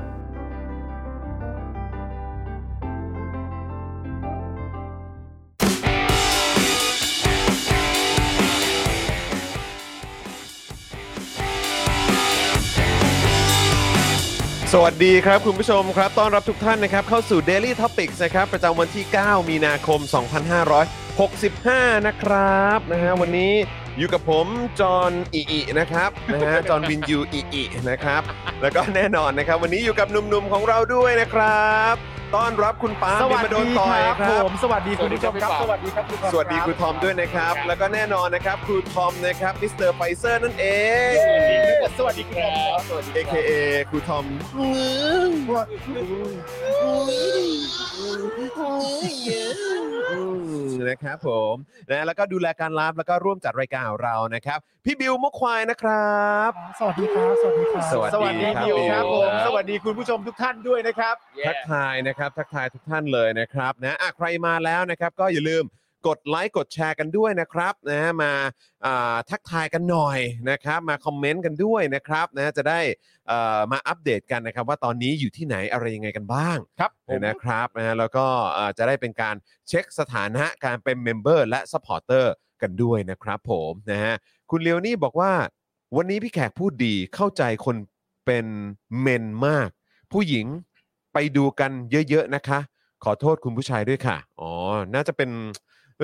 สวัสดีครับ คุณผู้ชมครับต้อนรับทุกท่านนะครับเข้าสู่ Daily Topics นะครับประจำวันที่ 9 มีนาคม 2565 นะครับนะฮะวันนี้อยู่กับผม จอห์นอิอินะครับนะฮะจอห์นวินยูอิอินะครับแล้วก็แน่นอนนะครับ วันนี้อยู่กับหนุ่มๆของเราด้วยนะครับต้อนรับคุณปาล์ม สวัส บิม ดี โนต่อย ครับ ค ผ รับ มสวัสดีคุณผู้ชมครับสวัสดีครับคุณผู้ชม สวัสดีครูทอมด้วยนะครับ แล้วก็แน่นอนนะครับครูทอมนะครับมิสเตอร์ไฟเซอร์นั่นเอง สวัสดีครับสวัสดี AKA ครูทอม นะครับผมนะแล้วก็ดูแลการไลฟ์แล้วก็ร่วมจัดรายการของเรานะครับ พี่บิวมุกควายนะครับ สวัสดีครับสวัสดีครับ สวัสดีครับ บิวครับผม ครับ สวัสดีคุณผู้ชมทุกท่านด้วยนะครับ ทักทายนะครับทักทายทุกท่านเลยนะครับนะอ่ะใครมาแล้วนะครับ ก็อย่าลืมกดไลค์กดแชร์กันด้วยนะครับนะฮะมาอ่าทักทายกันหน่อยนะครับ มาคอมเมนต์กันด้วยนะครับนะจะได้เอ่อมาอัปเดตกันนะครับ ว่าตอนนี้อยู่ที่ไหนอะไรยังไงกันบ้าง ครับผม นะครับนะฮะแล้วก็เอ่อจะได้เป็นการเช็คสถานะการเป็นเมมเบอร์และสปอร์เตอร์กันด้วยนะครับผมนะฮะคุณเลียวนี่บอกว่า วันนี้พี่แขกพูดดีเข้าใจคนเป็นเมนมาก ผู้หญิงไปดูกันเยอะๆนะคะ ขอโทษคุณผู้ชายด้วยค่ะ อ๋อ น่าจะเป็น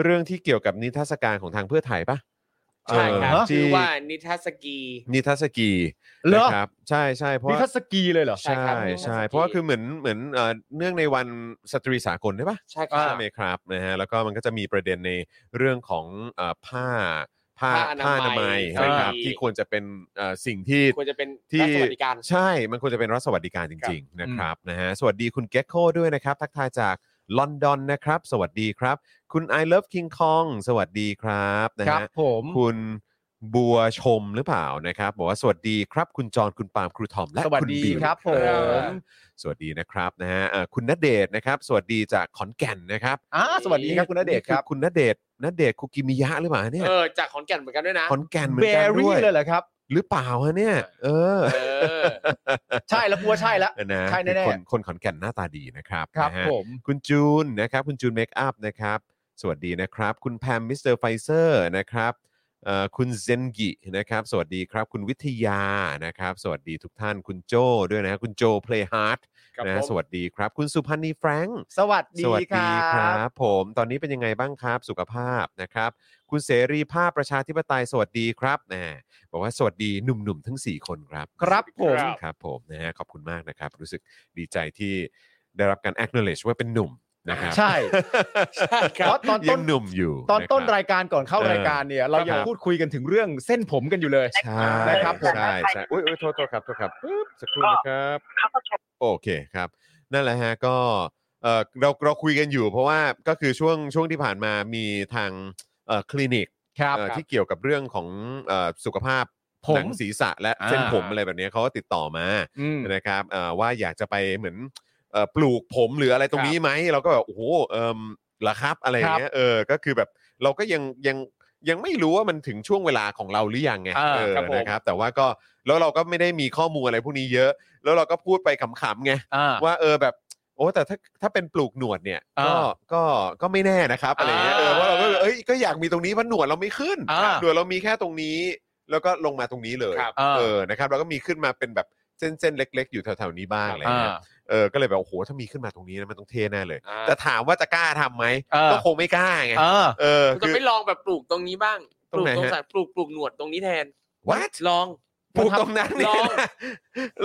เรื่องที่เกี่ยวกับนิทรรศการของทางเพื่อไทยปะ ใช่ครับฮะ ชื่เที่ อว่านิทัศกี นิทรรศกี เหรอ นะครับใช่ใช่เพราะ มี ว่า ทัศกีเลยเหรอ ใช่ใช่เพราะว่าคือเหมือนเหมือนเอ่อเนื่องในวันสตรีสากลใช่ปะ ใช่ครับ ใช่ไหมครับนะฮะแล้วก็มันก็จะมีประเด็นในเรื่องของเอ่อผ้าผ้าผ้า ผ้า อ อ นา นามั มัย ย นะครับที่ควรจะเป็นเอ่อสิ่งที่ ควรจะเป็น ที่ รัฐสวัสดิการ ใช่ มันควรจะเป็นรัฐสวัสดิการจริง ๆ นะ อืม ครับนะฮะสวัสดีคุณเก็กโคด้วยนะครับ ทักทายจากลอนดอนนะครับ สวัสดีครับ คุณ I love King Kong สวัสดีครับนะครับ ฮะ ผม คุณบัวชมหรือเปล่านะครับ บอกว่าสวัสดีครับ คุณจอนคุณปาล์มครูทอมและ สวัส คุณ ดี บิว ครับผ เอ ม อ สวัสดีนะครับนะฮะเอ่อคุณณเดชน์นะครับ สวัสดีจากขอนแก่นนะครับ อ่าสวัสดีครับคุณณเดชน์ครับ นี่อคุณณเดชน์ณเดชน์คุกิมิยะหรือเปล่าเนี่ย เออจากขอนแก่นเหมือนกันด้วยนะ ขอนแก่นเหมือ เบ นกันด้ รี่ วย เลยเหรอครับ หรือเปล่าฮะเนี่ย เออ เออ ใช่แล้วกลัวใช่แล้ว นะ ใช่แน่ๆ คือคนคนขอนแก่นหน้าตาดีนะครับ ครับ นะฮะ ผม คุณจูนนะครับ คุณจูนเมคอัพนะครับ สวัสดีนะครับ คุณแพมมิสเตอร์ไฟเซอร์นะครับเอ่อคุณเซนกินะครับ สวัสดีครับ คุณวิทยานะครับ สวัสดีทุกท่านคุณโจด้วยนะฮะคุณโจเพลย์ฮาร์ด ครับ นะ ผ ฮะ ม สวัสดีครับ คุณสุพันธ์นีแฟรงค์ สวัส ส ดี วัส ค ดี รั ครับ บ ผม ตอนนี้เป็นยังไงบ้างครับสุขภาพนะครับ คุณเสรีภาพประชาธิปไตยสวัสดีครับแหมบอกว่าสวัสดีหนุ่มๆทั้ง 4 คนครับ ครับผม ครับผมนะฮะขอบคุณมากนะครับ รู้สึกดีใจที่ได้รับการ acknowledge ว่าเป็นหนุ่มนะครับ ใช่ ใช่ครับ เพราะตอนต้ ยั น งหนุ่มอยู่ ตอนต้นะ คบ รายการก่อนเข้า เออ รายการเนี่ย เรา ครับ ยังพูดคุยกันถึงเรื่องเส้นผมกันอยู่เลย ใช่ นะครับผม ใช่ใช่อุ้ยอุ้ยโทษโทษครับโทษครับปึ๊บสักครู่นะครับ โอเคครับ นั่นแหละฮะก็เออเราเราคุยกันอยู่ เพราะว่าก็คือช่วงช่วงที่ผ่านมามีทางเอ่อคลินิก ครับ เอ่อที่เกี่ยวกับเรื่องของเอ่อสุขภาพ ผม หนังศีรษะและ อ่า เส้นผมอะไรแบบเนี้ยเขาก็ติดต่อมา อืม นะครับเอ่อว่าอยากจะไปเหมือนเอ่อปลูกผมหรืออะไรตรงนี้ไหมเราก็แบบโอ้โหเอมเหรอครับอะไรอย่างเงี้ยเออก็คือแบบเราก็ยังยัง ยังไม่รู้ว่ามันถึงช่วงเวลาของเราหรือยังไง อ่า เออ ครับผม นะครับ แต่ว่าก็แล้วเราก็ไม่ได้มีข้อมูลอะไรพวกนี้เยอะ แล้วเราก็พูดไปขำๆไง อ่า ว่าเออแบบโอ้แต่ถ้าถ้าเป็นปลูกหนวดเนี่ย อ่า ก็ก็ก็ไม่แน่นะครับอะไรเงี้ยเออ อ่า ว่าเราก็เอ้ยก็อยากมีตรงนี้เพราะหนวดเราไม่ขึ้น อ่า หนวดเรามีแค่ตรงนี้ แล้วก็ลงมาตรงนี้เลย ครับ า เออนะครับแล้วก็มีขึ้นมาเป็นแบบเส้นเส้นๆเล็ก ๆ อยู่แถวๆนี้บ้างอะไร อ่า เงี้ยเออก็เลยแบบโอ้โหถ้ามีขึ้นมาตรงนี้นะมันต้องเท่แน่เลย อ่า แต่ถามว่าจะกล้าทำไหม อ่า ก็คงไม่กล้าไง อ่า เออ จะ คือ ไม่ลองแบบปลูกตรงนี้บ้าง ต ป รง ลูก ไหน ตรง ฮะ สัตว์ปลูกปลูกหนวดตรงนี้แทน what ลอง ปลูกตรงนั้นเนี่ย ลอง นะ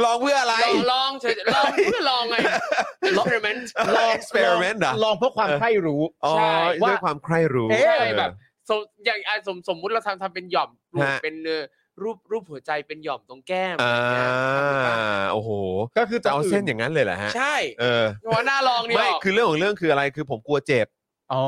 ลองเพื่ออะไร ลองลองเฉยลองเพื่อลองไง experiment ลอง experiment เหรอ ลองเพราะความใคร่รู้ อ๋อ ใช่ ว่า ด้วยความใคร่รู้ เอ๊ะ ใช่แบบสมอย่างอ่ะสมสมมุติเราทำทำเป็นหย่อมปลูก ฮะ เป็นเอ่อรูปรูปหัวใจเป็นหย่อมตรงแก้ม อ่า อะไรเงี้ย โอ้โห ก็คือ จะเอาเส้นอย่างนั้นเลยเหรอฮะ ใช่ เออ หัวหน้าลองนี่ ไม่ หรอก คือเรื่องของเรื่องคืออะไร คือผมกลัวเจ็บ อ๋อ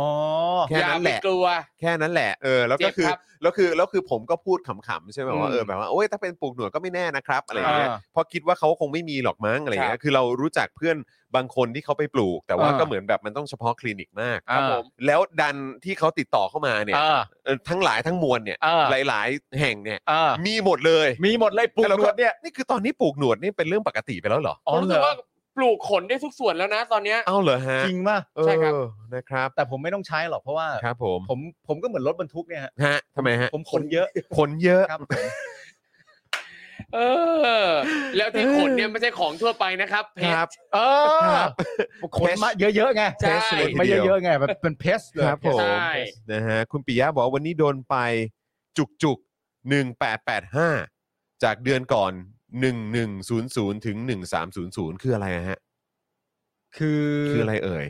แค่ อย่า นั้น ไป แหละ กลัว แค่นั้นแหละ เออ แล้วก็ เจ็บ คือ ครับ แล้วคือ แล้วคือผมก็พูดขำๆใช่ไหมว่า อืม เออ แบบว่า โอ้ย ถ้าเป็นปลูกหนวดก็ไม่แน่นะครับ อะไรอย่างเงี้ย อ่า เพราะคิดว่าเขาคงไม่มีหรอกมั้งอะไรอย่างเงี้ย คือเรารู้จักเพื่อนบางคนที่เขาไปปลูก แต่ว่า อ่า ก็เหมือนแบบมันต้องเฉพาะคลินิกมาก ครับผม แล้วดันที่เขาติดต่อเข้ามาเนี่ย อ่า เออทั้งหลายทั้งมวลเนี่ย อ่า หลาย ๆ แห่งเนี่ย อ่า มีหมดเลย มีหมดเลยปลูก แล้ว หนวดเนี่ย นี่คือตอนนี้ปลูกหนวดนี่เป็นเรื่องปกติไปแล้วเหรอ ผมรู้สึกว่าปลูกขนได้ทุกส่วนแล้วนะตอนเนี้ย เอ้าเหรอฮะ จริงป่ะ ใช่ครับ เออนะครับ แต่ผมไม่ต้องใช้หรอกเพราะว่า ครับผม ผมผมก็เหมือนรถบรรทุกเนี่ยฮะ ฮะทำไมฮะ ผมขนเยอะ ขนเยอะ ครับผม เออ แล้วที่ขนเนี่ยไม่ใช่ของทั่วไปนะครับ เพช ค ร รับ เอ ค อ รับ ขนมาเยอะๆไง ใช่ ขนมาเยอะๆไงแบบเป็นเพสเลย ครับผม ใช่ นะฮะ คุณปิยะบอกว่าวันนี้โดนไปจุกจุก1885 จากเดือนก่อน 1100 ถึง 1300 คืออะไรอะฮะ คือ คืออะไรเอ่ย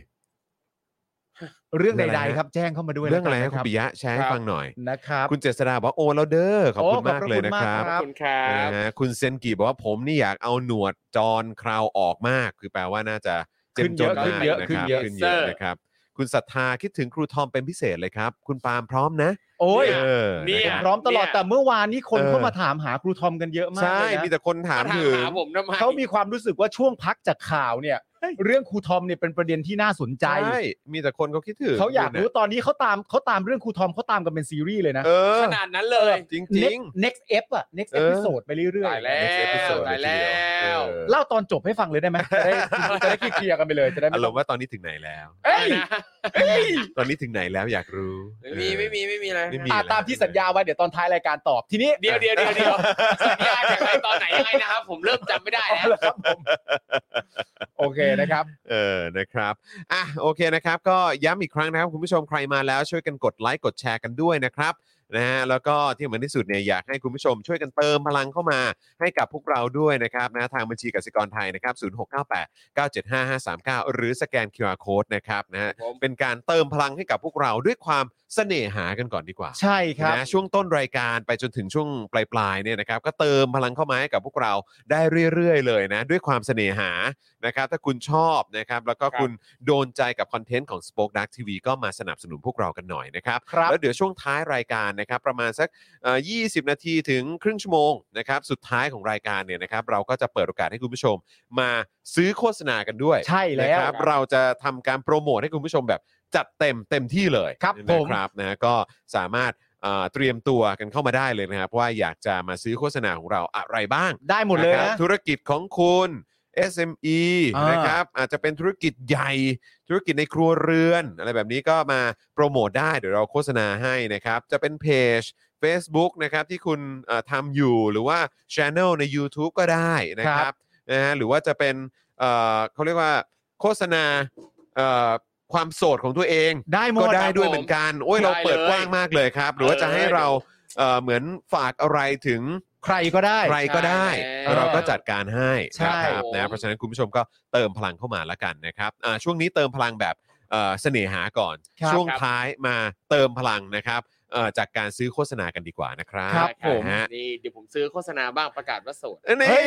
เรื่อง คืออะไร ใด ฮะ ๆครับแจ้งเข้ามาด้วย เรื่องอะไรฮะ น คุณปิยะแชร์ให้ ครับ ฟังหน่อย นะครับ คุณเจษดาบอกว่าโอแล้วเด้อขอบคุณ โอ้ขอบ มาก พระ เลย คุณ นะ มา ค ก รับ ครัขอบคุณครับ นะฮะคุณเซนกีบอกว่าผมนี่อยากเอาหนวดจรคราวออกมาก คือแปลว่าน่าจะเจ็มจน ขึ้ มาน ก เยอะ นะ ขึ้ คน รับ เยอะ ขึ้นเยอะนะครับ คุณศรัทธาคิดถึงครูทอมเป็นพิเศษเลยครับ คุณปาล์มพร้อมนะ โอ้ย เออ เนี่ย ะ พ ครับ ร้อมตลอด เนี่ย แต่เมื่อวานนี้คน เออ เข้ามาถามหาครูทอมกันเยอะมาก ใช่ เลย มี นะ แต่คนถาม ถาม ถึง หาผมทำไม เขามีความรู้สึกว่าช่วงพักจากข่าวเนี่ย เรื่องครูทอมเนี่ยเป็นประเด็นที่น่าสนใจ ใช่ มีแต่คนเขาคิดถึง เขาอยากรู้ นี่ ตอนนี้เขาตามเขาตามเรื่องครูทอมเขาตามกันเป็นซีรีส์เลยนะนะเออ ขนาดนั้นเลย จริง Next- next F อ่ะ next เออ episode ไปเรื่อย ตาย ๆ แล้ ๆ Next episode ตายแล้ว เออ เล่าตอนจบให้ฟังเลยได้ไหมจะได้จะได้เคลียร์ๆกันไปเลยจะได้ อา ไม่ ร ต้อ ม ง ณ์ว่าตอนนี้ถึงไหนแล้ว เอ้ย นะ เอ้ย ตอนนี้ถึงไหนแล้วอยากรู้ ไม่มี เออ ไม่มีไม่มีอะไร ไม่มี อ่ะตามที่สัญญาไว้เดี๋ยวตอนท้ายรายการตอบทีนี้ เดียวเดียวเดียวเดียวสัญญาจากไหนตอนไหนยังไงนะครับ ผมเริ่มจำไม่ได้แล้ว เอาละครับผมโอเคนะครับ เออ นะครับ อ่ะ โอเคนะครับ ก็ย้ำอีกครั้งนะครับ คุณผู้ชมใครมาแล้วช่วยกันกดไลค์ กดแชร์กันด้วยนะครับ นะฮะ แล้วก็ที่เหมือนที่สุดเนี่ยอยากให้คุณผู้ชมช่วยกันเติมพลังเข้ามาให้กับพวกเราด้วยนะครับนะ ทางบัญชีกสิกรไทยนะครับ 0698 975539 หรือสแกน QR Code นะครับนะฮะ ผม เป็นการเติมพลังให้กับพวกเราด้วยความเสน่หากันก่อนดีกว่า ใช่ครับ นะช่วงต้นรายการไปจนถึงช่วงปลายๆเนี่ยนะครับก็เติมพลังเข้ามาให้กับพวกเราได้เรื่อยๆเลยนะด้วยความเสน่หานะครับถ้าคุณชอบนะครับแล้วก็ ครับ คุณโดนใจกับคอนเทนต์ของ Spoke Dark TV ก็มาสนับสนุนพวกเรากันหน่อยนะครับ ครับ แล้วเดี๋ยวช่วงท้ายรายการนะครับประมาณสักเอ่อ20 นาทีถึงครึ่งชั่วโมงนะครับสุดท้ายของรายการเนี่ยนะครับเราก็จะเปิดโอกาสให้คุณผู้ชมมาซื้อโฆษณากันด้วย ใช่แล้นะวครับเราจะทำการโปรโมทให้คุณผู้ชมแบบจัดเต็มเต็มที่เลย ครับ นะ ผม ครับนะก็สามารถเอ่อเตรียมตัวกันเข้ามาได้เลยนะครับว่าอยากจะมาซื้อโฆษณาของเราอะไรบ้าง ได้หมดเลย นะครับ นะ ธุรกิจของคุณ SME อ่าน นะครับอาจจะเป็นธุรกิจใหญ่ ธุรกิจในครัวเรือน อะไรแบบนี้ก็มาโปรโมทได้เดี๋ยวเราโฆษณาให้นะครับ จะเป็นเพจ Facebook นะครับที่คุณเอ่อทำอยู่หรือว่า Channel ใน YouTube ก็ได้นะค ครั รับบ นะฮะหรือว่าจะเป็นเอ่อเขาเรียกว่าโฆษณาเอ่อความโสดของตัวเอง ได้หม ก็ ด ได้ด้วยเหมือนกัน โอ้ย ได้ เรา เลย เปิดกว้างมากเลยครับ หรือว่าจะให้เราเอ่อเหมือนฝากอะไรถึง ใครก็ได้ ใครก็ได้ ใช่ เราก็จัดการให้ ใช่ นะครับ ผม นะเพราะฉะนั้นคุณผู้ชมก็เติมพลังเข้ามาละกันนะครับอ่าช่วงนี้เติมพลังแบบเอ่อเสน่หาก่อน ครับ ช่วงท้ายมาเติมพลังนะครับเอ่อจากการซื้อโฆษณากันดีกว่านะครับ ครับผม นะฮะ นี่เดี๋ยวผมซื้อโฆษณาบ้างประกาศว่าโสด นี่ เฮ้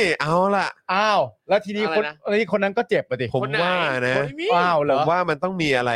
ย เอาล่ะ อ้าว แล้วทีนี้ อะไร คน นะ อันนี้คนนั้นก็เจ็บปะดิ ผม คนไหน ว่านะ คนไม่มี อ้าวผเหรอ มว่ามันต้องมีอะไร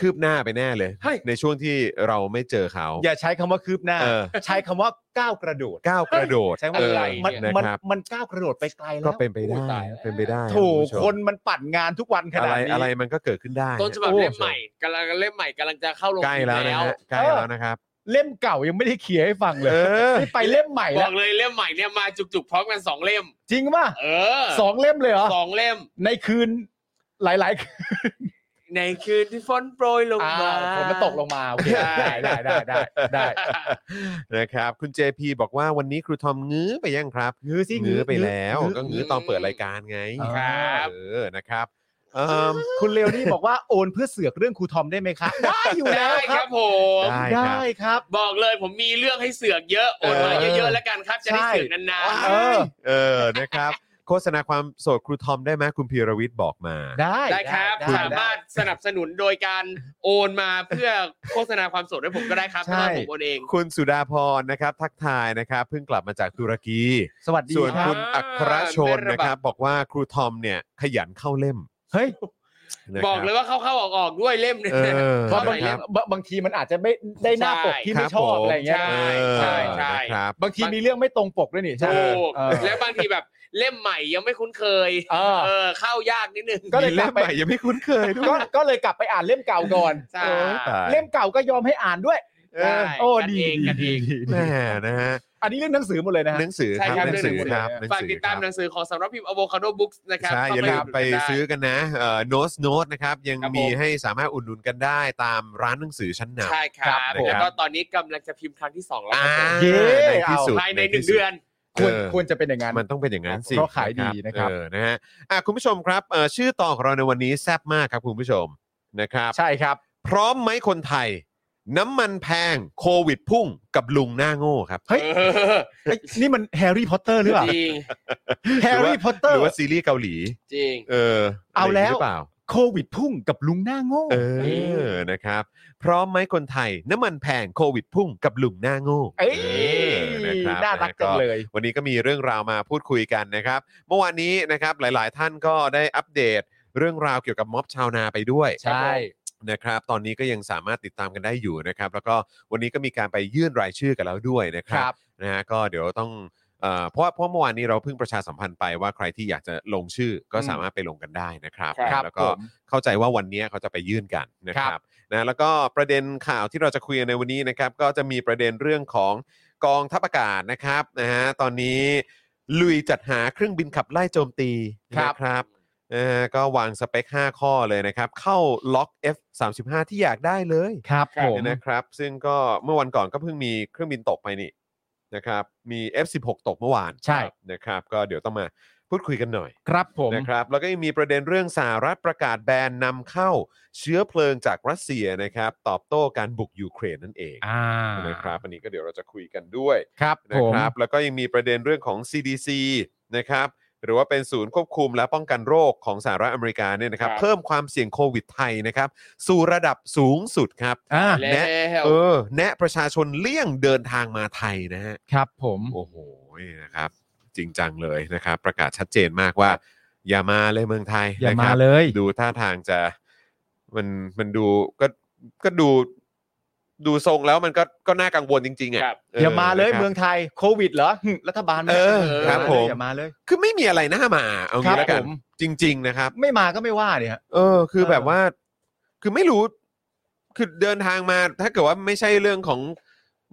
คืบหน้าไปแน่เลย เฮ้ย ในช่วงที่เราไม่เจอเขา อย่าใช้คำว่าคืบหน้า เออ ใช้คำว่า ก้าวกระโดด ก้าวกระโดด ใช่ไหม อะไร มัน เนี่ย มัน นะครับ มันก้าวกระโดดไปไกลแล้ ก็ ว เป็นไปได้ โอ้ยตายแล้ว เป็นไปได้ โถูก ณผู้ชม คนมันปั่นงานทุกวันข อะ นา ไร ดนี้ อะไรมันก็เกิดขึ้นได้ ต้นฉบับเล่ม โอ้ ใหม่กำลังเล่มใหม่กำลังจะเข้าลง ใกล้แล้วนะฮะใกล้ เออ แล้วนะครับ เล่มเก่ายังไม่ได้เคลียร์ให้ฟังเลย เออ นี่ไปเล่มใหม่ บ แล้ อ ว กเลยเล่มใหม่เนี่ยมาจุกๆพร้อมกันสองเล่ม จริงป่ะ เออ สองเล่มเลยเหรอ สองเล่ม ในคืนหลายๆคืน ในคืนที่ฝนโปรยลง อ่า มา ผมมันตกลงมาโอเคได้ได้ได้ได้ได้ นะครับ คุณ JP บอกว่าวันนี้ครูทอมงื้อไปยังครับ งื้อสิ งื้อไปแล้ว งื้ ก็งื้อตอนเปิดรายการไง อ่า ครับ เออนะครับเอิ่ม คุณเลวนี่บอกว่าโอนเพื่อเสือกเรื่องครูทอมได้ไหมครับ ได้อยู่แล้ ได้ วค ค รั รั บบ ผม ได้ ได้ครับ บอกเลยผมมีเรื่องให้เสือกเยอะโอนมาเยอะๆแล้วกันครับ จะได้เสือกนาน เออ เออนะครับ โฆษณาความโสดครูทอมได้ไหมคุณพีรวิทย์บอกมา ได้ ๆได้ครับ ได้ สามารถ ได้ สนับสนุนโดยการโอนมาเพื่อโฆษณาความโสดให้ผมก็ได้ครับ ใช่ ถ้าผมโอนเอง คุณสุดาพรนะครับ ทักทายนะครับ เพิ่งกลับมาจากตุรกี สวัสดี ส่วน ครั คุ บ ณอัครชน ไม่ระบาด นะครับ บอกว่าครูทอมเนี่ยขยันเข้าเล่ม เฮ้ย นะ บอกเลยว่าเข้าๆออกๆด้วยเล่มเนี่ย เออ เพราะ นะ บาง ค ที รับบ างทีมันอาจจะไม่ได้หน้าปกที่ไม่ชอบอะไรอย่างเงี้ย ใช่ เออ ใช่ใช่ นะครับ บางทีมีเรื่องไม่ตรงปกด้วยนี่ใช่ไหม ถูก เออ แล้วบางทีแบบเล่มใหม่ยังไม่คุ้นเคย เออ เออเข้ายากนิดนึง ก็เลย มีเล่มใหม่ยังไม่คุ้นเคยด้วย ก็ก็เลยกลับไปอ่านเล่มเก่าก่อน ใช่ เออ ตาย เล่มเก่าก็ยอมให้อ่านด้วย เออ ใช่ โอ้ กัน ดี เองกันเอง ดี แห ดี ม่นะฮะ อันนี้เรื่องหนังสือหมดเลยนะฮะ หนังสือ ใช่ ครับ ครับ หนังสือ เรื่อง ครับ หนังสืหนังอฝาก สือ ติดตาคมรับ หนังสือของสำนักพิมพ์ Avocado Books นะครับ ใช่ อย่าลืมไปซื้อกันนะเอ่อโนสโนสนะครับ ยังมีให้สามารถอุดหนุนกันได้ตามร้านหนังสือชั้นนำ ใช่ค ครั รั บบ ผม แล้วก็ตอนนี้กำลังจะพิมพ์ครั้งที่ 2 แล้ว อ่า ครับผม เย้ ในที่สุด ภายในหนึ่ง ที่สุ เดือน ควรควรจะเป็นอย่างนั้น มันต้องเป็นอย่างนั้นสิ เพราะขายดีนะครับ เออนะฮะอ่ะคุณผู้ชมครับเอ่อชื่อต่อของเราในวันนี้แซ่บมากครับคุณผู้ชมนะครับ ใช่ครับ พร้อมไหมคนไทย น้ำมันแพงโควิดพุ่งกับลุงหน้าโง่ครับ เฮ้ย เออ เอ้ยนี่มันแฮร์รี่พอตเตอร์หรือเปล่า จริง แฮร์รี่พอตเตอ ห ร์ รือว่าซีรีส์เกาหลี จริง เออ เอาแล้ว หรือเปล่า โควิดพุ่งกับลุงหน้าโง่ เออนะครับ พร้อมไหมคนไทย น้ำมันแพงโควิดพุ่งกับลุงหน้าโง่ เอ้ย เออนะครับ น่ารัก ะ จังเลย วันนี้ก็มีเรื่องราวมาพูดคุยกันนะครับ เมื่อวานนี้นะครับหลาย ๆ ท่านก็ได้อัปเดต เรื่องราวเกี่ยวกับม็อบชาวนาไปด้วย ใช่ นะครับ ตอนนี้ก็ยังสามารถติดตามกันได้อยู่นะครับ แล้วก็วันนี้ก็มีการไปยื่นรายชื่อกันแล้วด้วยนะค ครับ รับ นะฮะก็เดี๋ยวต้องเอ่อเพราะว่าเพราะเมื่อวานนี้เราเพิ่งประชาสัมพันธ์ไปว่าใครที่อยากจะลงชื่อก็ อืม สามารถไปลงกันได้นะครับ ครับ นะแล้วก็ ผม เข้าใจว่าวันนี้เขาจะไปยื่นกันนะค ครั รับบ นะแล้วก็ประเด็นข่าวที่เราจะคุยกันในวันนี้นะครับ ก็จะมีประเด็นเรื่องของกองทัพอากาศนะครับนะฮะตอนนี้ลุยจัดหาเครื่องบินขับไล่โจมตีนะครับเออก็วางสเปค 5 ข้อเลยนะครับ เข้าล็อก F35 ที่อยากได้เลย ครับ ครับ ผม นะครับซึ่งก็เมื่อวันก่อนก็เพิ่งมีเครื่องบินตกไปนี่นะครับมี F16 ตกเมื่อวาน ใช่ นะครับก็เดี๋ยวต้องมาพูดคุยกันหน่อย ครับผม นะครับแล้วก็ยังมีประเด็นเรื่องสหรัฐประกาศแบนนำเข้าเชื้อเพลิงจากรัสเซียนะครับตอบโต้การบุกยูเครนนั่นเอง อ่า นะครับอันนี้ก็เดี๋ยวเราจะคุยกันด้วย ครับ นะ ผม ครับแล้วก็ยังมีประเด็นเรื่องของ CDC นะครับหรือว่าเป็นศูนย์ควบคุมและป้องกันโรคของสหรัฐอเมริกาเนี่ยนะครับ ครับ เพิ่มความเสี่ยงโควิดไทยนะครับสู่ระดับสูงสุดครับ อ่า แล้ แนะ ว เออแนะประชาชนเลี่ยงเดินทางมาไทยนะฮะ ครับผม โอ้โหนะครับ จริงจังเลยนะครับ ประกาศชัดเจนมากว่า อย่ามาเลยเมืองไทย อย่า นะค มา รับ เลย ดูท่าทางจะมันมันดูก็ก็ดู ดูทรงแล้วมันก็ก็น่ากังวลจริงๆอ่ะ ครับ อย่ามานะเลยครับ เมืองไทยโควิดเหรอ หึรัฐบาล เออ ครับ ผม อย่ามาเลย คือไม่มีอะไรน่ามา เอา ครั งี้ บ แล้วกัน ผม จริง ๆ นะครับ ไม่มาก็ไม่ว่าเนี่ย เออ คือ เออ แบบว่า คือไม่รู้ คือเดินทางมา ถ้าเกิดว่าไม่ใช่เรื่องของ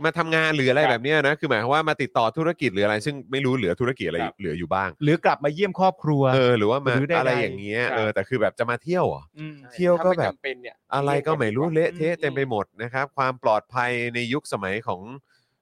มาทำงานหรืออะไร ครับ แบบเนี้ยนะ คือหมายความว่ามาติดต่อธุรกิจหรืออะไร ซึ่งไม่รู้เหลือธุรกิจอะไร ครับ เหลืออยู่บ้าง หรือกลับมาเยี่ยมครอบครัว เออ หรือว่ามา หรือใดๆ อะไรอย่างเงี้ย เออ แต่คือแบบจะมาเที่ยวเหรอ ม เที่ยวก็แบบ ถ้าไม่จำเป็นเนี่ย อะไรก็ไม่รู้เละเทะเต็มไปหมดนะครับ ความปลอดภัยในยุคสมัยของ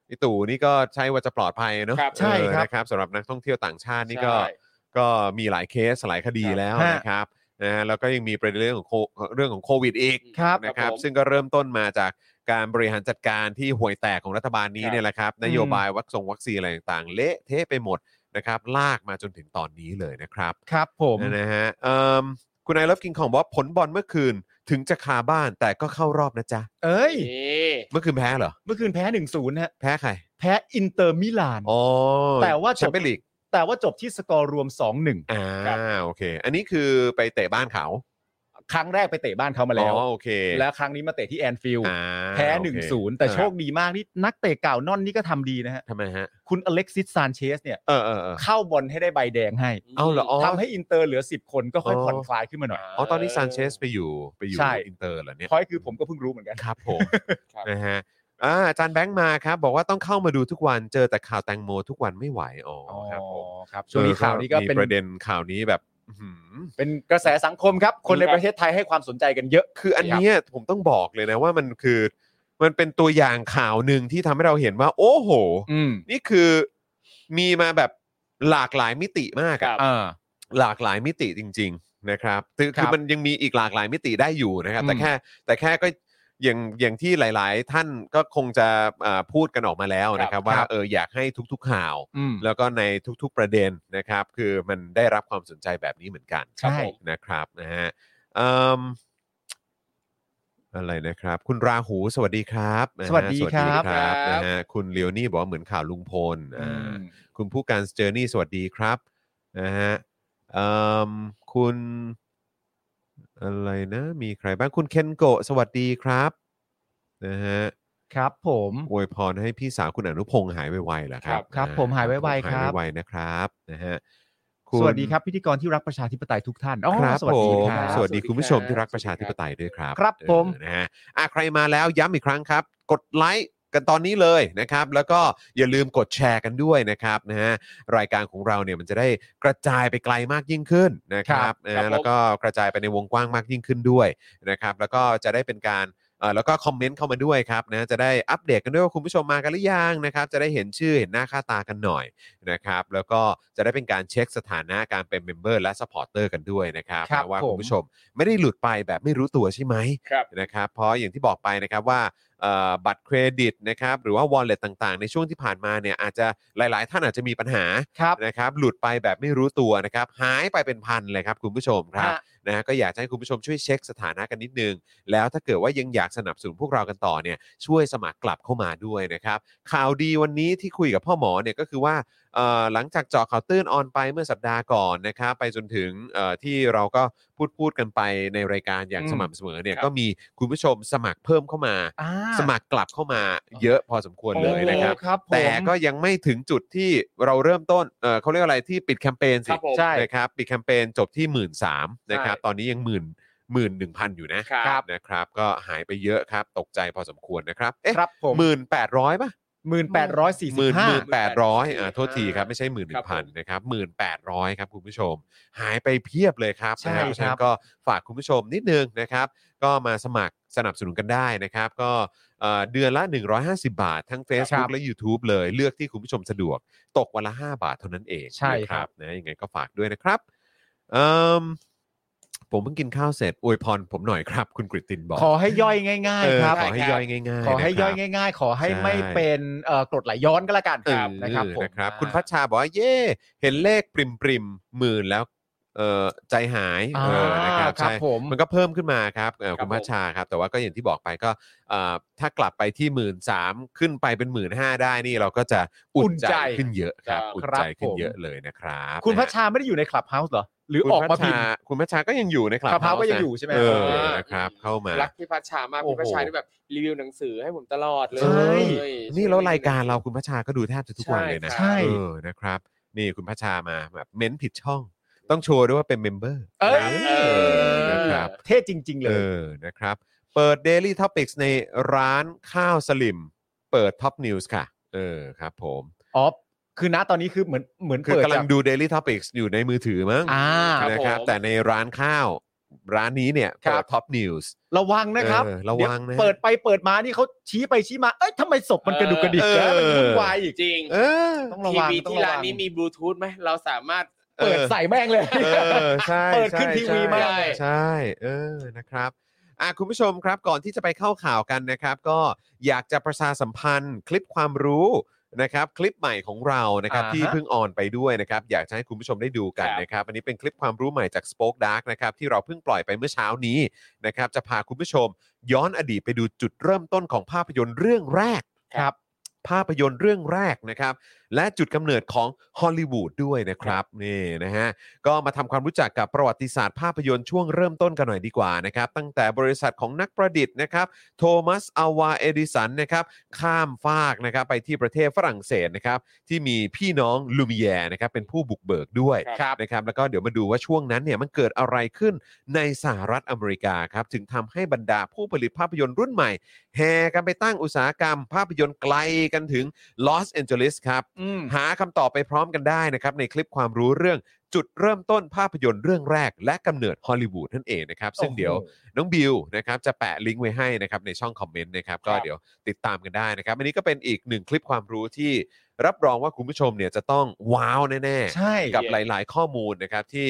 ไอตู่นี่ก็ใช่ว่าจะปลอดภัยเนอะ ครับ ใช่คเออรับนะครับสำหรับนักท่องเที่ยวต่างชาตินี่ก็ ใช่ ก็มีหลายเคสหลายคดี ครับ แล้ว ฮะ นะครับนะฮะแล้วก็ยังมีประเด็นเรื่องของโคเรื่องของโควิดอีก ครับ นะครับ ผม ซึ่งก็เริ่มต้นมาจากการบริหารจัดการที่ห่วยแตกของรัฐบาลนี้ ครับ เนี่ยแหละครับนโยบายวัคซงวัคซีนอะไรต่างๆ เละเทะไปหมดนะครับ ลากมาจนถึงตอนนี้เลยนะครับ ครับผม นะฮะเอิ่มคุณนายลฟกิงของบอกว่าผลบอลเมื่อคืนถึงจะคาบ้านแต่ก็เข้ารอบนะจ๊ะ เอ้ย นี่ เมื่อคืนแพ้เหรอ เมื่อคืนแพ้หนึ่งศูนย์ฮะ แพ้ใคร แพ้อินเตอร์มิลาน อ๋อ แต่ว่าจ แช บ มเปี้ยนลีก แต่ว่าจบที่สกอร์รวม 2-1 อ่า ครับ โอเค อันนี้คือไปเตะบ้านเขา ครั้งแรกไปเตะบ้านเขามาแล้ว อ๋อโอเค แล้วครั้งนี้มาเตะที่แอนฟิลด์ อ่า แพ้ โอ หนึ่ง เค ศูนย์แต่ อ่า โชคดีมากที่นักเตะเก่านอนนี่ก็ทำดีนะฮะ ทำไมฮะ คุณอเล็กซิสซานเชสเนี่ย เออเออเออ เข้าบอลให้ได้ใบแดงให้ เอาเหรออ๋อ ทำให้อินเตอร์เหลือ 10 คนก็ค่อย อ๋อ ผ่อนคลายขึ้นมาหน่อย อ๋อตอนนี้ซานเชสไปอยู่ไปอยู่ ใช่ อินเตอร์เหรอเนี่ย พอยคือผมก็เพิ่งรู้เหมือนกัน ครับ ผม ครับ นะฮะอ่าอาจารย์แบงค์มาครับ บอกว่าต้องเข้ามาดูทุกวันเจอแต่ข่าวแตงโมทุกวันไม่ไหวอ๋ออครับผม ครับช่วงนี้ข่าวนี้ก็เป็น มีประเด็นข่าวนี้แบบอื้อหือ เป็นกระแสสังคมครับ คนในประเทศไทยให้ความสนใจกันเยอะ คืออันเนี้ยผมต้องบอกเลยนะว่ามันคือ มันเป็นตัวอย่างข่าวหนึ่งที่ทำให้เราเห็นว่า โอ้โห อืม นี่คือมีมาแบบหลากหลายมิติมาก ค อะ รับ อ่า หลากหลายมิติจริง ๆนะครับคือ ครั คือบ มันยังมีอีกหลากหลายมิติได้อยู่นะครับ อืม แต่แค่แต่แค่ก็อย่างอย่างที่หลาย ๆ ท่านก็คงจะอ่าพูดกันออกมาแล้วนะค ครั รับบ ว่า ครับ เอออยากให้ทุก ๆ ข่าว อืม แล้วก็ในทุก ๆ ประเด็นนะครับ คือมันได้รับความสนใจแบบนี้เหมือนกัน ใช่ นะครับนะฮะเอิ่มอะไรนะครับ คุณราหูสวัสดีครับนะฮะ สวัสดีครับ สวัสดีครับนะฮะคุณเลียวนี่บอกว่าเหมือนข่าวลุงพลอ่า คุณผู้การเจอร์นี่สวัสดีครับนะฮะเอิ่มคุณอะไรนะ มีใครบ้างคุณเคนโกะสวัสดีครับนะฮะ ครับผม อวยพรให้พี่สาวคุณอนุพงษ์หายไวๆเหรอครับ ครับ อ่ ผมหายไวๆ ผม ครับ หายไวๆนะครับนะฮะ สวัสดีครับพิธีกรที่รักประชาธิปไตยทุกท่านอ๋อ ครับ สวัส ผ ดี ม ครับ สวัสดีคุณผู้ชมที่รัก ส ป วั ระ สดีค ชา รับ ธิปไตยด้วยครับ ครับผม เออนะฮะอ่ะใครมาแล้วย้ำอีกครั้งครับ กดไลค์กันตอนนี้เลยนะครับ แล้วก็อย่าลืมกดแชร์กันด้วยนะครับนะฮะ รายการของเราเนี่ยมันจะได้กระจายไปไกลมากยิ่งขึ้นนะครับนะ คฮะรับผม แล้วก็กระจายไปในวงกว้างมากยิ่งขึ้นด้วยนะครับ แล้วก็จะได้เป็นการเอ่อแล้วก็คอมเมนต์เข้ามาด้วยครับนะจะได้อัปเดตกันด้วยว่าคุณผู้ชมมากันหรือยังนะครับ จะได้เห็นชื่อเห็นหน้าค่าตากันหน่อยนะครับ แล้วก็จะได้เป็นการเช็คสถานะการเป็นเมมเบอร์และสปอร์เตอร์กันด้วยนะครับ ครับ นะว่า ผม คุณผู้ชมไม่ได้หลุดไปแบบไม่รู้ตัวใช่ไหม ครับ นะครับเพราะอย่างที่บอกไปนะครับว่าเอ่อบัตรเครดิตนะครับหรือว่า wallet ต่างๆ ในช่วงที่ผ่านมาเนี่ยอาจจะหลาย ๆ ท่านอาจจะมีปัญหา ครับ นะครับหลุดไปแบบไม่รู้ตัวนะครับหายไปเป็นพันเลยครับคุณผู้ชมครับ ฮะ นะฮะก็อยากจะให้คุณผู้ชมช่วยเช็คสถานะกันนิดนึง แล้วถ้าเกิดว่ายังอยากสนับสนุนพวกเรากันต่อเนี่ยช่วยสมัครกลับเข้ามาด้วยนะครับข่าวดีวันนี้ที่คุยกับพ่อหมอเนี่ยก็คือว่า เอ่อหลังจากเจาะข่าวตื้นออนไปเมื่อสัปดาห์ก่อนนะครับไปจนถึงเอ่อที่เราก็พูดพูดกันไปในรายการอย่าง อืม สม่ำเสมอเนี่ย ครับ ก็มีคุณผู้ชมสมัครเพิ่มเข้ามา อ่า สมัครกลับเข้ามาเยอะพอสมควรเลยนะครับ โอ้ครับผม แต่ก็ยังไม่ถึงจุดที่เราเริ่มต้นเอ่อเขาเรียกอะไรที่ปิดแคมเปญสิ ครับผม ใช่ นะครับปิดแคมเปญจบที่หมื่นสาม ใช่ นะครับตอนนี้ยังหมื่นหมื่นหนึ่งพันอยู่นะครับ นะครับ ก็หายไปเยอะครับตกใจพอสมควรนะครับเอ๊ะ ครับผม หมื่นแปดร้อยป่ะ หมื่นแปดร้อยสี่ ห สิ มื่ บ น ห้า หมื่นแปดร้อยอ่า อ่า โทษทีครับ ไม่ใช่หมื่นห ครั นึ่ บ ง ผ พัน ม นะครับหมื่นแปดร้อยครับคุณผู้ชม หายไปเพียบเลยครับ ใช่ นะเพราะฉะนั้ ครั น บ ก็ฝากคุณผู้ชมนิดนึงนะครับ ก็มาสมัครสนับสนุนกันได้นะครับ ก็เอ่อเดือนละ 150 บาท ทั้ง Facebook และ YouTube เลยเลือกที่คุณผู้ชมสะดวก ตกวันละ 5 บาทเท่านั้นเอง ใช่ครับ นะนะยังไงก็ฝากด้วยนะครับเอิ่มผมเพิ่งกินข้าวเสร็จอวยพรผมหน่อยครับ คุณกริตตินบอก ขอให้ย่อยง่าย เออ ๆ ครับ ขอให้ย่อยง่ายๆ ขอให้ นะครับ ย่อยง่าย ๆ ขอให้ ใช่ ไม่เป็นเอ่อกรดไหลย้อนก็แล้วกัน เออ นะครับผม นะครับคุณพัชชาบอกว่าเย่เห็นเลขปริมปริมๆหมื่นแล้วเออใจหาย อ่า เออนะครับ ครับ ใช่ ผม มันก็เพิ่มขึ้นมาครับเอ่อ ครั คุ บ ณ ผม พัชชาครับ แต่ว่าก็อย่างที่บอกไปก็เอ่อถ้ากลับไปที่หมื่นสามขึ้นไปเป็นหมื่นห้าได้นี่เราก็จะอุ่นใจ อุ่นใจ ขึ้นเยอะครับอุ่นใจ ครับผม ขึ้นเยอะเลยนะครับ คุณพัช นะฮะ ชาไม่ได้อยู่ในคลับเฮาส์เหรอ หรือ คุณ ออกมา พั พิ ช มพ์ ชคุณพัชชาก็ยังอยู่ในคลับ Clubhouse House ก็ยัง นะ อยู่ใช่ไหม เออนะครับเข้ามา รักพี่พัชชามาก โอ้โห พี่พัชชาที่แบบรีวิวหนังสือให้ผมตลอดเลย ใช่ นี่แล้วรายการเราคุณพัชชาก็ดูแทบจะทุกวันเลยนะ ใช่ เออ นะครับ นี่คุณพัชชามาแบบเม้นผิดช่อง ต้องโชว์ด้วยว่าเป็นเมมเบอร์ เอ้ย เออ นะครับ เท่จริง ๆ เล เอย อ นะครับ เปิด Daily Topics ในร้านข้าวสลิม เปิด Top News ค่ะ เออ ครับผม อ๋อ คือณตอนนี้คือเหมือนเหมือน คือ เปิด กำลั จาก งดู Daily Topics อยู่ในมือถือมั้ง อ่า ครับ นะครับ ผม แต่ในร้านข้าวร้านนี้เนี่ย ครั เปิดบ Top News ระวังนะครับ เออระวังนะ เดี๋ยเปิดไปเปิดมานี่เขาชี้ไปชี้มา เอ้ยทำไมศพมันกระดุกกระดิก เออ นะมันวุ่นวายอีก จริง เออ ต้องระ ที วัง วี ต้อง ที่ ระ ร้า วัน ง นี้มีบลูทูธไหมเราสามารถ เออ เปิดใส่แม่งเลย เออใช่ เปิดขึ้น ใช่ ทีวี ใช่ มาก ใช่ใช่ เออนะครับอ่ะคุณผู้ชมครับก่อนที่จะไปเข้าข่าวกันนะครับ ก็อยากจะประชาสัมพันธ์ คลิปความรู้นะครับ คลิปใหม่ของเรานะครับ อ่าฮะ ที่เพิ่งออนไปด้วยนะครับ อยากจะให้คุณผู้ชมได้ดูกัน ครับ นะครับ อันนี้เป็นคลิปความรู้ใหม่จาก Spoke Dark นะครับ ที่เราเพิ่งปล่อยไปเมื่อเช้านี้นะครับ จะพาคุณผู้ชมย้อนอดีตไปดูจุดเริ่มต้นของภาพยนตร์เรื่องแรก ครับ ภาพยนตร์เรื่องแรกนะครับ และจุดกำเนิดของฮอลลีวูดด้วยนะครับนี่นะฮะ ก็มาทำความรู้จักกับประวัติศาสตร์ภาพยนตร์ช่วงเริ่มต้นกันหน่อยดีกว่านะครับ ตั้งแต่บริษัทของนักประดิษฐ์นะครับ โทมัสอาวาเอดิสันนะครับ ข้ามฟากนะครับไปที่ประเทศฝรั่งเศสนะครับ ที่มีพี่น้องลูมิแยร์นะครับ เป็นผู้บุกเบิกด้วย ครับ นะครับ แล้วก็เดี๋ยวมาดูว่าช่วงนั้นเนี่ยมันเกิดอะไรขึ้นในสหรัฐอเมริกาครับ ถึงทำให้บรรดาผู้ผลิตภาพยนตร์รุ่นใหม่ แห่กันไปตั้งอุตสาหกรรม ภาพยนตร์ไกลกันถึงลอสแอนเจลิสครับ อืม หาคำตอบไปพร้อมกันได้นะครับ ในคลิปความรู้เรื่องจุดเริ่มต้นภาพยนตร์เรื่องแรก และกำเนิดฮอลลีวูดนั่นเองนะครับ ซึ่งเดี๋ยว โอ้โห น้องบิวนะครับจะแปะลิงก์ไว้ให้นะครับในช่องคอมเมนต์นะครับก็ ครับ เดี๋ยวติดตามกันได้นะครับ อันนี้ก็เป็นอีกหนึ่งคลิปความรู้ที่รับรองว่าคุณผู้ชมเนี่ยจะต้องว้าวแน่ ใช่ ๆ กับหลาย ๆ ข้อมูลนะครับที่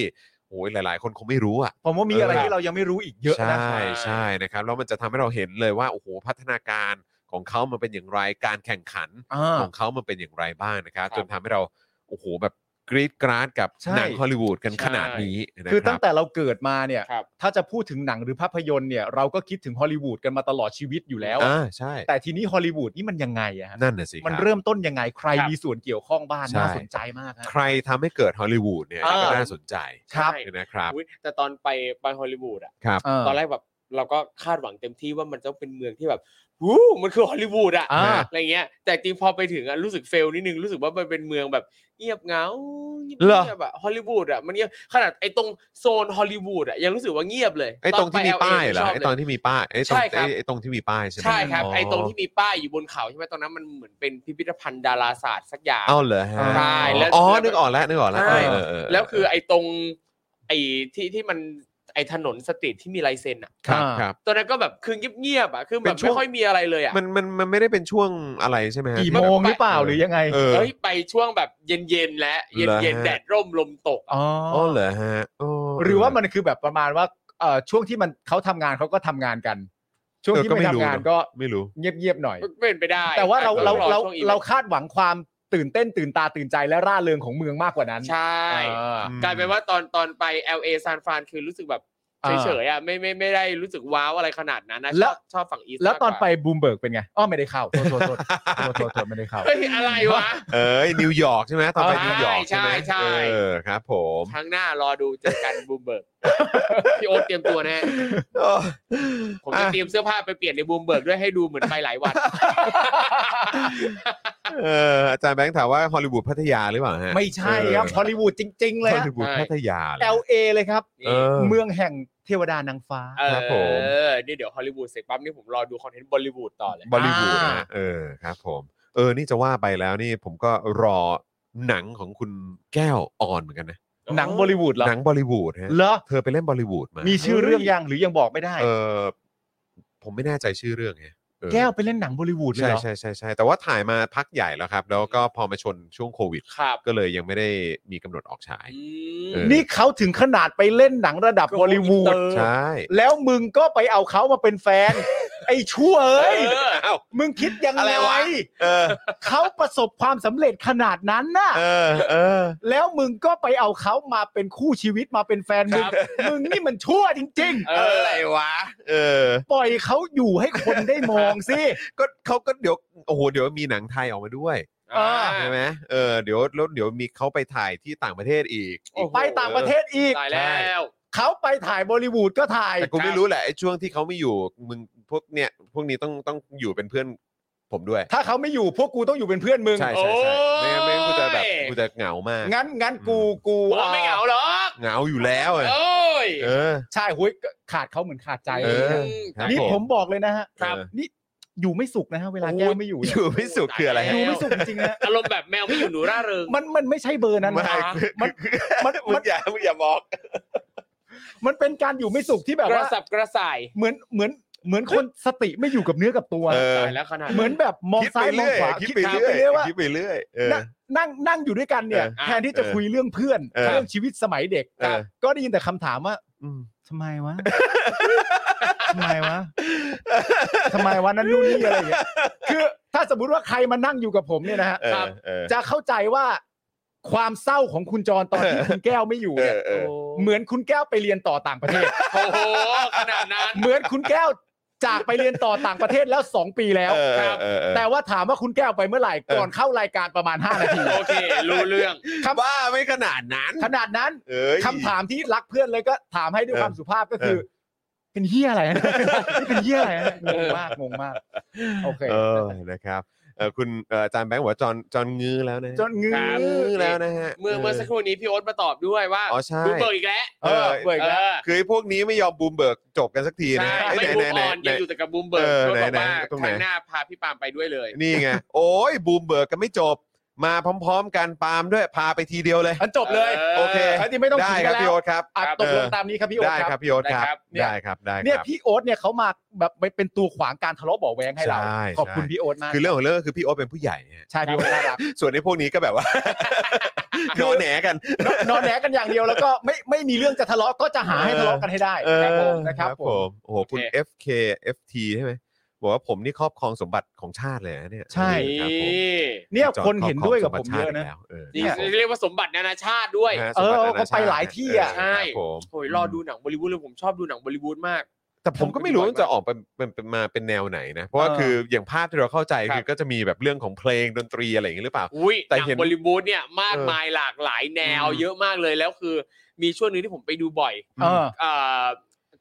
โอ้ยหลาย ๆ คนคงไม่รู้อ่ะ ผมว่ามีอะไร เออ ที่เรายังไม่รู้อีกเยอะนะ ใช่ใช่นะครับแล้วมันจะทำให้เราเห็นเลยว่าโอ้โหพัฒนาการของเขามันเป็นอย่างไรการแข่งขัน อ่า ของเขามันเป็นอย่างไรบ้างนะครับ ครับ จนทำให้เราโอ้โหแบบกรีดกราดกับ ใช่ หนังฮอลลีวูดกัน ใช่ ขนาดนี้นะ คือ ค ตั้ รั ง บ แต่เราเกิดมาเนี่ย ครับ ถ้าจะพูดถึงหนังหรือภาพยนตร์เนี่ยเราก็คิดถึงฮอลลีวูดกันมาตลอดชีวิตอยู่แล้วอะ อ่าใช่ แต่ทีนี้ฮอลลีวูดนี่มันยังไงอะฮะ นั่นน่ะสิคบ มันเริ่มต้นยังไงใคร ครับ มีส่วนเกี่ยวข้องบ้าน ใช่ น่าสนใจมากฮะ ใครทำให้เกิดฮอลลีวูดเนี่ย เออ ก็น่าสนใจ ครับ นะครับ อุ๊ยแต่ตอนไปไปฮอลลีวูดอะ ครับ เออ ตอนแรกแบบเราก็คาดหวังเต็มที่ว่ามันจะเป็นเมืองที่แบบวู้มันคือฮอลลีวูดอะ อ่า อะไรเงี้ย แต่จริงพอไปถึงอะรู้สึกเฟลนิดนึงรู้สึกว่ามันเป็นเมืองแบบเงียบเหงาเงียบ เหรอ เงียบอะฮอลลีวูดอะมันเงียบขนาดไอ้ตรงโซนฮอลลีวูดอะยังรู้สึกว่าเงียบเลย ไอ้ตรงที่มี ป LA ป้ายเหรอ ชบ ไอ้ เล ตอนที่มีป้ายไอ้ตรง ใช่ครับ ไอ้ไอ้ตรงที่มีป้ายใช่ไหม ใช่ครับ อ๋อ ไอ้ตรงที่มีป้ายอยู่บนเขาใช่ไหมตรงนั้นมันเหมือนเป็นพิพิธภัณฑ์ดาราศาสตร์สักอย่าง เอาเหรอฮะ ใช่แล้ว อ๋อ แล้ว นึกออกแล้วนึกออกแล้ว ใช่ เออเเ แล้วคือไอ้ตรงไอ้ที่ที่มันไอ้ถนนสตรีทที่มีลายเซ็นอ่ะ ครับ อ่า ครับ ตอนนั้นก็แบบคือเงียบๆอ่ะคือแบ เป็ บ นช่ว ไม่ ง ค่อยมีอะไรเลยอ่ะ มันมันมันไม่ได้เป็นช่วงอะไรใช่ไหมฮะ กี่โมงหรือเปล่าหรือยังไง เออ เอ้ยไปช่วงแบบเย็นๆและเหรอเย็น ฮะ ๆแดดร่มลมตกอะ อ๋ออ อ๋อเหรอฮะโ หรือว่ามันคือแบบประมาณว่าเอ่อช่วงที่มันเขาทำงานเขาก็ทำงานกัน ช่วงที่ เออก็ ไม่ ไม่ ทำ รู้ งาน เนอะ ก็ ไม่รู้ เงียบๆหน่อย เป็นไปได้ แต่ว่าเรา อจจะ เราเราต้องช่วงอีว เรา นต์ คาดหวังความตื่นเต้นตื่นตาตื่นใจและร่าเริงของเมืองมากกว่านั้น ใช่ อ่า อืม กลายเป็นว่าตอนตอนไป LA ซานฟรานคือรู้สึกแบบ อ่า เฉยๆอ่ะไม่ไม่ไม่ได้รู้สึกว้าวอะไรขนาดนั้นนะช แล้ อ ว บชอบฝั่งอีส แล้วตอนไป มาก บูมเบิร์กเป็นไงอ้อไม่ได้เข้าโทษโทษโทษโทษโทษโทษไม่ได้เข้า กว่าเฮ้ยอะไรวะ เอ้ยนิวยอร์กใช่ไหมตอนไป เออ นิวยอร์กใช่ไหม ใช่ใช่ เออครับผม ครั้งหน้ารอดูเจอกันบูมเบิร์กพี่โอ๊ตเตรียมตัวแน่ โอ้ ผมจะเตรียมเสื้อผ้าไปเปลี่ยนในบูมเบิร์กด้วยให้ดูเหมือนไปหลายวัน เอออาจารย์แบงค์ถามว่าฮอลลีวูดพัทยาหรือเปล่าฮะ ไม่ใช่ครับฮอลลีวูดจริง ๆ เอ เลย อฮอล ฮะ ลีวูด ใช่ พัทยาเลย LA เลยครับ เออ เมืองแห่งเทวดานางฟ้า เอ ครับผม อนี่เดี๋ยวฮอลลีวูดเสร็จปั๊บนี่ผมรอดูคอนเทนต์บอลลีวูดต่อเลย บอลลีวูด อ่า นะฮะเออครับผมเออนี่จะว่าไปแล้วนี่ผมก็รอหนังของคุณแก้วออนเหมือนกันนะ หนังบอลลิวูดเหรอ หนังบอลลีวูดฮะ เหรอ เธอไปเล่นบอลลีวูดมา มี มี ชื่อเรื่องยังหรือยังบอกไม่ได้ เออผมไม่แน่ใจชื่อเรื่องไงเออ แก้วไปเล่นหนังบอลลิวูดเลย ใช่ เหรอ ใช่ใช่ใช่แต่ว่าถ่ายมาพักใหญ่แล้วครับ แล้วก็พอมาชนช่วงโควิด ครับ ก็เลยยังไม่ได้มีกำหนดออกฉาย เออ นี่เขาถึงขนาดไปเล่นหนังระดับบอลลิวูด ใช่ แล้วมึงก็ไปเอาเขามาเป็นแฟน ไอ้ชั่วเอ้ย เออ เอ้า มึงคิดยัง อะไร ไง วะ เออ เขาประสบความสำเร็จขนาดนั้นน่ะ เออเออ แล้วมึงก็ไปเอาเขามาเป็นคู่ชีวิตมาเป็นแฟนมึง ครับ มึงนี่มันชั่วจริง เอ อะ อ ไรวะ เออ ๆ ปล่อยเขาอยู่ให้คนได้มองสิ ก็เขาก็เดี๋ยว โอ้โห เดี๋ยวมีหนังไทยออกมาด้วย เออ ใช่ไหมเออ เดี๋ยวแล้วเดี๋ยวมีเขาไปถ่ายที่ต่างประเทศอีก โอ้โห ไปต่างประเทศอีก ตายแล้ว เขาไปถ่ายบอลลิวูดก็ถ่าย แต่กูไม่รู้แหละไอ้ช่วงที่เขาไม่อยู่ มึงพวกเนี่ย พวกนี้ต้องต้องอยู่เป็นเพื่อนผมด้วย ถ้าเขาไม่อยู่พวกกูต้องอยู่เป็นเพื่อนมึง ใช่ใช่ใช่ โอ้ย ไม่งั้นไม่งั้นกูจะแบบกูจะเหงามาก งั้นงั้นกูกู ผมว่าไม่เหงาหรอก เหงาอยู่แล้วอะ โอ้ย เออ ใช่หุยขาดเขาเหมือนขาดใจ เออ ม ครับ นี่ ผ ผม มบอกเลยนะฮะ ครับ นี่อยู่ไม่สุขนะฮะเวลาแก้วไม่อยู่ อ เนี่ย ยู่ไม่สุขคืออะไร อ ฮะ ยู่ไม่สุขจริงๆนะ อารมณ์แบบแมวไม่อยู่หนูร่าเริง มันมันไม่ใช่เบอร์นั้น ไม่ นะมันมัน มึ มั ง น อย่ามึงอย่าบอก มันเป็นการอยู่ไม่สุขที่แบบ กระ ว่า สับกระส่าย เหมือนเหมือนเหมือนคนสติไม่อยู่กับเนื้อกับตัว เออ ตายแล้วขนาด เหมือนแบบมอง คิดไป ซ้ายมอง เรื่อย ขวา คิดไปเรื่ คิดไปอคิดไปเรื่อย ยว่าเรื่อยเออ นั่งนั่งนั่งอยู่ด้วยกันเนี่ย เออ แทนที่จะ เออ คุยเรื่องเพื่อน เออ เรื่องชีวิตสมัยเด็ก เออ ก็ได้ยินแต่คำถามว่า อืม ทำไมวะ ทำไมวะ ทำไมวะนั่นนู่นนี่อะไรอย่างเงี้ย คือถ้าสมมติว่าใครมานั่งอยู่กับผมเนี่ยนะฮะ เออเออ จะเข้าใจว่าความเศร้าของคุณจรตอนที่คุณแก้วไม่อยู่เนี่ย เออเออ เหมือนคุณแก้วไปเรียนต่อต่างประเทศ โอ้โหขนาดนั้น เหมือนคุณแก้ว จากไปเรียนต่อต่างประเทศแล้ว 2 ปีแล้ว เออเออเออ แต่ว่าถามว่าคุณแก้วไปเมื่อไหร่ ก่อนเข้ารายการประมาณ 5 นาที โอเค รู้เรื่อง ว่าไม่ขนาดนั้น ขนาดนั้น เอ้ย คำถามที่รักเพื่อนเลยก็ถามให้ด้วยความสุภาพก็คือ เออ เป็นเฮียอะไรนะ เป็นเฮียอะไรนะงงมากงงมาก โอเค เออนะครับเอ่อคุณเอ่ออาจารย์แบงค์บอกว่าจอนจอนงื้อแล้วนะฮะ จนงื้อ ครับ งื้อแล้วนะฮะ เมื่อเมื่อสักครู่นี้พี่โอ๊ตมาตอบด้วยว่า อ๋อใช่ บูมเบิร์กอีกแล้ว เออ เบิร์กแล้ว คือไอ้พวกนี้ไม่ยอมบูมเบิร์กจบกันสักที ใช่ นะเอ้ย ไม่ ไหน บูม ไหนไหออนน ยังอยู่แต่กับบูมเบิร์ก เออ ก็บอก ไหน ว่า ไหนตรงไหน ครั้งหน้าพาพี่ปาล์มไปด้วยเลย นี่ไง โอ้ยบูมเบิร์กกันไม่จบ มาพร้อมๆ กันปาล์มด้วยพาไปทีเดียวเลย อันจบเลย โอเค อันนี้ไม่ต้อง ได้ ขิคงกั รั น บ แล้ พี่ ว โอ๊ตครับ อ่ะ ครับ ตกลง เออ ตามนี้ครับพี่โอ๊ต ได้ ค ค รั รั บบ พี่โอ๊ตครับ นะครับเนี่ย ได้ครับได้ เนี่ย ครับ พี่โอ๊ตเนี่ยเขามาแบบเป็นตัวขวางการทะเลาะเบาะแวงให้เรา ใช่ ขอบคุณ ใช่ พี่โอ๊ตมาก คือเรื่องของเรื่องก็คือพี่โอ๊ตเป็นผู้ใหญ่ฮะ ใช่พี่โอ๊ตน่ารัก ส่วนในพวกนี้ก็ แบบว่า นอนแหนกัน นอนแหนกันอย่างเดียวแล้วก็ ไม่ไม่มีเรื่องจะทะเลาะก็จะหาให้ทะเลาะกันให้ได้ครับผมนะครับผม โอ้โหคุณ โอเค FK FT ใช่ไหมบอกว่าผมนี่ครอบครองสมบัติของชาติเลยนะเนี่ย ใช่ ครับผม นี่ เนี่ย จอ คนเห็นด้วยกับ คร ผ คร ม งส เย บัติ อะนะ ชาติกแล้วเออ นี่ ครับผม เรียกว่าสมบัตินานาชาติด้วย ฮะ เออ สมบัตินนชติ เขาไปหลายที่อะ เครับผม โอ้ยรอดูหนังบอลลีวูดเลยผมชอบดูหนังบอลลีวูดมาก แต่ผมก็ไม่รู้ว่าจะออกเป็นเป็นเป็นมาเป็นแนวไหนนะ เพราะว่า เออ คืออย่างภาพที่เราเข้าใจ ครับ คือก็จะมีแบบเรื่องของเพลงดนตรีอะไรอย่างนี้หรือเปล่า อุ้ย แต่ หนัง เห็น บอลลีวูดเนี่ยมาก เออ มายหลากหลายแนว อืม เยอะมากเลยแล้วคือ มีช่วงหนึงที่ผมไปดูบ่อย เออ อ่า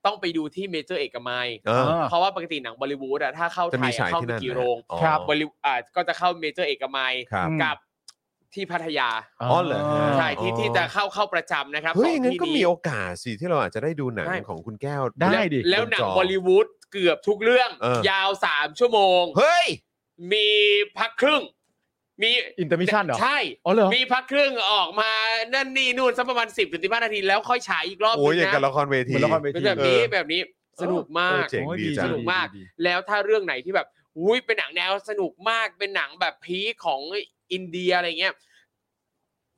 ต้องไปดูที่เมเจอร์เอกมัย เออ เออ เพราะว่าปกติหนังบอลลีวูดอะถ้าเข้า จะ ไท มี ย ฉาย เข้า ที่ ไป นั่น กี่โรง นะ ครับ บอลลีอ่าก็จะเข้าเมเจอร์เอกมัย ครับ อืม กับที่พัทยา อ๋อเหรอฮะ ใช่ที่ อ๋อ ที่จะเข้าเข้าประจำนะครับ เฮ้ย สอง งั้น ที่ ก็มี นี้ โอกาสสิที่เราอาจจะได้ดูหนัง ได้ ของคุณแก้ว ได้ ดิ แล้วหนัง จอบ อลลีวูดเกือบทุกเรื่อง เออ ยาวสามชั่วโมง เฮ้ย มีพักครึ่ง มี อินเตอร์มิชันเหรอ ใช่ อ๋อเหรอ มีพักครึ่งออกมานั่นนี่นู่นสักประมาณ 10-15ถึง15นาทีแล้วค่อยฉายอีกรอบ โอ้ยองนึย่างกับ นะ ละครเวที เหมือนละครเวที เป็นแบบนี้ เออ แบบนี้สนุก เอ มาก อเจ๋ง โอ้ย ดี ดี จัง สนุกมาก แล้วถ้าเรื่องไหนที่แบบอุ้ยเป็นหนังแนวสนุกมากเป็นหนังแบบพีคของอินเดียอะไรเงี้ย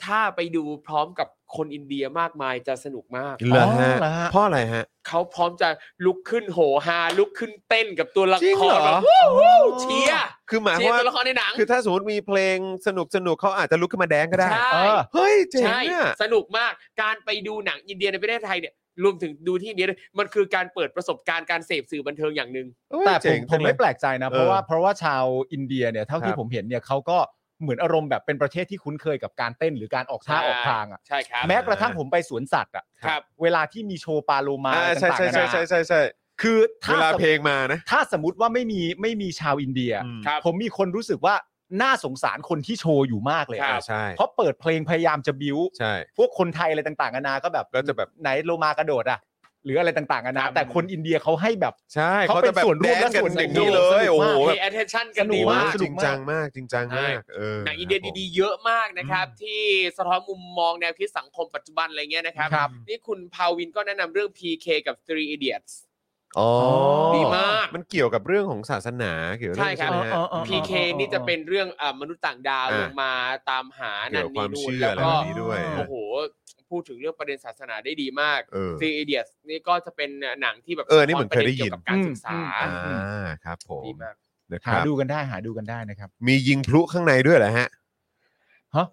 ถ้าไปดูพร้อมกับคนอินเดียมากมายจะสนุกมาก เหรอฮะ อ๋อเหรอฮะ เพราะอะไรฮะ เขาพร้อมจะลุกขึ้นโหฮาลุกขึ้นเต้นกับตัวละ จริง ค เหร ร อ แบบวู้วู้เชียร์ คือหมายค เชี วาม ยร์ ว่า ตัวละครในหนัง คือถ้าสมมติมีเพลงสนุกสนุกๆเขาอาจจะลุกขึ้นมาแดงก็ได้ ใช่ เออ เฮ้ยเจ๋ง ใช่ เนี่ย สนุกมากการไปดูหนังอินเดียในประเทศไทยเนี่ยรวมถึงดูที่อินเดียด้วยมันคือการเปิดประสบการณ์การเสพสื่อบันเทิงอย่างหนึ่ง แต่ผมผ เจ๋ ม งจังเลย ไม่แปลกใจนะ เออ เพราะว่าเพราะว่าชาวอินเดียเนี่ยเท่า ค ที่ รับ ผมเห็นเนี่ยเขาก็เหมือนอารมณ์แบบเป็นประเทศที่คุ้นเคยกับการเต้นหรือการออกท่า ใช่ ออกทางอ่ะ ใช่ครับ แม้กระทั่งผมไปสวนสัตว์อ่ะ ครับ เวลาที่มีโชว์ปลาโลมา อ่าใช่ ต่าง ใช่ ๆ ใช่ นา ใช่ นา ใช่ใช่ คือ เว ถ้า ลา สม เพลงมานะ ถ้าสมมติว่าไม่มีไม่มีชาวอินเดีย อืม ครับ ผมมีคนรู้สึกว่าน่าสงสารคนที่โชว์อยู่มากเลยอะ ค อ่า รับ ใช่ เพราะเปิดเพลงพยายามจะบิ้ว ใช่ พวกคนไทยอะไรต่างๆนานาก็แบบ ก็จะแบบ ไหนโลมากระโดดอ่ะ หรืออะไรต่างๆนานา ครับ แต่คนอินเดียเขาให้แบบ ใช่ เขาเป็จะนแบบ ส่วนร่วมและ ดกั ส่วนสนุอกย่างนี้เลย สนุกมาก โอ้โหแบบ มี attention กัน สนุ ดี ก มาก สนุก จริงจังมากจริงจังมากเออ หนังอินเดียดีๆเยอะมากนะครับ ที่สะท้อนมุมมองแนวคิดสังคมปัจจุบันอะไรเงี้ยนะครับ ครับ นี่คุณพาวินก็แนะนำเรื่อง PK กับ Three Idiots ๆอ๋อ ดีมาก มันเกี่ยวกับเรื่องของศาสนาเกี่ยวกัเรื่อง ใช่ครับ ไหมฮะ อ๋ออ๋ออ๋อ PK นี่จะเป็นเรื่องอ่ามนุษย์ต่างดาว อ่า ลงมาตามหา เกี่ นั ยวน กับความนี่นู่น เชื่อ แล้ว อะไร ก็ แบบนี้ด้วย อ๋ โอ้โห พูดถึงเรื่องประเด็นศาสนาได้ดีมาก เออ Three Idiots นี่ก็จะเป็นหนังที่แบบ เออนี่เหมือนเคยได้ยิน กี่วกับการศึกษา อ่าครับผม ดีมาก นะค หา รับ ดูกันได้หาดูกันได้นะครับ มียิงพลุข้างในด้วยเหรอฮะ ฮะ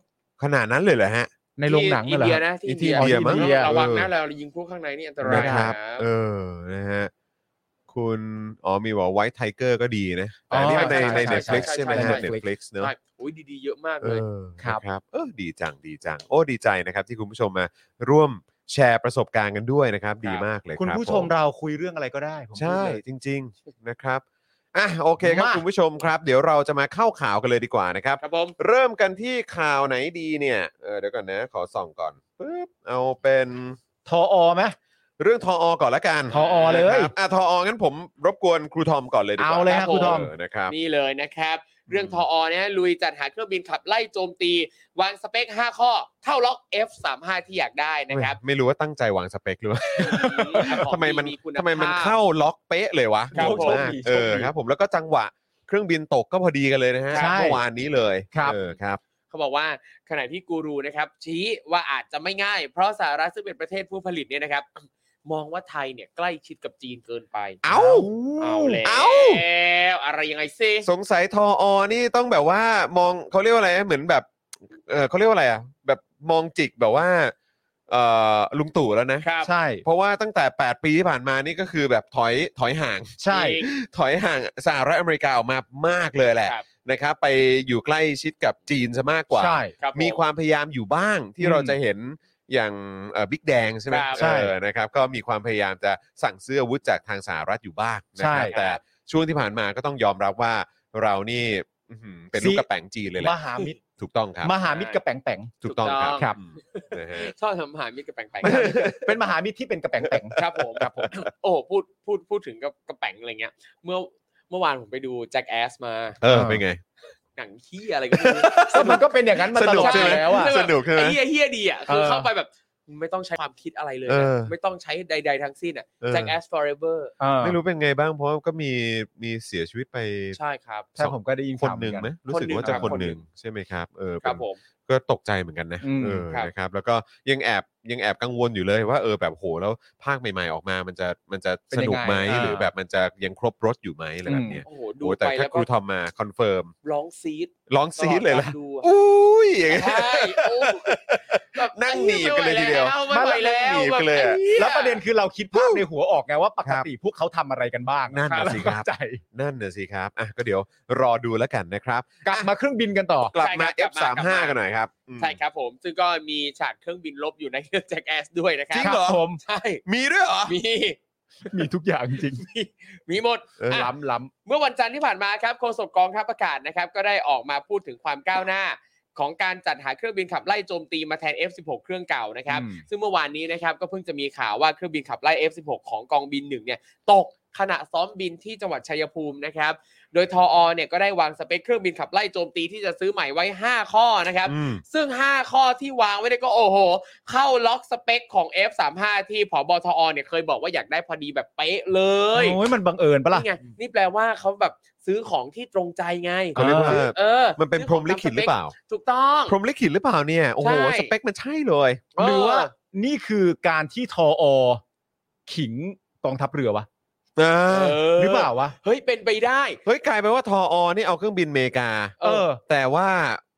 ขนาดนั้นเลยเหรอฮะ ในโรงหนัง ที่ นั่ อิ นแหนละ เดีย ฮะ นะที่ ที่อินเดียมั้ง อินเดีย ระวังเอนะอ เรายิงพวกข้างในนี่อันตรา นะ ย ครับ นะ เออนะฮะคุณอ๋อมีว่าไวท์ไทเกอร์ก็ดีนะแต่อันนี่ อ๋อ ในใน ใช่ใช่ Netflix ใช่ ใช่ไหม ใช่ ฮะ ใช่ Netflix เนอะ ใช่โอ้ยดีๆเยอะมาก เอ เลย อ ครับ นะครับเออดีจังดีจัง โอ้ดีใจนะครับ ที่คุณผู้ชมมาร่วมแชร์ประสบการณ์กันด้วยนะครับ ดีมากเลย คุณ รับ ผู้ชมเราคุยเรื่องอะไรก็ได้ผมพูด ใช่ เลย จริง ๆนะครับอ่ะโอเคครับ มา คุณผู้ชมครับ เดี๋ยวเราจะมาเข้าข่าวกันเลยดีกว่านะครับ ครับผม เริ่มกันที่ข่าวไหนดีเนี่ยเออเดี๋ยวก่อนนะ ขอส่องก่อนปึ๊บเอาเป็น ทออไหม เรื่องทออก่อนละกัน ทออเลย นะครับอ่ะทอองั้นผมรบกวนครูทอมก่อนเลยดีกว่า เอาเลยฮะครูทอม เนะครับ นี่เลยนะครับ เรื่องทออเนี่ยลุยจัดหาเครื่องบินขับไล่โจมตี วางสเปค 5 ข้อ เข้าล็อก F35 ที่อยากได้นะครับ ไม่รู้ว่าตั้งใจวางสเปคหรือว่า ขอ งทำไมมัน คุณภพ ทำไมมันเข้าล็อกเป๊ะเลยวะ ครับ งงมาก ผม เออครับ ผมแล้วก็จังหวะเครื่องบินตกก็พอดีกันเลยนะฮะ ใช่ เมื่อวานนี้เลย ครับ เออครับ เขาบอกว่าขณะที่กูรูนะครับชี้ว่าอาจจะไม่ง่าย เพราะสหรัฐซึ่งเป็นประเทศผู้ผลิตเนี่ยนะครับ มองว่าไทยเนี่ยใกล้ชิดกับจีนเกินไป เอ้า เอาแล้ว เอ้า อะไรยังไงซิ สงสัยทออนี่ต้องแบบว่ามองเขาเรียกว่าอะไรนะเหมือนแบบเออเขาเรียกว่าอะไรอ่ะแบบมองจิกแบบว่า เอ่อลุงตู่แล้วนะ ครับ ใช่ เพราะว่าตั้งแต่ 8 ปีที่ผ่านมานี่ก็คือแบบถอยถอยห่าง ใช่ จริง ถอยห่างสหรัฐอเมริกาออกมามากเลยแหละ ครับ นะครับ ไปอยู่ใกล้ชิดกับจีนซะมากกว่า ใช่ ครับผ มีความพยายามอยู่บ้างที่ อืม เราจะเห็นอย่างบิ๊กแดงใช่ไหม ครับ ใช่ เออนะครับ ก็มีความพยายามจะสั่งซื้ออาวุธจากทางสหรัฐอยู่บ้างนะคใช่รับแต่ช่วงที่ผ่านมาก็ต้องยอมรับว่าเรานี่อื้อหือเป็น ซี ลูกกระแป๋งจีนเลยแห ม ละ หามิตร ถูกต้องครับ มหามิตรกระแปงแปง ถูกต้องครับ ครับ อืมนะฮะ ชอบทำอาหารมิตรกับแปลง เป็นมหามิตรที่เป็นกระแปงแปง ๆครับผมครับผม โอ้โหพูดพูดพูดถึงกับกระแปงอะไรเงี้ย เมื่อเมื่อวานผมไปดูแจ็คแอสมา เออ เออ เป็นไง หนังเฮียอะไรก็ไม่รู้ แต่มันก็เป็นอย่างนั้นมาตลสนุอดกใช่ไหม แล้วอ่ะ สนุกใช่ไหม ไอ้เฮียเฮียดีอ่ะคือ เออ เข้าไปแบบไม่ต้องใช้ความคิดอะไรเลย เอ นะ อ ไม่ต้องใช้ใด ๆ ทั้งสิ้นอ่ะ เออ แจ็คแอส forever เออ ไม่รู้เป็นไงบ้างเพราะก็มีมีเสียชีวิตไป ใช่ครับ ใช่ผมก็ได้ยิน คน ข่าว ห เมื นึ่ องกั ไหมรู้สึกว่าจะคนหนึ่งใช่ไหมครับเออ ค เป็ รับ น ผม ก็ตกใจเหมือนกันนะ อืม เออ ครับ นะครับ แล้วก็ยังแอบยังแอบกังวลอยู่เลยว่าเออแบบโหแล้วภาคใหม่ ๆออกมา มันจะมันจะ เป็น ส ยังไง นุกไหม อ่า หรือแบบมันจะยังครบรถอยู่ไหมอะไรแบบเนี้ย โอ้โหดู โอ้แต่ ไป ถ้า แล้ว ครู ก็ ทอมมาคอนเฟิร์ม ร้องซีด ร้องซีดเลยล่ะ ตอดการดูอะ อุ้ย อย่างเงี้ย ใช่โอ้แบบ นั่งหนีบกันเลยทีเดียว ไม่ไหวแล้ว นั่งหนีบกันเลยอะ บบไอ้หี้ย แล้วประเด็นคือเราคิดภาพในหัวออกไงว่าปกติพวกเขาทำอะไรกันบ้าง นั่นน่ะสิครับ เข้าใจ นั่นน่ะสิครับอ่ะก็เดี๋ยวรอดูแล้วกันนะครับ กลับมาเครื่องบินกันต่อ กลับมา ใช่ครับกลับมาก F35 ลับมา กันหน่อยครับอืม ใช่ครับผม ซึ่งก็มีฉากเครื่องบินลบอยู่ใน เรื่องแจ็คแอสด้วยนะครั จริงเหรอผม ใช่ มีด้วยเหรอ มี มีทุกอย่างจริง มีมีหมด เออ ะ ล้ำล้ เมื่อวันจันทร์ที่ผ่านมาครับโฆษกกองทัพอากาศนะครับก็ได้ออกมาพูดถึงความก้าวหน้า ของการจัดหาเครื่องบินขับไล่โจมตีมาแทน F16 เครื่องเก่า ำ นะครับ ซึ่งเมื่อวานนี้นะครับก็เพิ่งจะมีข่าวว่าเครื่องบินขับไล่ F16 ของกองบินหนึ่งเนี่ยตกขณะซ้อมบินที่จังหวัดชัยภูมินะครับ โดยทออเนี่ยก็ได้วางสเปคเครื่องบินขับไล่โจมตีที่จะซื้อใหม่ไว้ 5 ข้อนะครับ อืม ซึ่ง 5 ข้อที่วางไว้เนี่ยก็โอ้โห เข้าล็อกสเปคของ F35 ที่ผบทอเนี่ยเคยบอกว่าอยากได้พอดีแบบเป๊ะเลย โอ้ยมันบังเอิญปะล่ะ นี่ไงนี่แปลว่าเขาแบบซื้อของที่ตรงใจไง เขาเรียกว่า เออ เออ มันเป็นพรหมลิขิตหรือเปล่า ถูกต้อง พรหมลิขิตหรือเปล่าเนี่ยโอ้โห ใช่ สเปคมันใช่เลย เออ หรือว่านี่คือการที่ทออขิงกองทัพเรือวะ อ่า หรือเปล่าวะ เฮ้ยเป็นไปได้ เฮ้ยกลายไปนว่าทออนี่เอาเครื่องบินเมกา เออ แต่ว่า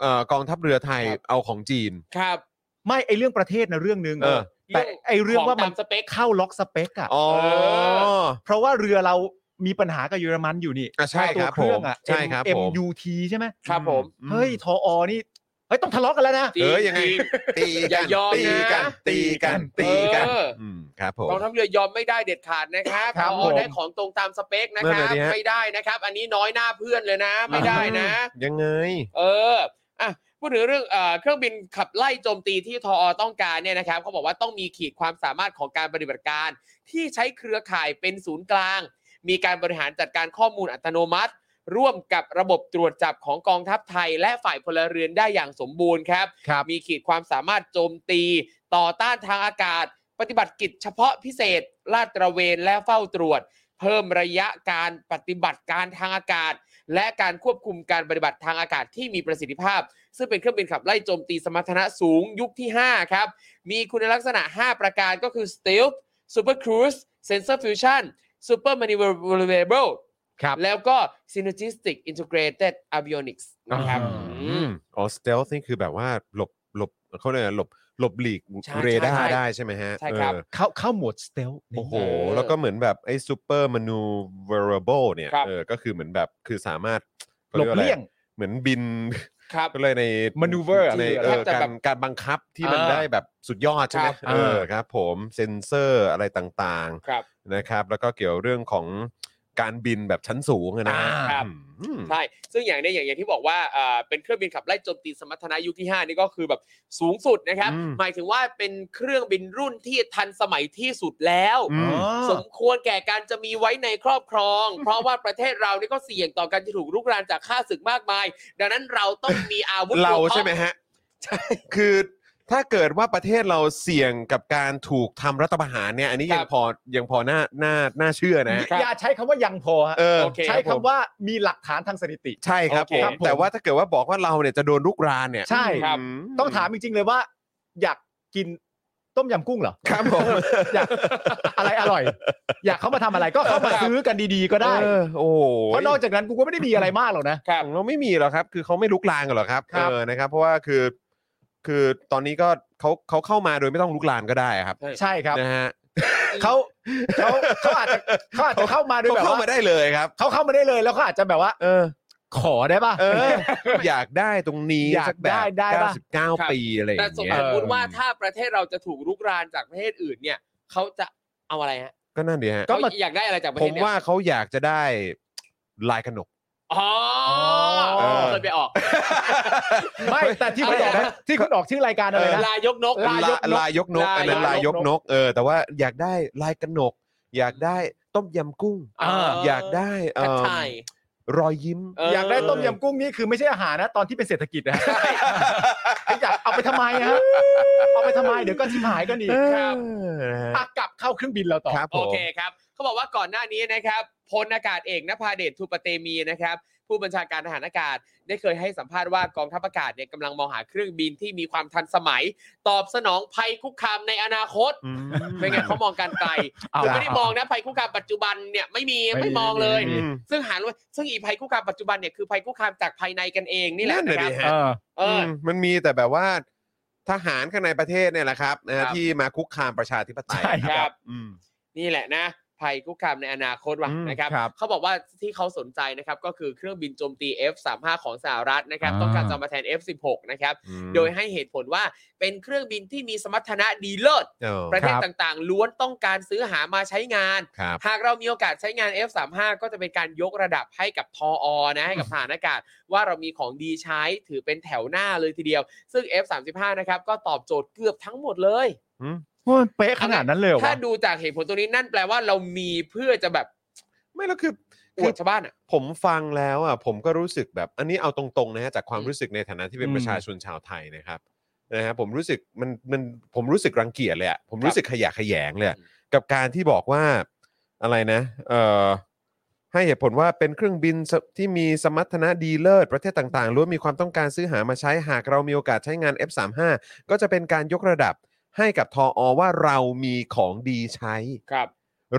เอ่อกองทัพเรือไทย ครับ เอาของจีน ครับ ไม่ไอเรื่องประเทศนะเรื่องหนึง เออ แต่ไอเรื่องว่า ข มั ตาน มสเปค เข้าล็อกสเปคอะ อ๋อ เพราะว่าเรือเรามีปัญหากับเยอรมันอยู่นี่ ะใช่ค ตัว รับ เค ผ รื่อ ม งอะ ใช่ครับผม MUT ใช่ไหม ครับผม เฮ้ยทออนี่เฮ้ยต้องทะเลาะกันแล้วนะ จริ เออยังไง จริ ตี อ กั ย่านยอม ตี นะ กันตีกันตีกัน เออ มครับผม กองทัพเรือยอมไม่ได้เด็ดขาดนะครับ ครับ เอา ผม ได้ของตรงตามสเปคนะค นั่นรับ น่ะดิฮะ ไม่ได้นะครับ อันนี้น้อยหน้าเพื่อนเลยนะ ไม่ได้นะ ยังไง เออ อ่ะ พูดถึงเรื่องเอ่อเครื่องบินขับไล่โจมตีที่ทออต้องการเนี่ยนะครับเขาบอกว่าต้องมีขีดความสามารถของการปฏิบัติการ ที่ใช้เครือข่ายเป็นศูนย์กลาง มีการบริหารจัดการข้อมูลอัตโนมัติ ร่วมกับระบบตรวจจับของกองทัพไทย และฝ่ายพลเรือนได้อย่างสมบูรณ์ครับ ครับ มีขีดความสามารถโจมตี ต่อต้านทางอากาศ ปฏิบัติกิจเฉพาะพิเศษ ลาดตระเวนและเฝ้าตรวจ เพิ่มระยะการปฏิบัติการทางอากาศ และการควบคุมการปฏิบัติทางอากาศที่มีประสิทธิภาพ ซึ่งเป็นเครื่องบินขับไล่โจมตีสมรรถนะสูงยุคที่ 5 ครับ มีคุณลักษณะ 5 ประการก็คือ Stealth Super Cruise Sensor Fusion Super Maneuverable ครับ แล้วก็ Synergistic Integrated Avionics นะครับ อ่า อืม อ๋อสเตลนี่คือแบบว่าหลบหลบเขาเรียกอะไรหลบหลบหลีก ใช่ เรดา ใช่ ร์ ใช่ ได้ใช่ไหมฮะ ใช่ครับ เออ เข้าเข้าหมวดสเตล โอ้โห เออ แล้วก็เหมือนแบบไอ้ซูเปอร์มานูเวอร์เบิลเนี่ย ครับ เออก็คือเหมือนแบบคือสามารถขา หล รี บ กว่าอะไร เลี่ยง เหมือนบิน ครับ ก็เลยใน maneuver ใน อะไร เอ แท อบ จะ กา แบ ร บ การบังคับที่มัน อ่า ได้แบบสุดยอดใช่ไหม ครับ เออครับ ผมเซ็นเซอร์อะไรต่าง ครับ ๆนะครับ แล้วก็เกี่ยวเรื่องของการบินแบบชั้นสูงอะนะ อ่า ครับ อืม ใช่ ซึ่งอย่างเนี้ยอย่างอย่างที่บอกว่าอ่าเป็นเครื่องบินขับไล่โจมตีสมรรถนะยุคที่ 5 นี่ก็คือแบบสูงสุดนะครับ อืม หมายถึงว่าเป็นเครื่องบินรุ่นที่ทันสมัยที่สุดแล้ว อืม สมควรแก่การจะมีไว้ในครอบครอง เพราะว่าประเทศเรานี่ก็เสี่ยงต่อการจะถูกรุกรานจากข้าศึกมากมาย ดังนั้นเราต้องมีอาวุธ เรา ตัวท็อป ใช่ไหมฮะ คือถ้าเกิดว่าประเทศเราเสี่ยงกับการถูกทำรัฐประหารเนี่ย อันนี้ ครับ ยังพอยังพอน่าน่าน่าเชื่อนะฮะ ครับ อย่าใช้คำว่ายังพอฮะ เออ โอเค ใช้คำว่ามีหลักฐานทางสถิติ ใช่ครับ โอเค ผมครับผม แต่ว่าถ้าเกิดว่าบอกว่าเราเนี่ยจะโดนลุกรานเนี่ย ใช่ ครับ อืม ต้องถามจริงๆเลยว่า อยากกินต้มยำกุ้งเหรอ ครับผม อยากอะไรอร่อย อยากเขามาทำอะไรก็เข้ามาซื้อกันดีๆก็ได้ เออโอ้โห เพราะนอกจากนั้นกูก็ไม่ได้มีอะไรมากหรอกนะ ครับ เราไม่มีหรอกครับ คือเขาไม่ลุกลานกันหรอกครับ ครับ เออนะครับ เพราะว่าคือ คือตอนนี้ก็เขาเขาเข้ามาโดยไม่ต้องลุกลานก็ได้ครับ ใช่ครับ นะฮะ เขาเขาเขาอาจจะเขาอาจจะเข้ามาด้วย เขา แบบ เข้า ว่า มาได้เลยครับ เขาเข้ามาได้เลยแล้วเขาอาจจะแบบว่า เออ ขอได้ป่ะ เออ อยากได้ตรงนี้ อยาก สักแบบ ได้ได้ปะ ครับ 99 ปีอะไรอย่า แต่ ง สม เงี้ย มติว่าถ้าประเทศเราจะถูกรุกรานจากประเทศอื่นเนี่ยเขาจะเอาอะไรฮะ ก็นั่นดีฮะ ก็มา เขอยากได้อะไรจากประ ผ เทศ ม เนี่ย ว่าเขาอยากจะได้ลายกระหนก อ๋อ เออ เคยไปออก ไม่แต่ที่คุณออกนะที่คุณออกชื่อรายการอะไรนะ ลายกนก ลายก น ลายยกนกอันนั้นลายยกนกเออแต่ว่าอยากได้ลายกระหนก อยากได้ต้มยำกุ้ง อ่า อยากได้เอิ่ ผั ม ดไทย รอยยิ้ม เ อยากได้ต้มยำกุ้งนี่คือไม่ใช่อาหารนะ ตอนที่เป็นเศรษฐกิจนะฮะอยากเอาไปทำไมฮะเอาไปทำไมเดี๋ยวก็ชิมหายก็ดี เออ ครับ นะฮะ อ่ะกลับเข้าเครื่องบินเราต่อ ครับผ โอ ม เคครับเขาบอกว่าก่อนหน้านี้นะครับพลอากาศเอกนภาเดชทูปเตมีนะครับ ผู้บัญชาการทหารอากาศ ได้เคยให้สัมภาษณ์ว่ากองทัพอากาศเนี่ยกำลังมองหาเครื่องบินที่มีความทันสมัย ตอบสนองภัยคุกคามในอนาคตไม่งั้นเขามองการไกล เอา คือไม่ได้มองนะภัยคุกคามปัจจุบันเนี่ยไม่มี ไม่มี ไม่มองเลย ไม่มี ซึ่งหารู้ว่าซึ่งอีภัยคุกคามปัจจุบันเนี่ยคือภัยคุกคามจากภายในกันเองนี่แหละ นั่น นะ น่ะ คดิรับ ฮะ เออ เออ มมันมีแต่แบบว่าทหารข้างในประเทศเนี่ยแหละครับนะ ครั ฮะ บ ที่มาคุกคามประชาธิปไตย ใช่ นะ ค ครับ รับ อืม นี่แหละนะภัยคุกคามในอนาคตว่ะ อืม นะครับ ครับ เขาบอกว่าที่เขาสนใจนะครับ ก็คือเครื่องบินโจมตี F35 ของสหรัฐนะครับ อ่า ต้องการจะมาแทน F16 นะครับ โดยให้เหตุผลว่าเป็นเครื่องบินที่มีสมรรถนะดีเลิศ เออ ประเทศ ครับ ต่างๆ ล้วนต้องการซื้อหามาใช้งาน ครับ หากเรามีโอกาสใช้งาน F35 ก็จะเป็นการยกระดับให้กับทออนะให้กับฐานอากาศ ว่าเรามีของดีใช้ถือเป็นแถวหน้าเลยทีเดียว ซึ่ง F35 นะครับก็ตอบโจทย์เกือบทั้งหมดเลย ว่ามันเป๊ะขนาดนั้นเลยเหรถ้าวอะ ดูจากเหตุผลตรงนี้นั่นแปลว่าเรามีเพื่อจะแบบ ไม่แล้วคือ อ คื ว อ ดชาวบ้านอ่ะ ผมฟังแล้วอ่ะผมก็รู้สึกแบบอันนี้เอาตรงๆนะฮะจากความรู้สึกในฐานะที่เป็น อืม ประชาชนชาวไทยนะครับนะฮะผมรู้สึกมันมันผมรู้สึกรังเกียจเลยอ่ะผมรู้สึกขยะแขยงเลยอะ อืม กับการที่บอกว่าอะไรนะเอ่อให้เหตุผลว่าเป็นเครื่องบินสที่มีสมรรถนะดีเลิศประเทศต่างๆล้วนมีความต้องการซื้อหามาใช้หากเรามีโอกาสใช้งาน F35 ก็จะเป็นการยกระดับให้กับทออว่าเรามีของดีใช้ ครับ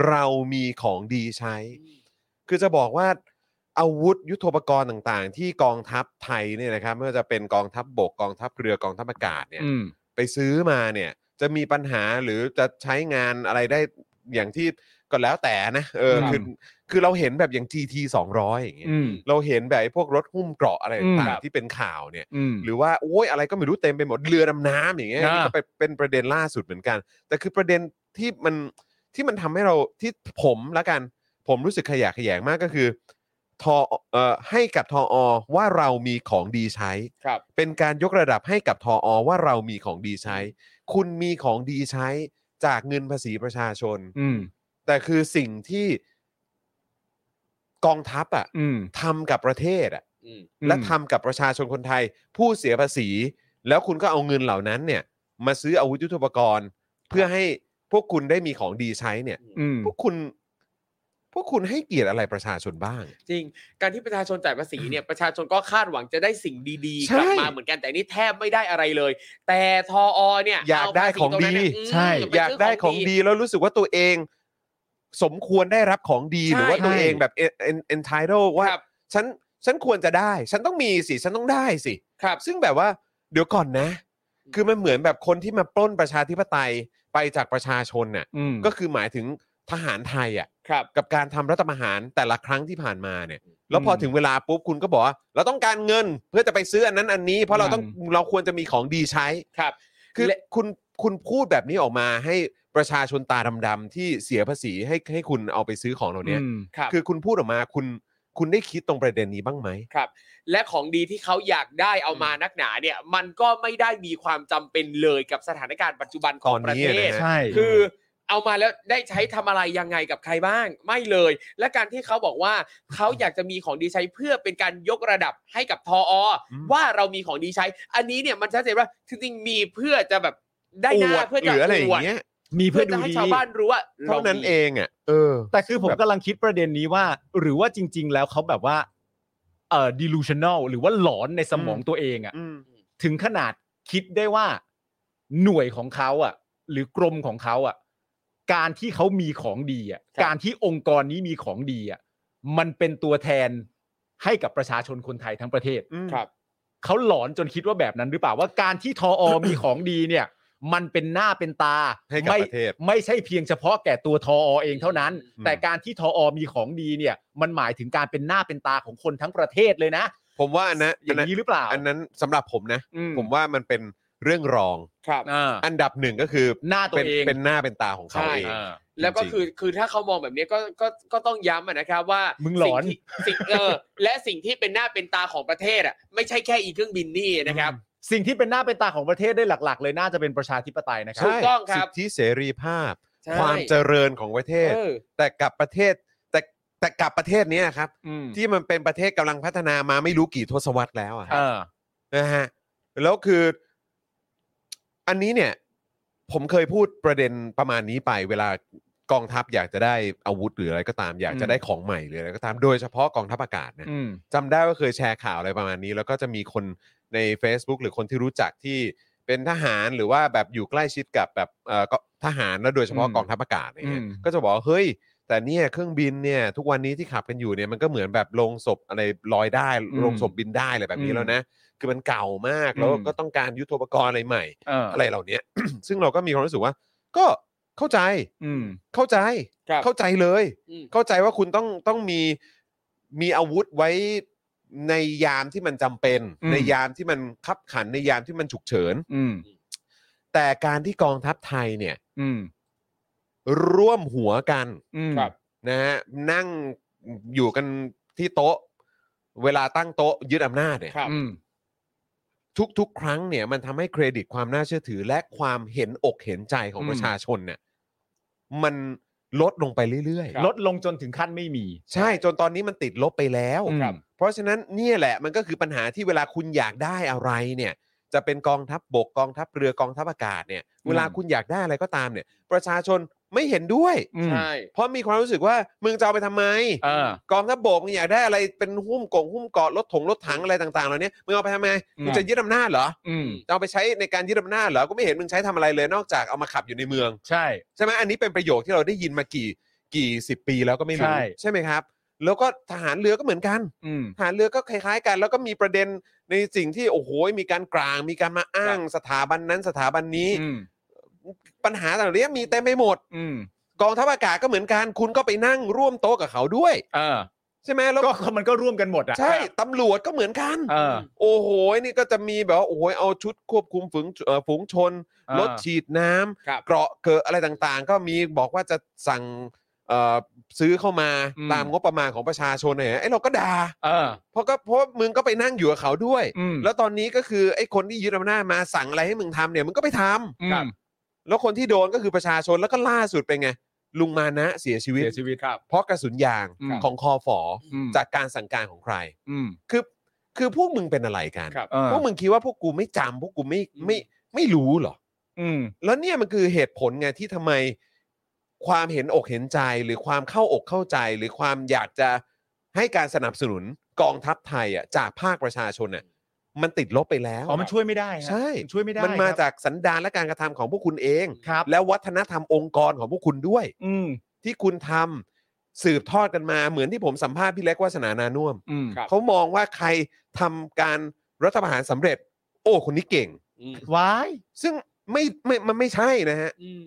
เรามีของดีใช้ คือจะบอกว่าอาวุธยุทโธปกรณ์ต่างๆ ที่กองทัพไทยเนี่ยนะครับไม่ว่าจะเป็นกองทัพบบกกองทัพเรือกองทัพอากาศเนี่ย อืม ไปซื้อมาเนี่ยจะมีปัญหาหรือจะใช้งานอะไรได้อย่างที่ก็แล้วแต่นะเออคือ ครับ คือเราเห็นแบบอย่าง GT 200อย่างเงี้ย อืม เราเห็นแบบไอ้พวกรถหุ้มเกราะอะไร อืมครั ต่าง บ ๆที่เป็นข่าวเนี่ย อืม หรือว่าโอ้ยอะไรก็ไม่รู้เต็มไปหมดเรือดำน้ำอย่างเงี้ย อ่า นี่ก็เป็นเป็นประเด็นล่าสุดเหมือนกัน แต่คือประเด็นที่มันที่มันทำให้เราที่ผมละกัน ผมรู้สึกขยะแขยงมากก็คือทอเอ่อให้กับทออว่าเรามีของดีใช้ ครับ เป็นการยกระดับให้กับทออว่าเรามีของดีใช้ คุณมีของดีใช้จากเงินภาษีประชาชน อืม แต่คือสิ่งที่กองทัพอะ อืม ทำกับประเทศอะ อืม และทำกับประชาชนคนไทย ผู้เสียภาษี แล้วคุณก็เอาเงินเหล่านั้นเนี่ย มาซื้ออาวุธยุทโธปกรณ์ เพื่อให้พวกคุณได้มีของดีใช้เนี่ย อืม พวกคุณ พวกคุณให้เกียรติอะไรประชาชนบ้าง จริง การที่ประชาชนจ่ายภาษีเนี่ย ประชาชนก็คาดหวังจะได้สิ่งดีๆ ใช่ กลับมาเหมือนกันแต่นี่แทบไม่ได้อะไรเลย แต่ทออเนี่ย อยากได้ของดี เาภาษีตรงนั้นเนี่ยอืม ใช่ ปซื้ อยากได้ของดีแล้วรู้สึกว่าตัวเอง สมควรได้รับของดี ใช่ หรือว่าตัวเองแบบ en- en- entitled ว่า ครับ ฉันฉันควรจะได้ ฉันต้องมีสิฉันต้องได้สิ ครับ ซึ่งแบบว่าเดี๋ยวก่อนนะ อืม คือมันเหมือนแบบคนที่มาปล้นประชาธิปไตยไปจากประชาชนเนี่ย อืม ก็คือหมายถึงทหารไทยอ่ะ ครับ กับการทำรัฐประหารแต่ละครั้งที่ผ่านมาเนี่ย แล้วพออ ม ถึงเวลาปุ๊บคุณก็บอกว่าเราต้องการเงินเพื่อจะไปซื้ออันนั้นอันนี้ เพราะเรา อืม ต้องเราควรจะมีของดีใช้ ครับ คือ และ คุณคุณพูดแบบนี้ออกมาให้ประชาชนตาดำๆที่เสียภาษีให้ให้คุณเอาไปซื้อของเหล่านี้ อืม ครับ คือคุณพูดออกมาคุณคุณได้คิดตรงประเด็นนี้บ้างไหม และของดีที่เขาอยากได้เอามานักหนาเนี่ย มันก็ไม่ได้มีความจำเป็นเลยกับสถานการณ์ปัจจุบันของ ตอน ประ นี้ เท นะ ศ ฮะ ใช่ คือเอามาแล้วได้ใช้ทำอะไรยังไงกับใครบ้าง ไม่เลย และการที่เขาบอกว่าเขาอยากจะมีของดีใช้เพื่อเป็นการยกระดับให้กับทออ อืม ว่าเรามีของดีใช้ อันนี้เนี่ยมันชัดเจนว่าจริงๆมีเพื่อจะแบบได้หน้า ด เพื่อ ห จะ รืออะไรอ ว ย่า ด งเงี้ย มี เพื่ เพื่ อ อ จะ ดู ให้ ดี ชาวบ้านรู้ว่า เท่านั้น รมี เองอ่ะเออ แต่คือผม แบบ กำลังคิดประเด็นนี้ว่า หรือว่าจริง ๆ แล้วเขาแบบว่าเอ่อ delusional หรือว่าหลอนในสมองตัวเองอะ อืม ถึงขนาดคิดได้ว่า หน่วยของเขาอะหรือกรมของเขาอะการที่เขามีของดีอะ ครับ การที่องค์กรนี้มีของดีอะมันเป็นตัวแทนให้กับประชาชนคนไทยทั้งประเทศ อืม ครับ เขาหลอนจนคิดว่าแบบนั้นหรือเปล่าว่าการที่ทออ มีของดีเนี่ย มันเป็นหน้าเป็นตา ให้กับ ไม่ ประเทศ ไม่ใช่เพียงเฉพาะแก่ตัวทออเองเท่านั้น อืม แต่การที่ทออ มีของดีเนี่ย มันหมายถึงการเป็นหน้าเป็นตาของคนทั้งประเทศเลยนะ ผมว่าอันนะ อย่าง นั้น นี้หรือเปล่า อันนั้นสำหรับผมนะ อื ผมว่ามันเป็นเรื่องรอง ครับ อ่า อันดับหนึ่งก็คือ หน้าตัว เป็น เอง เป็นหน้าเป็นตาของเขา ใช่ เอง อ่า แล้วก็คือคือถ้าเขามองแบบนี้ก็ก็ก็ต้องย้ำอะนะครับว่า มึงหลอน สิ่ที่สิ่งเออและสิ่งที่เป็นหน้าเป็นตาของประเทศอ่ะไม่ใช่แค่อีเครื่องบินนี่นะครับ สิ่งที่เป็นหน้าเป็นตาของประเทศได้หลัก ๆ เลยน่าจะเป็นประชาธิปไตยนะครั ถู บ ใช่ กต้องครับ สิทธิเสรีภาพ ใช่ ความเจริญของประเทศ เออ แต่กับประเทศแต่แต่กับประเทศเนี้ยครับ อืม ที่มันเป็นประเทศกำลังพัฒนามาไม่รู้กี่ทศวรรษแล้วอะ เออ นะฮะแล้วคือ อันนี้เนี่ย ผมเคยพูดประเด็นประมาณนี้ไป เวลากองทัพอยากจะได้อาวุธหรืออะไรก็ตาม อยากจะ อืม ได้ของใหม่หรืออะไรก็ตาม โดยเฉพาะกองทัพอากาศนะ อืม จำได้ว่าเคยแชร์ข่าวอะไรประมาณนี้ แล้วก็จะมีคนใน Facebook หรือคนที่รู้จักที่เป็นทหารหรือว่าแบบอยู่ใกล้ชิดกับแบบเอ่อก็ทหารแล้วโดยเฉพาะ อืม กองทัพอากาศอะไรเนี่ย อืม ก็จะบอกว่าเฮ้ย แต่เนี่ยเครื่องบินเนี่ย ทุกวันนี้ที่ขับกันอยู่เนี่ยมันก็เหมือนแบบลงศพอะไรลอยได้ลงศพบินได้อะไรแบบนี้แล้วนะ คือมันเก่ามากแล้วก็ต้องการยุทโธปกรณ์อะไรใหม่ เออ อะไรเหล่าเนี้ย ซึ่งเราก็มีความรู้สึกว่า ก็เข้าใจ อืม เข้าใจ ครับ เข้าใจเลย อืม เข้าใจว่าคุณต้องต้องมีมีอาวุธไว้ในยามที่มันจำเป็น อืม ในยามที่มันคับขันในยามที่มันฉุกเฉิน อืม แต่การที่กองทัพไทยเนี่ย อืม ร่วมหัวกัน อืม ครับ นะฮะนั่งอยู่กันที่โต๊ะ เวลาตั้งโต๊ะยึดอำนาจเนี่ย ครับ อืม ทุกๆ ครั้งเนี่ยมันทำให้เครดิตความน่าเชื่อถือ และความเห็นอกเห็นใจของ อืม ประชาชนเนี่ยมันลดลงไปเรื่อย ครับ ลดลงจนถึงขั้นไม่มี ๆ ใช่จนตอนนี้มันติดลบไปแล้ว ครับ อืม เพราะฉะนั้นเนี่ยแหละมันก็คือปัญหาที่เวลาคุณอยากได้อะไรเนี่ย จะเป็นกองทัพบบกกองทัพเรือกองทัพอากาศเนี่ยเวลาคุณอยากได้อะไรก็ตามเนี่ย ประชาชนไม่เห็นด้วย อืม ใช่ เพราะมีความรู้สึกว่ามึงจะเอาไปทำไม เออ กองทัพบบกมึงอยากได้อะไรเป็นหุ้มกงหุ้มเกาะรถถงรถถังอะไรต่างๆเหล่านี้มึงเอาไปทำไม อืม มึงจะยึดอำนาจเหรอ อืม จะเอาไปใช้ในการยึดอำนาจเหรอก็ไม่เห็นมึงใช้ทำอะไรเลยนอกจากเอามาขับอยู่ในเมือง ใช่ ใช่ไหมอันนี้เป็นประโยคที่เราได้ยินมากี่กี่สิบปีแล้วก็ไม่รู้ ใช่ ใช่ไหมครับ แล้วก็ทหารเรือก็เหมือนกัน อืม ทหารเรือก็คล้ายๆกัน แล้วก็มีประเด็นในสิ่งที่โอ้โหมีการกลาง มีการมาอ้างสถาบันนั้นสถาบันนี้ อืม ปัญหาต่างๆเนี้ยมีเต็มไปหมด อืม กองทัพอากาศก็เหมือนกัน คุณก็ไปนั่งร่วมโต๊ะกับเขาด้วย เออ ใช่ไหมแล้ว ก็มันก็ร่วมกันหมดอ่ะ ใช่ตำรวจก็เหมือนกัน เออ โอ้โหนี่ก็จะมีแบบว่าโอ้โหเอาชุดควบคุมฝูงเอ่อฝูงชน เออ รถฉีดน้ำ ครับ เกราะเกิดอะไรต่างๆ ก็มีบอกว่าจะสั่งเอ่อซื้อเข้ามาตามงบประมาณของประชาชนเนี่ยไอ้เราก็ด่า เออ เพราะก็เพราะว่ามึงก็ไปนั่งอยู่กับเขาด้วย อืม แล้วตอนนี้ก็คือไอ้คนที่ยึดอำนาจมาสั่งอะไรให้มึงทำเนี่ยมึงก็ไปท อืม ำแล้วคนที่โดนก็คือประชาชนแล้วก็ล่าสุดเป็นไง ลุงมานะเสียชีวิต เสียชีวิตครับ เพราะกระสุนยาง อืม ของคอฝอ อืม จากการสั่งการของใคร อืม คือคือพวกมึงเป็นอะไรกัน ครับ เออ พวกมึงคิดว่าพวกกูไม่จำพวกกูไม่ไม่ไม่รู้เหรอ อืม แล้วเนี่ยมันคือเหตุผลไงที่ทำไม ความเห็นอกเห็นใจหรือความเข้าอกเข้าใจ หรือความอยากจะให้การสนับสนุนกองทัพไทยอ่ะจากภาคประชาชนเนี่ยมันติดลบไปแล้ว อ๋อ มันช่วยไม่ได้ฮะ ใช่ มันช่วยไม่ได้ มันมา ครับ จากสันดานและการกระทำของพวกคุณเอง ครับ และวัฒนธรรมองค์กรของพวกคุณด้วย อืม ที่คุณทำสืบทอดกันมาเหมือนที่ผมสัมภาษณ์พี่เล็กวาสนานานุ่ม อืม ครับ เขามองว่าใครทำการรัฐประหารสำเร็จ โอ้คนนี้เก่ง อืม ว้าย ซึ่งไม่ไม่มันไม่ใช่นะฮะ อืม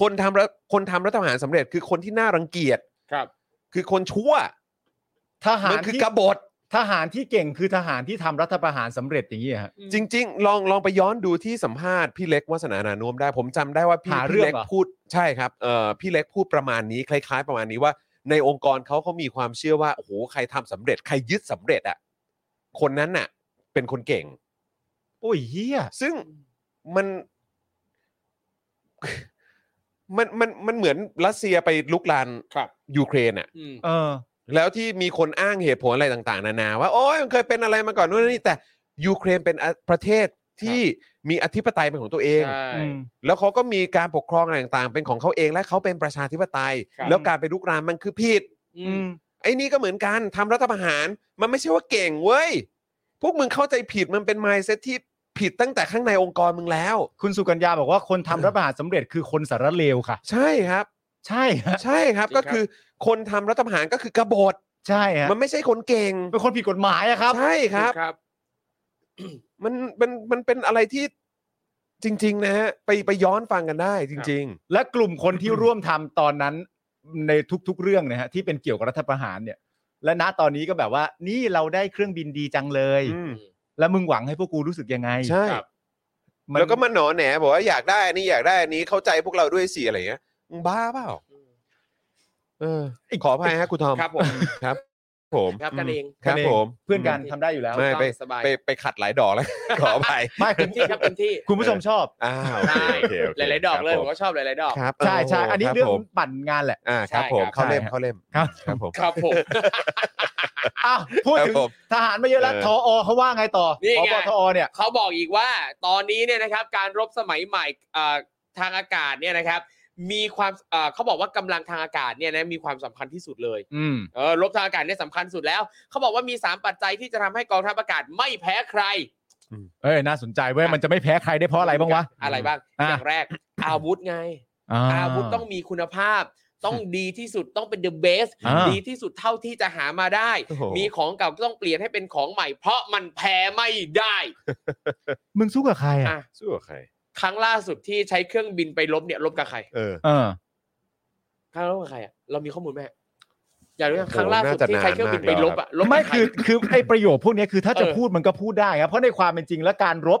คนทำรัฐคนทำรัฐประหารสำเร็จ คือคนที่น่ารังเกียจ ครับ คือคนชั่ว ทหาร มันคือ ที่ กบฏ ทหารที่เก่งคือทหารที่ทำรัฐประหารสำเร็จอย่างนี้ฮะ อืม จริง ๆ ลองลองไปย้อนดูที่สัมภาษณ์พี่เล็กวาสนานานุ่มได้ ผมจำได้ว่าพี่ หาเรื่ พี่ อง เล็ก เหรอ พูดใช่ครับเอ่อพี่เล็กพูดประมาณนี้คล้าย ๆ ประมาณนี้ว่า ในองค์กรเขาเขามีความเชื่อว่าโอ้โหใครทำสำเร็จ ใครยึดสำเร็จอ่ะคนนั้นน่ะ เป็นคนเก่ง โอ้ยเฮีย ซึ่งมัน มันมันมันเหมือนรัสเซียไปลุกลาน ครับ ยูเครนอ่ะ อืม เออ แล้วที่มีคนอ้างเหตุผลอะไรต่างๆ นานาว่า โอ้ยมันเคยเป็นอะไรมาก่อนนู่นนี่แต่ยูเครนเป็นอ่ะประเทศที่มีอธิปไตยเป็นของตัวเอง ใช่ อืม แล้วเขาก็มีการปกครองอะไรต่างๆ เป็นของเขาเองและเขาเป็นประชาธิปไตย ครับ แล้วการไปลุกรามมันคือผิด อื อื ม ม ไอ้นี่ก็เหมือนกันทำรัฐประหาร มันไม่ใช่ว่าเก่งเว้ย พวกมึงเข้าใจผิดมันเป็นไม n ์เซตที่ผิดตั้งแต่ข้างในองค์กรมึงแล้ว คุณสุกัญญาบอกว่าคนทำรัฐประหารสำเร็จคือคนสารเลวค่ะ ใช่ครับ ใช่ฮะ ใช่ครับก็คือคนทำรัฐประหารก็คือกบฏ ใช่ฮะ มันไม่ใช่คนเก่ง เป็นคนผิดกฎหมายอะครับ ใช่ครับ ครับ มันมันมันเป็นอะไรที่จริง ๆ นะฮะไปไปย้อนฟังกันได้จริง และกลุ่มคนที่ร่วมทำตอนนั้นในทุกๆเรื่องนะฮะที่เป็นเกี่ยวกับรัฐประหารเนี่ย และณตอนนี้ก็แบบว่า นี่เราได้เครื่องบินดีจังเลย ๆอืม แล้วมึงหวังให้พวกกูรู้สึกยังไง ใช่ ครับ น แล้วก็มาหนอแหนบอกว่าอยากได้อันนี้อยากได้อันนี้เข้าใจพวกเราด้วยสิอะไรเงี้ยมึงบ้าเปล่าเออขออภัยฮะคุณทอม ครับผม ครับ ผม ครับกันเอง ครับผม เพื่อนกันทำได้อยู่แล้ว ไม่ไป สบาย ไปไปขัดหลายดอกแล้ว ขออภัย ไม่คุ เต็ ณ มที่ครับเต็มที่ คุณผู้ชมชอบ อ้าว ใช่ โอเคโเค หลายๆดอกเลย ค ผ รับ มก็ชอบหลายๆดอก ครับ ใช่ใช่อันนี้ ครับ เรื่อผงม ปั่นงานแหละ อ่าครับ ใช่ ผม ครับ เข้าเล่ม ใช่ เข้าเล่ม ครับ ครับผม ครับผม อ้าวพูด ครับ ถึง ผม ทหารมาเยอะแล้ว เออ ทอเขาว่าไงต่อ นี่ พ ไง บทอเนี่ย เขาบอกอีกว่าตอนนี้เนี่ยนะครับการรบสมัยใหม่เอ่อทางอากาศเนี่ยนะครับ มีความเอ่อเขาบอกว่ากำลังทางอากาศเนี่ยนะมีความสำคัญที่สุดเลย อืม เออรบทางอากาศเนี่ยสำคัญสุดแล้ว เขาบอกว่ามี 3 ปัจจัยที่จะทำให้กองทัพอากาศไม่แพ้ใคร เอ้ยน่าสนใจเว้ยมันจะไม่แพ้ใครได้เพราะอะไรบ้างวะ อะไรบ้าง อ่ะ อย่างแรก อาวุธไง อาวุธต้องมีคุณภาพ ต้องดีที่สุดต้องเป็น the best อ่า ดีที่สุดเท่าที่จะหามาได้ โอ้โห มีของเก่าก็ต้องเปลี่ยนให้เป็นของใหม่ เพราะมันแพ้ไม่ได้ มึงสู้กับใครอ่ะ อ่ะ สู้กับใคร ครั้งล่าสุดที่ใช้เครื่องบินไปลบเนี่ยลบกับใคร เออ เออ ครั้งล่าสุดใครอ่ะเรามีข้อมูลไหมฮะอยากรู้ยัง โอ้โห ครั้งล่าสุด น่าจะ ที่ใช้เครื่องบินไป นานมาก ลบอ่ะลบกับ ไม่ ใร คือ คือไอ้ประโยคพวกเนี้ยคือถ้าจะ เออ พูดมันก็พูดได้ครับเพราะในความเป็นจริงและการรบ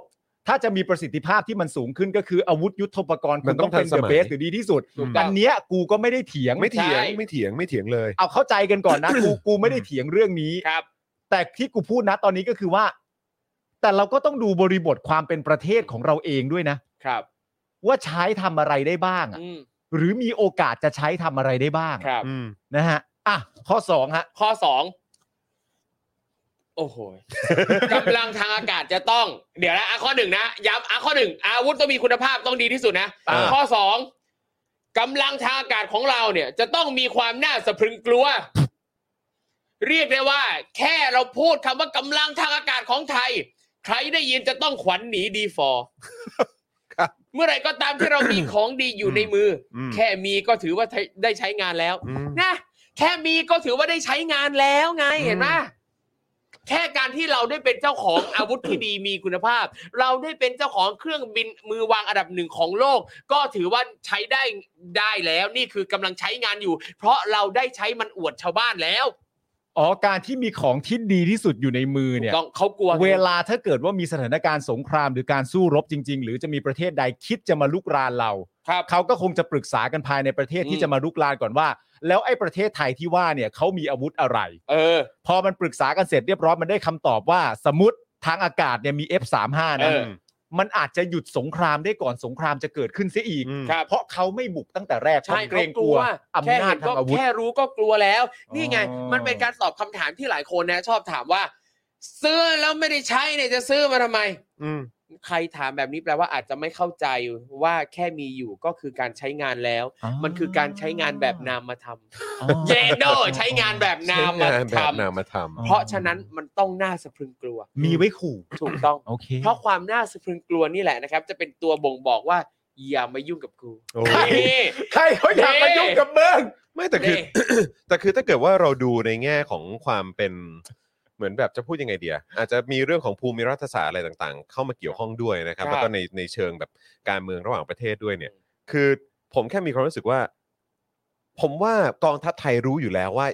ถ้าจะมีประสิทธิภาพที่มันสูงขึ้นก็คืออาวุธยุทโธปกรณ์ มั คุ น ณ ต้ ต้ อ อง งเป็น ทันส เด มัยอะเบสหรือดีที่สุด ถูกต้ อั อง นเนี้ยกูก็ไม่ได้เถียง ไม่เถียง ใช่ ไม่เถียงไม่เถียงเลย เอาเข้าใจกันก่อนนะ กูกูไม่ได้เถียงเรื่องนี้ ครับ แต่ที่กูพูดนะตอนนี้ก็คือว่า แต่เราก็ต้องดูบริบทความเป็นประเทศของเราเองด้วยนะ ครับ ว่าใช้ทำอะไรได้บ้างอะ อืม หรือมีโอกาสจะใช้ทำอะไรได้บ้าง ครับ อืม นะฮะอ่ะข้อสองฮะ ข้อสองโอ้โห กำลังทางอากาศจะต้อง เดี๋ยวนะอ่ะข้อหนึ่งนะย้ำอ่ะข้อหนึ่งอาวุธต้องมีคุณภาพต้องดีที่สุดนะ อ่า ข้อสองกำลังทางอากาศของเราเนี่ย จะต้องมีความน่าสะพรึงกลัว เรียกได้ว่า แค่เราพูดคำว่ากำลังทางอากาศของไทย ใครได้ยินจะต้องขวัญหนีดีฟอร์ ครับ เมื่อไหร่ก็ตามที่เรามีของดีอยู่ในมืออ อืม แค่มีก็ถือว่าได้ใช้งานแล้ว อืม นะแค่มีก็ถือว่าได้ใช้งานแล้วไง อืม เห็นไหมแค่การที่เราได้เป็นเจ้าของ อาวุธที่ดีมีคุณภาพ เราได้เป็นเจ้าของเครื่องบินมือวางอันดับหนึ่งของโลก ก็ถือว่าใช้ได้ได้แล้ว นี่คือกำลังใช้งานอยู่ เพราะเราได้ใช้มันอวดชาวบ้านแล้ว อ๋อการที่มีของที่ดีที่สุดอยู่ในมือ ถู เนี่ย กต้องเขากลัว เวลาถ้าเกิดว่ามีสถานการณ์สงครามหรือการสู้รบจริง ๆ หรือจะมีประเทศใดคิดจะมาลุกรานเรา ครับ เขาก็คงจะปรึกษากันภายในประเทศ อื ที่ ม จะมาลุกรานก่อนว่า แล้วไอ้ประเทศไทยที่ว่าเนี่ยเขามีอาวุธอะไร เออ พอมันปรึกษากันเสร็จเรียบร้อยมันได้คำตอบว่า สมมติทางอากาศเนี่ยมี F35 นะ เออ มันอาจจะหยุดสงครามได้ก่อนสงครามจะเกิดขึ้นเสียอีก อืม ครับ เพราะเขาไม่บุกตั้งแต่แรก ใช่ เขาเกรงเขาก ก ลั ลัว ว อำ แค่ นาจ เห็นก็ ทางอาวุธ แค่รู้ก็กลัวแล้ว นี่ไง อ๋อ มันเป็นการตอบคำถามที่หลายคนนะ ชอบถามว่า ซื้อแล้วไม่ได้ใช้เนี่ยจะซื้อมาทำไม อืม ใครถามแบบนี้แปลว่าอาจจะไม่เข้าใจว่าแค่มีอยู่ก็คือการใช้งานแล้ว มันคือการใช้งานแบบนามธรรมา อ๋อ ทำเยโด ใช้งานแบบนา ใช้ ม งานแบ ธร บ รม นามธรรม อ๋อ เพราะฉะนั้นมันต้องน่าสะพรึงกลัว มีไว้ขู่ ถูกต้อง โอเค เพราะความน่าสะพรึงกลัวนี่แหละนะครับ จะเป็นตัวบ่งบอกว่า อย่ามายุ่งกับกู โอ้ นี่ ใครเขาอยากมายุ่งกับเมือง ไม่แต่คือ นี่ แต่คือถ้าเกิดว่าเราดูในแง่ของความเป็นเหมือนแบบจะพูดยังไงเดียอาจจะมีเรื่องของภูมิรัฐศาสตร์อะไรต่างๆ เข้ามาเกี่ยวข้องด้วยนะครับ ครับ แล้วก็ในในเชิงแบบการเมืองระหว่างประเทศด้วยเนี่ย คือผมแค่มีความรู้สึกว่า ผมว่ากองทัพไทยรู้อยู่แล้วว่า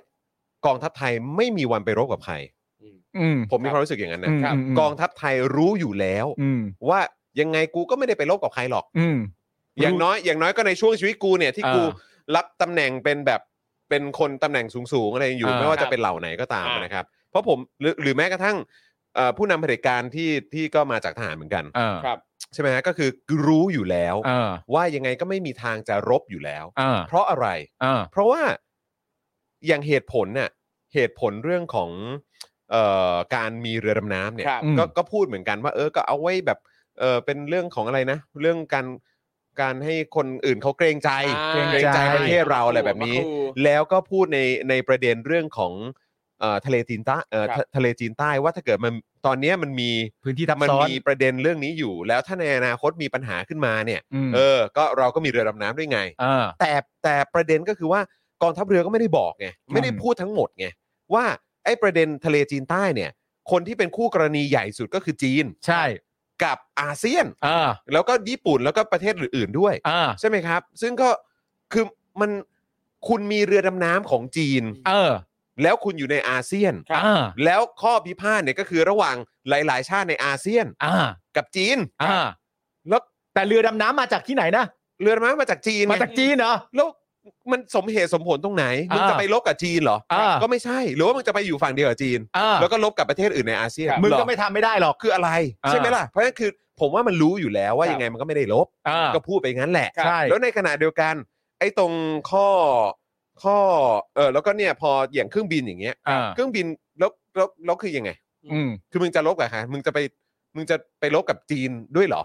กองทัพไทยไม่มีวันไปรบกับใคร อืม อืม ผมมีความรู้สึกอย่างนั้นนะ ครั บ กองทัพไทยรู้อยู่แล้ว อืม ว่ายังไงกูก็ไม่ได้ไปรบกับใครหรอก อืม อย่างน้อยอย่างน้อยก็ในช่วงชีวิตกูเนี่ยที่ อ่า กูรับตำแหน่งเป็นแบบเป็นคนตำแหน่งสูงๆอะไรอยู่ อ่า ไม่ว่า ครั จะ บ เป็นเหล่าไหนก็ตาม อ่าน นะครับ เพราะผมหรือหรือแม้กระทั่งเอ่อผู้นำเผด็จการที่ที่ก็มาจากทหารเหมือนกัน อ่า ครับ ใช่ไหมฮะก็คือรู้อยู่แล้ว อ่า ว่ายังไงก็ไม่มีทางจะรบอยู่แล้ว อ่า เพราะอะไร อ่า เพราะว่าอย่างเหตุผลน่ะเหตุผลเรื่องของเอ่อการมีเรือดำน้ำเนี่ย ครับ ก็ก็พูดเหมือนกันว่าเออก็เอาไว้แบบเออเป็นเรื่องของอะไรนะ เรื่องการการให้คนอื่นเขาเกรงใจ อ่า เกรงใจประเทศเราอะไรแบบนี้ มาขู่ แล้วก็พูดในในประเด็นเรื่องของเอ่อทะเลจีนใต้เอ่อ ครับ ทะเลจีนใต้ว่าถ้าเกิดมันตอนเนี้ยมันมี พื้นที่ทับ มัน ซ้อน มีประเด็นเรื่องนี้อยู่ แล้วถ้าในอนาคตมีปัญหาขึ้นมาเนี่ย ม เออ ก็เราก็มีเรือดำน้ำด้วยไง ่า แต่แต่ประเด็นก็คือว่ากองทัพเรือก็ไม่ได้บอกไงไม่ได้พูดทั้งหมดไงว่าไอ้ประเด็นทะเลจีนใต้เนี่ย คนที่เป็นคู่กรณีใหญ่สุดก็คือจีน ใช่ กับอาเซียน อ่า แล้วก็ญี่ปุ่นแล้วก็ประเทศอื่นๆด้วย อ่า ใช่ไหมครับ ซึ่งก็คือมันคุณมีเรือดำน้ำของจีน เออ แล้วคุณอยู่ในอาเซียน ครับ อ่า แล้วข้อพิพาทเนี่ยก็คือระหว่างหลาย ๆ ชาติในอาเซียน อ่า กับจีน อ่า แล้ว แต่เรือดำน้ำมาจากที่ไหนนะ เรือดำน้ำมาจากจีนไง มาจากจีนเหรอ แล้วมันสมเหตุสมผลตรงไหนมึงจะ อ่า ไปลบกับจีนเหรอ อ่า ก็ไม่ใช่ หรือว่ามึงจะไปอยู่ฝั่งเดียวกับจีน อ่า แล้วก็ลบกับประเทศอื่นในอาเซียน ครับ มึง เหรอ ก็ไม่ทำไม่ได้หรอก คืออะไร อ่า ใช่ไหมล่ะเพราะฉะนั้นคือผมว่ามันรู้อยู่แล้วว่า ครับ ยังไงมันก็ไม่ได้ลบ อ่า ก็พูดไปงั้นแหละ ใช่ แล้วในขณะเดียวกัน ไอ้ตรงข้อข้อเออแล้วก็เนี่ยพออย่างเครื่องบินอย่างเงี้ย อ่า เครื่องบินแล้วแล้วแล้วคือยังไง อืม คือมึงจะลบกับใครมึงจะไปมึงจะไปลบกับจีนด้วยเหรอ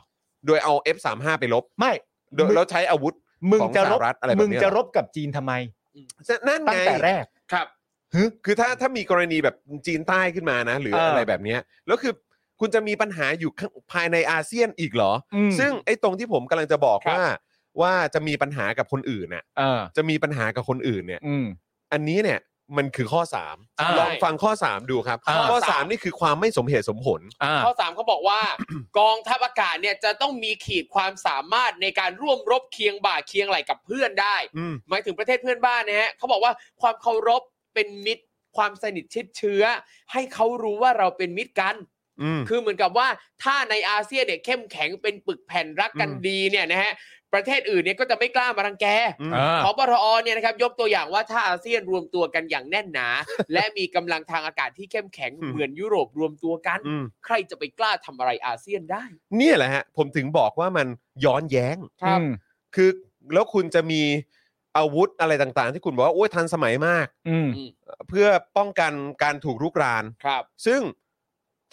โดยเอา F35 ไปลบ ไม่ โดย มึง แล้วใช้อาวุธ มึงจะร ของสบหรัฐอะไรแบบเนี้ย มึงจะรบกับจีนทำไม นั่น ตั้ ไง งแต่แรก ครับ คือถ้าถ้ามีกรณีแบบจีนใต้ขึ้นมานะ หรือ เอออ อะไรแบบเนี้ยแล้วคือคุณจะมีปัญหาอยู่ข้างภายในอาเซียนอีกเหรอ อืม ซึ่งไอ้ตรงที่ผมกำลังจะบอกว่า ว่าจะมีปัญหากับคนอื่นน่ะ เออ จะมีปัญหากับคนอื่นเนี่ย อืม อันนี้เนี่ยมันคือข้อ อ่า 3 ลองฟังข้อ 3 ดูครับ อ่า ข้อ 3 นี่คือความไม่สมเหตุสมผล อ่า ข้อ3ามเขาบอกว่า กองทัพอากาศเนี่ยจะต้องมีขีดความสามารถในการร่วมรบเคียงบ่าเคียงไหลกับเพื่อนได้ อืม หมายถึงประเทศเพื่อนบ้านนะฮะเขาบอกว่าความเคารพเป็นมิตร ความสนิทชิดเชื้อ ให้เขารู้ว่าเราเป็นมิตรกัน อืม คือเหมือนกับว่าถ้าในอาเซียนเนี่ยเข้มแข็งเป็นปึกแผ่นรักกัน อืม ดีเนี่ยนะฮะประเทศอื่นเนี่ยก็จะไม่กล้ามารังแก อืม อ่า พบทอเนี่ยนะครับยกตัวอย่างว่าถ้าอาเซียนรวมตัวกันอย่างแน่นหนา และมีกำลังทางอากาศที่เข้มแข็ง อืม เหมือนยุโรปรวมตัวกัน อืม ใครจะไปกล้าทำอะไรอาเซียนได้ เนี่ยแหละฮะ ผมถึงบอกว่ามันย้อนแย้ง อืม คือ แล้วคุณจะมีอาวุธอะไรต่างๆ ที่คุณบอกว่า โอ้ยทันสมัยมาก อืม อืม เพื่อป้องกันการถูกรุกราน ครับ ซึ่ง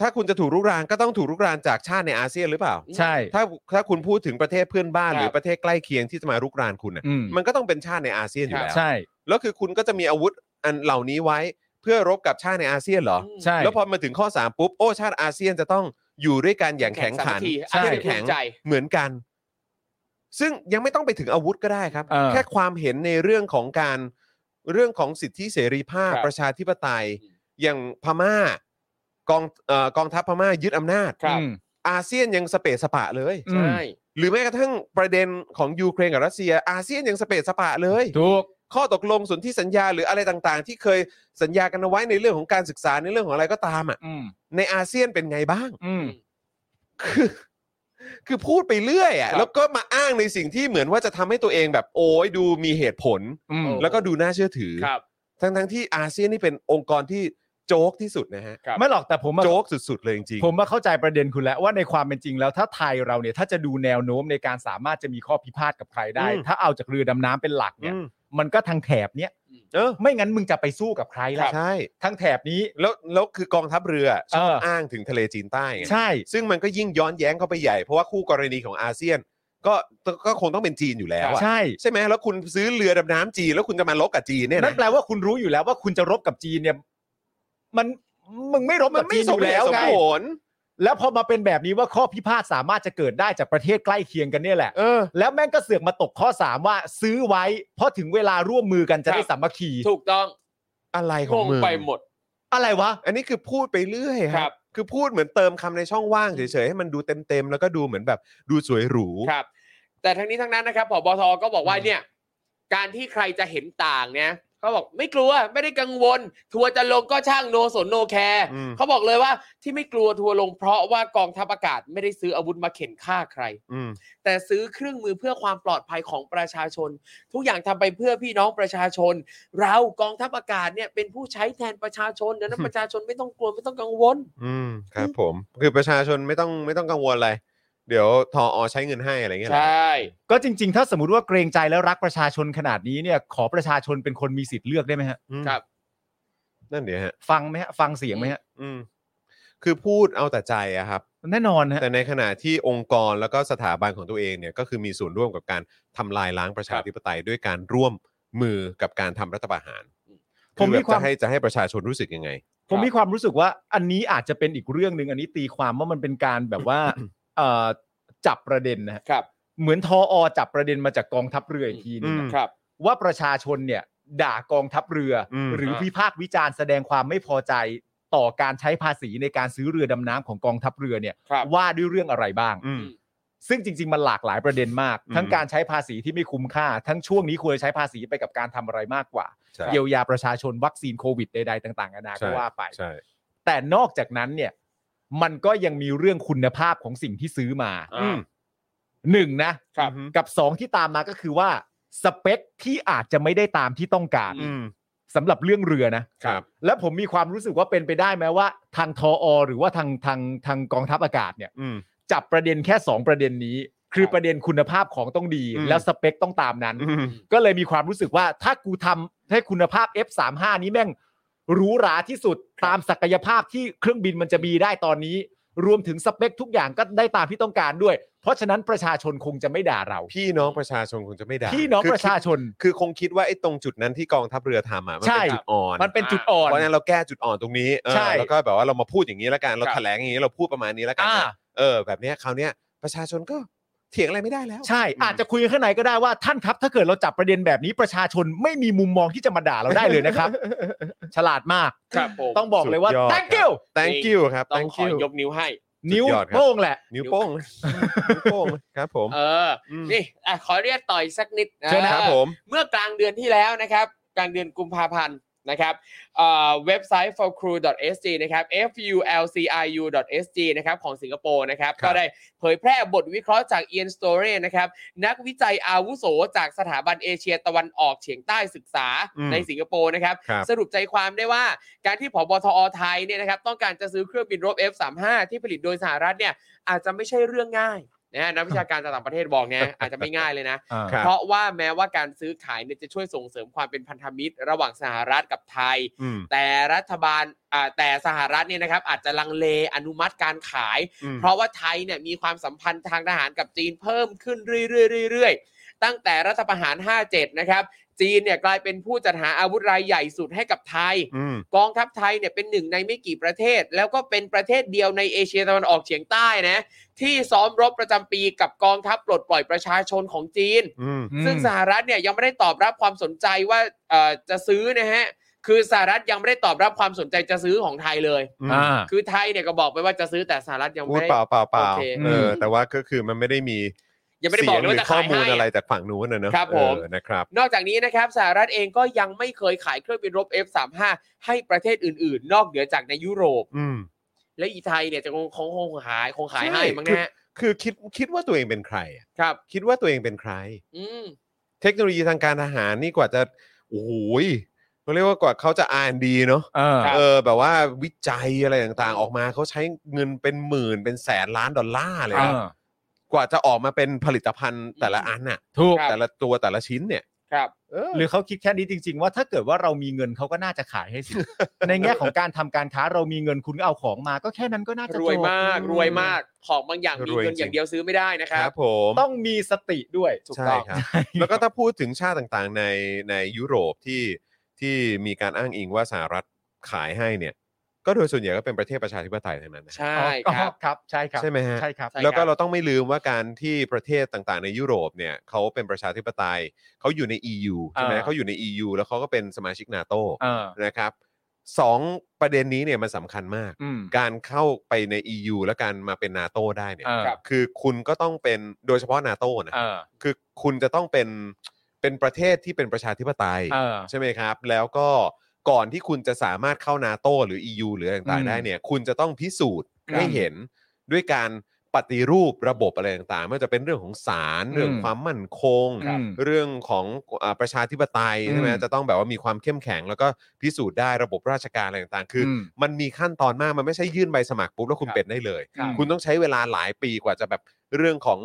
ถ้าคุณจะถูกรุกรานก็ต้องถูกรุกรานจากชาติในอาเซียนหรือเปล่า ใช่ ถ้าถ้าคุณพูดถึงประเทศเพื่อนบ้าน หรือประเทศใกล้เคียงที่จะมารุกรานคุณน่ะ อืม มันก็ต้องเป็นชาติในอาเซียนอยู่แล้ว ใช่ แล้วคือคุณก็จะมีอาวุธอันเหล่านี้ไว้ เพื่อรบกับชาติในอาเซียนเหรอ อืม ใช่ แล้วพอมาถึงข้อ 3 ปุ๊บ โอ้ชาติอาเซียนจะต้องอยู่ด้วยกันอย่างแข็งขัน ใช่ เข้ม แข็ แข็ ง ง ใจ เหมือนกัน ซึ่งยังไม่ต้องไปถึงอาวุธก็ได้ครับ เออ แค่ความเห็นในเรื่องของการเรื่องของสิทธิเสรีภาพ ครับ ประชาธิปไตย อืม อย่างพม่ากองเอ่อกองทัพพม่ายึดอำนาจ ครับ อืม อาเซียนยังสเปะสปะเลย อืม ใช่ หรือแม้กระทั่งประเด็นของยูเครนกับรัสเซีย อาเซียนยังสเปะสปะเลย ถูก ข้อตกลงสนธิสัญญาหรืออะไรต่างๆ ที่เคยสัญญากันเอาไว้ในเรื่องของการศึกษาในเรื่องของอะไรก็ตามอ่ะ อืม ในอาเซียนเป็นไงบ้าง อืม คือคือพูดไปเรื่อยอ่ะ ครับ แล้วก็มาอ้างในสิ่งที่เหมือนว่าจะทำให้ตัวเองแบบโอ้ยดูมีเหตุผล อืม แล้วก็ดูน่าเชื่อถือ ครับ ทั้งทั้งๆที่อาเซียนนี่เป็นองค์กรที่โจ๊กที่สุดนะฮะ ครับ ไม่หรอกแต่ผมอะ โจ๊กสุดๆเลยจริงๆ ผมมาเข้าใจประเด็นคุณแล้วว่าในความเป็นจริงแล้ว ถ้าไทยเราเนี่ย ถ้าจะดูแนวโน้มในการสามารถจะมีข้อพิพาทกับใครได้ ถ้าเอาจากเรือดำน้ำเป็นหลักเนี่ย อืม มันก็ทางแถบเนี้ย เออ ไม่งั้นมึงจะไปสู้กับใครล่ะ ใช่ ทางแถบนี้ แล้วแล้วคือกองทัพเรือช เอ อบ อ อ้างถึงทะเลจีนใต้ไง ใช่ ซึ่งมันก็ยิ่งย้อนแย้งเข้าไปใหญ่เพราะว่าคู่กรณีของอาเซียน ก็ก็คงต้องเป็นจีนอยู่แล้วอะ ใช่ ใช่ไหมแล้วคุณซื้อเรือดำน้ำจีนแล้วคุณจะมาลบกับจีนเนี่ย นั่ นะ นแปลว่าคุณรู้อยู่แล้วว่าคุณจะรบกับจีนเนี่ย มันมึงไม่รบ มั กัน บ ไม่ จีน ส อ ม ยู่ เห แล้ ตุสวม ไง ผล แล้วพอมาเป็นแบบนี้ว่าข้อพิพาทสามารถจะเกิดได้จากประเทศใกล้เคียงกันเนี่ยแหละ เออ แล้วแม่งก็เสือกมาตกข้อ 3 ว่าซื้อไว้ เพราะถึงเวลาร่วมมือกันจะได้สามัคคี ถูกต้อง อะไรข ง อง ง มึง ไปหมด อะไรวะ อันนี้คือพูดไปเรื่อยค ครั รับ บ คือพูดเหมือนเติมคำในช่องว่างเฉยๆให้มันดูเต็มๆ แล้วก็ดูเหมือนแบบดูสวยหรู ครับ แต่ทั้งนี้ทั้งนั้นนะครับผบทก็บอกว่าเนี่ย การที่ใครจะเห็นต่างเนี่ยเขาบอกไม่กลัวไม่ได้กังวล ทัวร์จะลงก็ช่างโนสนโนแคร์ อืม เขาบอกเลยว่าที่ไม่กลัวทัวร์ลงเพราะว่ากองทัพอากาศไม่ได้ซื้ออาวุธมาเข็นฆ่าใคร อืม แต่ซื้อเครื่องมือเพื่อความปลอดภัยของประชาชน ทุกอย่างทำไปเพื่อพี่น้องประชาชน เรากองทัพอากาศเนี่ยเป็นผู้ใช้แทนประชาชนดังนั้นประชาชนไม่ต้องกลัวไม่ต้องกังวล อืมครับผม คือประชาชนไม่ต้องไม่ต้องกังวลอะไร เดี๋ยวทออใช้เงินให้อะไรเงี้ย ใช เหรอ ่ ก็จริง ๆ ถ้าสมมติว่าเกรงใจแล้วรักประชาชนขนาดนี้เนี่ยขอประชาชนเป็นคนมีสิทธิ์เลือกได้ไหมฮะ อืม ครับ นั่นเดี๋ยวฮะ ฟังไหมฮะ ฟังเสียงไหมฮะ อืมคือพูดเอาแต่ใจอะครับ แน่นอนฮะ แต่ในขณะที่องค์กรแล้วก็สถาบันของตัวเองเนี่ยก็คือมีส่วนร่วมกับการทำลายล้างประชาธิปไตยด้วยการร่วมมือกับการทำรัฐประหาร ผมมี คือแบบ ควา จะ ม ให้จะให้ประชาชนรู้สึกยังไง ผมมีความรู้สึกว่าอันนี้อาจจะเป็นอีกเรื่องหนึ่งอันนี้ตีความว่ามันเป็นการแบบว่า เอ่อจับประเด็นนะฮะ ครับ เหมือนทออจับประเด็นมาจากกองทัพเรืออีกทีนึง อืม นะ ครับ ว่าประชาชนเนี่ย ด่ากองทัพเรืออ ม หรืออา วิพากษ์วิจารณ์แสดงความไม่พอใจ ต่อการใช้ภาษีในการซื้อเรือดำน้ำของกองทัพเรือเนี่ย ครับ ว่าด้วยเรื่องอะไรบ้าง อืม ซึ่งจริง ๆ มันหลากหลายประเด็นมาก อืม ทั้งการใช้ภาษีที่ไม่คุ้มค่า ทั้งช่วงนี้ควรจะใช้ภาษีไปกับการทำอะไรมากกว่า ใช่ เยียวยาประชาชนวัคซีนโควิดใดๆต่างๆนานาก็ว่าไป ใช่ แต่นอกจากนั้นเนี่ย มันก็ยังมีเรื่องคุณภาพของสิ่งที่ซื้อมา อ่า อืม หนึ่งนะครับ อืม กับสองที่ตามมาก็คือว่าสเปคที่อาจจะไม่ได้ตามที่ต้องการ อืม สำหรับเรื่องเรือนะครับ และผมมีความรู้สึกว่าเป็นไปได้ไหมว่า ทางทออหรือว่าทางทางทางกองทัพอากาศเนี่ย อืม จับประเด็นแค่ 2 ประเด็นนี้ คือ ครับ ประเด็นคุณภาพของต้องดี อืม แล้วสเปคต้องตามนั้น อืม ก็เลยมีความรู้สึกว่าถ้ากูทำให้คุณภาพ F35 นี้แม่งหรูหราที่สุดตามศักยภาพที่เครื่องบินมันจะมีได้ตอนนี้ รวมถึงสเปคทุกอย่างก็ได้ตามที่ต้องการด้วย เพราะฉะนั้นประชาชนคงจะไม่ด่าเรา พี่น้องประชาชนคงจะไม่ด่า พี่น้อง คือ ประชาชน คือคงคิดว่าไอ้ตรงจุดนั้นที่กองทัพเรือทำอ่ะมัน ใช่ เป็นจุดอ่อน มันเป็นจุดอ่อน เพราะฉะนั้นเราแก้จุดอ่อนตรงนี้เออ ใช่ แล้วก็แบบว่าเรามาพูดอย่างนี้แล้วกันเรา ครับ แถลงอย่างนี้เราพูดประมาณนี้แล้วกัน อ่า นะเออ แบบเนี้ยคราวเนี้ยประชาชนก็เถียงอะไรไม่ได้แล้ว ใช่ อาจจะคุยกันข้างในก็ได้ว่าท่านครับ ถ้าเกิดเราจับประเด็นแบบนี้ประชาชนไม่มีมุมมองที่จะมาด่าเราได้เลยนะครับ ฉลาดมาก ครับผม ต้องบอกเลยว่า สุดยอด thank you thank you ครับ ต้อง thank ขอ you ยกนิ้วให้ นิ้ว สุดยอดครับ โป้งแหละ นิ้วโป้งนิ้วโป้งครับผม เอออ ม นี่อ่ะขอเรียกต่อยสักนิดนะ เชิญ ครับผม เมื่อกลางเดือนที่แล้วนะครับ กลางเดือนกุมภาพันธ์นะครับเอ่อเว็บไซต์ fulcru.sg นะครับ fulcriu.sg นะครับของสิงคโปร์นะครับ ครับ ก็ได้เผยแพร่บทวิเคราะห์จาก Ian Story นะครับ นักวิจัยอาวุโสจากสถาบันเอเชียตะวันออกเฉียงใต้ศึกษาในสิงคโปร์นะครับ ครับ สรุปใจความได้ว่าการที่ผบทอไทยเนี่ยนะครับต้องการจะซื้อเครื่องบินรบ F35 ที่ผลิตโดยสหรัฐเนี่ยอาจจะไม่ใช่เรื่องง่ายนะฮะนักวิชาการจากต่างประเทศบอกเนี่ยอาจจะไม่ง่ายเลยนะ ครับ เพราะว่าแม้ว่าการซื้อขายเนี่ยจะช่วยส่งเสริมความเป็นพันธมิตร ระหว่างสหรัฐกับไทย อืม แต่รัฐบาลอ่าแต่สหรัฐเนี่ยนะครับอาจจะลังเลอนุมัติการขาย อืม เพราะว่าไทยเนี่ยมีความสัมพันธ์ทางทหารกับจีนเพิ่มขึ้นเรื่อยๆเรื่อยๆตั้งแต่รัฐประหาร 57 นะครับ จีนเนี่ยกลายเป็นผู้จัดหาอาวุธรายใหญ่สุดให้กับไทย อืม กองทัพไทยเนี่ยเป็นหนึ่งในไม่กี่ประเทศ แล้วก็เป็นประเทศเดียวในเอเชียตะวันออกเฉียงใต้นะที่ซ้อมรบประจำปีกับกองทัพปลดปล่อยประชาชนของจีน อืม อืม ซึ่งสหรัฐเนี่ยยังไม่ได้ตอบรับความสนใจว่าเอ่อจะซื้อนะฮะ คือสหรัฐยังไม่ได้ตอบรับความสนใจจะซื้อของไทยเลย อ่า คือไทยเนี่ยก็บอกไปว่าจะซื้อแต่สหรัฐยัง พู ไม่ ด ได้ เปล่าเปล่าเปล่า โอเค เอออ ม แต่ว่าก็คือมันไม่ได้มี ยังไม่ได้ เสี บอง กเลย หรื ว่า อ จะ ข้อ ขาย มูล ให้ อะไรจากฝั่งนู้นนะเนอะ ครับผม เออนะครับ นอกจากนี้นะครับสหรัฐเองก็ยังไม่เคยขายเครื่องบินรบ F35 ให้ประเทศอื่น ๆ นอกเหนือจากในยุโรป อืม และอีไทยเนี่ยจะคงคงคงขายคงขาย ใช่ ให้มั้งนะฮะ คือคิดคิดว่าตัวเองเป็นใครอะ ครับ คิดว่าตัวเองเป็นใคร อืม เทคโนโลยีทางการทหารนี่กว่าจะโอ้โหยเขาเรียกว่ากว่าเขาจะ R&D เนาะ เออ ครับ เออ แบบว่าวิจัยอะไรต่างๆ ออกมาเขาใช้เงินเป็นหมื่นเป็นแสนล้านดอลลาร์เลยนะ เออ กว่าจะออกมาเป็นผลิตภัณฑ์แต่ละอันน่ะ ถูก ครับ แต่ละตัวแต่ละชิ้นเนี่ย ครับ เออ หรือเขาคิดแค่นี้จริง ๆ ว่าถ้าเกิดว่าเรามีเงินเขาก็น่าจะขายให้ สิ ในแง่ของการทำการค้าเรามีเงินคุณก็เอาของมา ก็แค่นั้นก็น่าจะ รวย จบ มากรวยมากของบางอย่างมี รวยจริ เงิ ง นอย่างเดียวซื้อไม่ได้นะค ค รั รับ บผม ต้องมีสติด้วย ถูก ใช่ ต้อง ครับ แล้วก็ถ้าพูดถึงชาติต่างๆในในยุโรปที่ที่มีการอ้างอิงว่าสหรัฐขายให้เนี่ย ก็โดยส่วนใหญ่ก็เป็นประเทศประชาธิปไตยทั้งนั้นนะ ใช่ อ๋อ ครับ ครับ ใช่ครับ ใช่ไหมฮะ ใช่ครับ ใช่ แล้วก็เราต้องไม่ลืมว่าการที่ประเทศต่างๆ ในยุโรปเนี่ยเขาเป็นประชาธิปไตยเขาอยู่ใน EU ใช่ไหม อ่า เขาอยู่ใน EU แล้วเขาก็เป็นสมาชิกนาโต เออ นะครับสองประเด็นนี้เนี่ยมันสำคัญมาก อืม การเข้าไปใน EU และการมาเป็นนาโตได้เนี่ย เออ ครับ คือคุณก็ต้องเป็นโดยเฉพาะนาโตนะ เออ คือคุณจะต้องเป็นเป็นประเทศที่เป็นประชาธิปไตย เออ ใช่ไหมครับ แล้วก็ก่อนที่คุณจะสามารถเข้านาโตหรือ EU หรืออะไรต่าง อื ๆ ม ได้เนี่ยคุณจะต้องพิสูจน์ ครับ ให้เห็นด้วยการปฏิรูประบบอะไรต่างๆไม่ว่าจะเป็นเรื่องของศาล อืม เรื่องความมั่นคง ครับ เรื่องของอ่าประชาธิปไตยใช่ไหม อืม จะต้องแบบว่ามีความเข้มแข็ง แล้วก็พิสูจน์ได้ระบบราชการอะไรต่างๆ คืออ ม มันมีขั้นตอนมากมันไม่ใช่ยื่นใบสมัครปุ๊บแล้วคุณ ครับ เป็นได้เลย ครับ คุณต้องใช้เวลาหลายปีกว่าจะแบบเรื่องของ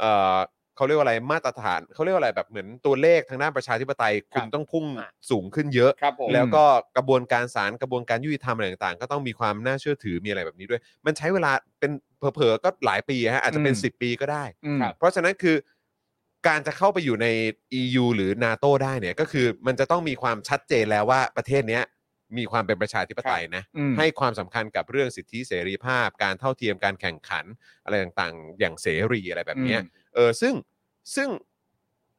เอ่อเขาเรียกว่าอะไรมาตรฐานเขาเรียกว่าอะไรแบบเหมือนตัวเลขทางด้านประชาธิปไตย คุณต้องพุ่ง อ่ะ สูงขึ้นเยอะ ครับผม แล้วก็กระบวนการศาลกระบวนการยุติธรรมอะไรต่างๆ ก็ต้องมีความน่าเชื่อถือมีอะไรแบบนี้ด้วย มันใช้เวลาเป็นเผลอๆก็หลายปีฮะอาจจะเป็น อืม 10 ปีก็ได้ อืม ครับ เพราะฉะนั้นคือการจะเข้าไปอยู่ใน EU หรือ NATO ได้เนี่ยก็คือมันจะต้องมีความชัดเจนแล้วว่าประเทศเนี้ยมีความเป็นประชาธิปไตยนะ อืม ให้ความสำคัญกับเรื่องสิทธิเสรีภาพ การเท่าเทียมการแข่งขันอะไรต่างๆ อย่างเสรีอะไรแบบเนี้ยเออซึ่งซึ่ง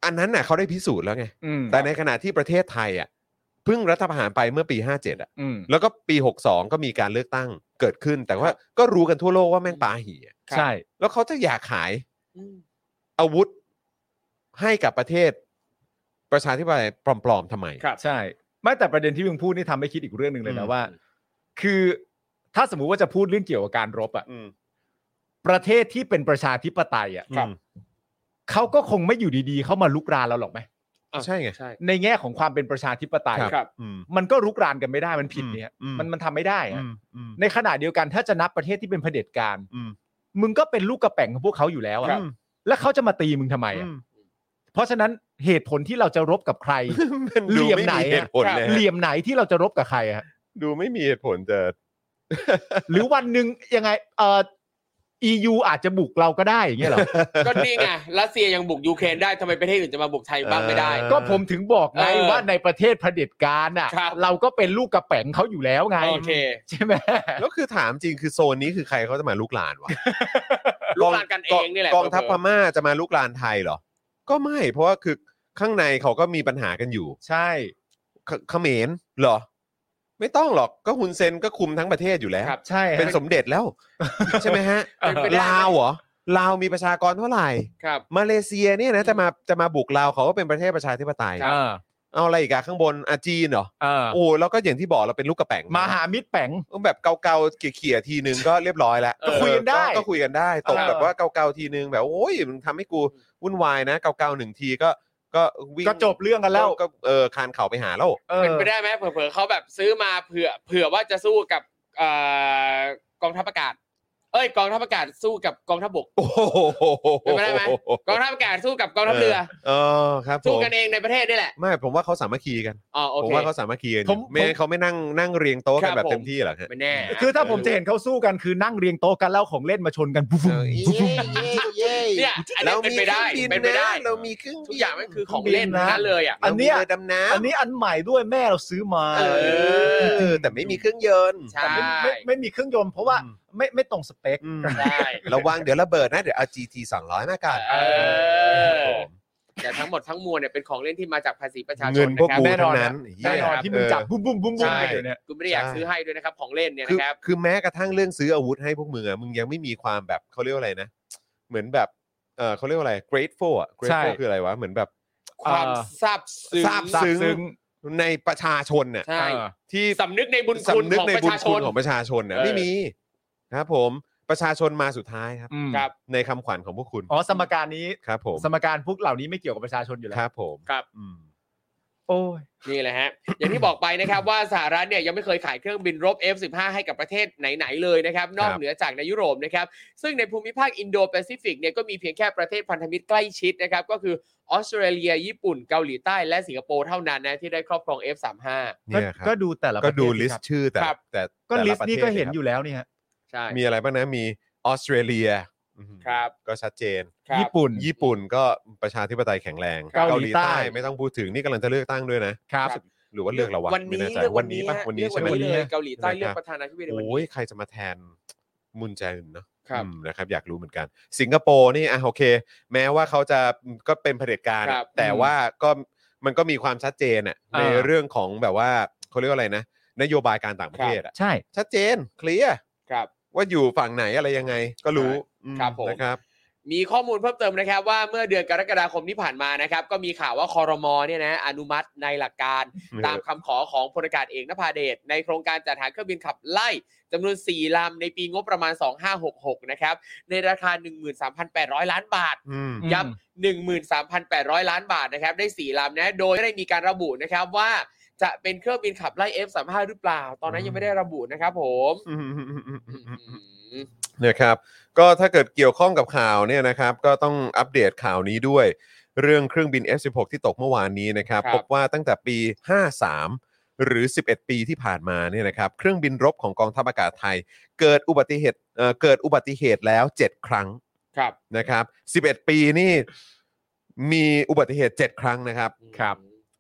อันนั้นน่ะเขาได้พิสูจน์แล้วไง อืม แต่ในขณะที่ประเทศไทยอ่ะ เพิ่งรัฐประหารไปเมื่อปี 57 อ่ะ อืม แล้วก็ปี 62 ก็มีการเลือกตั้งเกิดขึ้น แต่ว่าก็รู้กันทั่วโลกว่าแม่งปาหี่อะ ครับ ใช่ แล้วเขาจะอยากขาย อืม อาวุธให้กับประเทศ ประชาธิปไตยปลอมๆทำไม ครับ ใช่ไม่แต่ประเด็นที่มึงพูดนี่ทำให้คิดอีกเรื่องหนึ่งเลย อื นะ ม ว่า คือถ้าสมมุติว่าจะพูดเรื่องเกี่ยวกับการรบอ่ะ อืม ประเทศที่เป็นประชาธิปไตยอ่ะ ครับ อืม เขาก็คงไม่อยู่ดีๆ เข้ามาลุกรานเราหรอกไหม อ่ะ ใช่ไง ใช่ ในแง่ของความเป็นประชาธิปไตย ครั ครับ อืม มันก็ลุกรานกันไม่ได้มันผิดเนี่ย อืม มันมันทำไม่ได้อะ อืมอืม ในขณะเดียวกันถ้าจะนับประเทศที่เป็นเผด็จการ อืม มึงก็เป็นลูกกระแป่งของพวกเขาอยู่แล้ว ครั อะ บ แล้วเขาจะมาตีมึงทำไมอะ อืม เพราะฉะนั้นเหตุผลที่เราจะรบกับใคร มันดู เหลี่ยมไหนอะ เหตุผลเลย เห ฮะ ลี่ยมไหนที่เราจะรบกับใครอะ ดูไม่มีเหตุผลจะ หรือวันหนึ่งยังไงเอ่อ EU อาจจะบุกเราก็ได้อย่างเงี้ยเหรอ ก็นี่ไงรัสเซียยังบุกยูเครนได้ทำไมประเทศอื่นจะมาบุกไทยบ้างไม่ได้ เออ ก็ผมถึงบอกไง เออ ว่าในประเทศเผด็จการอ่ะ ครับ เราก็เป็นลูกกระแป๋งเขาอยู่แล้วไง โอเค ใช่ไหม แล้วคือถามจริงคือโซนนี้คือใครเขาจะมาลุกลานวะ ลูกหลานกันเองนี่แหละ กองทัพพ เผลอ ม่าจะมาลุกลานไทยเหรอ ก็ไม่ เพราะว่าคือข้างในเขาก็มีปัญหากันอยู่ ใช่ เขเขมรเหรอ ไม่ต้องหรอกก็ฮุนเซนก็คุมทั้งประเทศอยู่แล้ว ครับ ใช่ฮะ เป็นสมเด็จแล้ว ใช่ไหมฮะ เป็นไปได้ ลาวเหรอลาวมีประชากรเท่าไหร่ ๆครับ มาเลเซียเนี่ยนะจะมาจะมาบุกลาวเขาก็เป็นประเทศประชาธิปไตย เออ เอาอะไรอีกอะข้างบนอาจีนเหรอ เออ โอ้แล้วก็อย่างที่บอกเราเป็นลูกกระแป่ง มาหามิตรแป๋ง แบบเกาๆเขี่ยๆที นึงก็เรียบร้อยแล้ว ก็คุยกัน ได้ เออก็คุยกันได้ตก เออ แบบว่าเกาๆทีนึงแบบโอ้ยมึงทำให้กูวุ่นวายนะเกาๆหนึ่งทีก็ก็วิ่ง ก็จบเรื่องกันแล้ว ก็เออคานเข่าไปหาแล้ว เออ เป็นไปได้ไหมเผื่อๆเขาแบบซื้อมาเผื่อเผื่อว่าจะสู้กับเอ่อกองทัพอากาศ เอ้ย กองทัพอากาศสู้กับกองทัพบก โอ้โห เป็นไปได้ไหม กองทัพอากาศสู้กับกองทัพเรือ เออครับผ สู้ ม กันเองในประเทศนี่แหละ ไม่ผมว่าเขาสามัคคีกัน อ๋อโอ ผม เค ว่าเขาสามัคคีกันอยู่ ผม ไม่งั้นเขาไม่นั่งนั่งเรียงโต๊ะกัน ครับ แบบเต็ม ผม ที่หรอกฮะ ไม่แน่นะ คือถ้าผมจะเห็นเขาสู้กันคือนั่งเรียงโต๊ะกันแล้วของเล่นมาชนกันปุ๊บ เออเย้เย้เย้ เนี่ยอันนี้เป็นไปได้ ครื่อง เป็นไปได้ เรามีเครื่อง ทุกอย่างมันคือของ เครื่องบิน เล่นนะทั้งนั้นเลยอ่ะ อันเนี้ยดำน้ำ อันนี้อันใหม่ด้วยแม่เราซื้อมา เอ เออแต่ไม่มีเครื่องยนต์ ใช่ แต่ไม่ไม่ไม่มีเครื่องยนต์เพราะว่าไม่ไม่ตรงสเปค อืม ได้ ระวังเดี๋ยวระเบิดนะ เดี๋ยวเอา GT 200มากัน เอ ครับ อ ผม แต่ทั้งหมดทั้งมวลเนี่ยเป็นของเล่นที่มาจากภาษีประชาช เงิ น นพว นะ ก ครับ กู แน่น ทั้ อน งนั้น แน่นอนที่มึงจับ เ บุ้มบุ้มบุ้มบุ้ม ใช่ ไปอยู่เนี่ย กูไม่ได้อยากซื้อให้ด้วยนะครับ ของเล่นเนี่ย คือ นะครับ คือแม้กระทั่งเรื่องซื้ออาวุธให้พวกมึงอะมึงยังไม่มีความแบบเขาเรียกว่าอะไรนะ เหมือนแบบเออเขาเรียกว่าอะไร grateful อะ grateful ใช่ คืออะไรวะ เหมือนแบบ ความซาบซึ้ง ซาบ ซึ้ง ในประชาชนน่ะ ใช่ เออ ที่ สำนึกในบุญคุณ สำนึก ของ ใน ประ บุญ ชาช คุณ น ของประชาชนน่ะ เออ ไม่มีครับผมประชาชนมาสุดท้ายครับ อืม ครับ ในคำขวัญของพวกคุณ อ๋อสมการนี้ ครับผม สมการพวกเหล่านี้ไม่เกี่ยวกับประชาชนอยู่แล้ว ครับผม ครับ อืม โอ้ย นี่แหละฮะ อย่างที่บอกไปนะครับว่าสหรัฐเนี่ยยังไม่เคยขายเครื่องบินรบ F-15 ให้กับประเทศไหน ๆ เลยนะครับ นอก ครับ เหนือจากในยุโรปนะครับ ซึ่งในภูมิภาคอินโดแปซิฟิกเนี่ยก็มีเพียงแค่ประเทศพันธมิตรใกล้ชิดนะครับ ก็คือออสเตรเลีย ญี่ปุ่นเกาหลีใต้และสิงคโปร์เท่านั้นนะที่ได้ครอบครอง F-35 ก็ เนี่ยครับ ก็ดูแต่ละ ก็ดู ประเทศสิ ลิส ครับ ต์ชื่อแต่ ครับ แต่ ก็ แต่ะ ลิสต์นี่ ประทศ ก็เห็น ครับ อยู่แล้วนี่ฮะ ใช่ มีอะไรบ้างนะมีออสเตรเลีย ครับ ก็ชัดเจน ครับ ญี่ปุ่น ญี่ปุ่นก็ประชาธิปไตยแข็งแรง ครับเกาหลีใต้ ไม่ต้องพูดถึงนี่กำลังจะเลือกตั้งด้วยนะครับ ครับ หรือว่าเลือกแล้ววะ วัน ไม่ นี้ แน่ใจ เลือก วันนี้ปะ ฮะ วันนี้ เลือก ใช่ไหม วันนี้ เลยเกาหลีใต้ นะครับ เลือกประธานาธิบดีวัน โอ้ย นี้ ใครจะมาแทนมุนแจอึนเนาะ ครับ อืมนะครับอยากรู้เหมือนกัน สิงคโปร์นี่อ่ะโอเค แม้ว่าเขาจะก็เป็นเผด็จการอะ ครับ แต่ว่าก็มันก็มีความชัดเจนอะ อ่า ในเรื่องของแบบว่าเขาเรียกว่าอะไรนะ นโยบายการต่างประเทศอะ ใช่ ชัดเจนเคลียร์ ครับ ว่าอยู่ฝั่งไหนอะไรยังไง ก็รู้อื ครับผม นะครับ มีข้อมูลเพิ่มเติมนะครับว่าเมื่อเดือนกรกฎาคมที่ผ่านมานะครับก็มีข่าวว่าคอรมอเนี่ยนะอนุมัติในหลักการ ตามคำขอของพลอากาศเอกนภาเดชในโครงการจัดหาเครื่องบินขับไล่จำนวน 4 ลำในปีงบประมาณ 2566 นะครับ ในราคา 13,800 ล้านบาท อืม อืม ย้ำ13,800 ล้านบาทนะครับ ได้ 4 ลำนะ โดยไม่ได้มีการระบุนะครับว่าจะเป็นเครื่องบินขับไล่ F35 หรือเปล่า ตอนนั้นยังไม่ได้ระบุนะครับผมอืม นะครับ ก็ถ้าเกิดเกี่ยวข้องกับข่าวเนี่ยนะครับ ก็ต้องอัปเดตข่าวนี้ด้วย เรื่องเครื่องบิน F16 ที่ตกเมื่อวานนี้นะครับ ครับ พบว่าตั้งแต่ปี 53 หรือ 11 ปีที่ผ่านมาเนี่ยนะครับ เครื่องบินรบของกองทัพอากาศไทย เกิดอุบัติเหตุเอ่อเกิดอุบัติเหตุแล้ว 7 ครั้ง ครับ นะครับ 11 ปีนี่มีอุบัติเหตุ 7 ครั้งนะครับ ครับ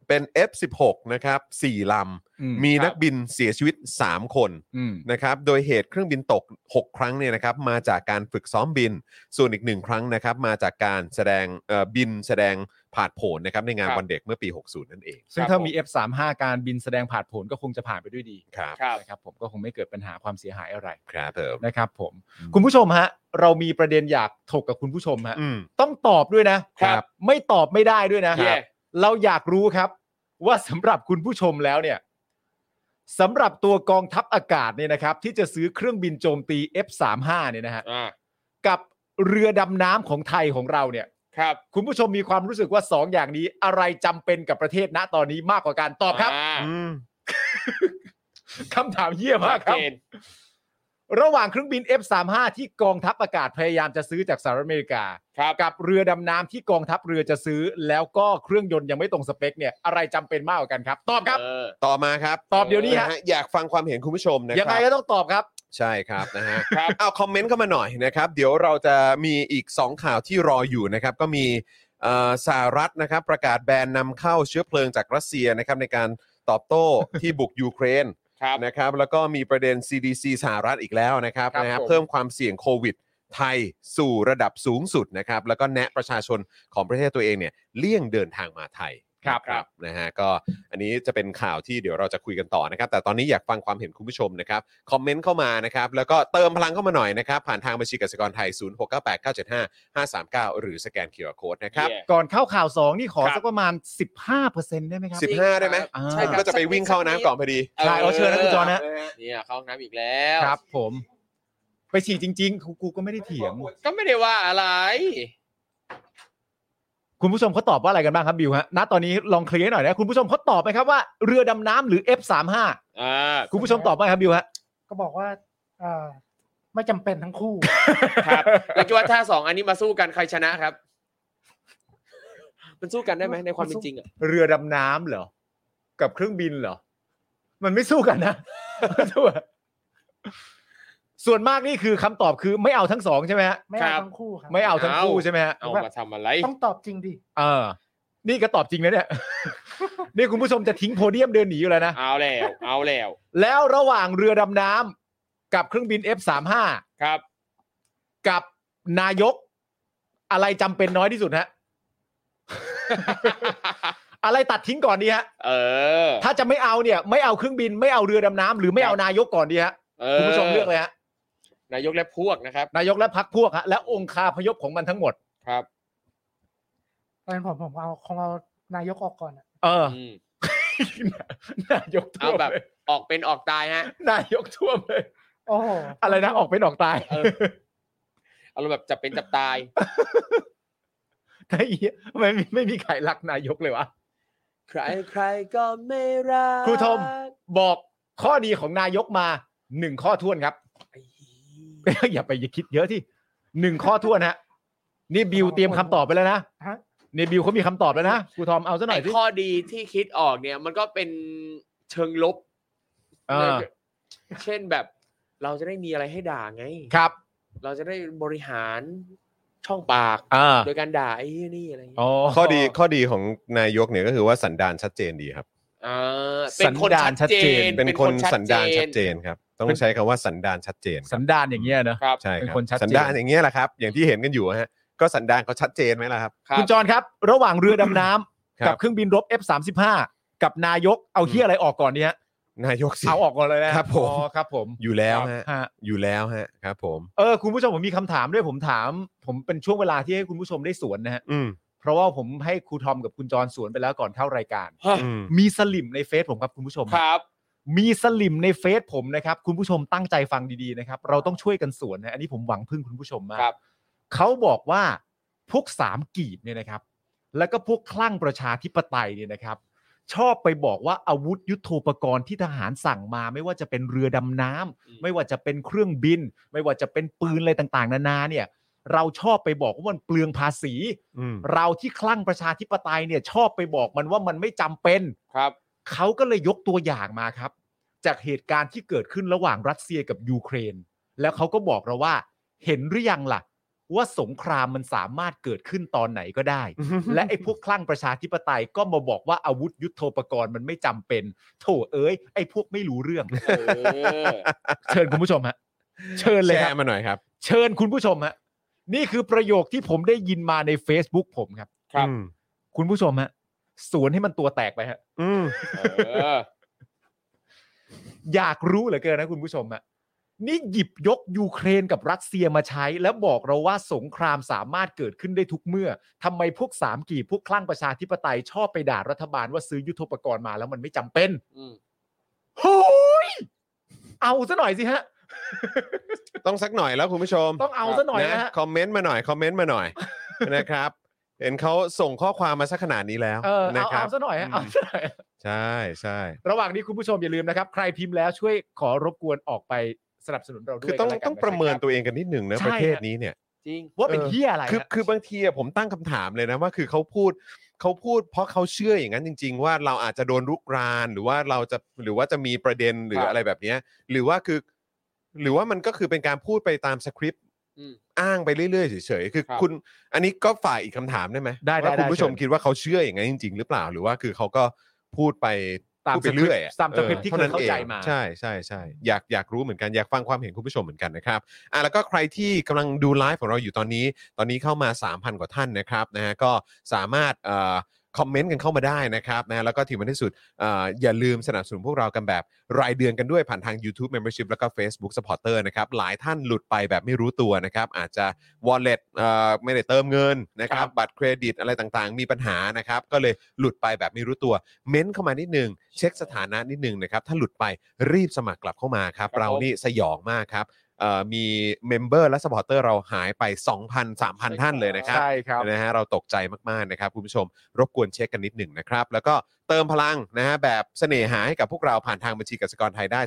เป็น F16 นะครับ4ล อื ำ มี ครับ นักบินเสียชีวิต 3 คน อืม นะครับ โดยเหตุเครื่องบินตก 6 ครั้งเนี่ยนะครับ มาจากการฝึกซ้อมบิน ส่วนอีก 1 ครั้งนะครับ มาจากการแสดงเอ่อบินแสดงผาดโผนนะครับ ในงาน ครับ วันเด็กเมื่อปี 60 นั่นเอง ซึ่ง ครับ ถ้ามี ผม F35 การบินแสดงผ่านผลก็คงจะผ่านไปด้วยดี ครับ ครับ นะครับผมก็คงไม่เกิดปัญหาความเสียหายอะไร ครับผม นะครับผม คุณผู้ชมฮะ เรามีประเด็นอยากถกกับคุณผู้ชมฮะ อืม ต้องตอบด้วยนะครับ ไม่ตอบไม่ได้ด้วยนะ เย่ เราอยากรู้ครับ ว่าสำหรับคุณผู้ชมแล้วเนี่ยสำหรับตัวกองทัพอากาศเนี่ยนะครับ ที่จะซื้อเครื่องบินโจมตี F35 เนี่ยนะฮะ อ่า กับเรือดำน้ำของไทยของเราเนี่ย ครับ คุณผู้ชมมีความรู้สึกว่า 2 อย่างนี้อะไรจำเป็นกับประเทศณตอนนี้มากกว่าการตอบครับ า อืม คำถามเยี่ยมมากค ชั รั ด บ เจน ระหว่างเครื่องบิน F35 ที่กองทัพอากาศพยายามจะซื้อจากสหรัฐอเมริกา ครับ กับเรือดำน้ำที่กองทัพเรือจะซื้อ แล้วก็เครื่องยนต์ยังไม่ตรงสเปคเนี่ยอะไรจำเป็นมากกว่ากันครับ ตอบครับ เออ ต่อมาครับ ตอบเดี๋ยวนี้ฮะ ฮะอยากฟังความเห็นคุณผู้ชมนะค ยังไง รับ ก็ต้องตอบครับ ใช่ครับนะฮะ ครับ เอาคอมเมนต์เข้ามาหน่อยนะครับ เดี๋ยวเราจะมีอีก 2 ข่าวที่รออยู่นะครับ ก็มีเอ่อสหรัฐนะครับ ประกาศแบนนำเข้าเชื้อเพลิงจากรัสเซียนะครับในการตอบโต้ ที่บุกยูเครน ครับ นะครับแล้วก็มีประเด็น CDC สหรัฐอีกแล้วนะครับ ครับ นะฮะ ผม เพิ่มความเสี่ยงโควิด ไทยสู่ระดับสูงสุดนะครับ แล้วก็แนะประชาชนของประเทศตัวเองเนี่ยเลี่ยงเดินทางมาไทย ครับ นะนะฮะก็อันนี้จะเป็นข่าวที่เดี๋ยวเราจะคุยกันต่อนะครับ แต่ตอนนี้อยากฟังความเห็นคุณผู้ชมนะครับ คอมเมนต์เข้ามานะครับ แล้วก็เติมพลังเข้ามาหน่อยนะครับ ผ่านทางบัญชีกสิกรไทย 0698975539 หรือสแกนเคอร์โคดนะครับ เย่ ก่อนเข้าข่าว 2 นี่ขอ ครับ สักประมาณ 15%ได้ไหมครับ สิบ 15ได้ไหม อ่า ใช่ครับ ก็จะไปวิ่งเข้าน้ำก่อนพอดี ใช่เอาเชิญนะคุณจอนะ เนี่ยเข้าห้องน้ำอีกแล้ว ครับผม ไปฉี่จริงๆกูกูก็ไม่ได้เถียง ก็ไม่ได้ว่าอะไร คุณผู้ชมเขาตอบว่าอะไรกันบ้างครับบิวฮะณตอนนี้ลองเคลียร์ให้หน่อยนะคุณผู้ชมเขาตอบไหมครับว่าเรือดำน้ำหรือ F35 อ่า คุณผู้ชมตอบว่าไงครับบิวฮะ ก็บอกว่าเอ่อไม่จำเป็นทั้งคู่ ครับแล้วคิดว่าถ้าสองอันนี้มาสู้กันใครชนะครับ มันสู้กันได้ไหมในความเป็นจริงอ่ะ เรือดำน้ำเหรอ กับเครื่องบินเหรอ มันไม่สู้กันนะ ส่วนมากนี่คือคำตอบคือไม่เอาทั้งสองใช่ไหมฮะ ไม่ ครั เอา บ ทั้งคู่ครับ ไม่เอาทั้งคู่ เอา ใช่ไหมฮะ เอามาทำอะไร ต้องตอบจริงดิ เออ นี่ก็ตอบจริงนะเนี่ย นี่คุณผู้ชมจะทิ้งโพเดียมเดินหนีอยู่แล้วนะ เอาแล้ว เอาแล้ว แล้วระหว่างเรือดำน้ำกับเครื่องบิน F35 ครับ กับนายก อะไรจำเป็นน้อยที่สุดฮะ อะไรตัดทิ้งก่อนดีฮะ เออ ถ้าจะไม่เอาเนี่ย ไม่เอาเครื่องบินไม่เอาเรือดำน้ำหรือไม่เอานายกก่อนดีฮะ เอ คุณผู้ชมเลือกเลยฮะ นายกและพวกนะครับ นายกและพักพวกฮะและองค์คาพยพของมันทั้งหมด ครับ เพราะฉะนั้นผมผมเอาคงเอานายกออกก่อนอะ เออ อืม นายกท่วม เอาแบบ เลย ออกเป็นออกตายฮะ นายกท่วมเลย โอ้โห อะไรนะออกไปนออกตาย เออ อารมณ์แบบจับเป็นจับตาย ไอ้เหี้ยไม่มีไม่มีใครรักนายกเลยวะ ใครใครก็ไม่รัก ครูธม บอกข้อดีของนายกมาหนึ่งข้อท้วนครับ ไอ้เหี้ย อย่าไปอย่าคิดเยอะที่หนึ่งข้อท้วนฮะนี่บิวเตรียมคำตอบไปแล้วนะ ฮะ นี่บิวเขามีคำตอบแล้วนะครูทอมเอาซะหน่ ไอ้ อยสิ ข้อดีที่คิดออกเนี่ย มันก็เป็นเชิงลบ เออ เช่นแบบเราจะได้มีอะไรให้ด่าไง ครับ เราจะได้บริหารช่องปาก อ่า โดยการด่าไอ้เหี้ยนี่อะไรอย่างเงี้ย อ๋อ ข้อดีข้อดีของนายกเนี่ยก็คือว่าสันดานชัดเจนดีครับ อ่าเป็นคน สันดานชัดชัด เจ เจ น น เป็นคนสันดานชัดเจ น นครับ ต้องใช้คำว่าสันดานชัดเจนค สั รับ นดานอย่างเงี้ยเนอะ ครับ ใช่ค เป็ รับ นคนชัดเจน สันดานอย่างเงี้ยแหละครับ อย่างที่เห็นกันอยู่ฮะก็สันดานเขาชัดเจนไหมล่ะครับ ครับ คุณจรครับ ระหว่างเรือดำน้ำ ครับ กับเครื่องบินรบ F35 กับนายกเอาเฮียอะไรออกก่อนดีฮะ นายกสิ เอาออกก่อนเลยนะครับ ผม อ๋อครับผม อยู่แล้วฮะ ฮะ อยู่แล้วฮะครับ ผม เออคุณผู้ชมผมมีคำถามด้วยผมถาม ผมเป็นช่วงเวลาที่ให้คุณผู้ชมได้สวนนะฮะ อืม เพราะว่าผมให้ครูทอมกับคุณจรสวนไปแล้วก่อนเข้ารายการ ฮะ อืม มีสลิมในเฟซผมครับคุณผู้ชม ครับ มีสลิมในเฟซผมนะครับ คุณผู้ชมตั้งใจฟังดีๆนะครับ เราต้องช่วยกันสวนนะอันนี้ผมหวังพึ่งคุณผู้ชมมาก ครับ เขาบอกว่าพวกสามกีบเนี่ยนะครับ แล้วก็พวกคลั่งประชาธิปไตยเนี่ยนะครับ ชอบไปบอกว่าอาวุธยุโทโธปกรณ์ที่ทหารสั่งมา ไม่ว่าจะเป็นเรือดำน้ำ อืม ไม่ว่าจะเป็นเครื่องบิน ไม่ว่าจะเป็นปืนอะไรต่างๆ นานาเนี่ย เราชอบไปบอกว่ามันเปลืองภาษี อืม เราที่คลั่งประชาธิปไตยเนี่ย ชอบไปบอกมันว่ามันไม่จำเป็น ครับ เขาก็เลยยกตัวอย่างมาครับ จากเหตุการณ์ที่เกิดขึ้นระหว่างรัสเซียกับยูเครน แล้วเขาก็บอกเราว่า เห็นหรือยังล่ะ ว่าสงครามมันสามารถเกิดขึ้นตอนไหนก็ ได้ และไอ้พวกคลั่งประชาธิปไตยก็มาบอกว่าอาวุธยุทโธปกรณ์มันไม่จำเป็น โถเอ้ยไอ้พวกไม่รู้เรื่อง เออ เชิญคุณผู้ชมฮะ เชิญเลย แช ครับ ร์มาหน่อยครับ เชิญคุณผู้ชมฮะ นี่คือประโยคที่ผมได้ยินมาใน Facebook ผมครับ ครับ อืม คุณผู้ชมฮะ สวนให้มันตัวแตกไปฮะ อืม เออ อยากรู้เหลือเกินนะคุณผู้ชมอะนี่หยิบยกยูเครนกับรัสเซียมาใช้ แล้วบอกเราว่าสงครามสามารถเกิดขึ้นได้ทุกเมื่อทำไมพวกสามกีบพวกคลั่งประชาธิปไตยชอบไปด่ารัฐบาลว่าซื้อยุทโธปกรณ์มาแล้วมันไม่จำเป็น อืม โฮ้ยเอาซะหน่อยสิฮะ ต้องสักหน่อยแล้วคุณผู้ชม ต้องเอาซะหน่อยนะฮะ คอมเมนต์มาหน่อยคอมเมนต์มาหน่ อย นะครับ เห็นเขาส่งข้อความมาสักขนาดนี้แล้ว เออ นะ เอา ครั เอา บ ซะหน่อยฮะเอาซะหน่อย ใช่ใช่ ระหว่างนี้คุณผู้ชมอย่าลืมนะครับ ใครพิมพ์แล้วช่วยขอรบกวนออกไปสนับสนุนเราด้วย คือต้อง กันแล้วกัน ต้องประเมิน คบ ตัวเองกันนิดหนึ่งนะ ใช่ ประเทศนี้เนี่ย จริง ว่าเป็น เออ เฮียอะไร คือ ฮะ คือบางทีอะผมตั้งคำถามเลยนะว่าคือเขาพูดเขาพูดเพราะเขาเชื่ออย่างนั้นจริง ๆ ว่าเราอาจจะโดนรุกรานหรือว่าเราจะหรือว่าจะมีประเด็นหรือ ครับ อะไรแบบเนี้ยหรือว่าคือ หรือว่ามันก็คือเป็นการพูดไปตามสคริปต์ อืม อ้างไปเรื่อยๆเฉยๆคือ ครับ คุณอันนี้ก็ฝ่ายอีกคำถามได้ไหม ได้ได้ ว่าคุณ ได้ ผู้ชม เญ คิดว่าเขาเชื่ออย่างนั้นจริง ๆ หรือเปล่า หรือว่าคือเขาก็พูดไป ตาม พูด ส ไป คริป เรื่อยอะ ต์ตามสคริปต์ที่ ท่ เคย นั้น เข้า อง ใจมา ใช่ใช่ใช่อยากอยากรู้เหมือนกันอยากฟังความเห็นคุณผู้ชมเหมือนกันนะครับ อ่ะแล้วก็ใครที่กำลังดูไลฟ์ของเราอยู่ตอนนี้ ตอนนี้เข้ามา 3,000 กว่าท่านนะครับนะฮะก็สามารถเอ่อคอมเมนต์กันเข้ามาได้นะครับนะฮะแล้วก็ถึงวันที่สุดเอออย่าลืมสนับสนุนพวกเรากันแบบรายเดือนกันด้วยผ่านทาง YouTube Membership แล้วก็ Facebook Supporter นะครับหลายท่านหลุดไปแบบไม่รู้ตัวนะครับ อาจจะ Wallet เอ่อไม่ได้เติมเงินนะครับบัตรเครดิตอะไรต่างๆ มีปัญหานะครับก็เลยหลุดไปแบบไม่รู้ตัว เม้นเข้ามานิดนึง เช็คสถานะนิดนึงนะครับถ้าหลุดไปรีบสมัครกลับเข้ามาครับ ครับ เรา ผม นี่สยองมากครับ เอ่อมีเมมเบอร์และสปอร์เตอร์เราหายไป 2,000 3,000 ท่านเลยนะครับ ใช่ครับ นะฮะเราตกใจมากๆนะครับคุณผู้ชม รบกวนเช็คกันนิดหนึ่งนะครับ แล้วก็เติมพลังนะฮะแบบเสน่หาให้กับพวกเราผ่านทางบัญชีกสิกรไทยได้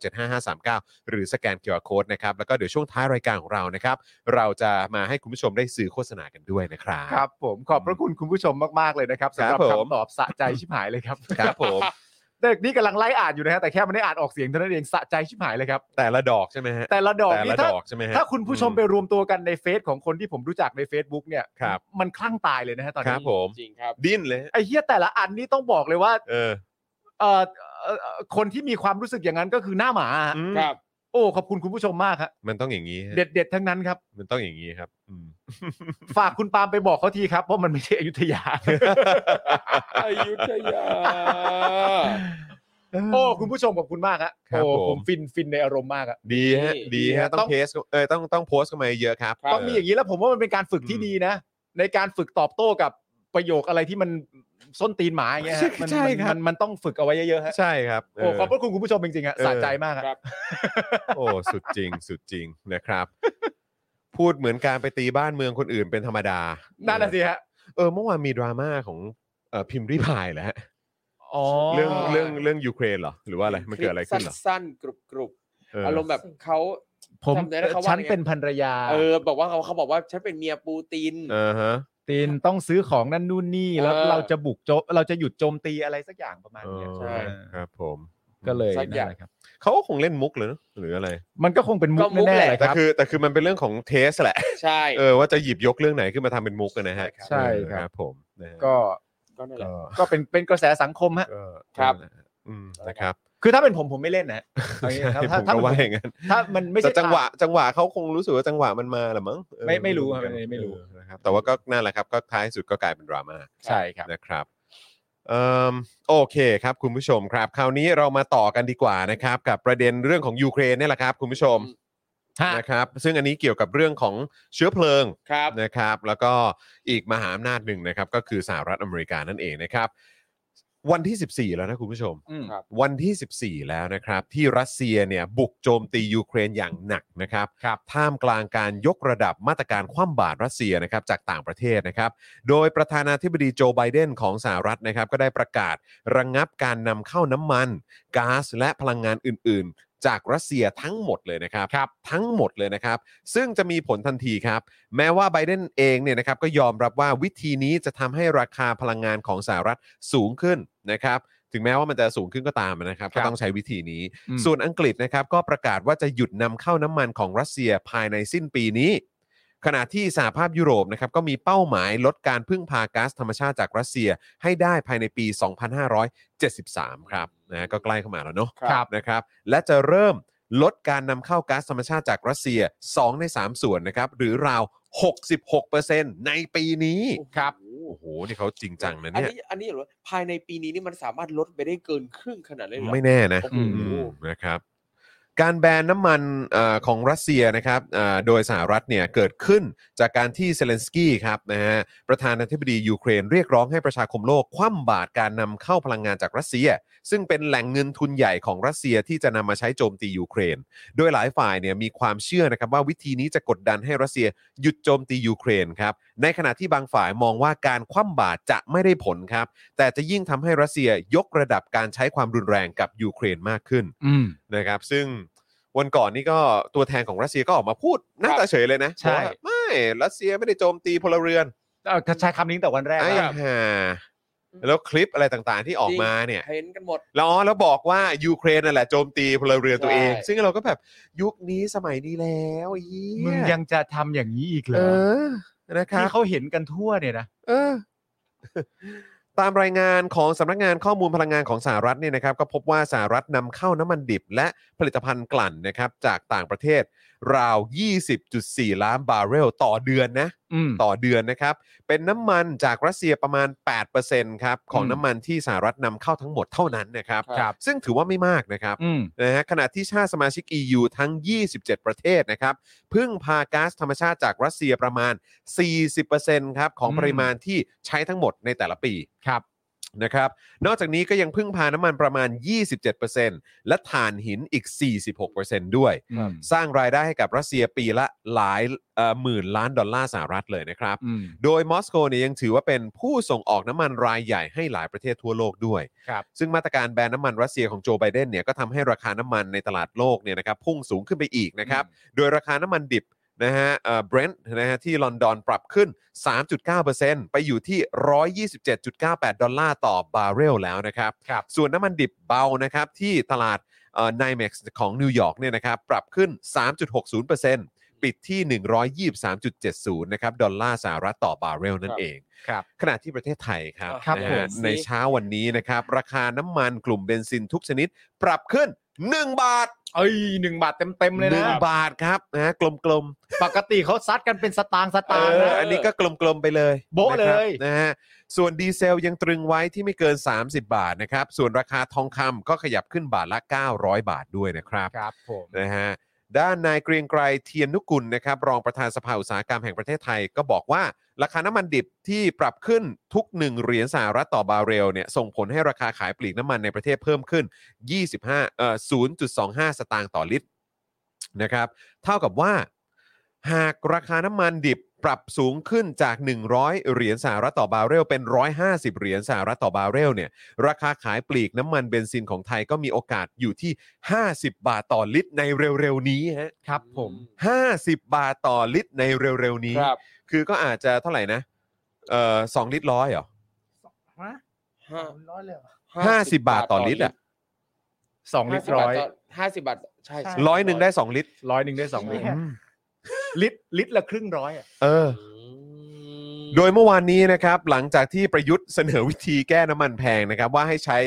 0698975539 หรือสแกน QR Code นะครับ แล้วก็เดี๋ยวช่วงท้ายรายการของเรานะครับ เราจะมาให้คุณผู้ชมได้ซื้อโฆษณากันด้วยนะครับ ครับผมขอบพระคุณคุณผู้ชมมากๆเลยนะครับ ค สำ รับ หรับ ผม คำตอบสะใจชิบหายเลยครับ ครับผม เด็กนี่กำลังไล่อ่านอยู่นะฮะแต่แค่มันได้อ่านออกเสียงเท่านั้นเองสะใจชิบหายเลยครับ แต่ละดอกใช่ไหมฮะ แต่ละดอก แต่ นี่ ละ ถ้า ดอกใช่ไหมฮะ ถ้าคุณผู้ชมไปรวมตัวกันในเฟซของคนที่ผมรู้จักใน Facebook เนี่ย ครับ มันคลั่งตายเลยนะฮะตอน ครั นี้ บผม จริงครับ ดิ้นเลยฮะ ไอ้เฮียแต่ละอันนี่ต้องบอกเลยว่า เออ เอ่อเอ่อเอ่อคนที่มีความรู้สึกอย่างนั้นก็คือหน้าหมาฮะ อืม ครับ โอ้ขอบคุณคุณผู้ชมมากฮะ มันต้องอย่างนี้ฮะ เด็ดเด็ดๆทั้งนั้นครับ มันต้องอย่างนี้ครับอืม ฝากคุณปาล์มไปบอกเขาทีครับว่ามันไม่ใช่อยุธยา อยุธยา โอ้คุณผู้ชมขอบคุณมากฮะ ครับผโอ้ม ผมฟินฟินในอารมณ์มากอะ ดีฮะ นี่ ดีฮะ ดีฮะ ต้ ต้ อ อง ง เพสเออต้องต้องโพสต์เข้ามาเยอะครับ ครับ ต้องมีอย่างนี้แล้วผมว่ามันเป็นการฝึกที่ดีนะ ในการฝึกตอบโต้กับประโยคอะไรที่มันส้นตีนหมาอย่างเงี้ยฮะมัน ใช่ครั มั บ นมันต้องฝึกเอาไว้เยอะๆฮะ ใช่ครับ โอ้ เ ขอบพระคุณคุณผู้ชมจริงๆอะ เออ สะใจมากอะ ครับ โอ้สุดจริง สุดจริงนะครับ พูดเหมือนการไปตีบ้านเมืองคนอื่นเป็นธรรมดา นั่ นั่นแหะสิฮะ เออเมื่อวานมีดราม่าของเอ่อพิมพ์ริพายแล้ว อ๋อ เรื่องเรื่องเรื่องยูเครนเหรอ หรือว่าอะไรมันเกิดอะไรขึ้นเหรอ สั้นๆกรุบกรุบ เอออ อารมณ์แบบเขา ผม จำได้นะเขาว่า ฉันเป็นภรรยา เออ บอกว่าเขาเขาบอกว่าฉันเป็นเมียปูติน เออฮะ ตีนต้องซื้อของนั่นนู่นนี่แล้ว เออ เราจะบุกโจมเราจะหยุดโจมตีอะไรสักอย่างประมาณ เอ เนี้ย อ ใช่ ครับผม ก็เลย สักอย่านั่นงแหละครับ เขาก็คงเล่นมุกเลยหรืออะไร มันก็คงเป็นมุ ก็ ก มุก แน่ๆแหละ เลย แต่ ครับ คือแต่คือมันเป็นเรื่องของเทสแหละ ใช่ เออว่าจะหยิบยกเรื่องไหนขึ้นมาทำเป็นมุกกันนะฮะ ใช่คเออครับรับผมนะฮะ ก็ ก็นั่นแหละ ก็ ก็เป็นเป็นกระแสสังคมฮะ ก็ ครับ นั่นแหละอืมนะครับ คือถ้าเป็นผมผมไม่เล่นนะฮะเอาอย่าง ใช่ งี้ผครับถ้าม ถ้า ก็ว่าเป็นผม อย่างนั้น ถ้ามันไม่ใช่ แต่จังหวะ ตาม จังหวะเขาคงรู้สึกว่าจังหวะมันมาแหละมั้งเออ ไม่ไม่รู้ครับ เหอนกัน ไม่รู้ เออนะครับแต่ว่าก็นั่นแหละครับก็ท้ายสุดก็กลายเป็นดราม่า ใช่ครับ นะครับเอิ่มโอเคครับคุณผู้ชมครับ คราวนี้เรามาต่อกันดีกว่านะครับ กับประเด็นเรื่องของยูเครนเนี่ยแหละครับ คุณผู้ชม ฮะ นะครับ ซึ่งอันนี้เกี่ยวกับเรื่องของเชื้อเพลิง ครับ นะครับแล้วก็อีกมหาอำนาจหนึ่งนะครับก็คือสหรัฐอเมริกานั่นเองนะครับ วันที่ 14 แล้วนะคุณผู้ชม อืม ครับ วันที่ 14 แล้วนะครับ ที่รัสเซียเนี่ยบุกโจมตียูเครนอย่างหนักนะครับ ครับ ท่ามกลางการยกระดับมาตรการคว่ำบาตรรัสเซียนะครับจากต่างประเทศนะครับ โดยประธานาธิบดีโจไบเดนของสหรัฐนะครับ ก็ได้ประกาศระงงับการนำเข้าน้ำมันก๊าซและพลังงานอื่น ๆ จากรัสเซียทั้งหมดเลยนะครับรบทั้งหมดเลยนะครับ ซึ่งจะมีผลทันทีครับ แม้ว่าไบเดนเองเนี่ยนะครับก็ยอมรับว่าวิธีนี้จะทำให้ราคาพลังงานของสหรัฐสูงขึ้นนะครับ ถึงแม้ว่ามันจะสูงขึ้นก็ตามนะครับ ครั ก็ บ ต้องใช้วิธีนี้ อืม ส่วนอังกฤษนะครับก็ประกาศว่าจะหยุดนำเข้าน้ำมันของรัสเซียภายในสิ้นปีนี้ ขณะที่สหภาพยุโรปนะครับก็มีเป้าหมายลดการพึ่งพาก๊าซธรรมชาติจากรัสเซียให้ได้ภายในปี 2573 ครับนะก็ใกล้เข้ามาแล้วเนาะ ครับ นะครับและจะเริ่มลดการนำเข้าก๊าซธรรมชาติจากรัสเซีย 2 ใน 3 ส่วนนะครับ หรือราว 66%ในปีนี้ ครับ โอ้โห นี่เขาจริงจังนะ อัน เนี่ย นี้อันนี้เหรอภายในปีนี้นี่มันสามารถลดไปได้เกินครึ่งขนาดเลยเหรอ ไม่แน่นะ โอ้โห อืมนะครับ การแบนน้ำมันเอ่อของรัสเซียนะครับเอ่อโดยสหรัฐเนี่ยเกิดขึ้นจากการที่เซเลนสกี้ครับนะฮะประธานาธิบดียูเครนเรียกร้องให้ประชาคมโลก คว่ำบาตรการนำเข้าพลังงานจากรัสเซีย ซึ่งเป็นแหล่งเงินทุนใหญ่ของรัสเซียที่จะนำมาใช้โจมตียูเครน โดยหลายฝ่ายเนี่ยมีความเชื่อนะครับว่าวิธีนี้จะกดดันให้รัสเซียหยุดโจมตียูเครนครับในขณะที่บางฝ่ายมองว่าการคว่ำบาตรจะไม่ได้ผลครับ แต่จะยิ่งทำให้รัสเซียยกระดับการใช้ความรุนแรงกับยูเครนมากขึ้น อืม นะครับ ซึ่งวันก่อนนี่ก็ตัวแทนของรัสเซียก็ออกมาพูดหน้าตาเฉยเลยนะบใช่อกว่าไม่รัสเซียไม่ได้โจมตีพลเรือน เอ่อใช้คำนี้ตั้งแต่วันแรก ไอ้ แล้ว ห่าแล้วคลิปอะไรต่างๆที่ออกมาเนี่ย เห็นกันหมด แล้วอ๋อแล้วบอกว่ายูเครนนั่นแหละโจมตีพลเรือนตัวเอง ใช่ ซึ่งเราก็แบบยุคนี้สมัยนี้แล้วไอ้เหี้ มึงยังจะทำอย่างนี้อีกเหร เอ อ อนะครับ ที่เขาเห็นกันทั่วเนี่ยนะ เออ ตามรายงานของสำนักงานข้อมูลพลังงานของสหรัฐเนี่ยนะครับ ก็พบว่าสหรัฐนำเข้าน้ำมันดิบ และผลิตภัณฑ์กลั่นนะครับ จากต่างประเทศ ราว 20.4 ล้านบาร์เรลต่อเดือนนะ อืม ต่อเดือนนะครับ เป็นน้ำมันจากรัสเซียประมาณ 8%ครับ ของ อืม น้ำมันที่สหรัฐนำเข้าทั้งหมดเท่านั้นนะครับ ครับ ซึ่งถือว่าไม่มากนะครับ อืม นะฮะขณะที่ชาติสมาชิก EU ทั้ง 27 ประเทศนะครับพึ่งพาก๊าซธรรมชาติจากรัสเซียประมาณ 40%ครับของ อืม ปริมาณที่ใช้ทั้งหมดในแต่ละปี ครับ นะครับ นอกจากนี้ก็ยังพึ่งพาน้ำมันประมาณ 27%และถ่านหินอีก 46%ด้วย อืม สร้างรายได้ให้กับรัสเซียปีละหลายเอ่อหมื่นล้านดอลลาร์สหรัฐเลยนะครับ อืม โดยมอสโกเนี่ยยังถือว่าเป็นผู้ส่งออกน้ำมันรายใหญ่ให้หลายประเทศทั่วโลกด้วย ครับ ซึ่งมาตรการแบนน้ำมันรัสเซียของโจไบเดนเนี่ยก็ทำให้ราคาน้ำมันในตลาดโลกเนี่ยนะครับพุ่งสูงขึ้นไปอีกนะครับ โดยราคาน้ำมันดิบนะฮะเบรนท์นะฮะที่ลอนดอนปรับขึ้น 3.9%ไปอยู่ที่ 127.98 ดอลลาร์ต่อบาร์เรลแล้วนะครับ ครับ ส่วนน้ำมันดิบเบานะครับที่ตลาดไนแม็กซ์ของนิวยอร์กเนี่ยนะครับปรับขึ้น 3.60%ปิดที่ 123.70 นะครับดอลลาร์สหรัฐต่อบาร์เรลนั่นเอง ครับ ขณะที่ประเทศไทยครับ ครับ นะ ผ ฮะ ม ในเช้าวันนี้นะครับ ราคาน้ำมันกลุ่มเบนซินทุกชนิด ปรับขึ้น 1 บาท เอ้ยหนึ่งบาทเต็มเต็มๆเลยนะ 1 บาทครับนะฮะกลม ปกติเขาซัดกันเป็นสตางค์ส ๆเอ ตางค์ อ นะ อันนี้ก็กลมๆไปเลย โบ๊ะเลย นะครับนะฮะส่วนดีเซลยังตรึงไว้ที่ไม่เกิน 30 บาทนะครับ ส่วนราคาทองคำก็ขยับขึ้นบาทละ 900 บาทด้วยนะครับ ครับผม นะฮะด้านนายเกรียงไกรเทียนนุกุลนะครับ รองประธานสภาอุตสาหกรรมแห่งประเทศไทย ก็บอกว่า ราคาน้ำมันดิบที่ปรับขึ้นทุก 1 เหรียญสหรัฐต่อบาร์เรลเนี่ยส่งผลให้ราคาขายปลีกน้ำมันในประเทศเพิ่มขึ้น 25เอ่อ0.25 สตางค์ต่อลิตรนะครับ เท่ากับว่า หากราคาน้ำมันดิบปรับสูงขึ้นจาก 100 เหรียญสหรัฐต่อบาร์เรลเป็น 150 เหรียญสหรัฐต่อบาร์เรลเนี่ย ราคาขายปลีกน้ำมันเบนซินของไทยก็มีโอกาสอยู่ที่ 50 บาทต่อลิตรในเร็วๆนี้ฮะ ครับผม 50 บาทต่อลิตรในเร็วๆนี้ ครับ คือก็อาจจะเท่าไหร่นะเอ่อสองลิตรร้อยเหรอ ฮะ ห้า ร้อยเลยเหรอ ห้าสิบบาทต่อลิตรอ่ะ สองลิตรร้อย ห้าสิบบาทต่อ50 บาท ใช่ ใช่ ร้อยหนึ่งได้สองลิตร ร้อยหนึ่งได้สองลิตร อืม ลิตรลิตรละครึ่งร้อยอะ เออ อืม โดยเมื่อวานนี้นะครับ หลังจากที่ประยุทธ์เสนอวิธีแก้น้ำมันแพงนะครับ ว่าให้ใช้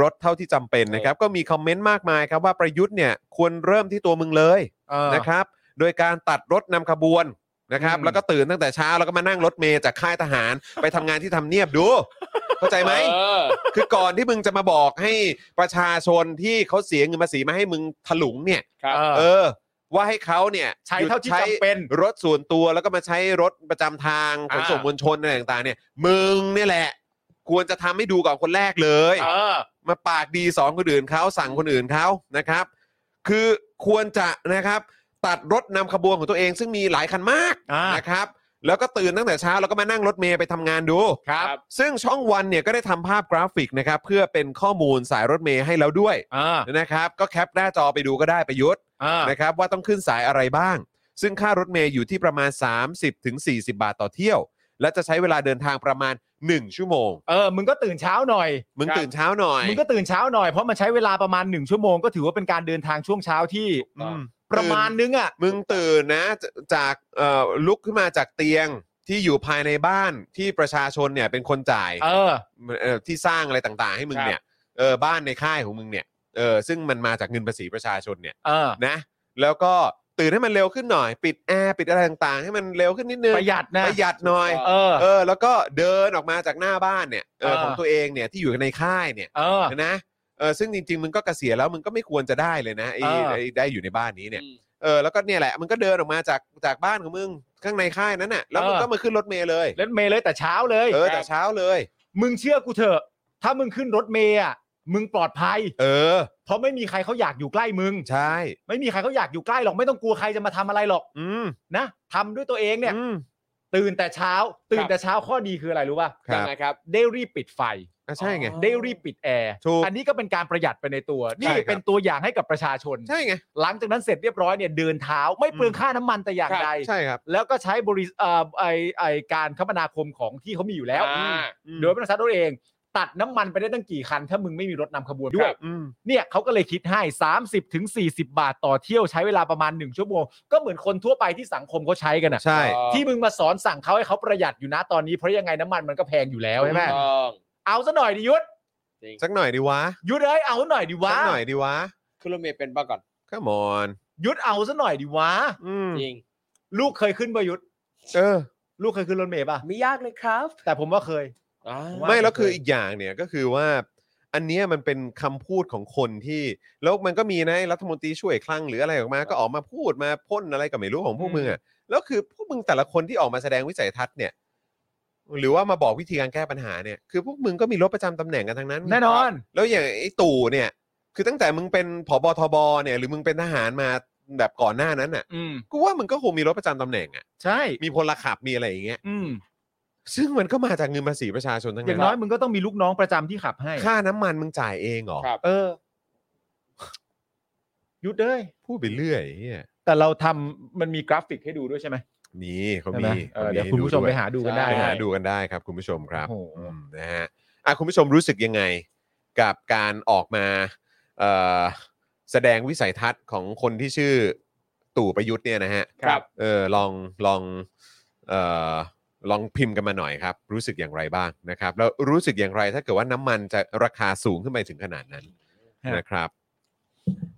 รถเท่าที่จำเป็นนะครับ ก็มีคอมเมนต์มากมายครับว่าประยุทธ์เนี่ยควรเริ่มที่ตัวมึงเลยนะครับ โดยการตัดรถนำขบวนนะครับ อืม แล้วก็ตื่นตั้งแต่เช้าแล้วก็มานั่งรถเมย์จากค่ายทหาร ไปทำงานที่ทำเนียบดู เข้าใจไหม เออ คือก่อนที่มึงจะมาบอกให้ประชาชนที่เขาเสียเงินภาษีมาให้มึงถลุงเนี่ย ครับ เออ ว่าให้เขาเนี่ย ใช้ หยุด เท่าที่จำเป็น รถส่วนตัวแล้วก็มาใช้รถประจำทางขนส่ง อ่าม ม วลชนอะไรต่างๆเนี่ย มึงเนี่ยแหละ ควรจะทำให้ดูก่อนคนแรกเลย เออ มาปากดีสอนคนอื่นเขาสั่งคนอื่นเขานะครับ คือควรจะนะครับ ตัดรถนำขบวนของตัวเองซึ่งมีหลายคันมาก อ่าน นะครับ แล้วก็ตื่นตั้งแต่เช้าแล้วก็มานั่งรถเมย์ไปทำงานดู ครับ ซึ่งช่องวันเนี่ยก็ได้ทำภาพกราฟิกนะครับ เพื่อเป็นข้อมูลสายรถเมย์ให้แล้วด้วย อ่า นะครับ ก็แคปหน้าจอไปดูก็ได้ประยุทธ์ อ่า นะครับว่าต้องขึ้นสายอะไรบ้าง ซึ่งค่ารถเมย์อยู่ที่ประมาณ 30-40ถึง40 บาทต่อเที่ยว และจะใช้เวลาเดินทางประมาณ 1 ชั่วโมง เออ มึงก็ตื่นเช้าหน่อย มึง ครับ ตื่นเช้าหน่อย มึงก็ตื่นเช้าหน่อยเพราะมันใช้เวลาประมาณหนึ่งชั่วโมงก็ถือว่าเป็นการเดินทางช่วงเช้าที่ อืม ป ประมาณนึงอ่ะ มึงตื่นนะจจากเอ่อลุกขึ้นมาจากเตียงที่อยู่ภายในบ้านที่ประชาชนเนี่ยเป็นคนจ่าย เออ เอ่อที่สร้างอะไรต่างๆ ให้มึงเนี่ยเออบ้านในค่ายของมึงเนี่ยเออซึ่งมันมาจากเงินภาษีประชาชนเนี่ย เออ นะ แล้วก็ตื่นให้มันเร็วขึ้นหน่อย ปิดแอร์ปิดอะไรต่างๆ ให้มันเร็วขึ้นนิดนึง ประหยัดนะ ประหยัดหน่อย เออ เออแล้วก็เดินออกมาจากหน้าบ้านเนี่ยเออ เออ ของตัวเองเนี่ยที่อยู่ในค่ายเนี่ย เออ นะเออซึ่งจริง ๆ มึงก็เกษียณแล้วมึงก็ไม่ควรจะได้เลยนะไอ้ เออ ไอ้ได้อยู่ในบ้านนี้เนี่ย อืม เออแล้วก็เนี่ยแหละมันก็เดินออกมาจากจากบ้านของมึงข้างในค่ายนั้นน่ะแล้วมึง เออ ก็มาขึ้นรถเมล์เลย เล่นเมย์เลยแต่เช้าเลย เออแต่เช้าเลย มึงเชื่อกูเถอะ ถ้ามึงขึ้นรถเมย์อ่ะ มึงปลอดภัย เออ เพราะไม่มีใครเขาอยากอยู่ใกล้มึง ใช่ ไม่มีใครเขาอยากอยู่ใกล้หรอก ไม่ต้องกลัวใครจะมาทำอะไรหรอก อืม นะทำด้วยตัวเองเนี่ย อืม ตื่นแต่เช้า ตื่น ครับ แต่เช้าข้อดีคืออะไรรู้ป่ะ ครั ยัง บ ไงครับ ได้รีบปิดไฟ อ่ะใช่ไง อ๋อ ได้รีบปิดแอร์ ถูก อันนี้ก็เป็นการประหยัดไปในตัว ใช่ นี่ ครับ เป็นตัวอย่างให้กับประชาชน ใช่ไง หลังจากนั้นเสร็จเรียบร้อยเนี่ยเดินเท้าไม่เปลืองค่าน้ำมันแต่อย่างใด ใช่ครับ แล้วก็ใช้บริเอ่อไอไอการคมนาคมของที่เขามีอยู่แล้ว อ่า อืม โดยประชาชนเอง ตัดน้ำมันไปได้ตั้งกี่คัน ถ้ามึงไม่มีรถนำขบวนด้ว ค ย รับ อืม เนี่ยเขาก็เลยคิดให้ 30ถึง40 บาทต่อเที่ยวใช้เวลาประมาณ 1 ชั่วโมง ก็เหมือนคนทั่วไปที่สังคมเขาใช้กันอะ ใช่ เออ ที่มึงมาสอนสั่งเขาให้เขาประหยัดอยู่นะตอนนี้เพราะยังไงน้ำมันมันก็แพงอยู่แล้วใช่ไหม ถูก ต้อง เอาซะหน่อยดิยุทธ จริง สักหน่อยดีวะ ยุทธเอ้ยเอาซะหน่อยดิวะ สัหน่อยดีวะ ขึ้นรถเมล์เป็นป่ะก่อน ก็มอน ยุทธเอาซะหน่อยดิวะ อืม จริง ลูกเคยขึ้นปะยุทธ เออ ลูกเคยขึ้นรถเมล์ป่ะ ไม่ยากเลยครับ แต่ผมว่าเคย อ่า ว่า ไม่แล้ว จะ คือ เคย อีกอย่างเนี่ยก็คือว่า อันเนี้ยมันเป็นคำพูดของคนที่ แล้วมันก็มีนะรัฐมนตรีช่วยคลังหรืออะไรออกมา ก็ออกมาพูดมาพ่นอะไรก็ไม่รู้ของพวกมึงอ่ะแล้วคือพวกมึงแต่ละคนที่ออกมาแสดงวิสัยทัศน์เนี่ย หรือว่ามาบอกวิธีการแก้ปัญหาเนี่ยคือพวกมึงก็มีรถประจำตำแหน่งกันทั้งนั้น แน่นอน แล้วอย่างไอ้ตู่เนี่ย คือตั้งแต่มึงเป็นผบทบเนี่ยหรือมึงเป็นทหารมาแบบก่อนหน้านั้นน่ะ อืม กูว่ามึงก็คงมีรถประจำตำแหน่งอ่ะ ใช่ มีพลขับมีอะไรอย่างเงี้ย อืม ซึ่งมันก็มาจากเงินภาษีประชาชนทั้ง อ นั้ ย่าน งน้อยมึงก็ต้องมีลูกน้องประจำที่ขับให้ ค่าน้ำมันมึงจ่ายเองเหรอ ครับ เออ ยุดเอ้ย พูดไปเรื่อยเฮีย แต่เราทำมันมีกราฟิกให้ดูด้วยใช่ไหม มีเขา ใช่ไหม มี เอ เขา อ มี เดี๋ยวคุณผู้ชมไป วย หาดูกันได้ ไปหา นะ ดูกันได้ครับ คุณผู้ชมครับ โอ้โห อืมนะฮะอ่ะคุณผู้ชมรู้สึกยังไง กับการออกมาเอ่อแสดงวิสัยทัศน์ของคนที่ชื่อตู่ประยุทธ์เนี่ยนะฮะ ครับ เออลองลองเอ่อลองพิมพ์กันมาหน่อยครับ รู้สึกอย่างไรบ้างนะครับ แล้วรู้สึกอย่างไรถ้าเกิดว่าน้ำมันจะราคาสูงขึ้นไปถึงขนาดนั้น ฮะ นะครับ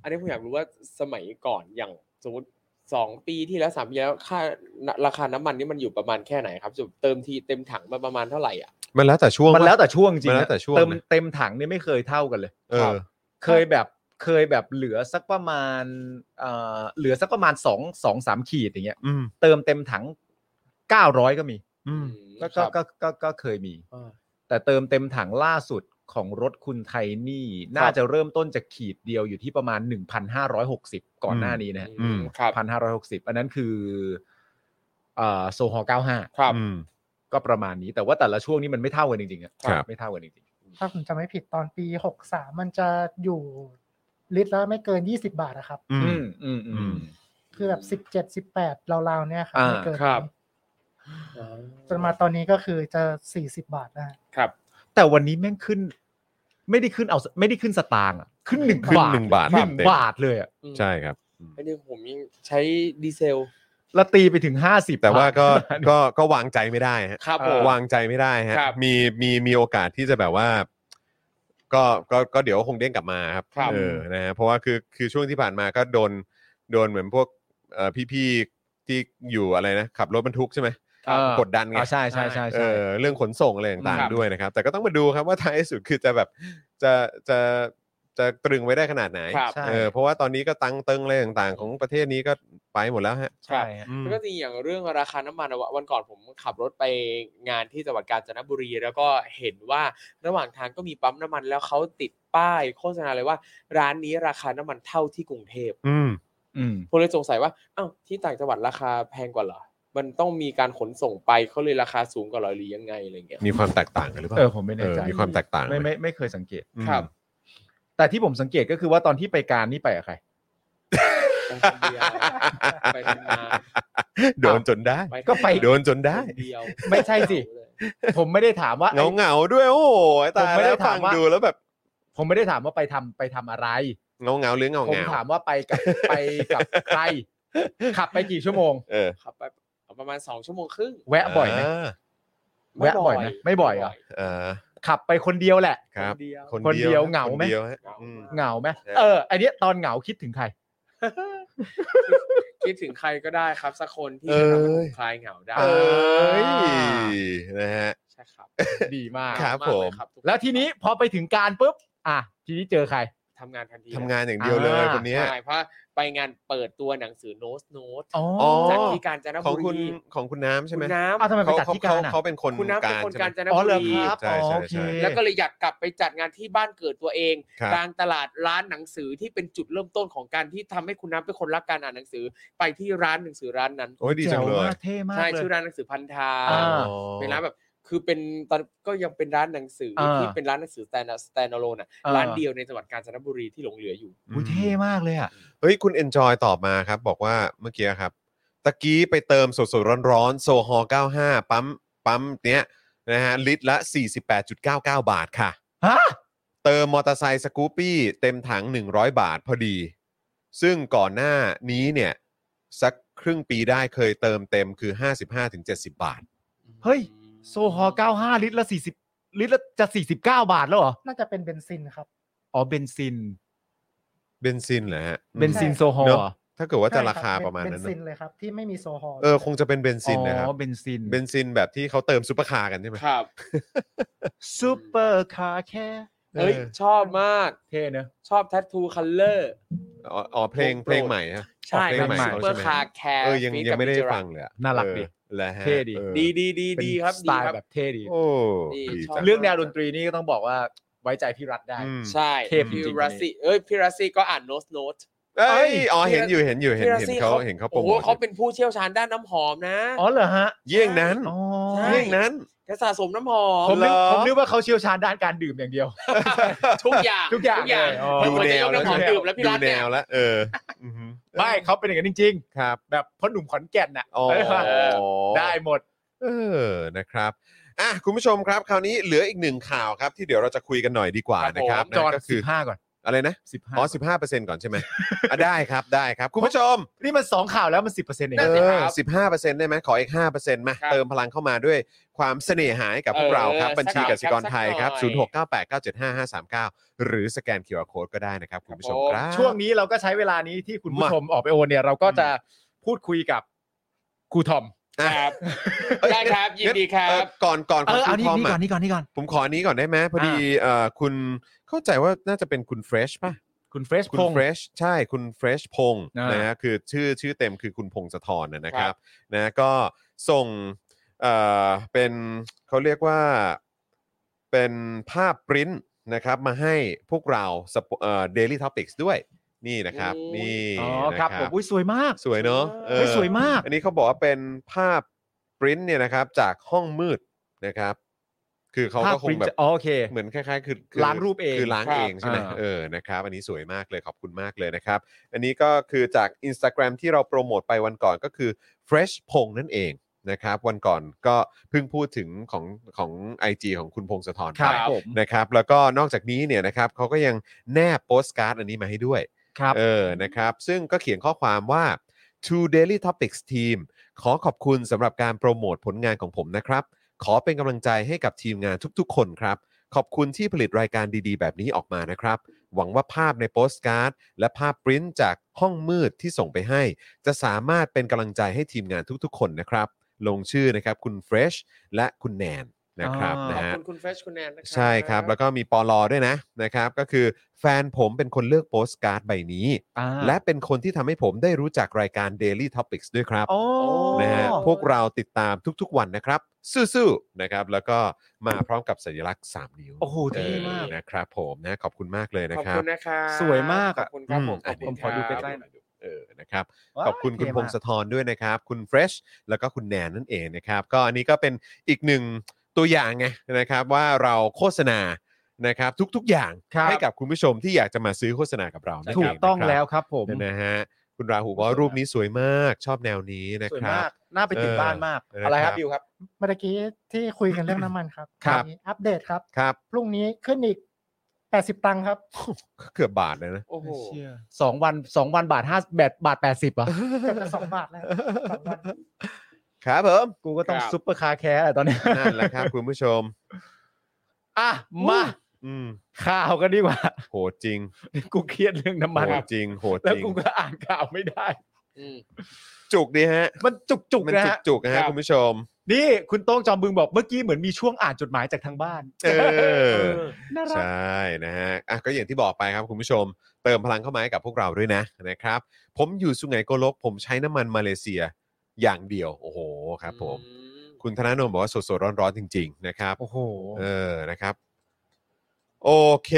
อันนี้ผมอยากรู้ว่าสมัยก่อนอย่างสมมติสองปีที่แล้วสามปีแล้วค่าราคาน้ำมันนี่มันอยู่ประมาณแค่ไหนครับจะเติมทีเต็มถังมาประมาณเท่าไหร่อ่ะ มันแล้วแต่ช่วง มันแล้วแต่ช่วงจริ มัน ง แล้วแต่ช่วง เติม นะ เต็มถังเนี่ยไม่เคยเท่ากันเลย เออ เคยแบบเคยแบบเหลือสักประมาณเอ่อเหลือสักประมาณสองสองสามขีดอย่างเงี้ย อืม เติมเต็มถังเก้าร้อยก็มี อืม ก็ก็ก็ก็ก็เคยมี แต่เติมเต็มถังล่าสุดของรถคุณไทนี่ น่าจะเริ่มต้นจากขีดเดียวอยู่ที่ประมาณ 1,560 ก่อนหน้านี้นะฮะ อืม ครับ พันห้าร้อยหกสิบอันนั้นคือโซฮอล์เก้าห้า ครับ อืม ก็ประมาณนี้แต่ว่าแต่ละช่วงนี้มันไม่เท่ากันจริงๆอะ ครับ ไม่เท่ากันจริง ถ้าผมจะไม่ผิดตอนปีหกสามมันจะอยู่ลิตรละไม่เกินยี่สิบาทอะครับ อื ๆ อื ม มอืมอื อืมมคือแบบสิบเจ็ดสิบแปดราวๆเนี่ยครั อ่า ไม่เกิน ครับ จนมาตอนนี้ก็คือจะสี่สิบาทนะฮะ ครับ แต่วันนี้แม่งขึ้น ไม่ได้ขึ้นเอาไม่ได้ขึ้นสตางค์อะขึ้นหนึ่ง ขึ้น บาท หนึ่งบาท หนึ่ง เต็ม บาทเลยอะ ใช่ครับ อันนี้ผมยังใช้ดีเซล แล้วตีไปถึงห้าสิบ แต่ว่าก็ก็ก็วางใจไม่ได้ฮะ ครับ ผม วางใจไม่ได้ฮะ ครับ มีมีมีโอกาสที่จะแบบว่า ก็ก็ก็เดี๋ยวคงเด้งกลับมาครับ ครับ เออนะฮะเพราะว่าคือคือช่วงที่ผ่านมาก็โดนโดนเหมือนพวกเอ่อพี่ๆที่อยู่อะไรนะขับรถบรรทุกใช่ไหม เออก ดดันไง อ่าใช่ใช่ใช่ เอ ใช่ อเรื่องขนส่งอะไรต่าง ครับ ๆด้วยนะครับ แต่ก็ต้องมาดูครับว่าท้ายสุดคือจะแบบจะจะจะตรึงไว้ได้ขนาดไหน ครับ ใช่ เออเพราะว่าตอนนี้ก็ตังเติงอะไรต่างๆ ของประเทศนี้ก็ไปหมดแล้วฮะ ใช่ฮะ อืม แล้วก็จริงอย่างเรื่องราคาน้ำมันอะวันก่อนผมขับรถไปงานที่จังหวัดกาญจนบุรี แล้วก็เห็นว่าระหว่างทางก็มีปั๊มน้ำมันแล้วเขาติดป้ายโฆษณาเลยว่า ร้านนี้ราคาน้ำมันเท่าที่กรุงเทพ อืม อืม ผมเลยสงสัยว่าอ้าวที่ต่างจังหวัดราคาแพงกว่าเหรอมันต้องมีการขนส่งไปเขาเลยราคาสูงกว่าเหรอหรือยังไงอะไรอย่างเงี้ย มีความแตกต่างกันหรือเปล่า เออผมไม่แน่ใจ เออมีความแตกต่างห ไม่ไม่ไม่เคยสังเกต อืม ครับ แต่ที่ผมสังเกตก็คือว่าตอนที่ไปการนี่ไปกับใคร ไปคนเดียว ไปคนมา โดนจนได้ ก็ไป โดนจนได้ คนเดียว ไม่ใช่สิ ผมไม่ได้ถามว่า เงาเงาๆด้วย โอ้โหตาย ผมไม่ได้ แล้วฟั ถาง มว่า ดูแล้วแบบ ผมไม่ได้ถามว่าไปทำไปทำอะไร เงาเงาๆหรือเงา ผม เงา ถามว่าไปกับไปกับใคร ขับไปกี่ชั่วโมง เออ ขับไปประมาณสองชั่วโมงครึ่ง แวะบ่อยไหม า แวะบ่อยไหมไม่บ่อยเหรอ อ่า ขับไปคนเดียวแหละ ครับ นเดียว คน คนเดียวเหงาไหม คนดียวฮะอืม เหงาไหม ใช่ เออ อันเนี้ยตอนเหงาคิดถึงใคร คิดถึงใครก็ได้ครับ สักคนที่ เอ้ จะ ย ทำให้ผมคลายเหงาได้ เอ้ย อ่า นะฮะ ใช่ครับ ดีมาก ครับ ากเลยทุกคน แล้วทีนี้พอไปถึงการปุ๊บ อ่ะ ทีนี้เจอใคร ทำงานทันที ทำงานอย่างเดียวเลย อ่า คนเนี้ย ใช่เพราะไปงานเปิดตัวหนังสือโน้ตโน้ต อ๋อ อ จากที่การจน ของ บุ คุณ รี ของคุณน้ำใช่ไหม คุณน้ อ้าวทำไมไป เขา จัด เขา ที่กา เขา รอ่ะ เขาเป็นคน ำคุณน้ำเป็นคน ใช่ไหม การจน อ๋อ บุ เหรอ รี ครับ ใช่ อ๋อ ใช่ โอเค ใช่ แล้วก็เลยอยากกลับไปจัดงานที่บ้านเกิดตัวเอง ครับ กลางตลาดร้านหนังสือที่เป็นจุดเริ่มต้นของการที่ทำให้คุณน้ำเป็นคนรักการอ่านหนังสือไปที่ร้านหนังสือร้านนั้น โอ้ยดีจังเล จ๋วย มากเท่มาก ใช่ เลย ชื่อร้านหนังสือพันธา อ่า เป็นร้านแบบคือเป็นตอนก็ยังเป็นร้านหนังสืออา ที่เป็นร้านหนังสือ stand stand alone อ่ะ อ่า ร้านเดียวในจังหวัดกาญจนบุรีที่หลงเหลืออยู่ อืม อุ้ยเท่มากเลยอ่ะ เฮ้ยคุณ enjoy ตอบมาครับ บอกว่าเมื่อกี้ครับ ตะกี้ไปเติมสดๆร้อนๆโซฮอล95 ปั๊มปั๊มเนี้ยนะฮะลิตรละ 48.99 บาทค่ะ ฮะ เติมมอเตอร์ไซค์สกูปปี้เต็มถัง 100 บาทพอดี ซึ่งก่อนหน้านี้เนี่ย สักครึ่งปีได้เคยเติมเต็มคือ 55-70 บาท เฮ้ย โซฮอล์95 ลิตรละ 40 ลิตรละจะ 49 บาทแล้วเหรอ น่าจะเป็นเบนซินครับ อ๋อ เบนซิน เบนซินเหรอฮะ เบนซิน ใช่ โซฮอล์ เน เหร อะ อ ถ้าเกิดว่าจะ ใช่ ราคา บ ประมาณ เบ นั้น น เน ซิ อะ นเลยครับ ที่ไม่มีโซฮอล เออ คงจะเป็นเบนซินนะครับ อ๋อ เบนซิน เบนซินแบบที่เขาเติมซุปเปอร์คาร์กันใช่ไหม ครับ ซูเปอร์คาร์แค่ เฮ้ย เออ ชอบมาก เท่เนอะ ชอบ tattoo color อ๋ออ๋อเพลงเพลงใหม่ฮะ ใช่ เพลง ครับ ใหม่ ซูเปอร์ ใช่ไหม คาร์แคร์ เออยังยังไม่ได้ฟังเลยอะ น่ารักดี เออแหละฮะ เท่ดี ออ ดีดีดี เป็น ดีครับ ส ดี ไตล์ ครับ แบบเท่ดี โอ้ ดี ดี ชอบ จัง เรื่องแนวดนตรีนี่ก็ต้องบอกว่าไว้ใจพี่รัฐได้ อืม ใช่ เทพจริ พี่ งๆ รัสซี่เอ้ยพี่รัสซี่ก็อ่านโน้ตโน้ต เอ้ยอ๋อ พี่ เห็น รัส อยู่เห็นอยู่เห็น พี่รัส เห็น ซี่ เขาเห็นเขาโปร โอ้ โม โห ท เขาเป็นผู้เชี่ยวชาญด้านน้ำหอมนะ อ๋อเหรอฮะ เยี่ยงนั้น อ๋อ ใช่ เยี่ยงนั้น แกสะสมน้ำหอ ผม มนึก เหรอ ผมนึกว่าเขาเชี่ยวชาญด้านการดื่มอย่างเดียว ทุกอย่าง ทุกอย่างเลยอ๋อ ทุกอดูย่างแนวแล้ว น้ำหอม ใช่ไหม ดื่มแล้วพี่ ดู รัส แน เนี่ยว แล้วเอออือหือ ไม่เขาเป็นอย่างนั้นจริง ครับ ๆ แบบพ่อหนุ่มขอนแก่นน่ะ อ๋อ เออได้หมด เออ นะครับ อ่ะ คุณผู้ชมครับ คราวนี้เหลืออีกหนึ่งข่าวครับ ที่เดี๋ยวเราจะคุยกันหน่อยดีกว่า ครับ นะ ผม ครับ จอ นั่นห์นก็คือ สิบห้าก่อน อะไรนะ สิบห้า อ๋อสิบห้าเปอร์เซ็นต์ก่อนใช่ไหม อ่ะ ได้ครับ ได้ครับ คุณผู้ชม นี่มันสองข่าวแล้วมันสิบเปอร์เซ็นต์เอง เอ นะ อสิบห้าเปอร์เซ็นต์ได้ไหม ขออีกห้าเปอร์เซ็นต์มา ครับ เติมพลังเข้ามาด้วยความเสน่หาให้กับพวก เออ เราครับ สัก บัญชี หน่อย กสิกรไทยครับ สัก ศูนย์ ห ห น่ กเก้าแปดเก้าเจ็ดห้าห้าสามเก้าหรือสแกน QR Code ก็ได้นะครับ คุณผู้ชมค ครั รับ บผม ช่วงนี้เราก็ใช้เวลานี้ที่คุณผู้ มา ชมออกไปโอนเนี่ย เราก็จะพูดคุยกับครูทอม อ่ะ ครับ เอ้ย ได้ครับยินดีครั เอ่ บ อก่อนก่อนของคุณพร้อมอ่ะ ก่อน ผมขออันนี้ก่อนได้ไหมพอดีเอ่อคุณเข้าใจว่าน่าจะเป็นคุณเฟรชป่ะ คุณเฟรช คุณ พงษ์ เฟรชใช่คุณเฟรชพงศ์ อ่าน นะฮะคือชื่อชื่อเต็มคือคุณพงศธรนะนะครั ครับ บ นะก็ส่งเอ่อเป็นเขาเรียกว่าเป็นภาพปริ้นท์นะครับมาให้พวกเราสปอเอ่อ daily topics ด้วยนี่นะครับ นี่ อ๋อ นะครับ ผมอุ้ยสวยมาก สวยเนอะเออ อุ้ยสวยมาก อันนี้เขาบอกว่าเป็นภาพปริ้นท์เนี่ยนะครับจากห้องมืดนะครับ คือเขา ภาพ ก็ค ปริ ง น แบบ ท์อ๋อโอเค เหมือนคล้ายๆคือคื ล้างรูปเอง คือล้าง ครับ เองใช่ไหม อ่า เออนะครับ อันนี้สวยมากเลยขอบคุณมากเลยนะครับ อันนี้ก็คือจาก Instagram ที่เราโปรโมทไปวันก่อนก็คือ Fresh พงนั่นเองนะครับ วันก่อนก็เพิ่งพูดถึงของของ IG ของคุณพงศธร ครับ ไป ผม นะครับ แล้วก็นอกจากนี้เนี่ยนะครับเขาก็ยังแนบโปสการ์ดอันนี้มาให้ด้วย ครับ เออ นะครับ ซึ่งก็เขียนข้อความว่า To Daily Topics Team ขอขอบคุณสำหรับการโปรโมทผลงานของผมนะครับ ขอเป็นกำลังใจให้กับทีมงานทุกๆ คนครับ ขอบคุณที่ผลิตรายการดีๆ แบบนี้ออกมานะครับ หวังว่าภาพในโปสการ์ด และภาพปริ้นท์จากห้องมืดที่ส่งไปให้ จะสามารถเป็นกำลังใจให้ทีมงานทุกๆ คนนะครับ ลงชื่อนะครับคุณเฟรชและคุณแนนนะครับ อ่าน นะ ขอบ ฮะ คุณคุณเฟรชคุณแนนนะครั ใช่ครับ แล้วก็มีปอลอด้วยนะนะครับ ก็คือแฟนผมเป็นคนเลือกโปสการ์ดใบนี้ อ่า และเป็นคนที่ทำให้ผมได้รู้จักรายการ Daily Topics ด้วยครับ โอ้ นะฮะพวกเราติดตามทุกๆวันนะครับ สู้ๆนะครับ แล้วก็มาพร้อมกับสัญลักษณ์ 3 นิ้ว โอ้โห เอ เท่ อ มาก นะครับผมนะขอบคุณมากเลยนะ ขอบ ครับ คุณนะครับ สวยมาก ข อะ อบคุณครับผม อืม บคุณ ผมขอดู ค ใก รับ ล้ๆหน่อย เออนะครับ ว้าย ขอบคุณคุณ เท่ พ มาก งศธรด้วยนะครับ คุณเฟรชแล้วก็คุณแนนนั่นเองนะครับ ก็อันนี้ก็เป็นอีกหนึ่งตัวอย่างไงนะครับว่าเราโฆษณานะครับ ทุกๆอย่าง ครับ ให้กับคุณผู้ชมที่อยากจะมาซื้อโฆษณากับเรานั่นเ ถูกต้อง นะครับ แล้วครับผม นะฮะคุณราหูบอกว่ารูปนี้สวยมากชอบแนวนี้นะ สวย ครั มา บ ก น่าไปติด เออ บ้านมาก นะครับ อะไรครับบิวครับ เมื่อกี้ที่คุยกันเรื่องน้ำมันครับ ครับ มีอัปเดตครับ ครับ พรุ่งนี้ขึ้นอีก แปดสิบตังค์ครับ เกือบบาทเลยนะ โอ้โห เชี่ยสองวันสองวันบาทห้าแบาทบาทแปดสิบอ่ะ เกือบจะสองบาทแล้วสองบาท ครับผม กูก็ต้อง ครับ ซุปเปอร์คาร์แคร์แหละตอนเนี้ย นั่นแหละครับ คุณผู้ชม อ่ะมา อืม ข่าวกันดีกว่า โหดจริง กูเครียดเรื่องน้ำมัน โหดจริงโหด แล้ว จริง กูก็อ่านข่าวไม่ได้ อืม จุกดีฮะ มันจุก มั ๆ น นะฮะ จุกๆนะ ครั ฮะ บ คุณผู้ชม นี่คุณโต้งจอมบึงบอกเมื่อกี้เหมือนมีช่วงอ่านจดหมายจากทางบ้าน เอ เอ อ อ น่ารั ใช ก่ นะฮะอ่ะก็อย่างที่บอกไปครับคุณผู้ชม เติมพลังเข้ามาให้กับพวกเราด้วยนะนะครับ ผมอยู่สุไหงโกลก ผมใช้น้ำมันมาเลเซียอย่างเดียว โอ้โหครับผม อืม คุณธนาโนมบอกว่าสดๆร้อนๆจริง ๆ นะครับ โอ้โห เออนะครับ โอเค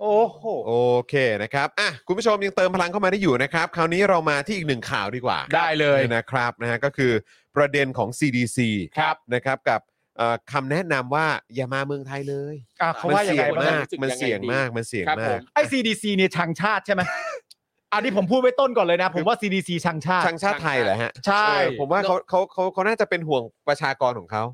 โอ้โห โอเคนะครับอ่ะคุณผู้ชมยังเติมพลังเข้ามาได้อยู่นะครับ คราวนี้เรามาที่อีกหนึ่งข่าวดีกว่า ได้เลย นะครับนะฮะก็คือประเด็นของ CDC ครับ นะครับกับเอ่อคำแนะนำว่าอย่ามาเมืองไทยเลย อ่ะเขา มั ว่ายัง เสี่ ไง ยง บ้าง มาก นะ มันเสี่ยงมากมันเสี่ยง ครับ มา ผ ก ม ไอ้ CDC เนี่ยชังชาติใช่ไหมอันนี้ผมพูดไว้ต้นก่อนเลยนะ ผมว่า CDC ชังชาติ ทางชาติไทยเหรอฮะ ใช่ เออผมว่าเขาเขาเขาเขาน่าจะเป็นห่วงประชากรของเขา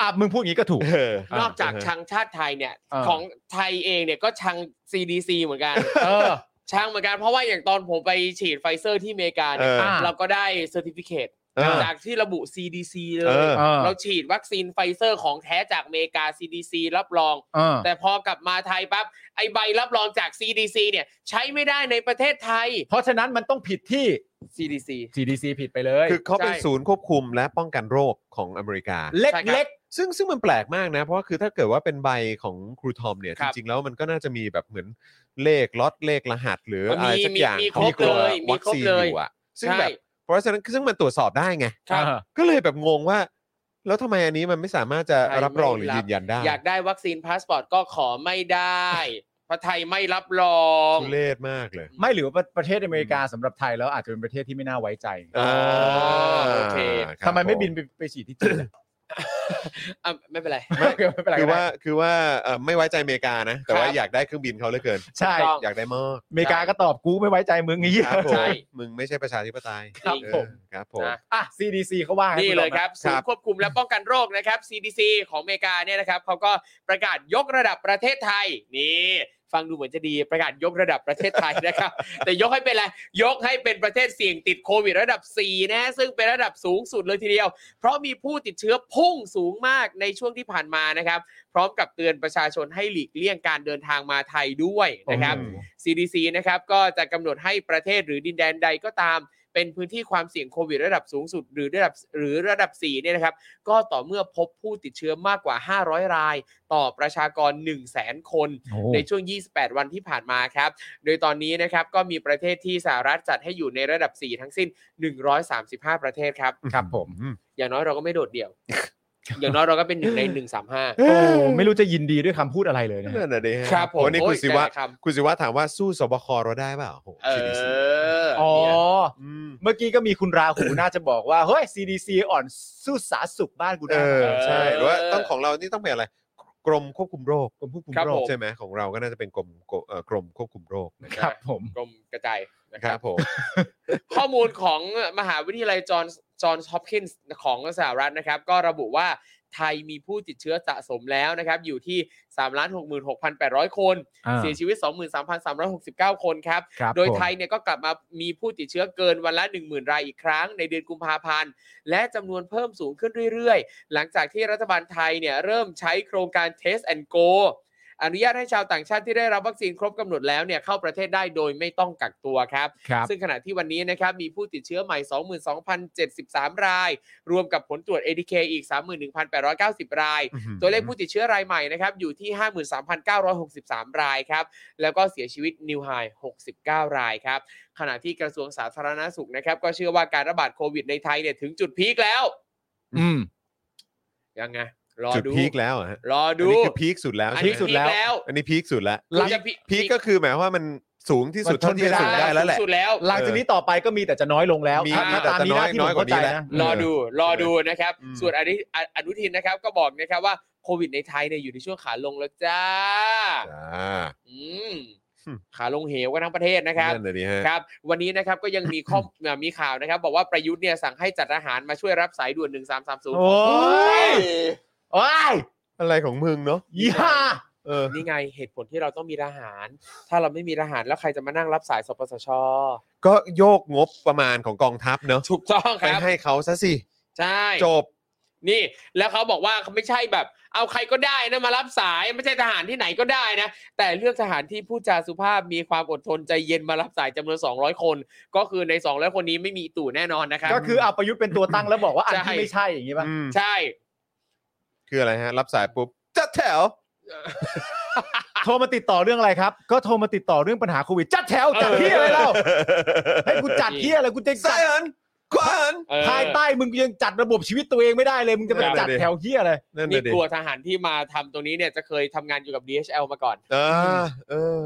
อ่ะมึงพูดอย่างนี้ก็ถูก เออน อกจากชังชาติไทยเนี่ย เออ ของไทยเองเนี่ยก็ชัง CDC เหมือนกัน เออ ชังเหมือนกันเพราะว่าอย่างตอนผมไปฉีดไฟเซอร์ที่อเมริกา เอ เนี่ย อ อ่ะ เราก็ได้เซอร์ติฟิเคต เออ จากที่ระบุ CDC เล เอย อ เออ เราฉีดวัคซีนไฟเซอร์ของแท้จากอเมริกา CDC รับรอง เออ แต่พอกลับมาไทยปั๊บไอใบรับรองจาก CDC เนี่ย ใช้ไม่ได้ในประเทศไทย เพราะฉะนั้นมันต้องผิดที่ CDC CDC ผิดไปเลย คือเขาเป็น ใช่ ศูนย์ควบคุมและป้องกันโรคของอเมริกา เล็ก ใช่ครับ เล็ก ซึ่งซึ่งมันแปลกมากนะ เพราะว่าคือถ้าเกิดว่าเป็นใบของครูทอมเนี่ย ค จ รับ ริง ๆ แล้วมันก็น่าจะมีแบบเหมือนเลขล็อตเลขรหัส หรืออะไรสักอย่าง มี ข ค อ รง บ ตั เล วย มี วัค ครบ ซีน เล อย ยู่อะซึ่ง ใช่ แบบเพราะฉะนั้นซึ่งมันตรวจสอบได้ไง ครับ อ่า ก็เลยแบบงงว่า แล้วทำไมอันนี้มันไม่สามารถจะ ใช่ รับรองห ไม่ รือ รับ ยืนยันได้ อยากได้วัคซีนพาสปอร์ตก็ขอไม่ได้ เพราะไทยไม่รับรอง ทุเลศมากเลย ไม่หรือว่าประเทศอเมริกาสำหรับไทยแล้วอาจจะเป็นประเทศที่ไม่น่าไว้ใจ อ๋อโอเค ครับ ทำไมไม่ ผ บินไปไปฉีดที่จีนอะ อ่ะไม่เป็นไร ไม่เป็นไร คือ ก็ได้ ว่าคือว่าเอ่อไม่ไว้ใจอเมริกานะ แต่ว่า ครับ อยากได้เครื่องบินเขาเหลือเกิน ใช่ อยากได้มาก อเมริกาก็ตอบกูไม่ไว้ใจมึงไอ้เหี้ย ครับผม ใช่ มึงไม่ใช่ประชาธิปไตย ครับ เออ ผม ครับผม นะ อ่ะ CDC เขาว่า นี่ นี่ เลยครับ ครั ศู บ นย์ควบคุมและป้องกันโรคนะครับ CDC ของอเมริกาเนี่ยนะครับเขาก็ประกาศยกระดับประเทศไทยนี่ฟังดูเหมือนจะดีประกาศยกระดับประเทศไทยนะครับ แต่ยกให้เป็นอะไรยกให้เป็นประเทศเสี่ยงติดโควิดระดับ 4 นะซึ่งเป็นระดับสูงสุดเลยทีเดียว เพราะมีผู้ติดเชื้อพุ่งสูงมากในช่วงที่ผ่านมานะครับ พร้อมกับเตือนประชาชนให้หลีกเลี่ยงการเดินทางมาไทยด้วยนะครับ อืม CDC นะครับก็จะกำหนดให้ประเทศหรือดินแดนใดก็ตาม เป็นพื้นที่ความเสี่ยงโควิดระดับสูงสุด หรือระดับหรือระดับ4เนี่ยนะครับ ก็ต่อเมื่อพบผู้ติดเชื้อมากกว่า 500 ราย ต่อประชากร 1 0 0 0 0 0 คน ในช่วง 28 วันที่ผ่านมาครับ โดยตอนนี้นะครับก็มีประเทศที่สหรัฐจัดให้อยู่ในระดับ 4 ทั้งสิ้น 135 ประเทศครับ ครับผม อื อย่างน้อยเราก็ไม่โดดเดี่ยว อย่างน้อยเราก็เป็นหนึ่งใน 135 โอ้ไม่รู้จะยินดีด้วยคำพูดอะไรเลยเนี่ย นั่นน่ะดิฮะ ครับผม วันนี้คุณ โอ้ย ศิวะ ได้ครับ คุณศิวะถามว่าสู้สบคเราได้เปล่าโอ้โห เอ CDC อ อ๋อ เนี่ย ม เมื่อกี้ก็มีคุณราหู น่าจะบอกว่า เฮ้ย CDC อ่อนสู้สาธารณสุขบ้านกู เอ ได้ อใช่หรือว่าต้องของเรานี่ต้องเป็นอะไร กรมควบคุมโรค กรมผู้คุม ครับ โร ผ ค ม ใช่ไหมของเราก็น่าจะเป็นกรมกรมเอ่อกรมควบคุมโรคนะค ครับ รับผม กรมกระจายนะ ค ครั รับ บผม ข้อมูลของมหาวิทยาลัยจอห์นจอห์นฮอปกินส์ของสหรัฐนะครับ ก็ระบุว่าไทยมีผู้ติดเชื้อสะสมแล้วนะครับ อยู่ที่ 366,800 คน อ่า เสียชีวิต 23,369 คนครับ ครับ โดย ผม ไทยเนี่ยก็กลับมามีผู้ติดเชื้อเกินวันละ 10,000 รายอีกครั้งในเดือนกุมภาพันธ์ และจำนวนเพิ่มสูงขึ้นเรื่อยๆ หลังจากที่รัฐบาลไทยเนี่ยเริ่มใช้โครงการ Test and Go อนุญาตให้ชาวต่างชาติที่ได้รับวัคซีนครบกำหนดแล้วเนี่ยเข้าประเทศได้โดยไม่ต้องกักตัวครับ ครับ ซึ่งขณะที่วันนี้นะครับมีผู้ติดเชื้อใหม่ 22,073 ราย รวมกับผลตรวจ ATK อีก 31,890 ราย ตัวเลขผู้ติดเชื้อรายใหม่นะครับอยู่ที่ 53,963 รายครับ แล้วก็เสียชีวิตนิวไฮ69 รายครับ ขณะที่กระทรวงสาธารณสุขนะครับ ก็เชื่อว่าการระบาดโควิดในไทยเนี่ยถึงจุดพีคแล้ว อืม ยังไง รอ จุด ดู พีคแล้วเหรอฮะ รอ อัน ดู นี้คือพีคสุดแล้ว อัน ใช่ นี้ ไหม สุดแล้ว อันนี้พีคสุดแล้ว เราจะพี พีคก็คือหมายความว่ามันสูงที่สุด มันชน เท่าที่จะ ไม่ สูง ได้ ได้แล้วแหละ สุดแล้ว หลังจากนี้ต่อไปก็มีแต่จะน้อยลงแล้ว มี ถ้ มีแต่ ตาม จะ นี้ น้อนะย ที่ น้ ผ อย ม กว่า เข้าใจ นี้แหละ นะ เออ รอดูรอดูนะครับ อืม ส่วนอนุออนุทินนะครับก็บอกนะครับว่าโควิดในไทยเนี่ยอยู่ในช่วงขาลงแล้วจ้า จ้า อืมขาลงเหวกันทั้งประเทศนะครับ นั่นน่ะดิฮะ ครับ วันนี้นะครับก็ยังมี ข้อ อ่ามีข่าวนะครับ บอกว่าประยุทธ์เนี่ยสั่งให้จัดทหารมาช่วยรับสายด่วน 1330 โอ้ย โอ้ย อะไรของมึงเนาะ ยี่ห้า เ เออ นี่ไงเหตุผลที่เราต้องมีทหาร ถ้าเราไม่มีทหารแล้วใครจะมานั่งรับสายสปสช ก็โยกงบประมาณของกองทัพเนอะ ถูกต้องค ไป รับ ให้เขาซะสิ ใช่ จบ นี่แล้วเขาบอกว่าเขาไม่ใช่แบบ เอาใครก็ได้นะมารับสายไม่ใช่ทหารที่ไหนก็ได้นะ แต่เลือกทหารที่พูดจาสุภาพมีความอดทนใจเย็นมารับสายจำนวน 200 คน ก็คือใน 200 คนนี้ไม่มีตู่แน่นอนนะครับ ก็คือเอาประยุทธ์เป็นตัวตั้งแล้วบอกว่าอัน ใช่ ที่ไม่ใช่อย่างนี้ป่ะ อืม ใช่ คืออะไรฮะ รับสายปุ๊บจัดแถว โทรมาติดต่อเรื่องอะไรครับ ก็โทรมาติดต่อเรื่องปัญหาโควิดจัดแถวจัดที่อะไรเล่าให้กูจัดที่อะไรกูจะจัด Science ขวาน เออ ภายใต้มึงยังจัดระบบชีวิตตัวเองไม่ได้เลยมึงจะไป นั่นแหละ จัดแถวที่อะไร นั่น นี่ น่ะดิ กลัวทหารที่มาทำตรงนี้เนี่ยจะเคยทำงานอยู่กับ DHL มาก่อน เออเออ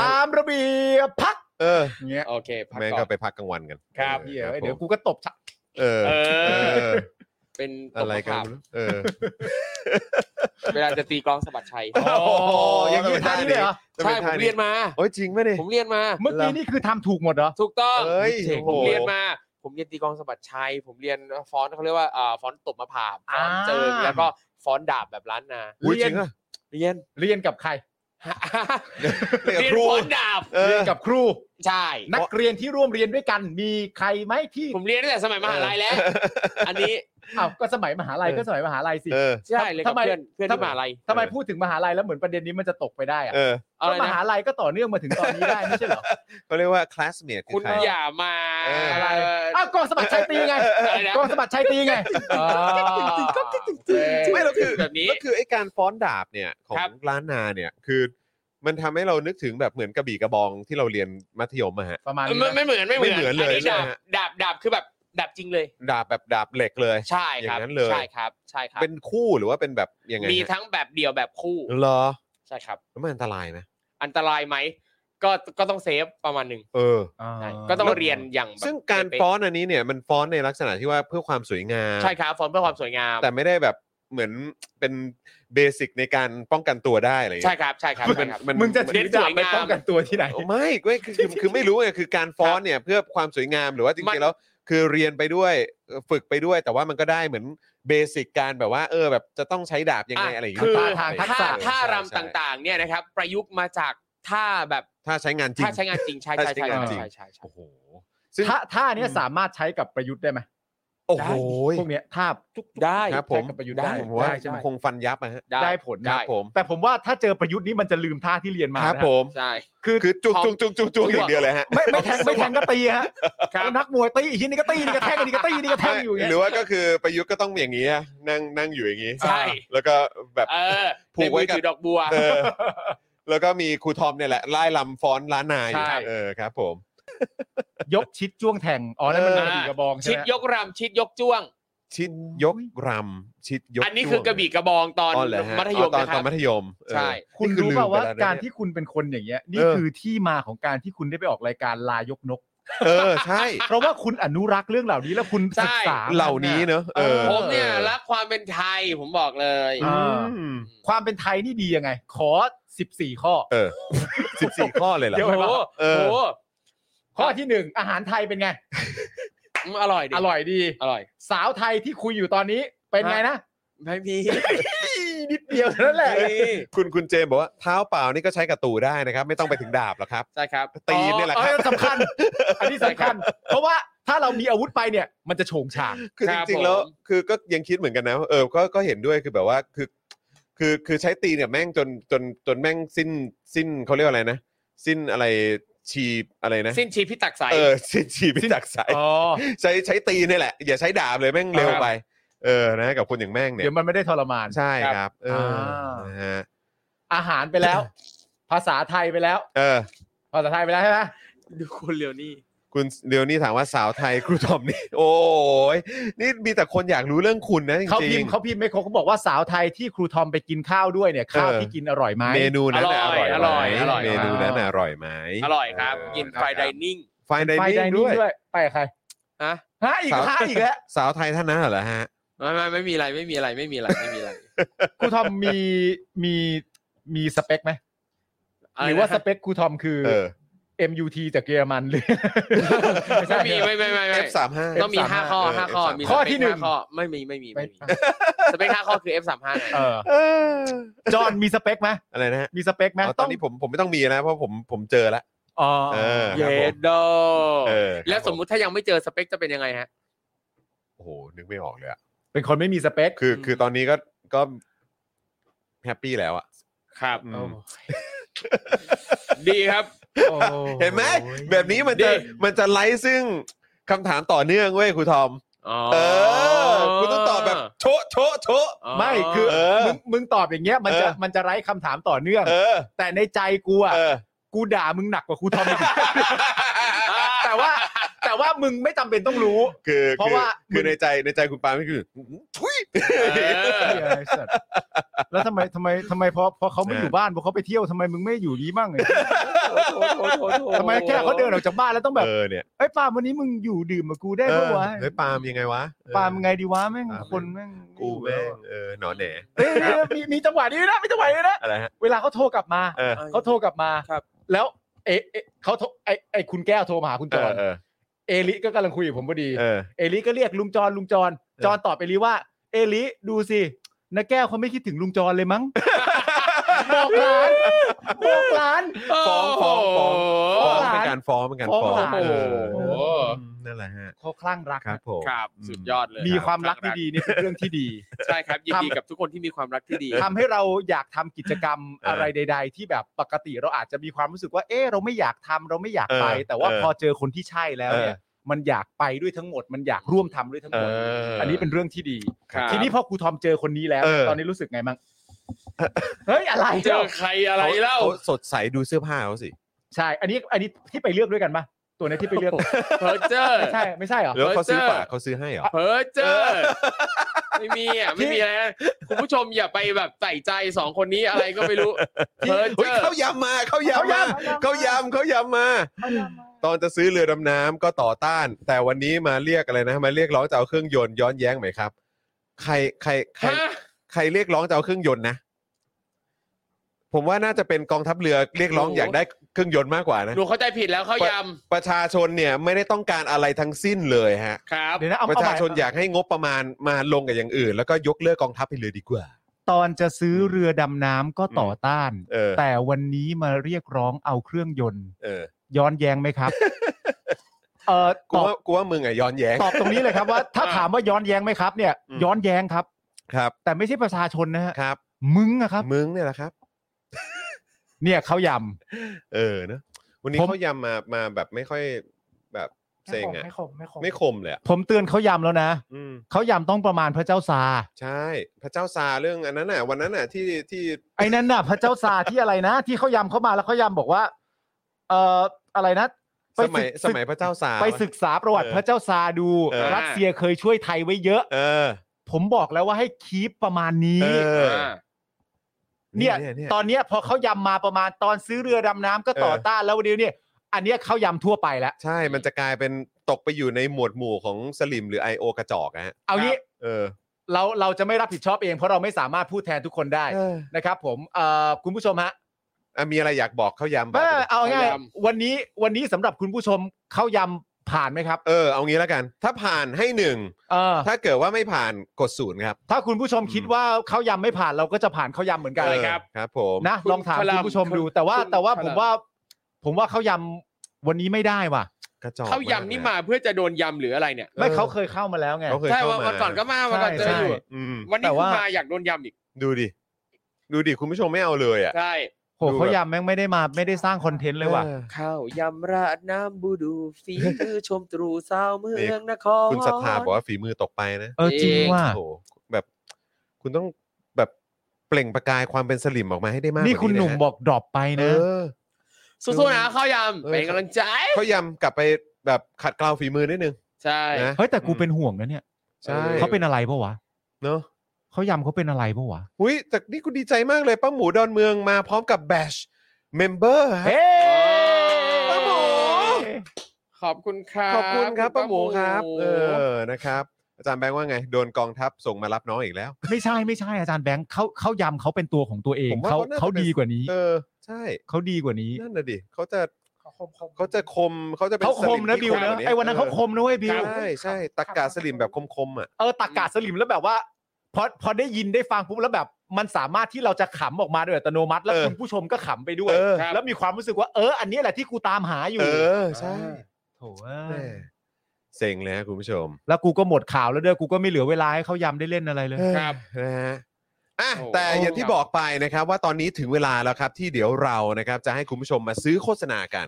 ตามระเบียบพัก เออ อย่างเงี้ย โอเคพัก แม่ง ก่ ก็ อน ไปพักกลางวันกัน ครับ ออ เหี้ย ครับ เดี๋ยผวม กูก็ตบฉะ เออ เอ เอ อ อ เป็นต อะ บ ไรกัน ข่าว ไม่รู้เออ เวลาจะตีกลองสะบัดชัย โอ้โห อย่างนี้ท่านี้เลยเหรอ ใช่ผมเรียนมา โอ้ยจริงไหมเนี่ย ผมเรียนมา เมื่อกี้นี่คือทำถูกหมดเหรอ ถูกต้อง เอ้ย เจ๋ง โอ้ ผ โห มเรียนมา ผมเรียนตีกลองสะบัดชัย ผมเรียนฟอนต์เขาเรียกว่าอ่าฟอนต์ตบมะพร้าวฟอนต์ อ่า เจิงแล้วก็ฟอนต์ดาบแบบล้านนา อุ๊ยจริงอะ เรียน เรียนกับใคร เรียน เรียน ครู ฟอนต์ดาบ เอ เรีย อน กับครู ใช่ นักเรียนที่ร่วมเรียนด้วยกันมีใครไหมที่ ผมเรียนตั้งแต่สมัยมหาลัยแล้ว อันนี้ อ้าวก็สมัยมหาลัยก็สมัยมหาลัยสิ เออ ใช่เลยกับ ทำไม เพื่อนเพื่อน ทำ ที่ ไม มหาลัย ทำไมพูดถึงมหาลัยแล้วเหมือนประเด็นนี้มันจะตกไปได้อะ เออ อะ ก็ ไร มหา นะ ลัยก็ต่อเนื่องมาถึงตอนนี้ ได้ไม่ใช่เหรอ เขาเรียกว่า classmate คื คุณ อใคร อย่ามา เอออะไร เ อ้าวกองสะบัดชัยตีไง เออเออ อะไรนะ กองสะบัดชัยตีไงอ๋อ ไม่แล้วคือ แบบนี้ แล้วคือไอ้การฟ้อนดาบเนี่ยของ ครับ ร้านนาเนี่ยคือ มันทำให้เรานึกถึงแบบเหมือนกระบี่กระบองที่เราเรียนมัธยมอะฮะ ประมาณ เออ นี้นะไม่ไม่เหมือนไม่เหมือน ไม่เหมือนเลย อันนี้ ใช่ ดา ไหมบฮะ ดาบดาบคือแบบดาบจริงเลย ดาบแบบดาบเหล็กเลย ใช่ครับ อย่างนั้นเลย ใช่ครับใช่ครับ เป็นคู่หรือว่าเป็นแบบยังไงฮะ มีทั้งแบบเดี่ยวแบบคู่ เหรอ ใช่ครับ แล้วมันอันตรายไหม อันตรายไหมก็ก็ต้องเซฟประมาณหนึ่ง เออ อ๋อ ใช่ก็ต้องเรียนอย่างแบบ ซึ่งการ เป๊ะๆ ฟ้อนอันนี้เนี่ยมันฟ้อนในลักษณะที่ว่าเพื่อความสวยงาม ใช่ครับฟอนต์เพื่อความสวยงาม แต่ไม่ได้แบบเหมือนเป็นเบสิกในการป้องกันตัวได้อะไรอย่าง ใช่ เงี้ย ครับใช่ครับ คือมั ใช่ น ครับ มัน มึงจะ มัน ถือดาบไปป้องกันตัวที่ไหน ไม่ก็คือคือคือไม่รู้ไงคือการฟ้อนเนี่ยเพื่อความสวยงามหรือว่าจ มั ริงๆ น แล้วคือเรียนไปด้วยเอ่อฝึกไปด้วย แต่ว่ามันก็ได้เหมือนเบสิกการแบบว่า เออแบบจะต้องใช้ดาบยังไงอะไรอย่างเงี้ย คือ ทางทักษะ ท่าท่ารำ ใช่ใช่ ต่างๆเนี่ยนะครับ ประยุกต์มาจากท่าแบบ ถ้าใช้งานจริง ท่าใช้งานจริงใช่ใช่ใช่ ท่าใช้งานจริง ใช่ใช่ใช่ โอ้โหซึ่ง ท่าท่าเนี้ยสามารถใช้กับประยุทธ์ได้ไหม โอ้โห พวกเนี้ยท่าทุกๆ ได้ ครับผม ใช้กับประยุทธ์ ได้ ได้ ผมว่า ได้ คงฟันยับอะฮะ ได้ ได้ผล ค นะ รับผม แต่ผมว่าถ้าเจอประยุทธ์นี้มันจะลืมท่าที่เรียนมา ครับ นะ ผม ใช่ คือ คือจุก พร้อม จุกจุกจุกจุกอย่างเดียวเลยฮะ ไม่ไม่แทงไม่แทงก็ตีฮะ ครับ นักมวยตีอีกทีนี่ก็ตีนี่ก็แทงนี่ก็ตีนี่ก็แทงอยู่อย่าง หรื เงี้อยว่าก็คือประยุทธ์ก็ต้องอย่างนี้ฮะนั่งนั่งอยู่อย่างนี้ ใช่ แล้วก็แบบ เออ ผูกไว้ ในกัมือบ ถือดอกบัว เออแล้วก็มีครูทอมเนี่ยแหละไล่ลำฟ้อนล้านนายอยู่ ใช่ เออครับผม ยกชิดจ้วงแทงอ๋อนั่นมัน เอกอระบี่กระบองใช่ ชิด ไหม ยกรำชิดยกจ้วง ชิดยกรำชิดยก อันนี้คือกระบี่กระบองตอน อ๋อเหรอฮะ มัธยม อ๋อตอน นะค ต รั อบ นมัธยมเออ ใช่ คุณ นี่อ รู้ป่า ลืม ว่า ไแล้เนี่ย การที่คุณเป็นคนอย่างเงี้ยนี่ เออ คือที่มาของการที่คุณได้ไปออกรายการลายกนก เออใช่ เพราะว่าคุณอนุรักษ์เรื่องเหล่านี้แล้วคุณศึกษา ใช่ เหล่านี้เนอะเออ ผมเนี่ยรักความเป็นไทยผมบอกเลย อืม ความเป็นไทยนี่ดียังไง ขอ 14 ข้อ เออสิบสี่ข้อเลยเหรอ เดี๋ยว โอ้โห เออ โอ้โห ข้อที่หนึ่งอาหารไทยเป็นไง อืมอร่อยดิ อร่อยดี อร่อย สาวไทยที่คุยอยู่ตอนนี้เป็นไงนะ ไม่มี นิดเดียวเท่านั้นแหละ ไม่มี คุณคุณเจมส์บอกว่าเท้าเปล่านี่ก็ใช้กระตูได้นะครับ ไม่ต้องไปถึงดาบหรอกครับ ใช่ครับ ตีนเนี่ยแหละครับ อ๋อสำคัญ อันนี้สำคัญ เพราะว่าถ้าเรามีอาวุธไปเนี่ย มันจะโฉงฉาง คือ ค จ รับ ริงๆแล้ว ผม คือก็ยังคิดเหมือนกันนะเออก็ก็เห็นด้วยคือแบบว่าคือคือคือใช้ตีเนี่ยแม่งจนจนจนแม่งสิ้นสิ้นเขาเรียกว่าอะไรนะ สิ้นอะไรชีพอะไรนะ สิ้นชีพพิตักใส เออสิ้นชีพพิจักษ์สาย อ๋อ ใช้ใช้ตีเนี่ยแหละ อย่าใช้ดาบเลยแม่งเร็ว ครับ ไป เออนะกับคนอย่างแม่งเนี่ย เดี๋ยวมันไม่ได้ทรมาน ใช่ครับ เออ อ่าน นะฮะ อาหารไปแล้ว ภาษาไทยไปแล้ว เออ ภาษาไทยไปแล้วใช่ไหม ดูคนเร็วนี่ คุณเรียวนี่ถามว่าสาวไทยครูทอมนี่ โอ้ยนี่มีแต่คนอยากรู้เรื่องคุณนะจริงๆ เขาพิมพ์เขาพิมพ์ไม่ครบเขาบอกว่าสาวไทยที่ครูทอมไปกินข้าวด้วยเนี่ย ข้าวที่กินอร่อยไหม เมนูนั้นน่ะอร่อย อร่อย ไหม อร่อย เมนูนั้นน่ะอร่อยไหม อร่อยครับกินไฟ ครับ ไดนิ่ง ไฟได ไป นิ่ ได งด้นิ่ง วย ด้วย ไปกับใคร ฮะ ฮะอีก สาว ฮะอีกแล้ว สาวไทยท่านนั้นเหรอฮะ ไม่ไม่ไม่มีอะไรไม่มีอะไรไม่มีอะไรไม่มีอะไร ครูทอมมีมีมีสเปคไหม ะไนะ หรือว่าสเปคครูทอมคือ เออ MUT จากเยอรมันหรือ ไม่ใช่ ไม่มีไม่ไม่ไม่ไม่ F สามห้า ต้องมีห้าข้อห้าข้อมี ข้อ สเปค ที่หนึ่ง าข้อไม่มีไม่มี ไม่ ไม่มีสเปคห้าข้อคือ F สามห้า เออ เออ จ จอห์นมีสเปคไหม อะไรนะฮะ มีสเปคไหม อ๋อตอนนี้ผมผมไม่ต้องมีแล้วเพราะผมผมเจอแล้ว อ๋อ เออ เยโด เออ แล้วสมมุติถ้ายังไม่เจอสเปคจะเป็นยังไงฮะ โอ้โหนึกไม่ออกเลยอะ เป็นคนไม่มีสเปค คือ อืม คือตอนนี้ก็ก็แฮปปี้แล้วอะ ครับ อืม ดีครับ เห็นไหมแบบนี้มันจะ ดี มันจะไลฟ์ซึ่งคำถามต่อเนื่องเว้ยครูทอม อ๋อ เออคุณต้องตอบแบบโชะโชะโชะ ไม่คือ เออ มึงมึงตอบอย่างเงี้ยมันจะ เออ มันจะไร้คำถามต่อเนื่อง เออ แต่ในใจกูอ่ะ เออ กูด่ามึงหนักกว่าครูทอมอีก แต่ว่าแต่ว่ามึงไม่จำเป็นต้องรู้ คือ เพราะ คือ ว่า คือ มึง ในใจในใจคุณปาล์มก็คือทุย เออ เหี้ยไอ้สัตว์แล้วทำไมทำไมทำไมพอพอเขาไม่อยู่บ้านพอเขาไปเที่ยวทำไมมึงไม่อยู่นี้บ้างเลยทำไมแค่เขาเดินออกจากบ้านแล้วต้องแบบ เออเนี่ย เอ้ยปาล์มวันนี้มึงอยู่ดื่มกับกูได้ปะวะ เฮ้ยปาล์มยังไงวะเออ ปาล์มไงดีวะแม่ง ปาล์ม คนแม่ง กูแม่งเออหนอนแหน เอ้ยเอ้ยมีมีจังหวะนี้ด้วยนะมีจังหวะนี้ด้วยนะ อะไรฮะ เวลาเขาโทรกลับมา เออ เขาโทรกลับมา ครับ แล้วเอะเอ๊ะเขาโทรไอไอคุณแก้วโทรมาหาคุณจ เอ อ อน เออ เอลิก็กำลังคุยกับผมพอดี เออ เอลิก็เรียกลุงจอนลุงจอน ออ จอนตอบเอลิว่า เอลิดูสินาแก้วเขาไม่คิดถึงลุงจอน เลยมั้ง บอกหลานบอกหลาน ฟ้องฟ้องฟ้อง โอ้ ฟ้ โห องเป็นการฟ้องเป็นการฟ้อง ฟ้องหลาน เออ โอ้โห อืมนั่นแหละฮะ เขาคลั่งรัก ครับผม ครับ สุดยอดเลย มีความรักที่ บ ดีนี่เป็นเรื่องที่ดี ใช่ครับยินดีกับทุกคนที่มีความรักที่ดี ทำให้เราอยากทำกิจกรรม เอออ อะไรใด ๆ ที่แบบปกติเราอาจจะมีความรู้สึกว่า เออเราไม่อยากทำเราไม่อยากไป เออ แต่ว่า เออ พอเจอคนที่ใช่แล้วเนี่ย มันอยากไปด้วยทั้งหมด มันอยากร่วมทำด้วยทั้งหมด เอออั อันนี้เป็นเรื่องที่ดี ครับ ทีนี้พอครูทอมเจอคนนี้แล้ว เออ ตอนนี้รู้สึกไง มั้งเฮ้ยอะไร เจอใครอะไรเล่า ขขสดใสดูเสื้อผ้าเขาสิ ใช่ อันนี้อันนี้ที่ไปเลือกด้วยกันปะตัวนี้ที่ไปเลือก เพอเจอ ไม่ใช่ไม่ใช่เหรอ แล้วเขาซื้อ เจอ ฝากเขาซื้อให้เหรอ เพอเจอไม่มีอ่ะไม่มีอะไรนะคุณผู้ชมอย่าไปแบบใส่ใจสองคนนี้อะไรก็ไม่รู้เพอเจ เฮ้ย อ เขายำมาเขายำมาเขา เขายำ ยำเขายำมา ตอนจะซื้อเรือดำน้ำก็ต่อต้าน แต่วันนี้มาเรียกอะไรนะ มาเรียกร้องจะเอาเครื่องยนต์ย้อนแย้งไหมครับ ใครใครใคร ฮะ ใครเรียกร้องจะเอาเครื่องยนต์นะ ผมว่าน่าจะเป็นกองทัพเรือเรียกร้องอยากได้เครื่องยนต์มากกว่านะ หนูเข้าใจผิดแล้วเขาย ประชาชนเนี่ยไม่ได้ต้องการอะไรทั้งสิ้นเลยฮะ ำครับ เดี๋ยวนะเอา ประ เอา ชา ใหม่ ชนอยากให้งบประมาณมาลงกับอย่างอื่น แล้วก็ยกเลิกกองทัพไปเลยดีกว่า ตอนจะซื้อเรือดำน้ำก็ต่อต้าน เออ แต่วันนี้มาเรียกร้องเอาเครื่องยนต์ เออ ย้อนแย้งไหมครับ เอ่อ กู ตอบ ว่ากูว่ามึงอะย้อนแย้ง ตอบตรงนี้เลยครับว่า ถ้าถามว่าย้อนแย้งไหมครับ เนี่ย อืม ย้อนแย้งครับ ครับ แต่ไม่ใช่ประชาชนนะฮะ ครับ มึงอะครับ มึงเนี่ยแหละครับ เนี่ยเขาย เออเนอะวันนี้ ผม เขายำมามาแบบไม่ค่อยแบบเซ็งอ่ะ ไม่ขมไม่ขม ไม่ ไม่ ค ขม มเลยอะ ำผมเตือนเขายำแล้วนะ อืม เขายำต้องประมาณพระเจ้าซา ใช่ พระเจ้าซาเรื่องอันนั้นน่ะ วันนั้นน่ะที่ที่ ไอ้นั่นน่ะ พระเจ้าซาที่อะไรนะ ที่เขายำเขามาแล้วเขายำบอกว่า เอ่ออะไรนะไป สมัย ศึก สมัยพระเจ้าซา ไปศึกษาประวัติ เออ พระเจ้าซาดู เออ รัสเซียเคยช่วยไทยไว้เยอะ เออ ผมบอกแล้วว่าให้คีปประมาณนี้ เออ เนี่ย เนี่ย ตอนเนี้ยพอเขายำมาประมาณตอนซื้อเรือดำน้ำก็ต่อ เออ ต้านแล้ววันนี้เนี่ย อันเนี้ยเขายำทั่วไปแล้ว ใช่มันจะกลายเป็นตกไปอยู่ในหมวดหมู่ของสลิมหรือ I.O. กระจอกนะฮะ เอางี้ เออ เราเราจะไม่รับผิดชอบเองเพราะเราไม่สามารถพูดแทนทุกคนได้ เออ นะครับผมเอ่อคุณผู้ชมฮะ อ่ะมีอะไรอยากบอกเขายำบอก แม่ ไปดิ เอาง่าย เขายำ วันนี้วันนี้สำหรับคุณผู้ชมเขายำผ่านไหมครับ เออเอางี้แล้วกัน ถ้าผ่านให้หนึ่ง เออ ถ้าเกิดว่าไม่ผ่านกดศูนย์ครับ ถ้าคุณผู้ชมคิดว่าเขายำไม่ผ่านเราก็จะผ่านเขายำเหมือนกัน อะไรครับ เออครับ ผม นะ คุณ ลองถาม พลัง คุณผู้ชมดู คุณ แต่ว่า คุณ แต่ว่า พลัง ผมว่า ผมว่าเขายำวันนี้ไม่ได้ว่ะ กระจอก เขายำนี่มาเพื่อจะโดนยำหรืออะไรเนี่ย ไม่เขาเคยเข้ามาแล้วไง เขาเคย ใช่ เข้ามา วันก่อนก็มาวันก่อนเจออยู่ อืม วันนี้ แต่ คุณ ว่า มาอยากโดนยำอีก ดูดิ ดูดิ คุณผู้ชมไม่เอาเลยอ่ะ ใช่ โหเขายำแม่งไม่ได้มาไม่ได้สร้างคอนเทนต์เลยว่ะ ข้าวยำราดน้ำบูดูฝีมือชมตรูสาวเมื นี่ องนคร คุณศรัทธาบอกว่าฝีมือตกไปนะ เออจริงว่ะ โอ้โหแบบคุณต้องแบบเปล่งประกายความเป็นสลิมออกมาให้ได้มาก นี่ กว่า คุณหนุ่ม ะฮะ บอกดรอปไป เอ นะ อ สู้ๆนะข้าวยำ เออ เป็นกำลังใจ เขายำกลับไปแบบขัดเกลาฝีมือนิดนึง ใช่ นะ เฮ้ยแต่กูเป็นห่วงนะเนี่ย ใช่ เขาเป็นอะไรปะวะ เนาะ เขายำเขาเป็นอะไรปะวะ อุ้ยแต่นี่กูดีใจมากเลยป้าหมูดอนเมืองมาพร้อมกับแบชเมมเบอร์ฮะ เฮ้ ป้าหมู ย ขอบคุณครับ ขอบคุณครับป้าหมูครับ ป้าหมู เออนะครับ อาจารย์แบงค์ว่าไง โดนกองทัพส่งมารับน้องอีกแล้ว ไม่ใช่ไม่ใช่อาจารย์แบงค์เขาเขายำเขาเป็นตัวของตัวเอง ผมว่า เขา เขาน่าจะ เขาดีกว่านี้ เออ ใช่ เขาดีกว่านี้ นั่นน่ะดิเขาจะ เขาคมคม เขาจะคมเขาจะเป็น เขาคมนะ สลิ บิ ที่ ว คม นะ ก ไอ้วันนั้นเขาคมนะเว้ยบิว ใช่ใช่ตะกาสลิมแบบคมๆอ่ะ เออตักกาสลิมแล้วแบบว่าพอพอได้ยินได้ฟังปุ๊บแล้วแบบ มันสามารถที่เราจะขำออกมาโดยอัตโนมัติ แล้ว เออ คุณผู้ชมก็ขำไปด้วย เออ แล้วมีความรู้สึกว่าเอออันนี้แหละที่กูตามหาอยู่ เออ ใช่ โถ่เอ้ แม่ ย เซ็งเลยฮะคุณผู้ชม แล้วกูก็หมดข่าวแล้วด้วยกูก็ไม่เหลือเวลาให้เขายำได้เล่นอะไรเลย ครับ นะฮะอ่ะ โอ้ แต่อย่างที่บอกไปนะครับว่าตอนนี้ถึงเวลาแล้วครับที่เดี๋ยวเรานะครับจะให้คุณผู้ชมมาซื้อโฆษณากัน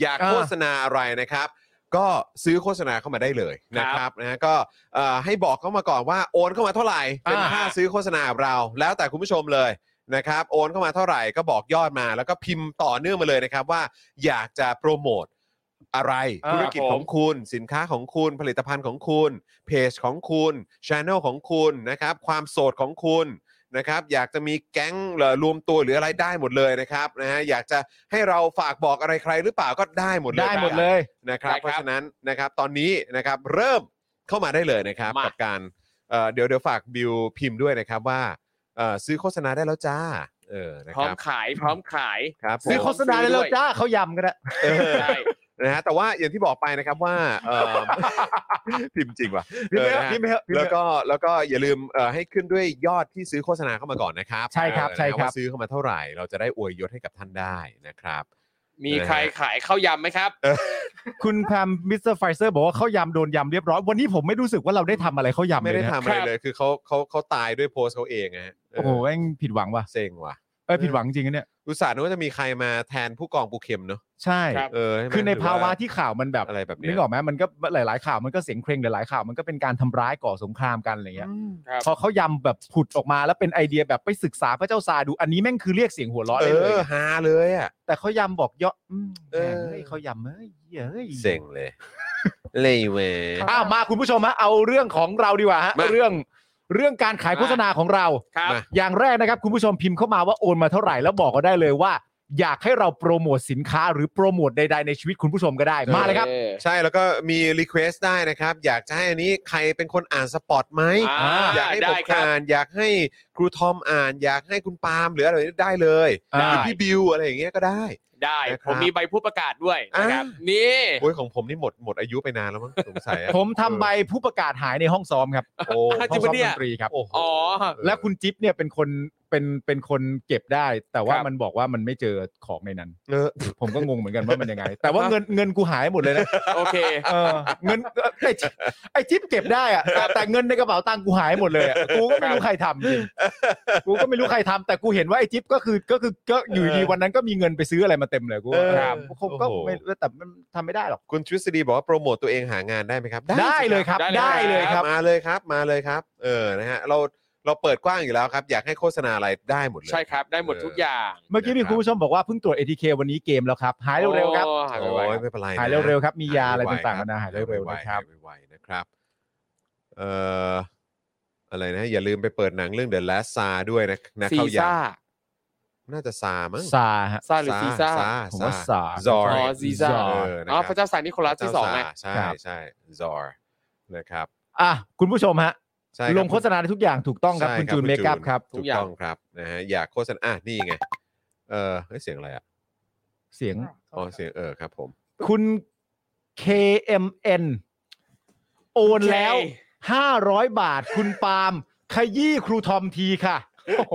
อยาก อ่า โฆษณาอะไรนะครับ ก็ซื้อโฆษณาเข้ามาได้เลยนะครับนะฮะก็เอ่อให้บอกเข้ามาก่อนว่าโอนเข้ามาเท่าไหร่เป็น อ่า ค่าซื้อโฆษณากับเรา แล้วแต่คุณผู้ชมเลยนะครับ โอนเข้ามาเท่าไหร่ก็บอกยอดมา แล้วก็พิมพ์ต่อเนื่องมาเลยนะครับว่าอยากจะโปรโมทอะไร อ่า ธุรกิจของ ของคุณสินค้าของคุณผลิตภัณฑ์ของคุณ เพจของคุณช anel ของคุณนะครับความโสดของคุณนะครับอยากจะมีแก๊งเหรอรวมตัวหรืออะไรได้หมดเลยนะครับนะฮะอยากจะให้เราฝากบอกอะไรใครหรือเปล่าก็ได้หมดเลย ได้หมดเลย นะครับ ได้ครับ เพราะฉะนั้นนะครับตอนนี้นะครับเริ่มเข้ามาได้เลยนะครับ มากั กับการเอ่อเดี๋ยวเดี๋ยวฝากบิวพิมพ์ด้วยนะครับว่าเอ่อซื้อโฆษณาได้แล้วจ้าเออนะ พคร้อ รั ม บ ขายพร้อมขาย ครับผม ซื้อโฆษณาได้แล้ว ด้วย จ้าเขายำกันนะ เออ ใช่ นะฮะแต่ว่าอย่างที่บอกไปนะครับว่าเอ่ อ พิมพ์จริงว่ะ พิมพ์ไหม เออนะฮะ พิมพ์ไหมพิมพ์ไหม แล้วก็แล้วก็อย่าลืมเอ่อให้ขึ้นด้วยยอดที่ซื้อโฆษณาเข้ามาก่อนนะครับ ใช่ครับ เออนะฮะ ใช่ครับ ว่าซื้อเข้ามาเท่าไหร่ เราจะได้อวยยศให้กับท่านได้นะครับ มีใครขายข้าวยำไหมครับ คุณคำมิสเตอร์ไฟเซอร์บอกว่าเขายำโดนยำเรียบร้อย วันนี้ผมไม่รู้สึกว่าเราได้ทำอะไรเขายำ ไม่ เล ได้ ยนะ ทำอะไร ครับ เลยคือเขาเขาเขาตายด้วยโพสต์เขาเองนะฮะเ โอ้โหแม่งผิดหวังว่ะ เซ็งว่ะ เอ้ยผิดหวังจริงๆนะเนี่ย อุตส่าห์นึกว่าจะมีใครมาแทนผู้กองปูเข็มเนอะ ใช่ ครับ เออช่ไหม คือใน หรื ภาวะที่ข่าวมันแบบ อะไรแบบเนี้ย นึกออกไหมมันก็หลาย ๆ ข่าวมันก็เสียงเคร่งหลายๆข่าวมันก็เป็นการทำร้ายก่อสงครามกันอะไรเงี้ย ครับ พอเขายำแบบผุดออกมาแล้วเป็นไอเดียแบบไปศึกษาพระเจ้าซาดูอันนี้แม่งคือเรียกเสียงหัวเราะ เอ ได้เลย อ นะ ฮาเลยอ่ะ แต่เขายำบอกเยอะอืมแห เออ มเฮ้ยเขายำเอ้ยเฮ้ย เซ็งเลย เลยเว้ย อ้าวมาคุณผู้ชมฮะเอาเรื่องของเราดีกว่าฮะ มา เรื่องเรื่องการขาย มา โฆษณาของเรา ครับ มา อย่างแรกนะครับ คุณผู้ชมพิมพ์เข้ามาว่าโอนมาเท่าไหร่แล้วบอกก็ได้เลยว่า อยากให้เราโปรโมทสินค้าหรือโปรโมทใด ๆ ในชีวิตคุณผู้ชมก็ได้มาเลยครับ ใช่แล้วก็มีรีเควสต์ได้นะครับ อยากจะให้อันนี้ใครเป็นคนอ่านสปอตไหม อ่า อยากให้ ได้ ผม ครับ อ่าน อยากให้ครูทอมอ่าน อยากให้คุณปาล์มหรืออะไรได้เลย ได้ หรือพี่บิวอะไรอย่างเงี้ยก็ได้ ได้ นะครับ ผมมีใบผู้ประกาศด้วยนะครับ อ่านี่ นี่ โอ้ยของผมนี่หมดหมดอายุไปนานแล้วมั้งสงสัยอะ ผมทำใบผู้ประกาศหายในห้องซ้อมครับ โอ้ อ่ะ ห้ จ อง ง ปะ ซ้อม เนี่ ด ย นตรีครับ โอ้โห อ๋อ และคุณจิ๊บเนี่ยเป็นคนเป็นเป็นคนเก็บได้ แต่ว่า ครับ มันบอกว่ามันไม่เจอของในนั้น เออ ผมก็งงเหมือนกันว่ามันยังไง แต่ว่าเงินเงินกูหายหมดเลยนะ โอเค เออเงินไอ้จิ๊บไอ้จิ๊บเก็บได้อะแต่แต่เงินในกระเป๋าตังค์กูหายหมดเลยอะกูก็ไม่รู้ใครทำจริง กูก็ไม่รู้ใครทำแต่กูเห็นว่าไอ้จิ๊บก็คือก็คือก็อยู่ดี เออ วันนั้นก็มีเงินไปซื้ออะไรมาเต็มเลยกู เออ ครับคงก็ โอ้โห ไม่แต่มันทำไม่ได้หรอก คุณทฤษฎีบอกว่าโปรโมตตัวเองหางานได้ไหมครับ ได้ สิ เลยครับ ได้ ได้ เล เลย ยครับ มาเลยครับมาเลยครับ เออนะฮะเราเราเปิดกว้างอยู่แล้วครับ อยากให้โฆษณาอะไรได้หมดเลย ใช่ครับ ได้หมดทุกอย่าง เมื่อกี้มี นะครับ คุณผู้ชมบอกว่าเพิ่งตรวจ ATK วันนี้เกมแล้วครับ หายเร็วๆครับ โอ้หาย โอ้ ไวๆค ย รับ ไม่เป็นไรนะ หายเร็วๆครับ มียาอะไรต่างๆนานาหายเร็วๆนะครับ หายไวๆนะครับเอ่ออะไรนะ อย่าลืมไปเปิดหนังเรื่อง The Last s a ด้วยนะนะ ซี เขาอยา ซ่า น่าจะซามั้ง ซาฮะ ซาหรือซีซ่า ผมว่า Tsar ซอ อ๋ ร์ อซีซ่า Tsar เออนะ อ๋อ คบ พระเจ้าสายนิโคลัสที่สองไง ใช่ ครับ ใช่ซอร์นะครับ อ่ะคุณผู้ชมฮะ ใช่ครับ ลงโฆษณาได้ทุกอย่างถูกต้องครับ ใช่ คุณจูนเมกับครับ ถูกต้องครับนะฮะอยากโฆษณาอ่ะนี่ไง เออเฮ้ยเสียงอะไรอ่ะ เสียง อ๋อเสียงเออครับ ผม คุณ KMN โอนแล้ว 500 บาทคุณปาล์มขยี้ครูทอมทีค่ะ โอ้โห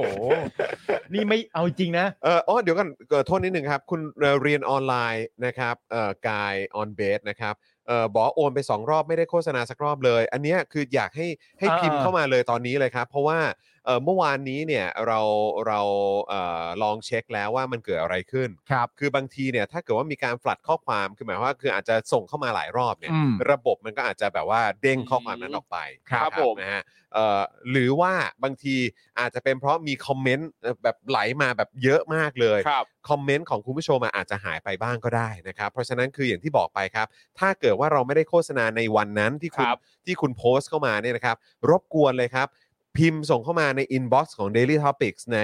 นี่ไม่เอาจริงนะ เอออ๋อเดี๋ยวกันเอ่อโทษนิดหนึ่งครับ คุณเอ่อเรียนออนไลน์นะครับเอ่อกายออนเบสนะครับเอ่อบอกว่าโอนไป 2 รอบไม่ได้โฆษณาสักรอบเลย อันเนี้ยคืออยากให้ให้ อ่า พิมพ์เข้ามาเลยตอนนี้เลยครับ เพราะว่าเอ่อเมื่อวานนี้เนี่ยเราเราเอ่อลองเช็คแล้วว่ามันเกิดอะไรขึ้น ครับ คือบางทีเนี่ยถ้าเกิดว่ามีการฝลัดข้อความคือหมายความว่าคืออาจจะส่งเข้ามาหลายรอบเนี่ย อืม ระบบมันก็อาจจะแบบว่าเด้งข้อความนั้นออกไป ครับ นะ ผม นะฮะเอ่อหรือว่าบางทีอาจจะเป็นเพราะมีคอมเมนต์แบบไหลมาแบบเยอะมากเลย ครับ คอมเมนต์ของคุณผู้ชมอะอาจจะหายไปบ้างก็ได้นะครับ เพราะฉะนั้นคืออย่างที่บอกไปครับ ถ้าเกิดว่าเราไม่ได้โฆษณาในวันนั้นที่คุณ ครับ ที่คุณโพสต์เข้ามาเนี่ยนะครับ รบกวนเลยครับ พิมพ์ส่งเข้ามาในอินบ็อกซ์ของ Daily Topics ใน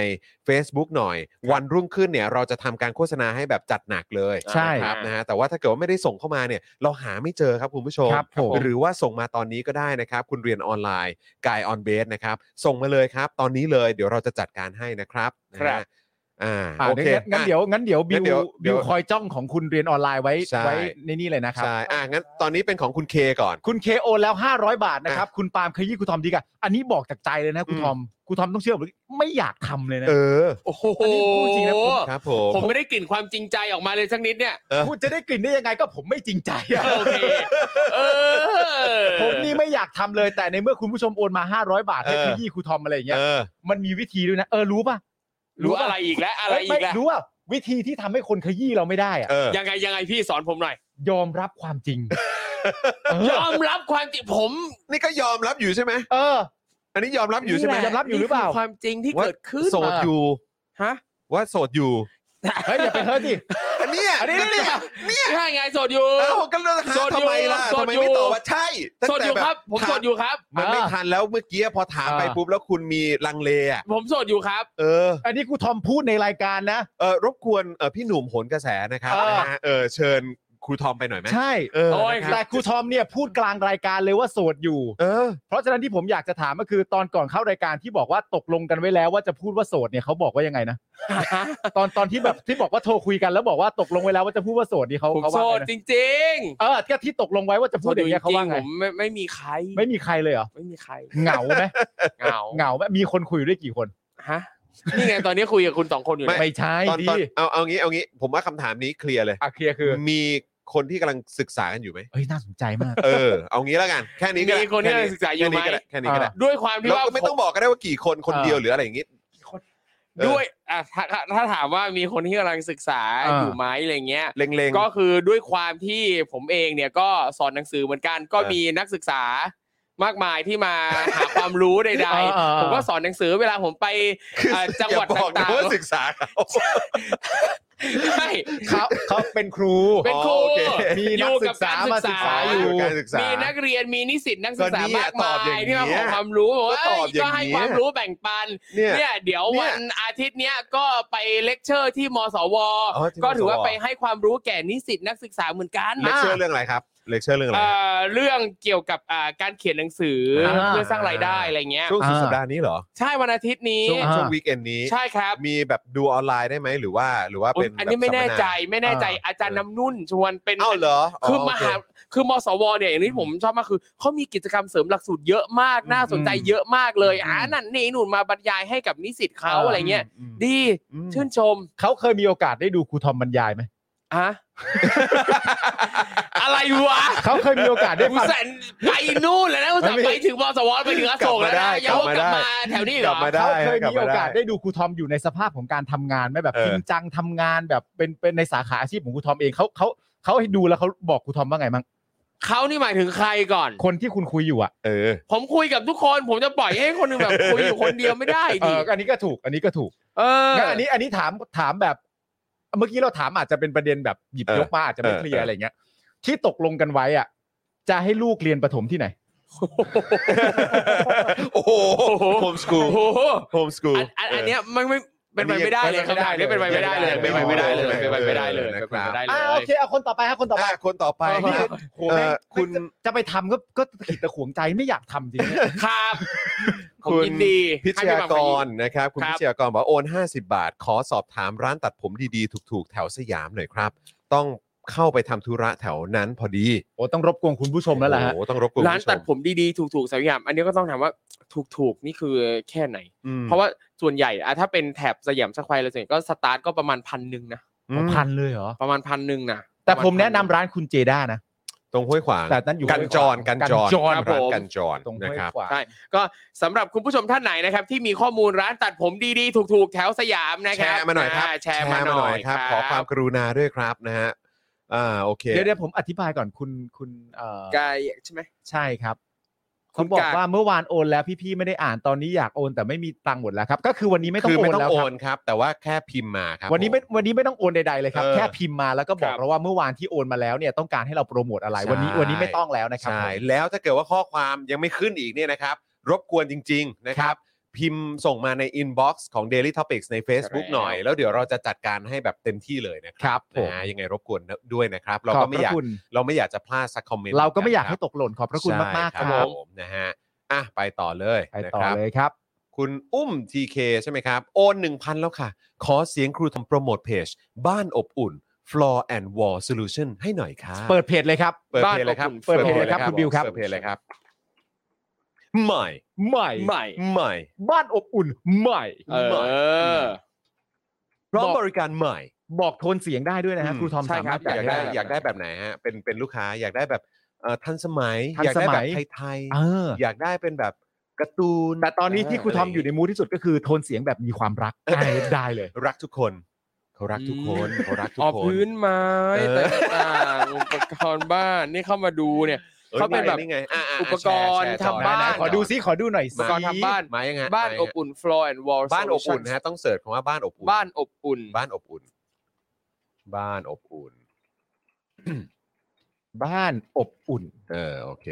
Facebook หน่อย วันรุ่งขึ้นเนี่ยเราจะทำการโฆษณาให้แบบจัดหนักเลย ใช่ นะครับนะฮะแต่ว่าถ้าเกิดว่าไม่ได้ส่งเข้ามาเนี่ยเราหาไม่เจอครับคุณผู้ชม ครับผม หรือว่าส่งมาตอนนี้ก็ได้นะครับ คุณเรียนออนไลน์กายออนเบสนะครับ ส่งมาเลยครับ ตอนนี้เลยเดี๋ยวเราจะจัดการให้นะครับนะ ครั ฮะ บ อ่า อ่า โอเค งั้นงั้นเดี๋ยวงั้นเดี๋ยวบิ งั้ วน เดี๋ยว บิ เดี๋ยวว คอยจ้องของคุณเรียนออนไลน์ไว้ ใช่ ไว้ในนี่เลยนะครับ ใช่อ่ะงั้นตอนนี้เป็นของคุณเคก่อน คุณเคโอแล้ว 500 บาทนะครับ คุณปาล์มขยี้คุณทอมดีกว่าอันนี้บอกจากใจเลยนะคุณ อืม ทอมคุณทอมต้องเชื่อผมดิไม่อยากทำเลยนะ เออ โอ้โห อันนี้พูดจริงนะผม ครับผม ผมไม่ได้กลิ่นความจริงใจออกมาเลยสักนิดเนี่ย พูดจะได้กลิ่นได้ยังไงก็ผมไม่จริงใจอะ โอเคเออ ผมนี่ไม่อยากทำเลยแต่ในเมื่อคุณผู้ชมโอนมา 500 บาทให้ขยี้คุณทอมอะไรอย่างเงี้ย เออ มันมีวิธีด้วยนะเออรู้ป่ะ รู้อะไรอีกแล้วอะไรอีก เย แล้ว รู้ว่าวิธีที่ทำให้คนขยี้เราไม่ได้อะ เออ ยังไงยังไงพี่สอนผมหน่อย ยอมรับความจริง ยอมรับความจริงผม นี่ก็ยอมรับอยู่ใช่ไหม เออ อันนี้ยอมรับอยู่ใช่ไหม นี่แหละ รับอยู่หรือเปล่า นี่คืความจริงที่ ว่า เกิดขึ้น โสดอยู่ ฮะ ว่าโสดอยู่ เฮ้ยอย่าไปเฮ้ยดิ อันเนี้ย อันนี้ ก็ นี่ เนี่ย ใช่ไงโสดอยู่ เอ้าก็เรื่องหา โสดอยู่ ทำไมล่ะ โส ทำ ด ไม อยู่ ไม่ตอบว่าใช่ตั้ง โสด แต่ อยู่ แ ครับ ผมโสดอยู่ครับ มันไม่ทันแล้วเมื่อกี้พอถามไป เออ ปุ๊บแล้วคุณมีลังเลอ่ะ ผมโสดอยู่ครับ เออ อันนี้คุณทอมพูดในรายการนะ เออรบกวนเออพี่หนุ่มโหนกระแสนะครับ เออ นะฮะเออเชิญครูทอมไปหน่อยไหม ใช่ เออ โอ้ย นะครับ แต่ครูทอมเนี่ยพูดกลางรายการเลยว่าโสดอยู่ เออ เพราะฉะนั้นที่ผมอยากจะถามก็คือตอนก่อนเข้ารายการที่บอกว่าตกลงกันไว้แล้วว่าจะพูดว่าโสดเนี่ยเขาบอกว่ายังไงนะ ตอนตอนที่แบบที่บอกว่าโทรคุยกันแล้วบอกว่าตกลงไว้แล้วว่าจะพูดว่าโสดนี่เขา ผม เขา โส ว่า ด ไงนะ จริง เออที่ที่ตกลงไว้ว่าจะ ๆ พูดอย่างเงี้ยเขาว่าไง ผมไม่ไม่มีใคร ไม่มีใครเลยเหรอ ไม่มีใคร เหงาไหม เหงา เหงาไหมมีคนคุยด้วยกี่คน ฮะนี่ไงตอนนี้คุยกับคุณสองคนอยู่เนี่ย ไม่ใช่ ตอน ดิ ตอนเอาเอางี้เอางี้ ผมว่าคำถามนี้เคลียร์เลย อะเคลียร์คือ มีคนที่กำลังศึกษากันอยู่ไหม เฮ้ยน่าสนใจมาก เออ เอางี้แล้วกัน แค่นี้ก็ได้ มีคนที่กำลังศึกษาอยู่ไหม แค่นี้ก็ได้ ด้วยความ แค่นี้ก็ได้เราที่ว่า ก็ไม่ต้องบอกก็ได้ว่ากี่คนคน เออ เดียวหรืออะไรอย่างงี้ เออ ด้วยอ่ะถ้าถ้าถ้าถามว่ามีคนที่กำลังศึกษา อ่า อยู่ไหมอะไรเงี้ย เล็งๆ ก็คือด้วยความที่ผมเองเนี่ยก็สอนหนังสือเหมือนกัน ก็มีนักศึกษามากมายที่มาหาความรู้ใด เออ ๆผมก็สอนหนังสือเวลาผมไป คือ เอ่อจังหวัด อย่บอกนะ ต่าง ว่าศึกษาเขา ๆใช่ เขาเขาเป็นครู เป็นครู โอเค มี อ นัก ยู่ ศึ กับ กษา การ มา ศึก ศึก ษา ษา อ อยู่ ยู่ การศึกษา มี มี นักเรียนมีนิสิตนักศึกษา ก็เนี่ย มาก ต มา อบอย่าง ย เงี้ย ที่มาขอความรู้บอกว่า ก็ตอบอย่าง ก็ให้ เงี้ย ความรู้แบ่งปัน เนี่ย เนี่ยเดี๋ยว เนี่ย วันอาทิตย์เนี้ยก็ไปเลคเชอร์ที่มสว อ๋อที่มสว ก็ถือว่าไปให้ความรู้แก่นิสิตนักศึกษาเหมือนกัน เลคเชอร์เรื่องอะไรครับ เลคเชอร์เรื่องอะไร เอ่อเรื่องเกี่ยวกับอ่าการเขียนหนังสืออา เพื่อสร้างรายได้อะไรเงี้ย ช่วงสุดสัปดาห์นี้เหรอ ใช่วันอาทิตย์นี้ ช่วง อ่า ช่วงวีคเอนนี้ ใช่ครับ มีแบบดูออนไลน์ได้ไหมหรือว่าหรือว่า อุ๊ เป็ ย น อันนี้ไม่แน่ใจไม่แน่ใจ เอออ อาจารย์น้ำนุ่นชวนเป็น เอ้าเหรอ คือมหา คือมสวเนี่ยอย่างที่ผมชอบมากคือเขามีกิจกรรมเสริมหลักสูตรเยอะมากน่าสนใจเยอะมากเลยอ่านั่นนี่นู่นมาบรรยายให้กับนิสิตเขาอะไรเงี้ย ดิ ดีชื่นชม เขาเคยมีโอกาสได้ดูครูทอมบรรยายไหม ฮะ อะไรวะ เขาเคยมีโอกาส ได้ กู ฟัง สั่นไปนู่นแล้วนะกูสั่น ไม่มี ไปถึงมสวไปถึงอโศกแล้วนะยังว่ากลับมาแถวนี้เห ก ร ลับ อ มาได้ เขาเคย กลับ มีโอกาส ม ได้ดูครูทอมอยู่ในสภาพของการทำงานไหมแบบ เออ จริงจังทำงานแบบเป็นเป็นในสาขาอาชีพของครูทอมเองเขาเขาเขาให้ดูแล้วเขาบอกครูทอมว่าไงมั้ง เขานี่หมายถึงใครก่อน คนที่คุณคุยอยู่อ่ะ เออ ผมคุยกับทุกคน ผมจะปล่อยให้คนหนึ่งแบบ คุยอยู่คนเดียวไม่ได้ เอ ดิ ออันนี้ก็ถูก อันนี้ก็ถูก เออ งั้นอันนี้อันนี้ถามถามแบบ เมื่อกี้เราถามอาจจะเป็นประเด็นแบบหยิบ เออย กมาอาจจะไม่ เออ เคลีย เอ ร์ อ อะไรเงี้ยที่ตกลงกันไว้อ่ะ จะให้ลูกเรียนประถมที่ไหน โอ้โหโฮมสกูล โอ้โห โฮมสกูล อันอันอันเนี้ยมันไม่เป็นไปไม่ได้เลยครับ อันนี้ นี่เป็นไปไม่ได้เลยเป็นไปไม่ได้เลยเป็นไปไม่ได้เลย นะครับ เป็นไปไม่ได้เล อ่าย โอเคเอาคนต่อไปฮะคนต่อไป อ่ะคนต่อไปเนี่ย โหแม่เอ่งอคุณ จะไปทำก็ก็ขิดตะขวงใจไม่อยากทำจริงเนี่ย ครับผม คุณ ยินดี พิช ให้เป็ ยาน แบบ ก นี้ รนะครับคุณ ครั พิ บ ชยากรบอกว่าโอน 50 บาท ขอสอบถามร้านตัดผมดีๆ ถูกๆ แถวสยามหน่อยครับ ต้องเข้าไปทำธุระแถวนั้นพอดี โอ้ต้องรบกวนคุณผู้ชมแล้วล่ะฮะ โอ้โหต้องรบกวน ร้านตัด คุณผู้ช ผมดีๆ ถูกๆสามอย่างอันนี้ก็ต้องถามว่าถูกๆ นี่คือแค่ไหน อืม เพราะว่าส่วนใหญ่อะถ้าเป็นแถบสยามสแควร์อะไรส่วนใหญ่ก็สตาร์ทก็ประมาณพันหนึ่งนะ อืม พันเลยเหรอ ประมาณพันหนึ่งนะ แต่ผมแนะนำร้านคุณเจด้านะ ตรงห้วยขวาง แต่นั้นอยู่ กันจรกันจร กันจร ร้าน ครับผม กันจร ตรง นะ ห้วย ครับ ขวาง ใช่ก็สำหรับคุณผู้ชมท่านไหนนะครับ ที่มีข้อมูลร้านตัดผมดีๆ ถูกๆ แถวสยามนะ แช ครับ ร์มาหน่อยครับ าแชร์มาหน่อยครับ ขอความกรุณาด้วยครับนะฮะอ่าโอเค เดี๋ยวเดี๋ยวผมอธิบายก่อนคุณคุณเอ่อก ายใช่ไหม ใช่ครับ คุ เขา ณ บ กาย อกว่าเมื่อวานโอนแล้วพี่ๆไม่ได้อ่านตอนนี้อยากโอนแต่ไม่มีตังค์หมดแล้วครับ ก็คือวันนี้ไม่ต้อง คือ โอ ไม่ น ต้อง แล้ว โอ ครับ นครับ แต่ว่าแค่พิมพ์มาครับ วันนี้ไม่ ผม วันนี้ไม่ต้องโอนใดๆเลยครับ เออ แค่พิมพ์มาแล้วก็บอกครับ เราว่าเมื่อวานที่โอนมาแล้วเนี่ยต้องการให้เราโปรโมทอะไร ใช่ วันนี้วันนี้ไม่ต้องแล้วนะครับ ใช่ ผม แล้วถ้าเกิดว่าข้อความยังไม่ขึ้นอีกเนี่ยนะครับ รบกวนจริง ๆ นะครับ พิมพ์ส่งมาในอินบ็อกซ์ของ Daily Topics ใน Facebook ใช่หแล้วน่อย แล้วเดี๋ยวเราจะจัดการให้แบบเต็มที่เลยนะครับ ผม นะฮะยังไงรบกวนด้วยนะครับ เรา ขอ ก็ บ ไม่ พ อยา ระ ก คุณ เราไม่อยากจะพลาดสักคอมเมนต์ เราก็ไม่อยาก ค ให้ บ ตกหล่นขอบพระคุณ ใช่ มากๆครับ ผ ผม มนะฮะอ่ะไปต่อเลย ไปต่อ นะครับ เลยครับ คุณอุ้ม TK ใช่ไหมครับ โอน 1,000 แล้วค่ะ ขอเสียงครูทำโปรโมทเพจ บ้านอบอุ่น Floor and Wall Solution ให้หน่อยค่ะ เปิดเพจเลยครับ เปิดเพจเลยครับ เปิดเพจเลยครับคุณบิวครับ เปิดเพจเลยครับใหม่ ใหม่ ใหม่ ใหม่ บ้านอบอุ่นใหม่ เออ พร้อม บอก บริการใหม่ บอกโทนเสียงได้ด้วยนะฮะ อืม ครูทอม ใช่ สา คมารัร บ ถ อยากได้ เล อยากได้แบบไหนฮะเป็นเป็นลูกค้าอยากได้แบบเอ่อทันสมัย ทัน อยาก ส ได้ มั แบบ ย ไทย เออ ๆอยากได้เป็นแบบการ์ตูน แต่ตอนนี้ที่ครูทอมอยู่ในมูดที่สุดก็คือโทนเสียงแบบมีความรัก เออ ได้ได้เลย รักทุกคน เขารักทุกคนเขารักทุก ออ คน พื้นไม้ เออ ต่างๆอุปกรณ์บ้านนี่เข้ามาดูเนี่ย อ้ย เขาเป็นแบบ นี่ไงะะะ อุปกรณ์ แชแช ทำบ้าน ได้ ขอดูซิขอดูหน่อย อุ สิ ปกรณ์ทำบ้าน มายังไงฮะ บ้าน มยั อง บ ไง อุ่น floor and wall บ้านอบอุ่น solutions ฮะต้องเสิร์ชคำว่าบ้านอบอุ่น บ้านอบอุ่น บ้านอบอุ่น บ้านอบอุ่น บ้านอบอุ่น เออโอเค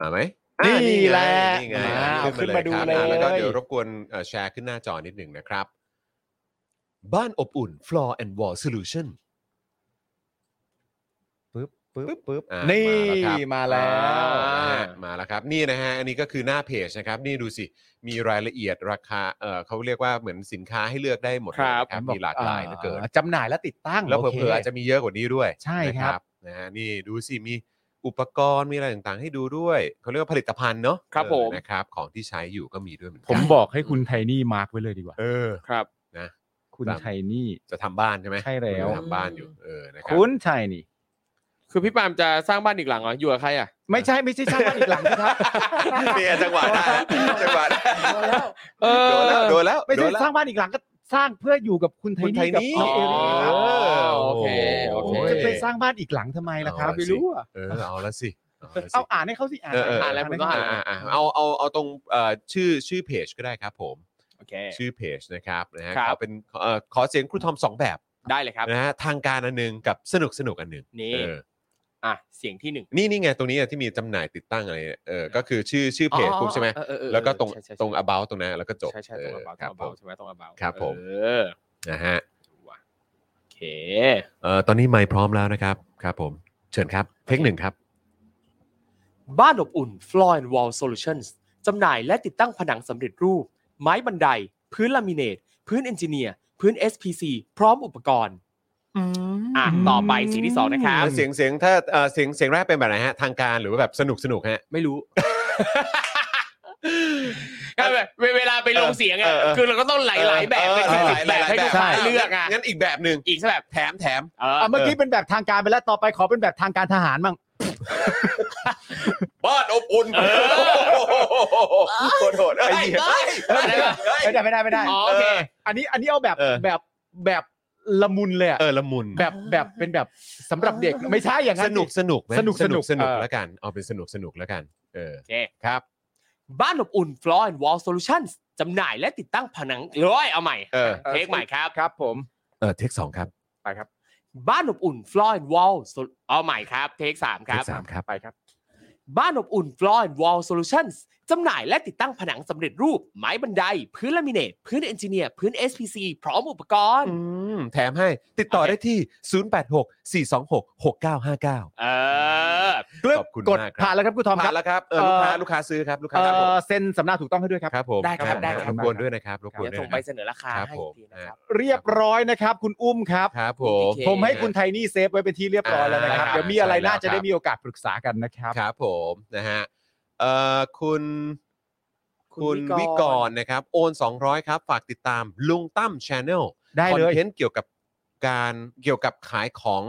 มาไหม นี่ อ่าไง แหละ นี่ไง อ่า ขึ้นมาเลยครับขึ้นมาดูเลย อ่าแล้วก็เดี๋ยวรบกวนเอ่อแชร์ขึ้นหน้าจอนิดหนึ่งนะครับ บ้านอบอุ่น floor and wall solution ปึ๊บปึ๊บปึ๊บ อ่ะ นี่มา มาแล้ แล้ว ครับ ว อ่านะฮะมาแล้วครับ นี่นะฮะ อันนี้ก็คือหน้าเพจนะครับ นี่ดูสิ มีรายละเอียดราคา เออเขาเรียกว่าเหมือนสินค้าให้เลือกได้หมดเลย ครับ นะมีหลากหลายเหลือเกิน อ่อจำหน่ายและติดตั้ง แล้ว โค เผื่อๆอาจจะมีเยอะกว่านี้ด้วย ใช่ครับ นะฮะนี่ดูสิมีอุปกรณ์มีอะไรต่างๆ ให้ดูด้วยเขาเรียกว่าผลิตภัณฑ์เนาะ ครับ เออ ผม นะครับของที่ใช้อยู่ก็มีด้วยเหมือน ผม กัน บอกให้คุณไทนี่มาร์กไว้เลยดีกว่า เออ ครับ คุณ ครับ ไทนี่ จะทำบ้านใช่ไหม ใช่แล้ว จะทำบ้านอยู่เออนะครั คุณไทนี่ คือพี่ปาล์มจะสร้างบ้านอีกหลังเหรออยู่กับใครอ่ะ ไม่ใช่ไม่ใช่ช่างบ้านอีกหลัง นะครับ เนี่ยจังห วะได้แล้วจังหวะได้ พอแล้ว เออ โดนแล้วโดนแล้ว ไม่ โด ใช่ นแล้ว สร้างบ้านอีกหลังก็สร้างเพื่ออยู่กับคุณไท คุณไท นี่กับ นี่ น้องเอริครับ อ๋อ โเคโอเค ผมจะไปสร้างบ้านอีกหลังทำไมล่ะครับ เอาสิ ไม่รู้อะ เออเอาละสิเอาละสิ เอาอ่านให้เขาสิอ่าน เออเอออ่ อ่านแล้วมึงก็ อ่า ให้เข อ่าอ่าเอาเอาเอาตรงเอ่อชื่อชื่อเพจก็ได้ครับ ผม โอเค ชื่อเพจนะครับนะฮะ ครั ข บ อเป็นเอ่อขอเสียงครูทอมสองแบบ ได้เลยครับ นะฮะทางการอันหนึงกับสนุกสนุกอันหนึง นี่ เออ อ่ะ เสียงที่หนึ่ง นี่นี่ไงตรงนี้อะที่มีจำหน่ายติดตั้งอะไรเนี่ยเออก็คือชื่อชื่อเพจ อ๋อ ปุ๊บใช่ไหม เออเออเออ แล้วก็ตรง ใช่ใช่ ตรง about ตรงนั้นแล้วก็จบ ใช่ใช่ตรง about เออครับ ตผมรง about ใช่ไหมตรง about ครับผม เออ นะฮะ ว่ะโอเค เอ่อตอนนี้ไมค์พร้อมแล้วนะครับครับผมเชิญครับเทคหนึ่งครับ บ้านอบอุ่น Floor and Wall Solutions จำหน่ายและติดตั้งผนังสำเร็จรูป ไม้บันได พื้นลามิเนต พื้นเอนจิเนียร์ พื้น SPC พร้อมอุปกรณ์ อ่ะ ต่อไปสีที่สองนะครับ เสียงเสียงถ้าเอ่อเสียงเสียงแรกเป็นแบบไหนฮะทางการหรือว่าแบบสนุกสนุกฮะ ไม่รู้ ก็แบบเวลาไปลงเสียง เอออะเออ คือเราก็ต้องหลายๆ แบบ เอ เป็น อ สิบแบบให้ลูกค้า หายๆ เลือกอ่ะ งั้นอีกแบบหนึ่ง อีกสักแบบ แถมแถม เออ อ่ะเมื่อกี้เป็นแบบทางการไปแล้วต่อไปขอเป็นแบบทางการทหารมั่ง บ้านอบอุ่นโอ้โหโคตรโหดเอ้ย อะไรวะ เอ้ย ไม่ได้ไม่ได้ไม่ได้ อ๋อโอเค อันนี้อันนี้เอาแบบ เออ แบบแบบละมุนเลยอะ เออละมุน แบบแบบเป็นแบบสำหรับเด็กไม่ใช่อย่างนั้ ส น นุก ดิ สนุกไหม สนุก ส สนุ นุก ก สนุก เออ แล้วกันเอาเป็นสนุกสนุกแล้วกันเออ โอเค ครับ บ้านอบอุ่น Floor and Wall Solutions จำหน่ายและติดตั้งผนังร้อยเอาใหม่ เออ เทคใหม่ครับ ครับผม เออเทคสองครับ ไปครับ บ้านอบอุ่น Floor and Wall Sol- เอาใหม่ครับ เทคสามค เท รั ค บ สามครับ ไปครับ บ้านอบอุ่น Floor and Wall Solutions จำหน่ายและติดตั้งผนังสำเร็จรูป ไม้บันได พื้นลามิเนต พื้นเอนจิเนียร์ พื้น SPC พร้อมอุปกรณ์ อืมแถมให้ติดต่อได้ที่ 0864266959 เออ ขอบคุณ กด มากครับ ผ่านแล้วครับคุณทอมค ผ่า รั น บ แล้วครับเออลูกค้า เอ่อ ลูกค้าซื้อครับลูกค้าคเอ่รับผม อเซ็นสำเนาถูกต้องให้ด้วยครับ ครับผม ได้ครับได้ครับ รบกวนด้วยนะครับรบกวนด้วย ส่ง นะ ไป ครับ เสนอราคา ครับ ให้ ผมอีกทีนะครับ เรียบร้อยนะครับ คุณอุ้มครับ ครับผม โอเค ผมให้คุณไทนี่เซฟไว้เป็นที่เรียบร้อยแล้วนะครับ อ่า เดี๋ยวมีอะไร ใช่แล้ว น่าจะ ครับ ได้มีโอกาสปรึกษากันนะครับ ครับผมนะฮะเอ่อคุณคุณ คุณวิ วิก ก ร ร นะครับ โอน 200 ครับ ฝากติดตามลุงตั้มชาแนล ได้ คอน เลย เทนต์เกี่ยวกับการเกี่ยวกับขายของ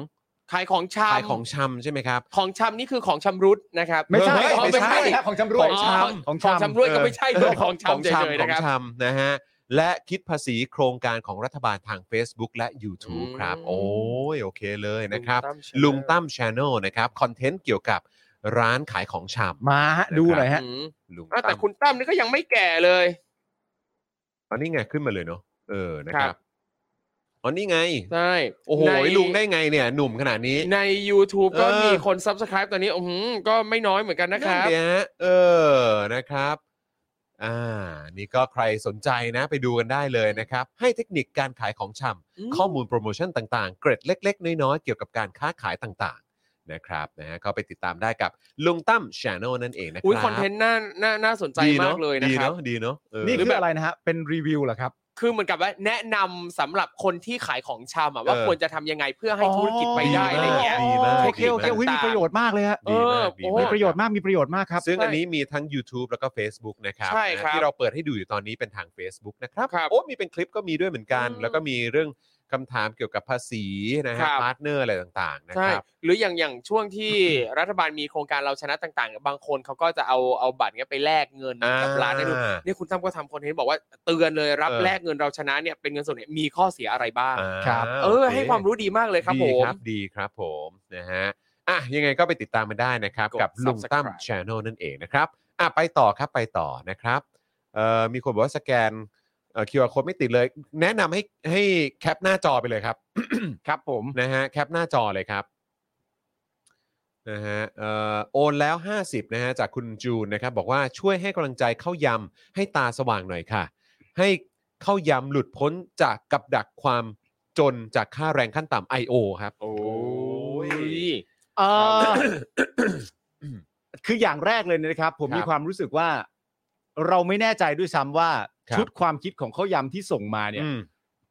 ขายของชำ ขายของชำใช่ไหมครับ ของชำนี่คือของชำรุดนะครับ ไม่ใช่ เฮ้ย ของ ไม่ใช่ ครับของชำรวย ของชำ ของ ของ ชำ ชำรุดก็ไม่ใช่ด้วยของ ของ ชำเฉย ชำขๆอนะง ครับ ชำนะฮะและคิดภาษีโครงการของรัฐบาลทาง Facebook และ YouTube อืม ครับ โอ้ยโอเคเลยนะครับ ลุงตั้มชาแนลนะครับ คอนเทนต์เกี่ยวกับร้านขายของชำ มาฮะดูหน่อยฮะ อืม ลุง อ้าว ตั้ แต่ ม คุณตั้มนี่ก็ยังไม่แก่เลย อันนี้ไงขึ้นมาเลยเนาะเออนะค ครั รับบ อ๋อนี่ไง ใช่ โอ้โห ใน ลุงได้ไงเนี่ย หนุ่มขนาดนี้ ใน YouTube ก็ เออ มีคน Subscribe ตอนนี้อื้อหือก็ไม่น้อยเหมือนกันนะครับ เดี๋ยวฮะเออนะครับ อ่า นี่ก็ใครสนใจนะ ไปดูกันได้เลยนะครับ ให้เทคนิคการขายของชำ ข้อมูลโปรโมชั่นต่างๆ เกร็ดเล็ก ๆ น้อย ๆ เกี่ยวกับการค้าขายต่าง ๆ นะครับนะฮะก็ไปติดตามได้กับลุงตั้มช n แนลนั่นเองนะครั อุ้ยคอนเทนต์น่าน่าน่าสนใจ ดี มา อะ กเลยนะครัดีบเนาะดีเนาะเออ นี่ หรื คือ แบบ อะไรนะฮะ เป็นรีวิวเหรอครับ คือเหมือนกับว่าแนะนำสำหรับคนที่ขายของชำอะว่า เออ ควรจะทำยังไงเพื่อให้ธุรกิจไปได้อะไรเงี้ย ดีมาก โอเคโอเค ดีมาก อุ้ยมีประโยชน์มากเลยฮะ เอ ดี อ มากดี โอ้ มาก มีประโยชน์มากมีประโยชน์มากครับ ซึ่ง ใช่ อันนี้มีทั้ง YouTube แล้วก็ Facebook นะครับ ใช่ครับ นะที่เราเปิดให้ดูอยู่ตอนนี้เป็นทาง Facebook นะครับ ครับ โอ้มีเป็นคลิปก็มีด้วยเหมือนกัน อืม แล้วก็มีเรื่องคำถามเกี่ยวกับภาษีนะฮะ ครับ พาร์ทเนอร์อะไรต่างๆนะ ใช่ ครับ หรืออย่างอย่างช่วงที่ รัฐบาลมีโครงการเราชนะต่างๆ บางคนเขาก็จะเอาเอาบัตรเนี้ยไปแลกเงินกับร้านได้ด้วย อ่า นี่คุณตั้มก็ทำคอนเทนต์บอกว่าเตือนเลยรับ เออ แลกเงินเราชนะเนี่ยเป็นเงินสดเนี่ยมีข้อเสียอะไรบ้าง อ่า ครับ เออ โ ให้ความรู้ดีมากเลยครับผ ดี ม ครับดีครับผมนะฮะอ่ะยังไงก็ไปติดตามมาได้นะครับ กด กับลุงตั้ม Subscribe ช n e l นั่นเองนะครับอ่ะไปต่อครับไปต่อนะครับเอ่อมีคนบอกว่าสแกนเอ่อคิวอาร์โค้ดไม่ติดเลย แนะนำให้ให้แคปหน้าจอไปเลยครับ ครับผม นะฮะแคปหน้าจอเลยครับนะฮะเอ่อโอนแล้ว 50นะฮะจากคุณจูนนะครับ บอกว่าช่วยให้กำลังใจเข้ายำให้ตาสว่างหน่อยค่ะ ให้เข้ายำหลุดพ้นจากกับดักความจนจากค่าแรงขั้นต่ำ I.O. ครับ โอ้ย เออ คืออย่างแรกเลยนะครับ ผม ครับ มีความรู้สึกว่า เราไม่แน่ใจด้วยซ้ำว่า ครับ ชุดความคิดของข้าวยำที่ส่งมาเนี่ย อืม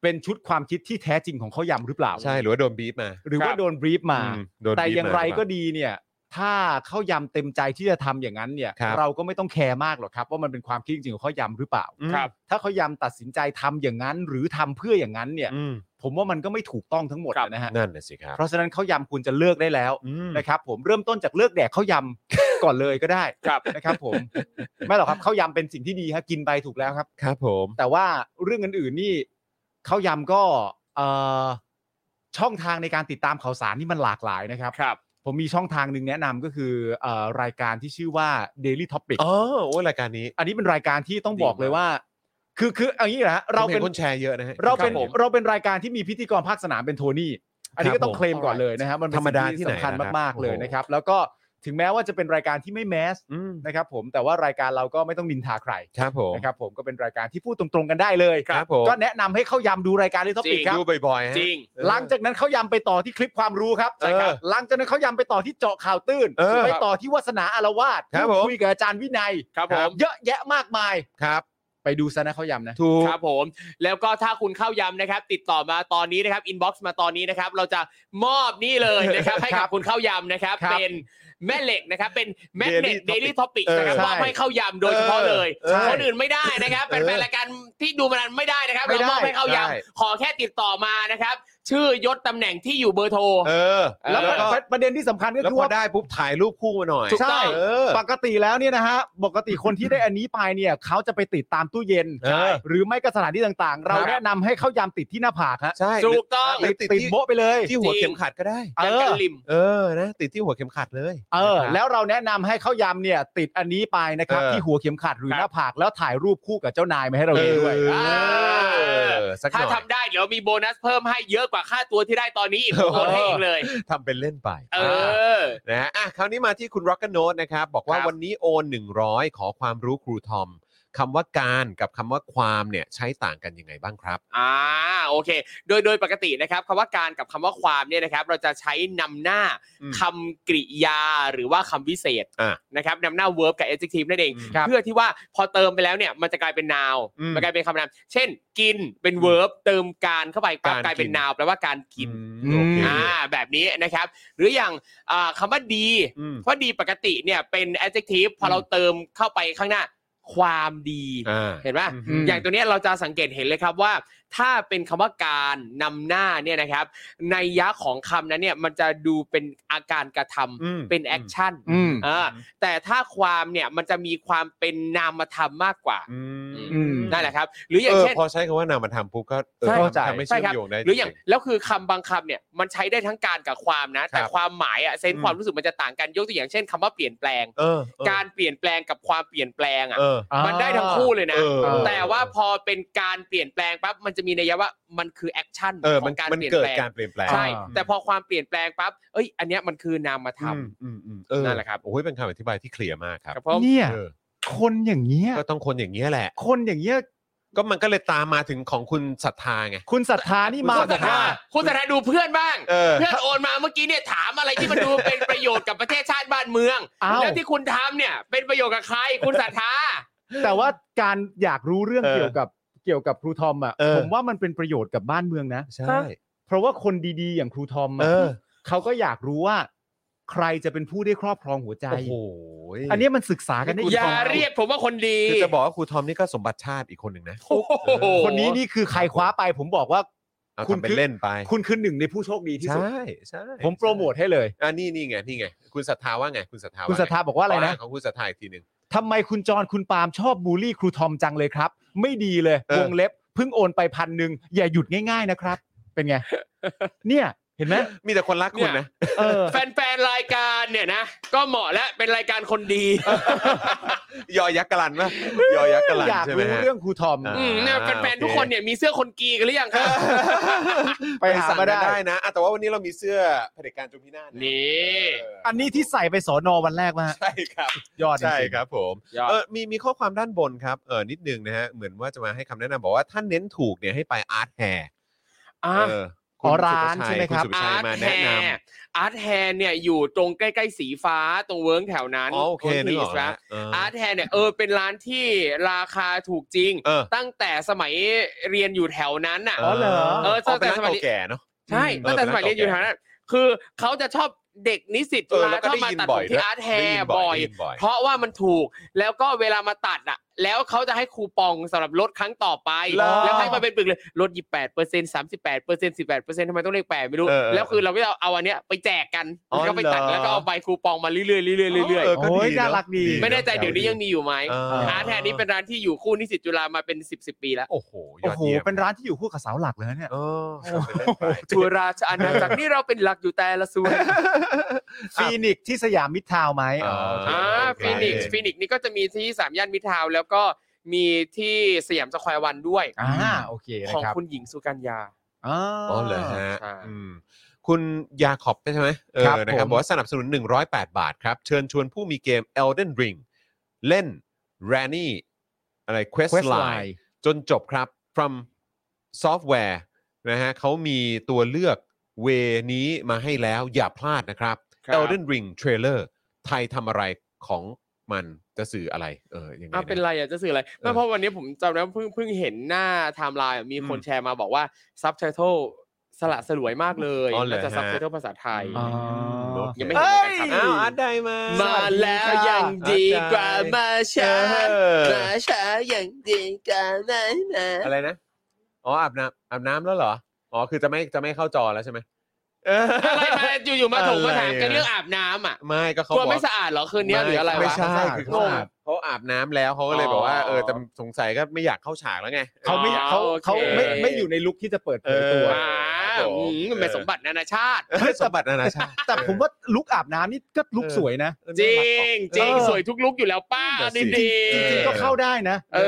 เป็นชุดความคิดที่แท้จริงของข้าวยำหรือเปล่า ใช่หรือว่าโดนบีบมา หรือว่า ครับ โดนบรีฟมา อืโดน แต่ บีฟม อย่างไร หเป ก็ ล่า ดีเนี่ย ถ้าข้าวยำเต็มใจที่จะทำอย่างนั้นเนี่ย ครับ เราก็ไม่ต้องแคร์มากหรอกครับ ว่ามันเป็นความคิดจริงของข้าวยำหรือเปล่า อืม ครับ ถ้าข้าวยำตัดสินใจทำอย่างนั้น หรือทำเพื่ออย่างนั้นเนี่ย อืม ผมว่ามันก็ไม่ถูกต้องทั้งหมด ครับ นะฮะ นั่นน่ะสิครับ เพราะฉะนั้นข้าวยำคุณจะเลิกได้แล้ว อืม นะครับผมเริ่มต้นจากเลือกแดกข้าวยำ ก่อนเลยก็ได้ ครับ นะครับผม ไม่หรอกครับข้าวยำเป็นสิ่งที่ดีฮะกินไปถูกแล้วครับ ครับผม แต่ว่าเรื่องอื่นๆนี่ข้าวยำก็เอ่อช่องทางในการติดตามข่าวสารนี่มันหลากหลายนะครับ ครับ ผมมีช่องทางหนึ่งแนะนำก็คือเอ่อรายการที่ชื่อว่า Daily Topic อ๋อโอ้รายการนี้ อันนี้เป็นรายการที่ต้อง ดี บอกเลย มาก ว่า คือคือเอางี้นะฮะเรา เราเป็ เป็น นคนแชร์เยอะนะฮะ เราเป็น คบผม เราเป็นรายการที่มีพิธีกรภาคสนามเป็นโทนี่ อันนี้ก็ต้องเคลมก่อนเลยนะครับมันเป็น ธรรมดาที่ สิ่ง ไหน สำคัญ นะครับ มากๆเลย โอ้โห นะครับ แล้วก็ถึงแม้ว่าจะเป็นรายการที่ไม่แมส อืม นะครับผมแต่ว่ารายการเราก็ไม่ต้องนินทาใคร ครับผม นะครับผมก็เป็นรายการที่พูดตรงๆกันได้เลย ครับผม ก็แนะนำให้เข้ายำดูรายการลิทอปิกครับ ดูบ่อยๆฮะ จริง หลังจากนั้นเข้ายำไปต่อที่คลิปความรู้ครับ ใช่ครับ หลังจากนั้นเข้ายำไปต่อที่เจาะข่าวตื้น เออ ไปต่อที่วาสนาอารวาส ครับ พูด ผม คุยกับอาจารย์วินัย ครับผม เยอะแยะมากมาย ครับ ไปดูซะนะเข้ายำนะ ถูก ครับผมแล้วก็ถ้าคุณเข้ายำนะครับ ติดต่อมาตอนนี้นะครับอินบ็อกซ์มาตอนนี้นะครับ เราจะมอบนี่เลยนะครับ ให้ ครั กับบ คุณเข้ายำนะครับ ครับ เป็นแม่เหล็กนะครับ เป็นแม่ Daily เหล็ก Topic เดลี่ท็อปิก เออ นะครับ ใช่ มอบให้เข้ายำโดยเฉพาะเลย เออใช่ คนอื่นไม่ได้นะครับเป็นแฟนรายการที่ดูมานานไม่ได้นะครับ ไม่ เรา ได้ มอบให้เข้า ใช่ ยำขอแค่ติดต่อมานะครับ ชื่อยศตำแหน่งที่อยู่เบอร์โทร เออ แล้ แล้ว ว ก็ ประประเด็นที่สำคัญก็ แล้ว คือ พอ ว่า ได้ปุ๊บถ่ายรูปคู่มาหน่อย ถูกต้อง เออ ปกติแล้วเนี่ยนะฮะ ปกติคนที่ได้อันนี้ไปเนี่ยเขาจะไปติดตามตู้เย็น เออ หรือไม่ก็สถานที่ต่างๆ เราแนะนำให้เข้ายามติดที่หน้าผากฮะ ใช่ ถูกต้อง หรื ติด ติด ติ ติ ด ด โบ๊ะไปเลย ที่หัวเข็มขัดก็ได้ เอ ยัน อ กันลิม เออนะ ติดที่หัวเข็มขัดเลย เออ นะครับ แล้วเราแนะนำให้เข้ายามเนี่ย ติดอันนี้ไปนะครับ เออ ที่หัวเข็มขัดหรือ ครับ หน้าผากแล้วถ่ายรูปคู่กับเจ้านายมาให้เรา เอ ดู อ ด้วย เออสักห ถ้า น่อ ทำ ย ได้เดี๋ยวมีโบนัสเพิ่มให้เยอะกว่าค่าตัวที่ได้ตอนนี้ อีก โอ้โห โอนให้เองเลย ทำเป็นเล่นไป เออ นะฮะอ่ะคราวนี้มาที่คุณ Rock and Note นะครับ บอกว่า ครับ วันนี้โอน 100 ขอความรู้ครูทอมคำว่าการกับคำว่าความเนี่ยใช้ต่างกันยังไงบ้างครับ อ่าโอเค โดยโดยปกตินะครับคำว่าการกับคำว่าความเนี่ยนะครับ เราจะใช้นำหน้า อืม คำกริยาหรือว่าคำวิเศษ อ่ะ นะครับนำหน้า verb กับ adjective นั่นเอง อืม ครับ เพื่อที่ว่าพอเติมไปแล้วเนี่ยมันจะกลายเป็น noun อืม มันกลายเป็นคำนามเช่น กินเป็น verb เติมการเข้าไปปั๊บ การ กลายเป็น กิน noun แปลว่าการกิน อืมโอเค อ่าแบบนี้นะครับ หรืออย่างอ่าคำว่าดี อืม เพราะดีปกติเนี่ยเป็น adjective พออ ม เราเติมเข้าไปข้างหน้าความดี อ่า เห็นไหม อืม อย่างตัวเนี้ยเราจะสังเกตเห็นเลยครับว่า ถ้าเป็นคำว่าการนำหน้าเนี่ยนะครับ ในยยะของคำนั้นเนี่ยมันจะดูเป็นอาการกระทำ อืม เป็นแอคชั่น อืม อ่าแต่ถ้าความเนี่ยมันจะมีความเป็นนามธรรมมากกว่า อืม อืม นั่นแหละครับ หรืออย่า เอง อ เช่น พอใช้คำว่านามธรรมปุ๊บก็เออ ใช่เข้าใจ ทำให้ ใช่ เชื่อ ครั ม บ โยงได้ หรืออย่าง จริ แล้วคือคำบางคำเนี่ยมันใช้ได้ทั้งการกับความนะ แต่ ครับ ความหมายอะเซน อืม ความรู้สึกมันจะต่างกันยกตัวอย่างเช่นคำว่าเปลี่ยนแปลง ๆเออเออ การเปลี่ยนแปลงกับความเปลี่ยนแปลงอ่ะ เออ มันได้ทั้งคู่เลยนะ เออ แต่ว่าพอเป็นการเปลี่ยนแปลงปั๊บมันจะมีนัยยะว่ามันคือแอคชั่น เออ ข มั อน งการ มัน เปลี่ยน เกิด แปลง การเปลี่ยนแปลง ใช่ อ่า แต่พอความเปลี่ยนแปลงปั๊บเอ้ย อันเนี้ยมันคือนามธรรม อืมอืมอืมเออ นั่นแหละครับ โอ้ยเป็นคำอธิบายที่เคลียร์มากครับ ครับผม เนี่ย เออ คนอย่างเงี้ย ก็ต้องคนอย่างเงี้ยแหละ คนอย่างเงี้ย ก็มันก็เลยตามมาถึงของคุณศรัทธาไง คุณศรัทธานี่มา คุ คุณณส ศรัทธา ถาคุณสถาดูเพื่อนบ้าง เออ เพื่อนโอนมาเมื่อกี้เนี่ยถามอะไรที่มันดูเป็นประโยชน์กับประเทศชาติบ้านเมือง อ้าว แล้วที่คุณทำเนี่ย เป็นประโยชน์กับใคร คุณศรัทธา แต่ว่าการอยากรู้เรื่อง เออ เกี่ยวกับเกี่ยวกับครูทอมอ่ะ เออ ผมว่ามันเป็นประโยชน์กับบ้านเมืองนะ ใช่ เพราะว่าคนดีๆ อย่างครูทอมอะ เออ เขาก็อยากรู้ว่า ใครจะเป็นผู้ได้ครอบครองหัวใจ โอ้โห อันเนี้ยมันศึกษากันได้ อย่า คน เรียกผมว่าคนดี คือจะบอกว่าครูทอมนี่ก็สมบัติชาติอีกคนหนึ่งนะ โอ้โห คนนี้นี่คือใครคว้าไป ผมบอกว่า เอา คุณ ทำเป็ คื น อ เล่นไป คุณคือหนึ่งในผู้โชคดีที่สุด ใช่ใช่ ผมโปรโมทให้เลย อ่านี่นี่ไงนี่ไงคุณศรัทธาว่าไงคุณศรัทธา คุณศรัทธาบอกว่าอะไรนะ ขของคุณศรัทธาอีกทีหนึ่ง ทำไมคุณจรคุณปาล์มชอบบูลลี่ครูทอมจังเลยครับ ไม่ดีเลยว เออ งเล็บเพิ่งโอนไปพันหนึ่งอย่าหยุดง่าย ๆนะครับ เป็น ไง เนี่ย เห็นไหม มีแต่คนรักคุณนะ เออ แฟนๆรายการเนี่ยนะ ก็เหมาะและเป็นรายการคนดี ยอยักษ์กะลันปะยอยักษ์กะลัน อยาก ใช่ไหม รู้ ฮะ เรื่องครูทอม อ่า อืมเนี่ยแฟนๆทุกคนเนี่ยมีเสื้อคนกีกันหรือยังครับ ไปหา สั่ง มา กัน ได้ ได้นะอ่ะแต่ว่าวันนี้เรามีเสื้อเผด็จการจงพินาศะ นี่ เออ อันนี้ที่ใส่ไปสอนอวันแรกมาฮะ ใช่ครับ ยอดจริงๆ ใช่ครับผม ยอด เออมีมีข้อความด้านบนครับเออนิดนึงนะฮะเหมือนว่าจะมาให้คำแนะนำบอกว่าถ้าเน้นถูกเนี่ยให้ไปอาร์ตแฮร์ อ่ะ เออ ขอร้านใช่ไหมครัณบสุภชัยมาแนะนำ อาร์ตแฮร์เนี่ยอยู่ตรงใกล้ๆสีฟ้าตรงเวิร์กแถวนั้น อ๋อโอเคนึกออก ค แล้วรับ เออ อาร์ตแฮร์เนี่ยเออเป็นร้านที่ราคาถูกจริง เออ ตั้งแต่สมัยเรียนอยู่แถวนั้นน่ะ อ๋อเหรอ เออตั้งแต่สมัยแก่เนาะ ใช่ เออ ตั้งแต่สมัย เป็นร้าน เรียนอยู่แถวนั้น คือเขาจะชอบเด็กนิสิต เอ จุ อ ฬา แล้วก็ ชอบมาตัดได้ยินผมบ่อยด้วย ที่อาร์ตแฮ ได้ยิน ร์ บ่ บ่ อ อย ย ได้ยินบ่อย เพราะว่ามันถูกแล้วก็เวลามาตัดอ่ะ แล้วเขาจะให้คูปองสำหรับลดครั้งต่อไป เหรอ แล้วให้มาเป็นปึกเลยลด 28เปอร์เซ็นต์38เปอร์เซ็นต์18เปอร์เซ็นต์ทำไมต้องเลขแปดไม่รู้ เออเออ แล้วคือเราก็จะเอาอันเนี้ยไปแจกกัน อ๋อ แล้วก็ไปตัด เหรอ แล้วก็เอาใบคูปองมาเรื่อยๆเรื่อยๆเรื่อย เออก็ดี โอ้ย เอะ น่ารักดี ะ ๆไม่แน่ใจเดี๋ยวนี้ยังมีอยู่ไหม เออ อาร์ตแฮร์นี่เป็นร้านที่อยู่คู่นิสิตจุฬามาเป็น 10 10 ปีแล้ว โอ้โหย โอ้ อด โห ยี่ยม เป็นร้านที่อยู่คู่กับเสาหลักเลยนะเนี่ย เออเอาไปเล่นไป จุฬาชอาณาจักรนี่เราเป็นหลักอยู่แต่ละส่วน ฟีนิกซ์ที่สยามมิตรทาวน์ไหม อ๋ออ่ อ่า โอเค ฟีนิกซ์ โอเค ฟีนิกซ์นี่ก็จะมีที่สามย่านมิตรทาวน์แล้วก็มีที่สยามสแควร์วันด้วย อ่าโอเคนะ ของ ครับ คุณหญิงสุกัญญา อ๋ อ๋อ อ เหรอฮะ ใช่ อืมคุณยาขอบใช่ไหมเอ ครับ อนะครับ ผม บอกว่าสนับสนุน 108 บาทครับ เชิญชวนผู้มีเกม Elden Ring เล่น Rani อะไร เควสไล Questline น์ จนจบครับ from software นะฮะเขามีตัวเลือกเวนี้มาให้แล้วอย่าพลาดนะครับ ครับ Elden Ring Trailer ไทยทำอะไรของมันจะสื่ออะไร เออยังไง อ่ะเป็น นะ ไรอ่ะจะสื่ออะไร เออ ไม่เพราะวันนี้ผมจำได้ว่าเพิ่งเพิ่งเห็นหน้าไทม์ไลน์อ่ะมี อืม คนแชร์มาบอกว่าซับไตเติลสละสลวยมากเลย อ๋อเหรอ น่าจะ ฮะ ซับไตเติลภาษาไทย อ๋อ โอเค ยังไม่เห็น เอ้ย ครับ อ้าวอัดได้มา มาแล้วยังดีกว่ามาช้ามาช้ายังดีกว่านะนะ อะไรนะ อ๋ออาบน้ำอาบน้ำแล้วเหรอ อ๋อ คือจะไม่จะไม่เข้าจอแล้วใช่ไหมเออ อะไรมาอยู่ๆมาถงมาถาม อะไรอ่ะ กันเรื่องอาบน้ำอ่ะ ไม่ก็เขา กลัว บอก ไม่สะอาดเหรอคืนนี้หรืออะไร ไม่ วะ ใช่คือเขาอาบเขาอาบน้ำแล้วเขาก็เลย อ๋อ แบบว่าเออแต่สงสัยก็ไม่อยากเข้าฉากแล้วไง เขาไม่ อ๋อ เขา โอเขาเคไม่ไม่อยู่ในลุคที่จะเปิดเผยตัว เอ อ่าอืมมันเป็นสมบัตินานาชาติ เออสมบัตินานาชาติ แต่ผมว่าลุคอาบน้ำนี่ก็ลุคสวยนะ จริงจริง เออ สวยทุกลุกอยู่แล้วป้า นั่น ดี น่ะสิเออจดีริงๆก็เข้าได้นะ เอ เอ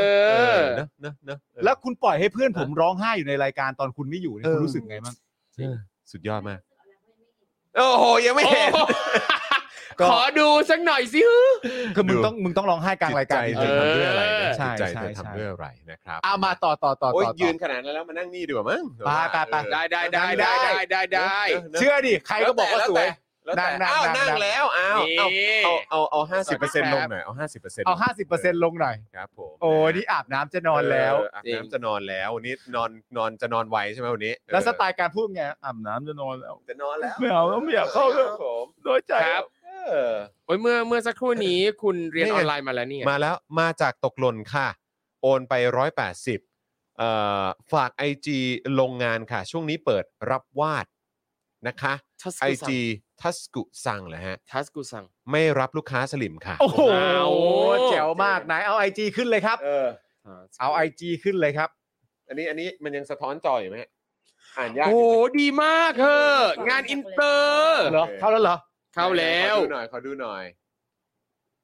อ เนอะเนอะเนอะเออ แล้วคุณปล่อยให้เพื่อนผมร้องไห้อยู่ในรายการตอนคุณไม่อยู่เนี่ย เออ คุณรู้สึกไงบ้าง เออสุดยอดมาก โอ้โห ยังไม่เห็น โอ้โห ก็ ขอดูสักหน่อยสิ คือมึง ดู ต้องมึงต้องร้องไห้กลางรายการ จิต จ ใจ ริง เธอทำด้วยอะไรนะจิตใจเธอๆใช่ใช่ใช่ ทำด้วยอะไรนะครับ เอามาต่อต่อต่อ โอ้ย ต่อ ยืนขนาดนั้นแล้วมานั่งนี่ดีกว่ามั้ง ไปไปไป เออ ได้ได้ได้ได้ได้ได้ได้ เนอะ เชื่อดิใครก็บอกว่าสวย แล้วแต่ นั่งๆ อ้าว นั่ นั่ งงๆแล้วอ้าว นี่ เอาเอาเอาเอาห้าสิบเปอร์เซ็นต์ลงหน่อยเอาห้าสิบเปอร์เซ็นต์ เอา 50%ลงหน่อย ครับผม โอ้ยนี่อาบน้ำจะนอนแล้ว เอออาบน้ำจะนอนแล้ววันนี้นอนนอนจะนอนไวใช่ไหมวันนี้ แล้วสไตล์การพูดไงอาบน้ำจะนอนแล้ว จะนอนแล้ว ไม่เอาไม่อยากเข้าเลย ครับผม น้อยใจ ครับ เออ โอ้ยเมื่อเมื่อสักครู่นี้คุณเรียน นี่ อ ไง อนไลน์มาแล้วเนี่ย มาแล้วมาจากตกหล่นค่ะ โอนไปร้อยแปดสิบเอ่อฝาก IG ลงงานค่ะ ช่วงนี้เปิดรับวาดนะคะ IG ทัสกุซังเหรอฮะ ทัสกูสั่ง ไม่รับลูกค้าสลิมค่ะ โอ้โห ว้าว แจ๋วมากไหนเอาไอจีขึ้นเลยครับ เออ เอาไอจีขึ้นเลยครับ อันนี้อันนี้มันยังสะท้อนจออยู่ไหมฮะอ่านยาก โอ้ ยู่ โห นะ ดีมากเธองานอินเตอร์ เหรอ โอเค เข้าแล้วเหรอ เข้าแล้ว ขอดูหน่อยขอดูหน่อย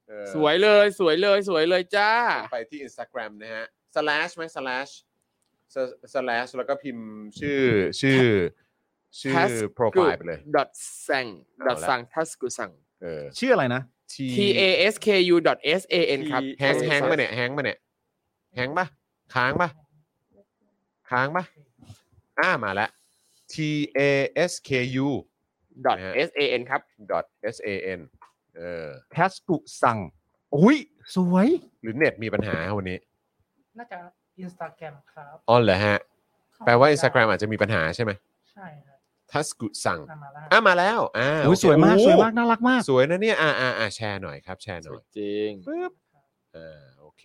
เออ สวยเลยสวยเลยสวยเลยจ้า ไปที่ Instagram นะฮะ slash ไหม slash s- slash แล้วก็พิมพ์ชื่อชื่อ ชื่อ Task โปรไฟล์ไปเลย ดอทสั่งดอทสั่งทัสกูสั่ง เออ ชื่ออะไรนะ T T A S K U dot S A N ครับ แฮงแฮงมาเนี่ยแฮงมาเนี่ยแฮงปะค้างปะ ค้างปะอ่ามาแล้ว t a s k u s a n ครับ s a n เออ แทสกุสั่งอุ้ยสวย หรือเน็ตมีปัญหาวันนี้ น่าจะอินสตาแกรมครับ อ๋อเหรอฮะ แปลว่า Instagram อาจจะมีปัญหาใช่ไหม ใช่ครับ ทัสกุสั่ง อ่ะมาแล้ว อ่ะมาแล้วอ่า อุ้ย โเค สวยมาก โอ้ สวยมากน่ารักมาก สวยนะเนี่ยอ่าอ่าอ่าแชร์หน่อยครับ แชร์หน่อย จริง ปึ๊บอ่าโอเค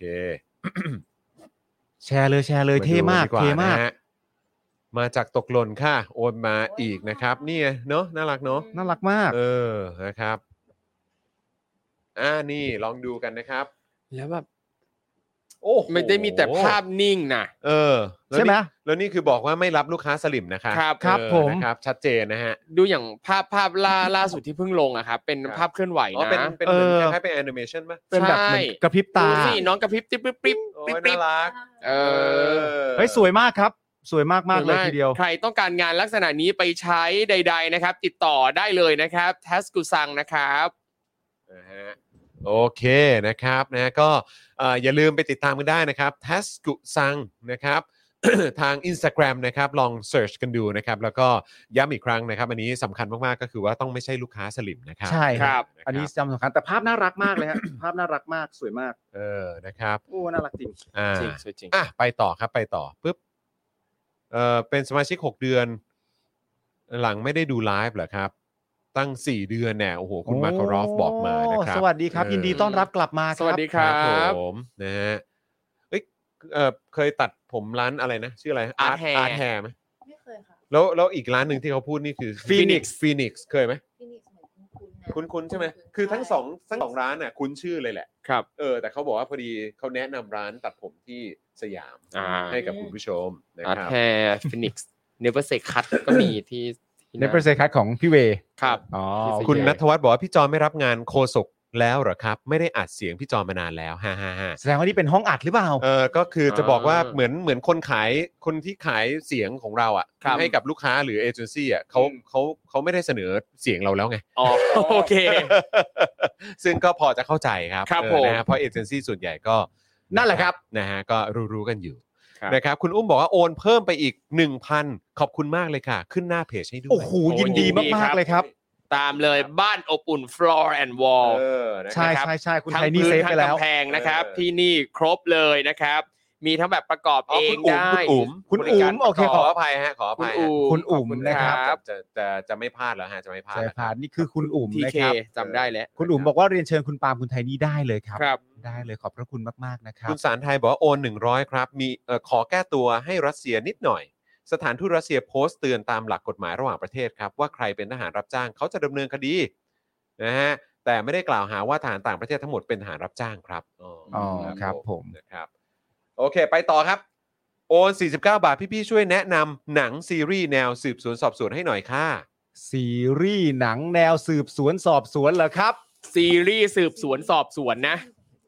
แชร์เลยแชร์เลยเท่มาก ดูนดีว่ เท่มาก นะฮะมาจากตกหล่นค่ะ โอนมาอีกนะครับ เนี่ยเนาะน่ารักเนาะ น่ารักมาก เออนะครับ อ่านี่ลองดูกันนะครับ แล้วแบบ โอ้โห ไม่ได้มีแต่ภาพนิ่งนะ เออแล้ว ใช่ไหม นี่แล้วนี่คือบอกว่าไม่รับลูกค้าสลิมนะคะ ครับ ครับ เออ ผม นะครับ ชัดเจนนะฮะ ดูอย่างภาพภาพล่าล่าสุดที่เพิ่งลงอะครับเป็นภาพเคลื่อนไหว อ๋อ นะ เป็นเป็นเหมือน เออ คล้ายๆเป็นแอนิเมชันป่ะ เป็นแบบเหมือน ใช่ กระพริบตา ดูสิน้องกระพริบติ๊บปิ๊บปิ๊บ โอ้ ปิ๊บ ย ปิ๊ น่า บ รัก เออ เฮ้ยสวยมากครับ สวยมากมากๆเลย หรือ ทีเดียว ใครต้องการงานลักษณะนี้ไปใช้ใด ๆ นะครับ ติดต่อได้เลยนะครับแทสกุซังนะครับ นะฮะโอเคนะครับนะก็เอ่ออย่าลืมไปติดตามกันได้นะครับ t a s กุซังนะครับ ทาง Instagram นะครับลองเสิร์ชกันดูนะครับ แล้วก็ย้ำอีกครั้งนะครับ อันนี้สำคัญมาก ๆ ก็คือว่าต้องไม่ใช่ลูกค้าสลิมนะครับ ใช่ ค ค รั รับ บ ะครับ อันนี้จำสำคัญแต่ภาพน่ารักมากเลยฮะ ภาพน่ารักมากสวยมาก เออนะครับ โอ้น่ารักจริง อ่า จริงสวยจริง อ่ะไปต่อครับไปต่อปุ๊บเออเป็นสมาชิก 6 เดือน หลังไม่ได้ดูไลฟ์เหรอครับ ตั้ง 4 เดือนเนี่ยโอ้โหคุณมาคารอฟบอกมานะครับ สวัสดีครับ ยินดีต้อนรับกลับมาค ส รับ วัสดีครับ ผมนะฮะเอ้ยเออเคยตัดผมร้านอะไรนะ ชื่ออะไร Art Hair อาร์ตแฮร์ไหม ไม่เคยค่ะ แล้วแล้วอีกร้านหนึ่งที่เขาพูดนี่คือ Phoenix ฟีนิกซ์เคยไหม ที่นี่เหมือนคุ้คุ้นๆนะนคุ้นๆใช่ไหมคือทั้งสองทั้งสองร้านน่ะคุ้นชื่อเลยแหละ ครับ เออแต่เขาบอกว่าพอดีเขาแนะนำร้านตัดผมที่สยาม อ่า ให้กับคุณผู้ชมนะ อาร์ ครับ แฮร์ฟินิกส์เนเวอร์เซคัตก็มีที่ที่ ในเปอร์เซ็นต์คัดของพี่เวย์ ครับ อ๋อ ที่สยาม คุณนัทวัฒน์บอกว่าพี่จอมไม่รับงานโคศกแล้วเหรอครับ ไม่ได้อัดเสียงพี่จอมมานานแล้วฮ่าฮ่าฮ่า แสดงว่านี่เป็นห้องอัดหรือเปล่า เออก็คือจะบอกว่า อ่า เหมือนเหมือนคนขายคนที่ขายเสียงของเราอ่ะ ครับ ให้กับลูกค้าหรือเอเจนซี่อ่ะเขา อืม เขาเขาไม่ได้เสนอเสียงเราแล้วไง อ๋อโอเค ซึ่งก็พอจะเข้าใจครับ ครับ เอ ผ อ ม นะฮะเพราะเอเจนซี่ส่วนใหญ่ก็ นั่นแหละครับ นะฮะก็รู้รู้ๆกันอยู่ ครับ นะครับคุณอุ้มบอกว่าโอนเพิ่มไปอีก 1,000 ขอบคุณมากเลยค่ะ ขึ้นหน้าเพจให้ด้วย โอ้โห โอ้ ยินดี ยินดี มาก ครัๆบเลยครับ ตามเลยบ้านอบอุ่น floor and เอ wall อนะครับ ใช่ใช่ใช่คุณ ทั้ ไท ง นี่ พื้น เซฟ ทั้ ไป ง แล้ว กำแพงนะครับ เออ ที่นี่ครบเลยนะครับ มีทั้งแบบประกอบ อ๋อ เอง คุณอุ๋ม ได้ คุณอุ๋ม คุณ บริการ อุ๋มโอเค ข ข อ อ อภัยฮะขออ คุณ ภัย อุ๋ ฮะ ม คุณอุ๋มนะครับ ครับ จะจะจะไม่พลาดแล้วฮะจะไม่พลาด ใช่ แล้ว ผ่านนี่คือคุณอุ๋ม ที นะ เค ครับ จำได้แล้ว คุณอุ๋มบอกว่าเรียนเชิญคุณปาล์มคุณไทนี่ได้เลยครับ ครับ ได้เลยขอบพระคุณมากๆนะครับ คุณสารไทยบอกว่าโอน 100 ครับ มีเอ่อขอแก้ตัวให้รัสเซียนิดหน่อย สถานทูตรัสเซียโพสต์เตือนตามหลักกฎหมายระหว่างประเทศครับ ว่าใครเป็นทหารรับจ้างเขาจะดำเนินคดีนะฮะแต่ไม่ได้กล่าวหาว่าทหารต่างประเทศทั้งหมดเป็นทหารรับจ้างครับ อ๋อครับผม นะครับโอเค ไปต่อครับ โอน 49 บาท พี่ ๆ ช่วยแนะนำหนังซีรีส์แนวสืบสวนสอบสวนให้หน่อยค่ะ ซีรีส์หนังแนวสืบสวนสอบสวนเหรอครับ ซีรีส์สืบสวนสอบสวนนะ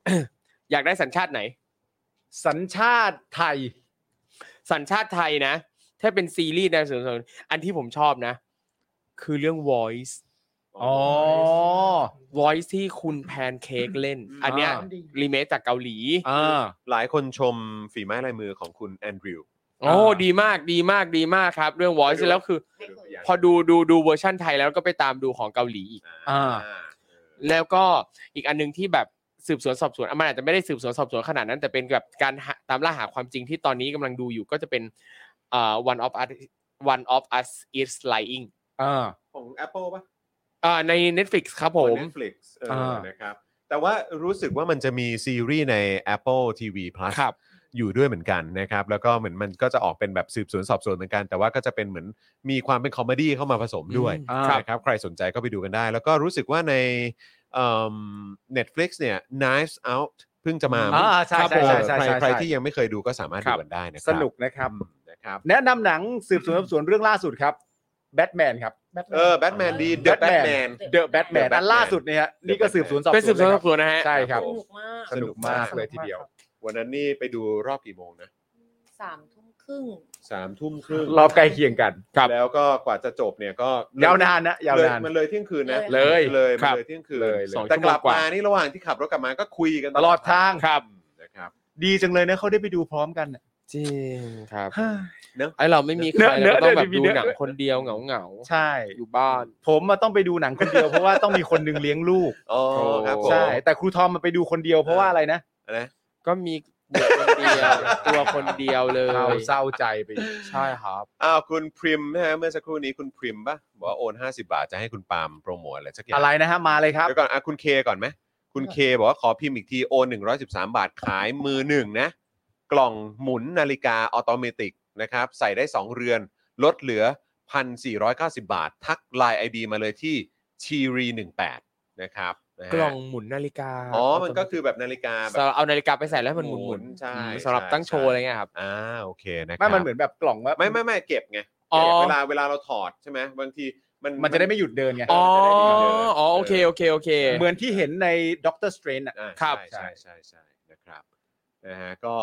อยากได้สัญชาติไหน สัญชาติไทย สัญชาติไทยนะ ถ้าเป็นซีรีส์แนวสืบสวนอันที่ผมชอบนะ คือเรื่อง voice อ๋อ voice ที่คุณแพนเค้กเล่น อันเนี้ย อ่า ดี รีเมคจากเกาหลี อ่า หลายคนชมฝีไม้ลายมือของคุณแอนดริว โอ้ อ่า ดีมากดีมากดีมากครับ เรื่อง voice แล้วคือ ไม่เคย พอดูดูดูเวอร์ชั่นไทยแล้วก็ไปตามดูของเกาหลีอีก อ่า แล้วก็อีกอันหนึงที่แบบสืบสวนสอบสวนอ่ะมันอาจจะไม่ได้สืบสวนสอบสวนขนาดนั้น แต่เป็นแบบการหาตามล่าหาความจริงที่ตอนนี้กำลังดูอยู่ก็จะเป็นเอ่อ one of us one of us is lying อ่า ของ Apple ป่ะ อ่าใน Netflix ครับผม ของ Netflix เออ อ่า นะครับ แต่ว่ารู้สึกว่ามันจะมีซีรีส์ใน Apple TV Plus ครับ อยู่ด้วยเหมือนกันนะครับ แล้วก็เหมือนมันก็จะออกเป็นแบบสืบสวนสอบสวนเหมือนกัน แต่ว่าก็จะเป็นเหมือนมีความเป็นคอมเมดี้เข้ามาผสมด้วย อ่า ครับ นะครับ ใครสนใจก็ไปดูกันได้ แล้วก็รู้สึกว่าในเอิ่ม Netflix เนี่ย Knives Out เพิ่งจะมา อ่าใช่ ครับผมใช่ใช่ใช่ ใคร ใช่ ใครที่ยังไม่เคยดูก็สามารถดูกันได้นะค ส รับ นุกนะครับ อืมนะครับ แนะนำหนังสืบสวนสอบสวนเรื่องล่าสุดครับแบทแมนครับ แบทแมน เออแบทแมนดีเดอะแบทแมน The Batman อันล่าสุดเนี่ยฮะ The นี่ก็สืบสวนสอบสวน เป็นสืบสวนสอบสวนนะฮะ ใช่ครับ สนุกมาก สนุกมากเลยทีเดียว วันนั้นนี่ไปดูรอบกี่โมงนะ สามทุ่มครึ่ง สามทุ่มครึ่ง รอบใกล้เคียงกัน ครับ แล้วก็กว่าจะจบเนี่ยก็ ยาวนานนะยาว เลย นาน มันเลยเที่ยงคืนนะ เลย เลย ค มั รั น บ เลยเที่ยงคืน เลยเลย สอง แต่กชั่วโมง ลับ กว่า มานี่ระหว่างที่ขับรถกลับมาก็คุยกัน ตลอดทาง ครับนะครับ ดีจังเลยนะเขาได้ไปดูพร้อมกันน่ะ จริงครับ เฮ้ย ไอเราไม่มีใคร เนอะเราก็ต้องแบเนอะบเดี๋ยวมี ดู เนอะ หนังคนเดียวเหงาเหงาๆ ใช่ อยู่บ้าน ผมมาต้องไปดูหนังคนเดียวเพราะว่าต้องมีคนหนึงเลี้ยงลูก อ๋อครับผม ใช่ แต่ครูทอมมาไปดูคนเดียวเพราะว่าอะไรนะ นะ ก็มีเด็กคนเดียวตัวคนเดียวเลย เราเศร้าใจไป ใช่ครับ อ้าวคุณพริมนะฮะเมื่อสักครู่นี้คุณพริมป่ะบอกว่าโอน 50 บาทจะให้คุณปาล์มโปรโมทอะไรสักอย่าง อะไรนะฮะมาเลยครับ เดี๋ยวก่อนอ่ะคุณเคก่อนไหมคุณเคบอกว่าขอพิมพ์อีกทีโอน 113 บาทขายมือหนึ่งนะ กล่องหมุนนาฬิกาออโตเมติกนะครับ ใส่ได้ 2 เรือน ลดเหลือ 1,490 บาท ทักไลน์ ID มาเลยที่ชีรี18นะครับนะฮะ กล่องหมุนนาฬิกา อ๋อ มันก็คือแบบนาฬิกาแบบ สำหรับเอานาฬิกาไปใส่แล้วให้มันหมุน ห ห มุ มุ น น ใช่ สำหรับ ใช่ ตั้งโช ใช่ ว์อะไรเงี้ยครับ อ่าโอเคนะครั ไม่มันเหมือนแบบกล่องว่า ไม่ไม่ไม่เก็บไง อ๋อ เก็บเวลาเวลาเราถอดใช่ไหมบางทีมัน มันจะได้ไม่หยุดเดินไง อ๋ออ๋อโอเคโอเคโอเค เหมือนที่เห็นในด็อกเตอร์สเตรนอะ อ่า ครับ ใช่ใช่ใช่ใช่นะครับนะฮะก็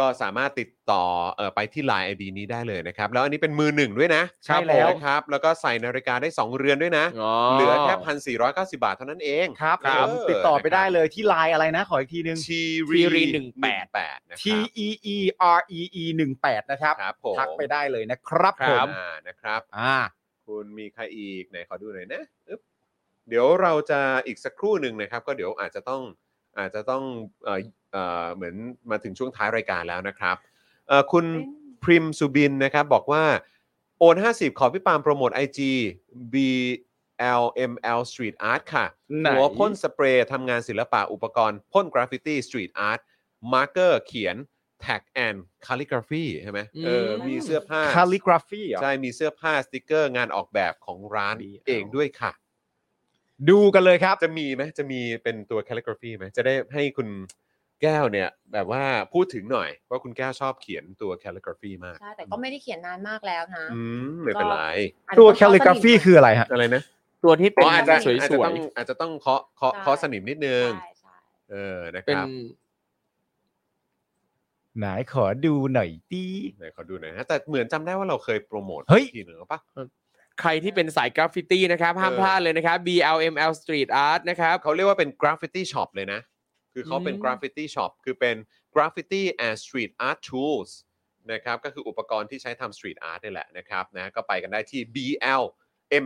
ก็สามารถติดต่อเอ่อไปที่ Line ID นี้ได้เลยนะครับ แล้วอันนี้เป็นมือหนึ่งด้วยนะ ใช่แล้ว นะครับ แล้วก็ใส่นาฬิกาได้ 2 เรือนด้วยนะ เหลือแค่พันสี่ร้อยเก้าสิบาทเท่านั้นเอง ครับ เ ผมติดต่อไปได้เลยที่ไลน์อะไรนะ ขออีกทีนึง ชี รี รี หนึ่งแปด แปดนะ T ครับ E E R E E 1 8นะครับ ครับผม ทักไปได้เลยนะครับ ค ผ รั ม บ อ่านะครับ อ่า คุณมีใครอีกไหนขอดูหน่อยนะอึ๊บเดี๋ยวเราจะอีกสักครู่หนึ่งนะครับ ก็เดี๋ยวอาจจะต้องอาจจะต้องเอ่อเอ่อเหมือนมาถึงช่วงท้ายรายการแล้วนะครับเอ่อคุณพริมสุบินนะครับบอกว่า โอน 50 ขอพี่ปาล์มโปรโมท IG BLML Street Art ค่ะ ไหน หัวพ่นสเปรย์ทำงานศิลปะอุปกรณ์พ่นกราฟฟิตี้สตรีทอาร์ตมาร์เกอร์เขียนแท็กแอนคาลิกราฟีใช่ไหมเออ อืม มีเสื้อผ้า คาลิกราฟีเหรอ ใช่ มีเสื้อผ้าสติกเกอร์งานออกแบบของร้าน ดีเอา เองด้วยค่ะ ดูกันเลยครับ จะมีไหมจะมีเป็นตัว calligraphy ไหมจะได้ให้คุณแก้วเนี่ย แบบว่าพูดถึงหน่อย ว่าคุณแก้วชอบเขียนตัว calligraphy มาก ใช่ แต่ก็ไม่ได้เขียนนานมากแล้วนะ อืม ไม่เป็นไร อัน ตัว ก็ คาลิกราฟี สนิท คืออะไรฮะ อะไรนะ ตัวที่เป็ อ๋ น ออาจจะ สวย อาจ ส จะ ว ต้ ย องอาจจะต้องเคาะเคาะ ใช่ เคาะสนิมนิดนึง ใช่ใช่ เออ นะค เป็น รับ ไหนขอดูหน่อยดี ไหนขอดูหน่อยนะแต่เหมือนจำได้ว่าเราเคยโปรโมท เฮ้ย ทีหนึ่งหรือปะ ใครที่เป็นสายกราฟฟิตี้นะครับ ห้าม เออ พลาดเลยนะครับ BLML Street Art นะครับ เขาเรียกว่าเป็นกราฟฟิตี้ช็อปเลยนะ คือเขาเป็น อืม กราฟฟิตี้ช็อป คือเป็นกราฟฟิตี้แอนด์สตรีทอาร์ตทูสนะครับ ก็คืออุปกรณ์ที่ใช้ทำสตรีทอาร์ตนี่แหละนะครับนะ ก็ไปกันได้ที่ BL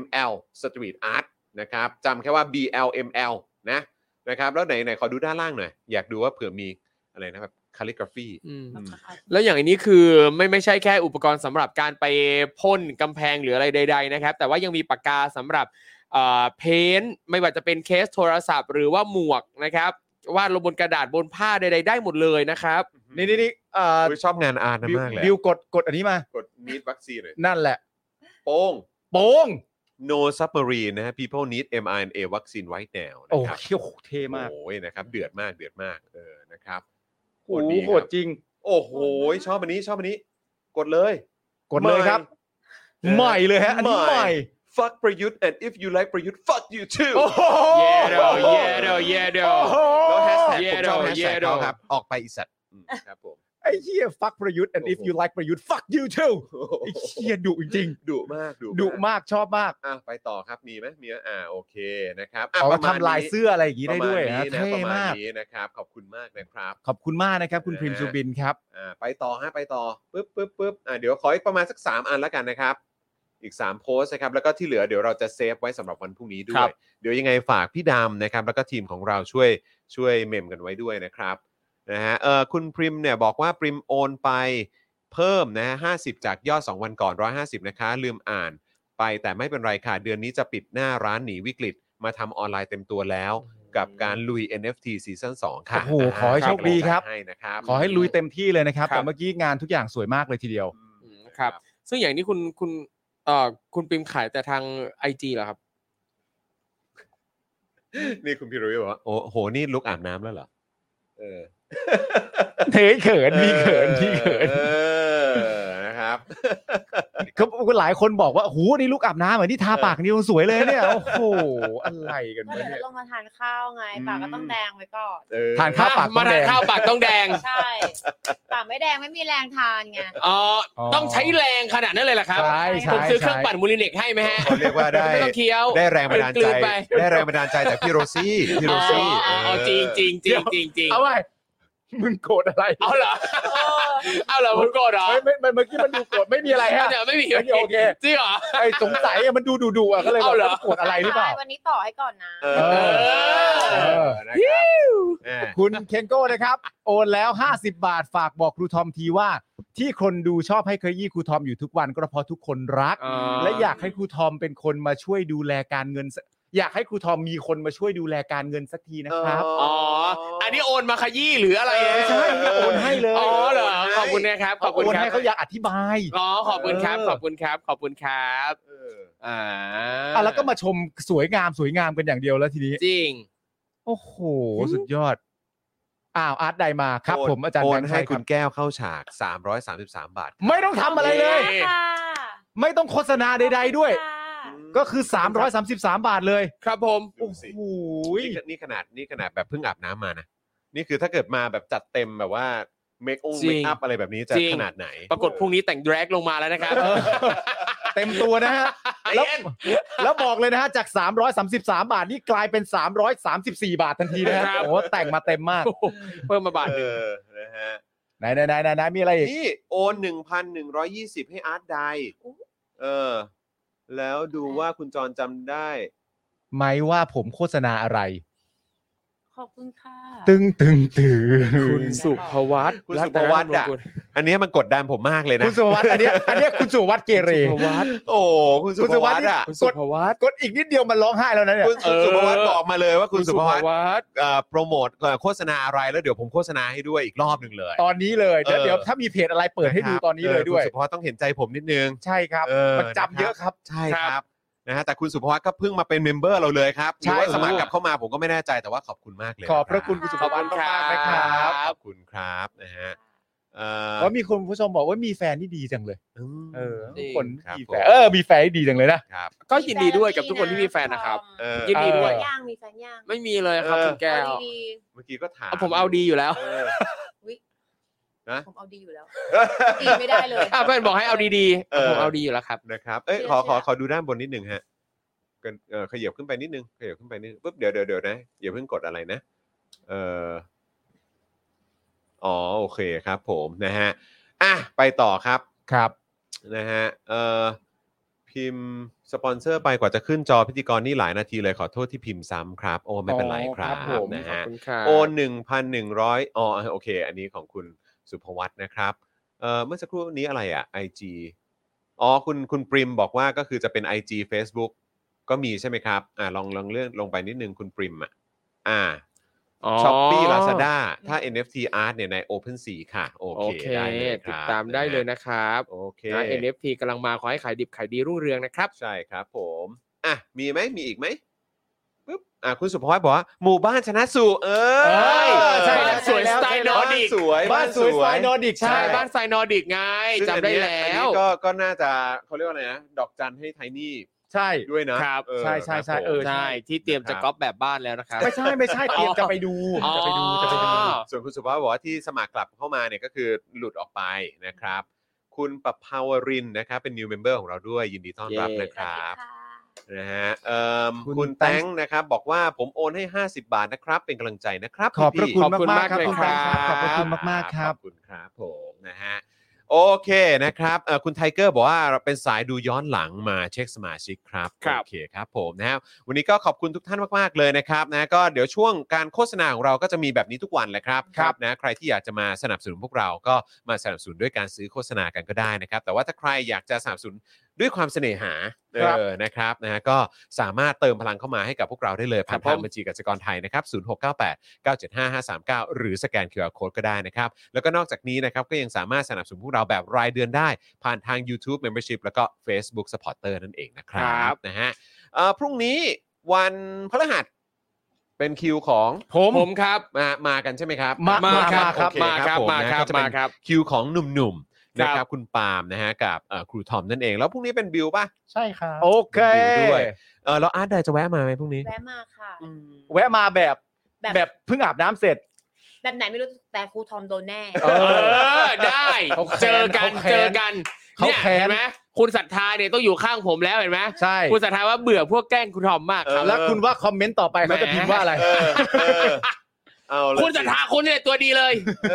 ML Street Art นะครับจำแค่ว่า BL ML นะนะครับ แล้วไหนไหนขอดูด้านล่างหน่อย อยากดูว่าเผื่อมีอะไรนะแบบคาลิกราฟี อืม แล้วก็อาจจะ แล้วอย่างอันนี้คือไม่ไม่ใช่แค่อุปกรณ์สำหรับการไปพ่นกำแพงหรืออะไรใด ๆ นะครับ แต่ว่ายังมีปากกาสำหรับเพนไม่ว่าจะเป็นเคสโทรศัพท์ หรือว่าหมวกนะครับวาดลงบนกระดาษบนผ้าใด ๆ ได้หมดเลยนะครับ นี่นี่นี่เอ่อ ชอบงานอาร์ตนะ บิว มากเลย บิวกดกดอันนี้มา กดนิดวัคซีนเลย นั่นแหละ โป้ง โป้ง no submarine นะฮะ people need mRNA vaccine right now โอ้ นะครับ โหเท่มาก โอ้ยนะครับเดือดมากเดือดมากเออนะครับ โอ้โห ดี โหดจริง โอ้โหชอบอันนี้ชอบอันนี้ กดเลย กดเลยครับ เออ ใหม่เลยฮะ อันนี้ ให ให ม่ ม่ fuck ประยุทธ์ and if you like ประยุทธ์ fuck you too โอ้โห เย่เดอเย่เดอเย่เดอ โอ้โห แล้วแฮชแท็ก เย่ ผมชอบ โด แฮชแท็ก เย่โด เขาครับ ออกไปอีสัตว์อืมครับผม ไอ้เหี้ย fuck ประยุทธ์ and if you like ประยุทธ์ fuck you too ไอ้เหี้ยดุจริง ดุมากดุ ๆดุมากชอบมาก อ่ะไปต่อครับมีไหมมีไหมอ่าโอเคนะครับอ่ะ เอา ป มา ระมาณ ทำลาย นี้ เสื้ออะไรอย่างนี้ได้ด้วย ประมา นะ ณนี้นะ เท่ ประมาณ มาก นี้นะครับ ขอบคุณมากนะครับ ขอบคุณมากนะครับ คุณพริม นะฮะ ซูบินครับ อ่าไปต่อฮะไปต่อปึ๊บปึ๊บปึ๊บอ่าเดี๋ยวขออีกประมาณสัก 3 อันแล้วกันนะครับ อีก 3 โพสต์นะครับ แล้วก็ที่เหลือเดี๋ยวเราจะเซฟไว้สำหรับวันพรุ่งนี้ด้ ครั วย บ เดี๋ยวยังไงฝากพี่ดำนะครับ แล้วก็ทีมของเราช่วยช่วยเมมกันไว้ด้วยนะครับนะฮะเออคุณพริมเนี่ยบอกว่าพริมโอนไปเพิ่มนะฮะห้จากยอด 2 วันก่อน 150 นะคะ ลืมอ่านไปแต่ไม่เป็นไรค่ะ เดือนนี้จะปิดหน้าร้านหนีวิกฤต มาทำออนไลน์เต็มตัวแล้ว กับการลุย NFT ซีซั่น2ค่ะ โอ้โหขอให้โชคดีครับ ให้นะครับ ขอให้ลุยเต็มที่เลยนะครับ ครับ แต่เมื่อกี้งานทุกอย่างสวยมากเลยทีเดียว อืม ครับ ซึ่งอย่างนี้คุณคุณเอ่อคุณปิมขายแต่ทาง IG เหรอครับ นี่คุณพิรวิทย์บอกว่าโอ้โห นี่ลุกอาบน้ำแล้วเหรอ เออ เทเขินมีเขินมีเขิน เออ นะครับ เขาหลายคนบอกว่าหูนี่ลูกอาบน้ำเหมือนที่ทาปากนี่สวยเลยเนี่ย โอ้โห อะไรกัน ก็ วะ เดี๋ยว เนี่ จะ ย ลงมาทานข้าวไงปากก็ต้องแดงไว้ก่อน เออ ทานข้าว ปกต้มาองแด ทาน ง ข้าวปากต้องแดง ใช่ ปากไม่แดงไม่มีแรงทานไง เอ่อต้องใช้แรงขนาดนั้นเลยเหรอครับ ใช่ใช่ ผมซื้อเครื่ ใช่ องปั่นมูลิเนกให้ไหมฮะ เขาเรียกว่าได้ ไม่ต้องเคี้ยว ได้แรงบันดาล กลื ใจ นไป ได้แรงบันดาลใจจากพี่โรซี่ พี่โร อ๋อ ซี่ อ๋ออ๋อจริงจริงจริงจริงจริง เอาไว้ มึงโกรธอะไร เอาเหรอ เอาเหรอผมโกรธเหรอ เฮ้ยไม่ไม่เมื่อกี้มันดูโกรธไม่มีอะไรฮะ เดี๋ยวไม่มี ไม่มีโอเค จริงเหรอ ไอ้สงสัยอะมันดูดุดุๆอะก็เลยแบบ เอาเหรอ มันโกรธอะไรหรือเปล่า ใช่วันนี้ต่อให้ก่อนนะ เอ เอ อ อ เออนะครับอ่า คุณเคนโก้นะครับ โอนแล้ว 50 บาทฝากบอกครูทอมทีว่า ที่คนดูชอบให้เคยยี่ครูทอมอยู่ทุกวันก็เพราะทุกคนรัก และอยากให้ครูทอมเป็นคนมาช่วยดูแลการเงินสักอยากให้ครูทอมมีคนมาช่วยดูแลการเงินสักทีนะครับ อ๋อ อันนี้โอนมาขยี้หรืออะไร เออใช่นี่โอนให้เลย อ๋อเหรอ ขอบคุณนะครับ ขอบคุณ โอน ครับ ให้เขาอยากอธิบาย อ๋อ ขอบคุณครับ เออ ขอบคุณครับ ขอบคุณครับ เออ อ่า อ่ะแล้วก็มาชมสวยงามสวยงามกันอย่างเดียวแล้วทีนี้ จริง โอ้โห สุดยอด อ้าวอาร์ตไดมาครับ โ ผมอาจารย์ โอ แบ น งค์ ให้ ให้ คุ คุณ ณ แก้วเข้าฉาก 333 บาท ไม่ต้องทำอะไรเลย เย้ ค่ะ ไม่ต้องโฆษณาใด ๆ ด้วย ค่ะ ก็คือ 333 บาทเลย ครับผม ดู โอ้ สิ โห นี่ขนี่ขนาดนี่ขนาดแบบเพิ่งอาบน้ำมานะ นี่คือถ้าเกิดมาแบบจัดเต็มแบบว่าเมคอง จริง เมคอัพอะไรแบบนี้จะ จริง ขนาดไหน ปรากฏพรุ่งนี้แต่งแดรกลงมาแล้วนะครับ เออเต็มตัวนะฮะ แล้ว ใจเย็น แล้วบอกเลยนะฮะ จาก 333 บาทนี่กลายเป็น 334 บาททันทีนะฮะ ครับ โอ้โหแต่งมาเต็มมาก เพิ่มมาบาท เอ หนึ่ง อ นะฮะ ไหนไหนไหนไหนไหนมีอะไรอีก นี่โอน 1,120 ให้อาร์ตไดเออ แล้วดูว่าคุณจรจำได้ ไหมว่าผมโฆษณาอะไร ขอบคุณค่ะ ตึงตึงตึง คุณสุภวัต คุณสุภวัตอะ อันเนี้ยมันกดดันผมมากเลยนะ คุณสุวัสด์อันเนี้ยอันเนี้ยคุณสุวัสด์เกเร สุภวัต โอ้คุณสุภวัตอ่ะ คุณสุภวัต กดอีกนิดเดียวมันร้องไห้แล้วนะเนี่ย คุณ เออ สุภวัตบอกมาเลยว่าคุณสุภวัต ต โปรโมทเอ่อโฆษณาอะไรแล้วเดี๋ยวผมโฆษณาให้ด้วยอีกรอบหนึ่งเลย ตอนนี้เลยเดี๋ยว เออ เดี๋ยวถ้ามีเพจอะไรเปิดให้ดู ะครับ ตอนนี้เลยด้วย ออคุณสุภวัตต้องเห็นใจผมนิดนึง ใช่ครับ เออ มันจำเยอะ น ครับ ใช่ ค ครับ รับนะฮะแต่คุณสุภวัตก็เพิ่งมาเป็นเมมเบอร์เราเลยครับห ใช่ รือว่าสมัครกลับเข้ามาผมก็ไม่แน่ใจแต่ว่าขอบคุณมากเลย ขอบพระคุณคุณสุภวัต ขอบคุณคมารัก บ ๆนะครั ครับ บ ขอบคุณครับนะฮะเอ่อ แล้วมีคุณผู้ชมบอกว่ามีแฟนที่ดีจังเลย อืม เออ จริง คน ครับ มี ผ แฟ ม นเออมีแฟนที่ดีจังเลยนะ ครับ ก็ยินดีด้วยกับทุกคนที่มีแฟนนะครับ เออ ยินดีด้วย ย่างมีแฟนย่าง ไม่มีเลยครับ เออ คุณแก้ว เอาดี เมื่อกี้ก็ถาม เอาผมเอาดีอยู่แล้ว เออ ๆอุ๊ย นะ ผมเอาดีอยู่แล้ว ดีไม่ได้เลย อ่ะเพื่อนบอกให้เอาดีๆ เออ ผมเอาดีอยู่แล้วครับ นะครับเอ้ย เชื่อ ขอขอ เชื่อ ขอดูด้านบนนิดหนึ่งฮะกันเออขยับขึ้นไปนิดนึงขยับขึ้นไปนิดนึงปุ๊บเดี๋ยวเดี๋ยวเดี๋ยวนะอย่าเพิ่งกดอะไรนะเอออ๋อโอเคครับ ผมนะฮะอ่ะไปต่อครับ ครับ นะฮะเอ่อพิมพ์สปอนเซอร์ไปกว่าจะขึ้นจอพิธีกรนี่หลายนาทีเลยขอโทษที่พิมพ์ซ้ำครับ โอ้ไม่เป็นไรครั อ๋ บ อผม นะ ขอบ ฮะ คุณครับ โอน1,100อ๋อโอเค อันนี้ของคุณสุภวัฒน์นะครับเอ่อเมื่อสักครู่นี้อะไรอะ IG อ๋อคุณคุณปริมบอกว่าก็คือจะเป็น IG Facebook ก็มีใช่ไหมครับอ่าลองลองเลื่อนลงไปนิดนึงคุณปริมอ่ะอ่าช้อปปี้ลาซาด้าถ้า NFT art เนี่ยใน OpenSea ค่ะ โอ โอ เค เค ได้เลยครับ ติดตามได้เลยนะครับ โอเค นะ NFT กำลังมาขอให้ขายดิบขายดีรุ่งเรืองนะครับ ใช่ครับผม อ่ะ มีไหมมีอีกไหมปึ๊บ อ่ะ คุณสุภวัตบอกว่า หมู่บ้านชนะสู่ เอ้ เอ้ ย ย ใช่ บ้า แล้ น ว สวย ใช่แล้ว สไตล์นอร์ดิกบ้านสวย บ้านสวยสไตล์นอร์ดิก ใช่ ใช่ บ้านไซนอร์ดิกไง ซึ่งอัน จำได้ เนี้ย แล้ อัน ว นี้ก็ก็น่าจะเขาเรียกว่าอะไรนะ ดอกจันให้ไทนี่ ใช่ ด้วยนะครับ เออ ใช่ใช่ใช่ ครับผม เออ ใช่ที่เตรียมจะก๊อปแบบบ้านแล้วนะครับ ไม่ใช่ไม่ใช่เตรียมจะไปดู อ๋อ จะไปดูจะไปดู ส่วนคุณสุภวัตบอกว่าที่สมัครกลับเข้ามาเนี่ยก็คือหลุดออกไปนะครับ คุณประภาวรินทร์นะครับเป็น new member ของเราด้วยยินดีต้อนรับ เย้ นะครับ สวัสดีค่ะ นะฮะเอิ่ม คุ คุณ ณ แต แต๊ง งนะครับ บอกว่าผมโอนให้ 50 บาทนะครับ เป็นกำลังใจนะครับ ขอบพระ พี่ คุณ ขอบคุณ มาก มาก ๆครับ เลย คุณ ครั แตงครับบขอบพระคุณมากๆครับ ขอบคุณครับผมนะฮะโอเคนะครับเอ่อคุณไทเกอร์บอกว่าเราเป็นสายดูย้อนหลังมาเช็คสมาชิกครับ ครับ โอเคครับผมนะฮะวันนี้ก็ขอบคุณทุกท่านมากๆเลยนะครับนะก็เดี๋ยวช่วงการโฆษณาของเราก็จะมีแบบนี้ทุกวันแหละครับ ครับ นะใครที่อยากจะมาสนับสนุนพวกเราก็มาสนับสนุนด้วยการซื้อโฆษณากันก็ได้นะครับ แต่ว่าถ้าใครอยากจะสนับสนุน ด้วยความเสน่หาเอ ครับ อนะครับนะฮะก็สามารถเติมพลังเข้ามาให้กับพวกเราได้เลย ผ่านทางบัญชีกสิกรไทยนะครับ 0698 975 539 หรือสแกน QR Code ก็ได้นะครับ แล้วก็นอกจากนี้นะครับ ก็ยังสามารถสนับสนุนพวกเราแบบรายเดือนได้ ผ่านทาง YouTube Membership แล้วก็ Facebook Supporter นั่นเองนะครั ครับ บ นะฮะเอ่อพรุ่งนี้วันพฤหัสเป็นคิวของ ผม ผมครับ มามากันใช่ไหมครับ มามาครับ โอเ มาครับ ผ มา นะครับ ก็จะเป็น มาครับ คิวของหนุ่มๆนะค ครั รับบ คุณปาล์มนะฮะกับเอ่อครูทอมนั่นเองแล้วพรุ่งนี้เป็นบิวป่ะ ใช่ครับ โอเค อยู่ด้วย เออแล้วอาร์ตไดจะแวะมาไหมพรุ่งนี้ แวะมาค่ะ แวะมาแบบ แบบ แบบเพิ่งอาบน้ำเสร็จ แบบไหนไม่รู้แต่ครูทอมโดนแน่ เอ เอ อ อได้ เขาแค้น เจอกัน เขาแค้น เจอกัน เขา เนี่ย แค้น เห็นไหมคุณศรัทธาเนี่ยต้องอยู่ข้างผมแล้วเห็นไหม ใช่ คุณศรัทธาว่าเบื่อพวกแกล้งคุณทอมมากครับ เออ แล้วคุณว่าคอมเมนต์ต่อไปเขาจะพิมพ์ว่าอะไร เออเออ เอาละ คุณศรัทธาคุณเนี่ยตัวดีเลย เอ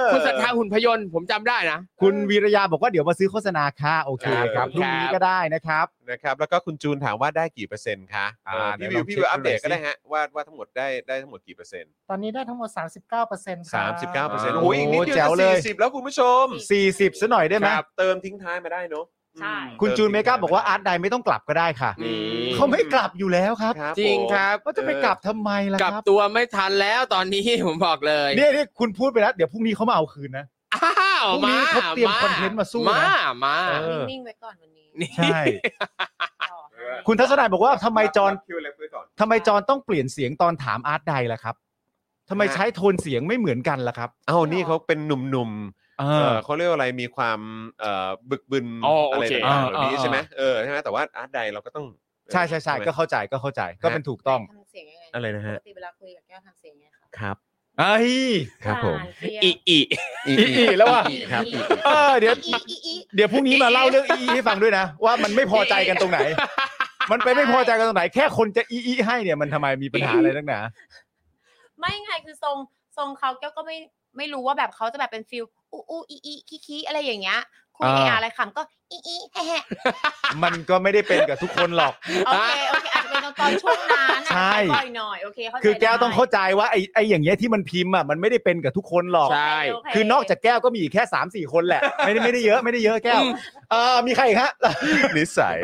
อ คุณศรัทธาหุ่นพยนต์ผมจำได้นะ คุณวีระยาบอกว่าเดี๋ยวมาซื้อโฆษณาค่ะโอเค คครัรับบพรุ่งนี้ ครับ ก็ได้นะครับ นะครับแล้วก็คุณจูนถามว่าได้กี่เปอร์เซ็นต์คะ อ่า เออพี่วิว เดี๋ พี่ ยวลอวิวงเช็คอัปเดต ดูหน่อยสิ ก็ได้ฮะว่าว่าทั้งหมดได้ได้ทั้งหมดกี่เปอร์เซ็นต์ ตอนนี้ได้ทั้งหมด 39เปอร์เซ็นต์ สามสิบเก้าเปอร์เซ็นต์ โอ้ โอ้ โห โหอีกนิดเดียว แจ๋ จะ วเลย สี่สิบแล้วคุณผู้ชม 40ซะหน่อยได้ไหม ครับเติมทิ้งท้ายมาได้เนอะ ใช่ อืม คุณจูนเมกา ติทิ้งท้ย บอกว่าอาร์ตไดไม่ต้องกลับก็ได้ค่ะ อืม เขาไม่กลับอยู่แล้วครับ ครับ จริงครับ ก็จะไปกลับทำไมล่ะ กลับ ครับ ตัวไม่ทันแล้วตอนนี้ ผมบอกเลย เนี่ยนี่คุณพูดไปแล้วเดี๋ยวพรุ่งนี้เขามาเอาคืนนะ อ้าว พรุ่งนี้ มา เขาเตรียมคอนเทนต์มาสู้นะ มามา เออ นิ่งๆไว้ก่อนวันนี้ นี่ ใช่ ต่อให้ คุณทัศนัยบอกว่าทำไมจอน คิวเล็บไว้ก่อน ทำไมจอนต้องเปลี่ยนเสียงตอนถามอาร์ตไดล่ะครับทำไมใช้โทนเสียงไม่เหมือนกันล่ะครับ เอ้านี่เขาเป็นหนุ่ม เอ ๆเอ อ อเขาเรียกว่าอะไรมีความเอ่อบึกบึน อ๋ออ อะไร โอเค ต่างๆเหล่านี้ อ่า ใช่ไหมเออใช่ไหมแต่ว่าอาร์ตไดเราก็ต้อง ใช่ใช่ใช่ ไหม ก็เข้าใจก็เข้าใจก็เป็นถูกต้อง ทำเสียงยังไง อะไรนะฮะ ปกติเวลาคุยกับแก้วทำเสียงยังไงคะ ครับ ไอ้ย ครับผม อ่านเสียง อีอี อี อีอีแล้วว่ะ ครับอี เออเดี๋ยว อีอีอี เดี๋ยวพรุ่งนี้มาเล่าเรื่องอีอีให้ฟังด้วยนะ ว่ามันไม่พอใจกันตรงไหน มันไปไม่พอใจกันตรงไหน แค่คนจะอีอีให้เนี่ยมันทำไมมีปัญหาอะไรนักหนา ไม่ไงคือทรงทรงเขาแก้วก็ไม่ไม่รู้ว่าแบบเขาจะแบบเป็นฟิลอูอูอีอีคีคีอะไรอย่างเงี้ยคุย อ่า เออาร์อะไรขำก็อีอีแฮะแฮะ มันก็ไม่ได้เป็นกับทุกคนหรอก โอเคโอเคอาจจะเป็นตอนช่วงนั้น ใช่ บ่อยหน่อยโอเคเข้าใจ คือแก้ว ได้ ต้องเข้าใจว่าไอ้ไอ้อย่างเงี้ยที่มันพิมพ์อ่ะมันไม่ได้เป็นกับทุกคนหรอก ใช่ โเ คือนอกจากแก้วก็มีอีกแค่3ามสี่คนแหละ ไม่ได้ไม่ได้เยอะไม่ได้เยอะแก้ว อืม เออมีใครอีกฮะ นิสัย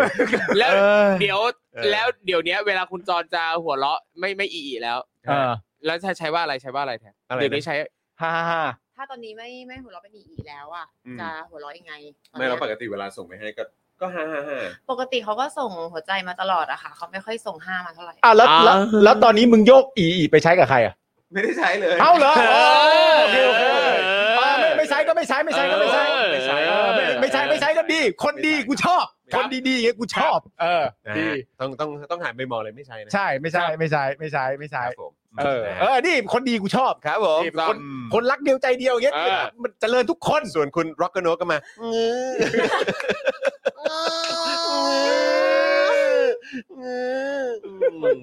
แล้ว เออ เดี๋ยว เออ แล้วเดี๋ยวเนี้ย เวลาคุณจอนจะหัวเราะไม่ไม่อีอีแล้ว เออ แล้วใช้ใช้ว่าอะไรใช้ว่าอะไรแทน อะไรนะ เดี๋ยวนี้ใช้ ฮ่าฮ่าฮ่า ถ้าตอนนี้ไม่ไม่หัวเราะเป็นอีอีแล้วอ่ะ อืม จะหัวเราะยังไงตอน ไม่ เนี้ย เราปกติเวลาส่งไปให้ก็ก็ห้าห้าห้า ปกติเขาก็ส่งหัวใจมาตลอดอะค่ะเขาไม่ค่อยส่งห้ามาเท่าไหร่ อ่ะแล้วแล้ว อ่า แล้วตอนนี้มึงโยกอีอีไปใช้กับใครอ่ะ ไม่ได้ใช้เลย เอ้าเหรอ เอ อ๋อ อ โอเคโอเคโอเคอ่าไม่ไม่ใช้ก็ไม่ใช้ไม่ใช้ก็ไม่ใช้ เออ ไม่ใช้ เออไม่ไม่ใช่ไม่ใช่ก็ดี คนดีกูชอบ ค คน นดีๆไงกูชอบ เออดี ต้องต้องต้องหันไปมองเลยไม่ใช่นะ ใช่ไม่ใช่ไม่ใช่ไม่ใช่ไม่ ค ใช่ รับผม เออ นะ เอ ฮะ อนี่คนดีกูชอบ ครับผม นี่เป็นคน อืม คนรักเดียวใจเดียวอย่างเงี้ย เออ มันเจริญทุกคน ส่วนคุณร็อกกโนก็มา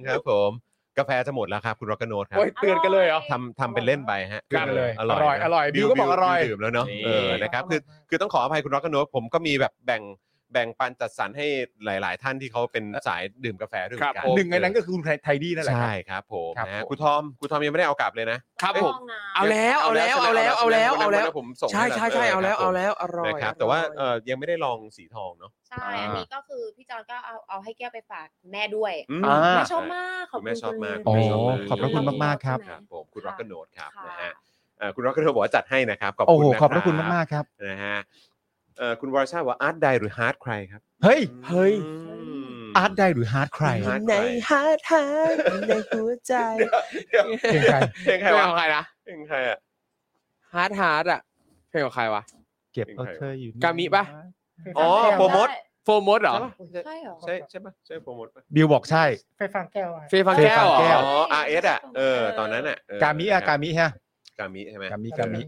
ครับผมกาแฟจะหมดแล้วครับคุณร็อกกโนครับ โอ้ยเตือนกันเลยเหรอ ทำทำเป็นเล่นไปฮะ เตือนกันเลย อร่อยนะ อร่อยอร่อยบิวก็บอกอร่อย ดื่มแล้วเนาะ นี่ เออนะครับคือ คือต้องขออภัยคุณร็อกกโนผมก็มีแบบแบ่งแบ่งปันจัดสรรให้หลาย ๆ ท่านที่เขาเป็นสายดื่มกาแฟด้วยเหมือกั ครับผม หนึ่งในนั้นก็คือคุณไทดี้นั่นแหละครั ใช่ บ ครับผม ครับ นะฮะ ผม ครูทอมครูทอมยังไม่ได้เอากลับเลยนะครับ ผม ห้องน้ำ เอาแล้วเอาแล้วเอาแล้วเอาแล้วเอาแล้นวนั้นผมส่ง ใช่ใช่ใช่เอาแล้วเอาแล้วอร่อย นะครับแต่ว่าเอ่อยังไม่ได้ลองสีทองเนาะ ใช่ อันนี้ก็คือพี่จอนก็เอาเอาให้แก้วไปฝากแม่ด้วย อืม อ่า แม่ชอบมากขอบ คุณแม่ คุณ ชอบมาก คุณ ณแม่ ลิน ชบ โอ้ขอบพระคุณมากๆครับ ครับผมคุณร็อกกโนครับ ค่ะ นะฮะเอ่อคุณร็อกกโนบอกว่าจัดให้นะครับขอบ โอ้ คุ โห ณนะ ขอบพระคุณมากๆครับ ๆนะฮะเอ่อคุณวรชาติบอกว่าอาร์ตไดหรือฮาร์ดใครครับ เฮ้ย อืม อาร์ตได้หรือฮาร์ดใคร ฮาร์ด ในฮาร์ทฮาร์ทในหัวใจ เดี๋ยว เก่งใคร เพลงใคร เพลง วะ ของใครนะ เพลงใครอ่ะ ฮาร์ดฮาร์ดอะเพลงของใครวะ เก็บเอาเธออยู่ กามิปะ อ๋อโปรโมท โฟมดเหรอ ใช่เหรอ ใช่ใช่ปะใช่โปรโมทปะ บิวบอกใช่ ไปฟังแก้วอ่ะ เฟยฟังแก้วเหร เฟย์ฟังแก้ อ ว อ๋อ RS อ่ะ เออ ตอนนั้นอ่ะเออก ามิอะกามิฮะ กามิใช่ไหม กามิกามิ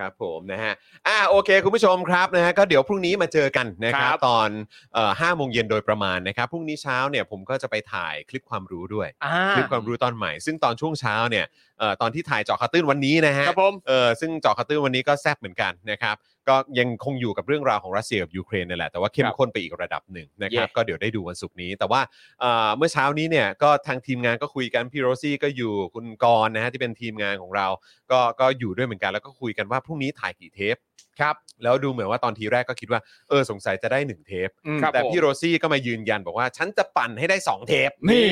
ครับผมนะฮะ อ่าโอเค คุณผู้ชมครับนะฮะ ก็เดี๋ยวพรุ่งนี้มาเจอกันนะครับ ตอนเอ่อห้าโมงเย็นโดยประมาณนะครับ พรุ่งนี้เช้าเนี่ยผมก็จะไปถ่ายคลิปความรู้ด้วย อ่า คลิปความรู้ตอนใหม่ ซึ่งตอนช่วงเช้าเนี่ย เอ่อ ตอนที่ถ่ายเจาะข่าวตื้นวันนี้นะฮะ ครับผม เออซึ่งเจาะข่าวตื้นวันนี้ก็แซ่บเหมือนกันนะครับ ก็ยังคงอยู่กับเรื่องราวของรัสเซียกับยูเครนนี่นแหละ แต่ว่าเข้มข้นไปอีกระดับหนึ่งนะครับ Yeah. ก็เดี๋ยวได้ดูวันศุกร์นี้ แต่ว่าเอ่อเมื่อเช้านี้เนี่ยก็ทางทีมงานก็คุยกัน พี่โรซี่ก็อยู่คุณกรณ์นะฮะที่เป็นทีมงานของเรา ก็ก็อยู่ด้วยเหมือนกันแล้วก็คุยกันว่าพรุ่งนี้ถ่ายกี่เทปครับแล้วดูเหมือนว่าตอนทีแรกก็คิดว่าเออสงสัยจะได้หนึ่งเทป ครับ แต่ ผม พี่โรซี่ก็มายืนยันบอกว่าฉันจะปั่นให้ได้สองเทป นี่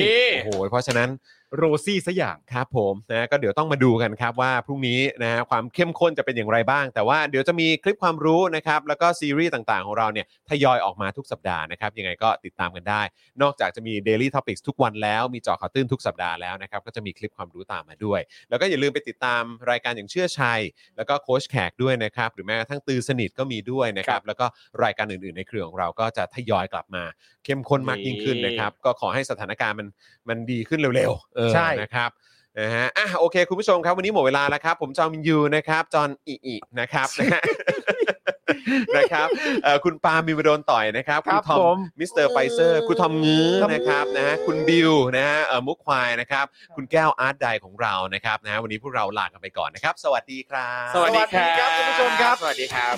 โอ้โหเพราะฉะนั้น โรซี่ซะอย่าง ครับผมนะก็เดี๋ยวต้องมาดูกันครับว่าพรุ่งนี้นะฮะความเข้มข้นจะเป็นอย่างไรบ้าง แต่ว่าเดี๋ยวจะมีคลิปความรู้นะครับแล้วก็ซีรีส์ต่างๆ ของเราเนี่ยทยอยออกมาทุกสัปดาห์นะครับยังไงก็ติดตามกันได้ นอกจากจะมี Daily Topics ทุกวันแล้วมีเจาะข่าวตื้นทุกสัปดาห์แล้วนะครับก็จะมีคลิปความรู้ตามมาด้วย แล้วก็อย่าลืมไปติดตามรายการอย่างเชื่อชัย แล้วก็โค้ชแขกด้วยนะครับหรือแม้กระทั่งตื่นสนิทก็มีด้วยนะครั ครับ บ แล้วก็รายการอื่นๆ ในเครือของเราก็จะทยอยกลับมา เข้มข้นมากยิ่งขึ้นนะครับ ก็ขอให้สถานการณ์มันมันดีขึ้นเร็วๆเออ ใช่ นะครับ นะฮะอ่ะโอเค คุณผู้ชมครับ วันนี้หมดเวลาแล้วครับ ผมจอมยูนะครับ จอนอิอินะครับนะฮะ นะครับเอ่อคุณปาล์มมีวดนต่อยนะครับ ครั ณ บ ทอ ผม ม มิสเตอร์ไฟเซอร์คุณทอมงื้อนะครับนะฮะคุณบิวนะฮะเอ่อมุกควายนะครับ คุณแก้วอาร์ตไดของเรานะครับนะฮะวันนี้พวกเราลากันไปก่อนนะครับ สวัสดีครับ สวัสดีครับ สวัสดีครับคุณผู้ชมครับ สวัสดีครับ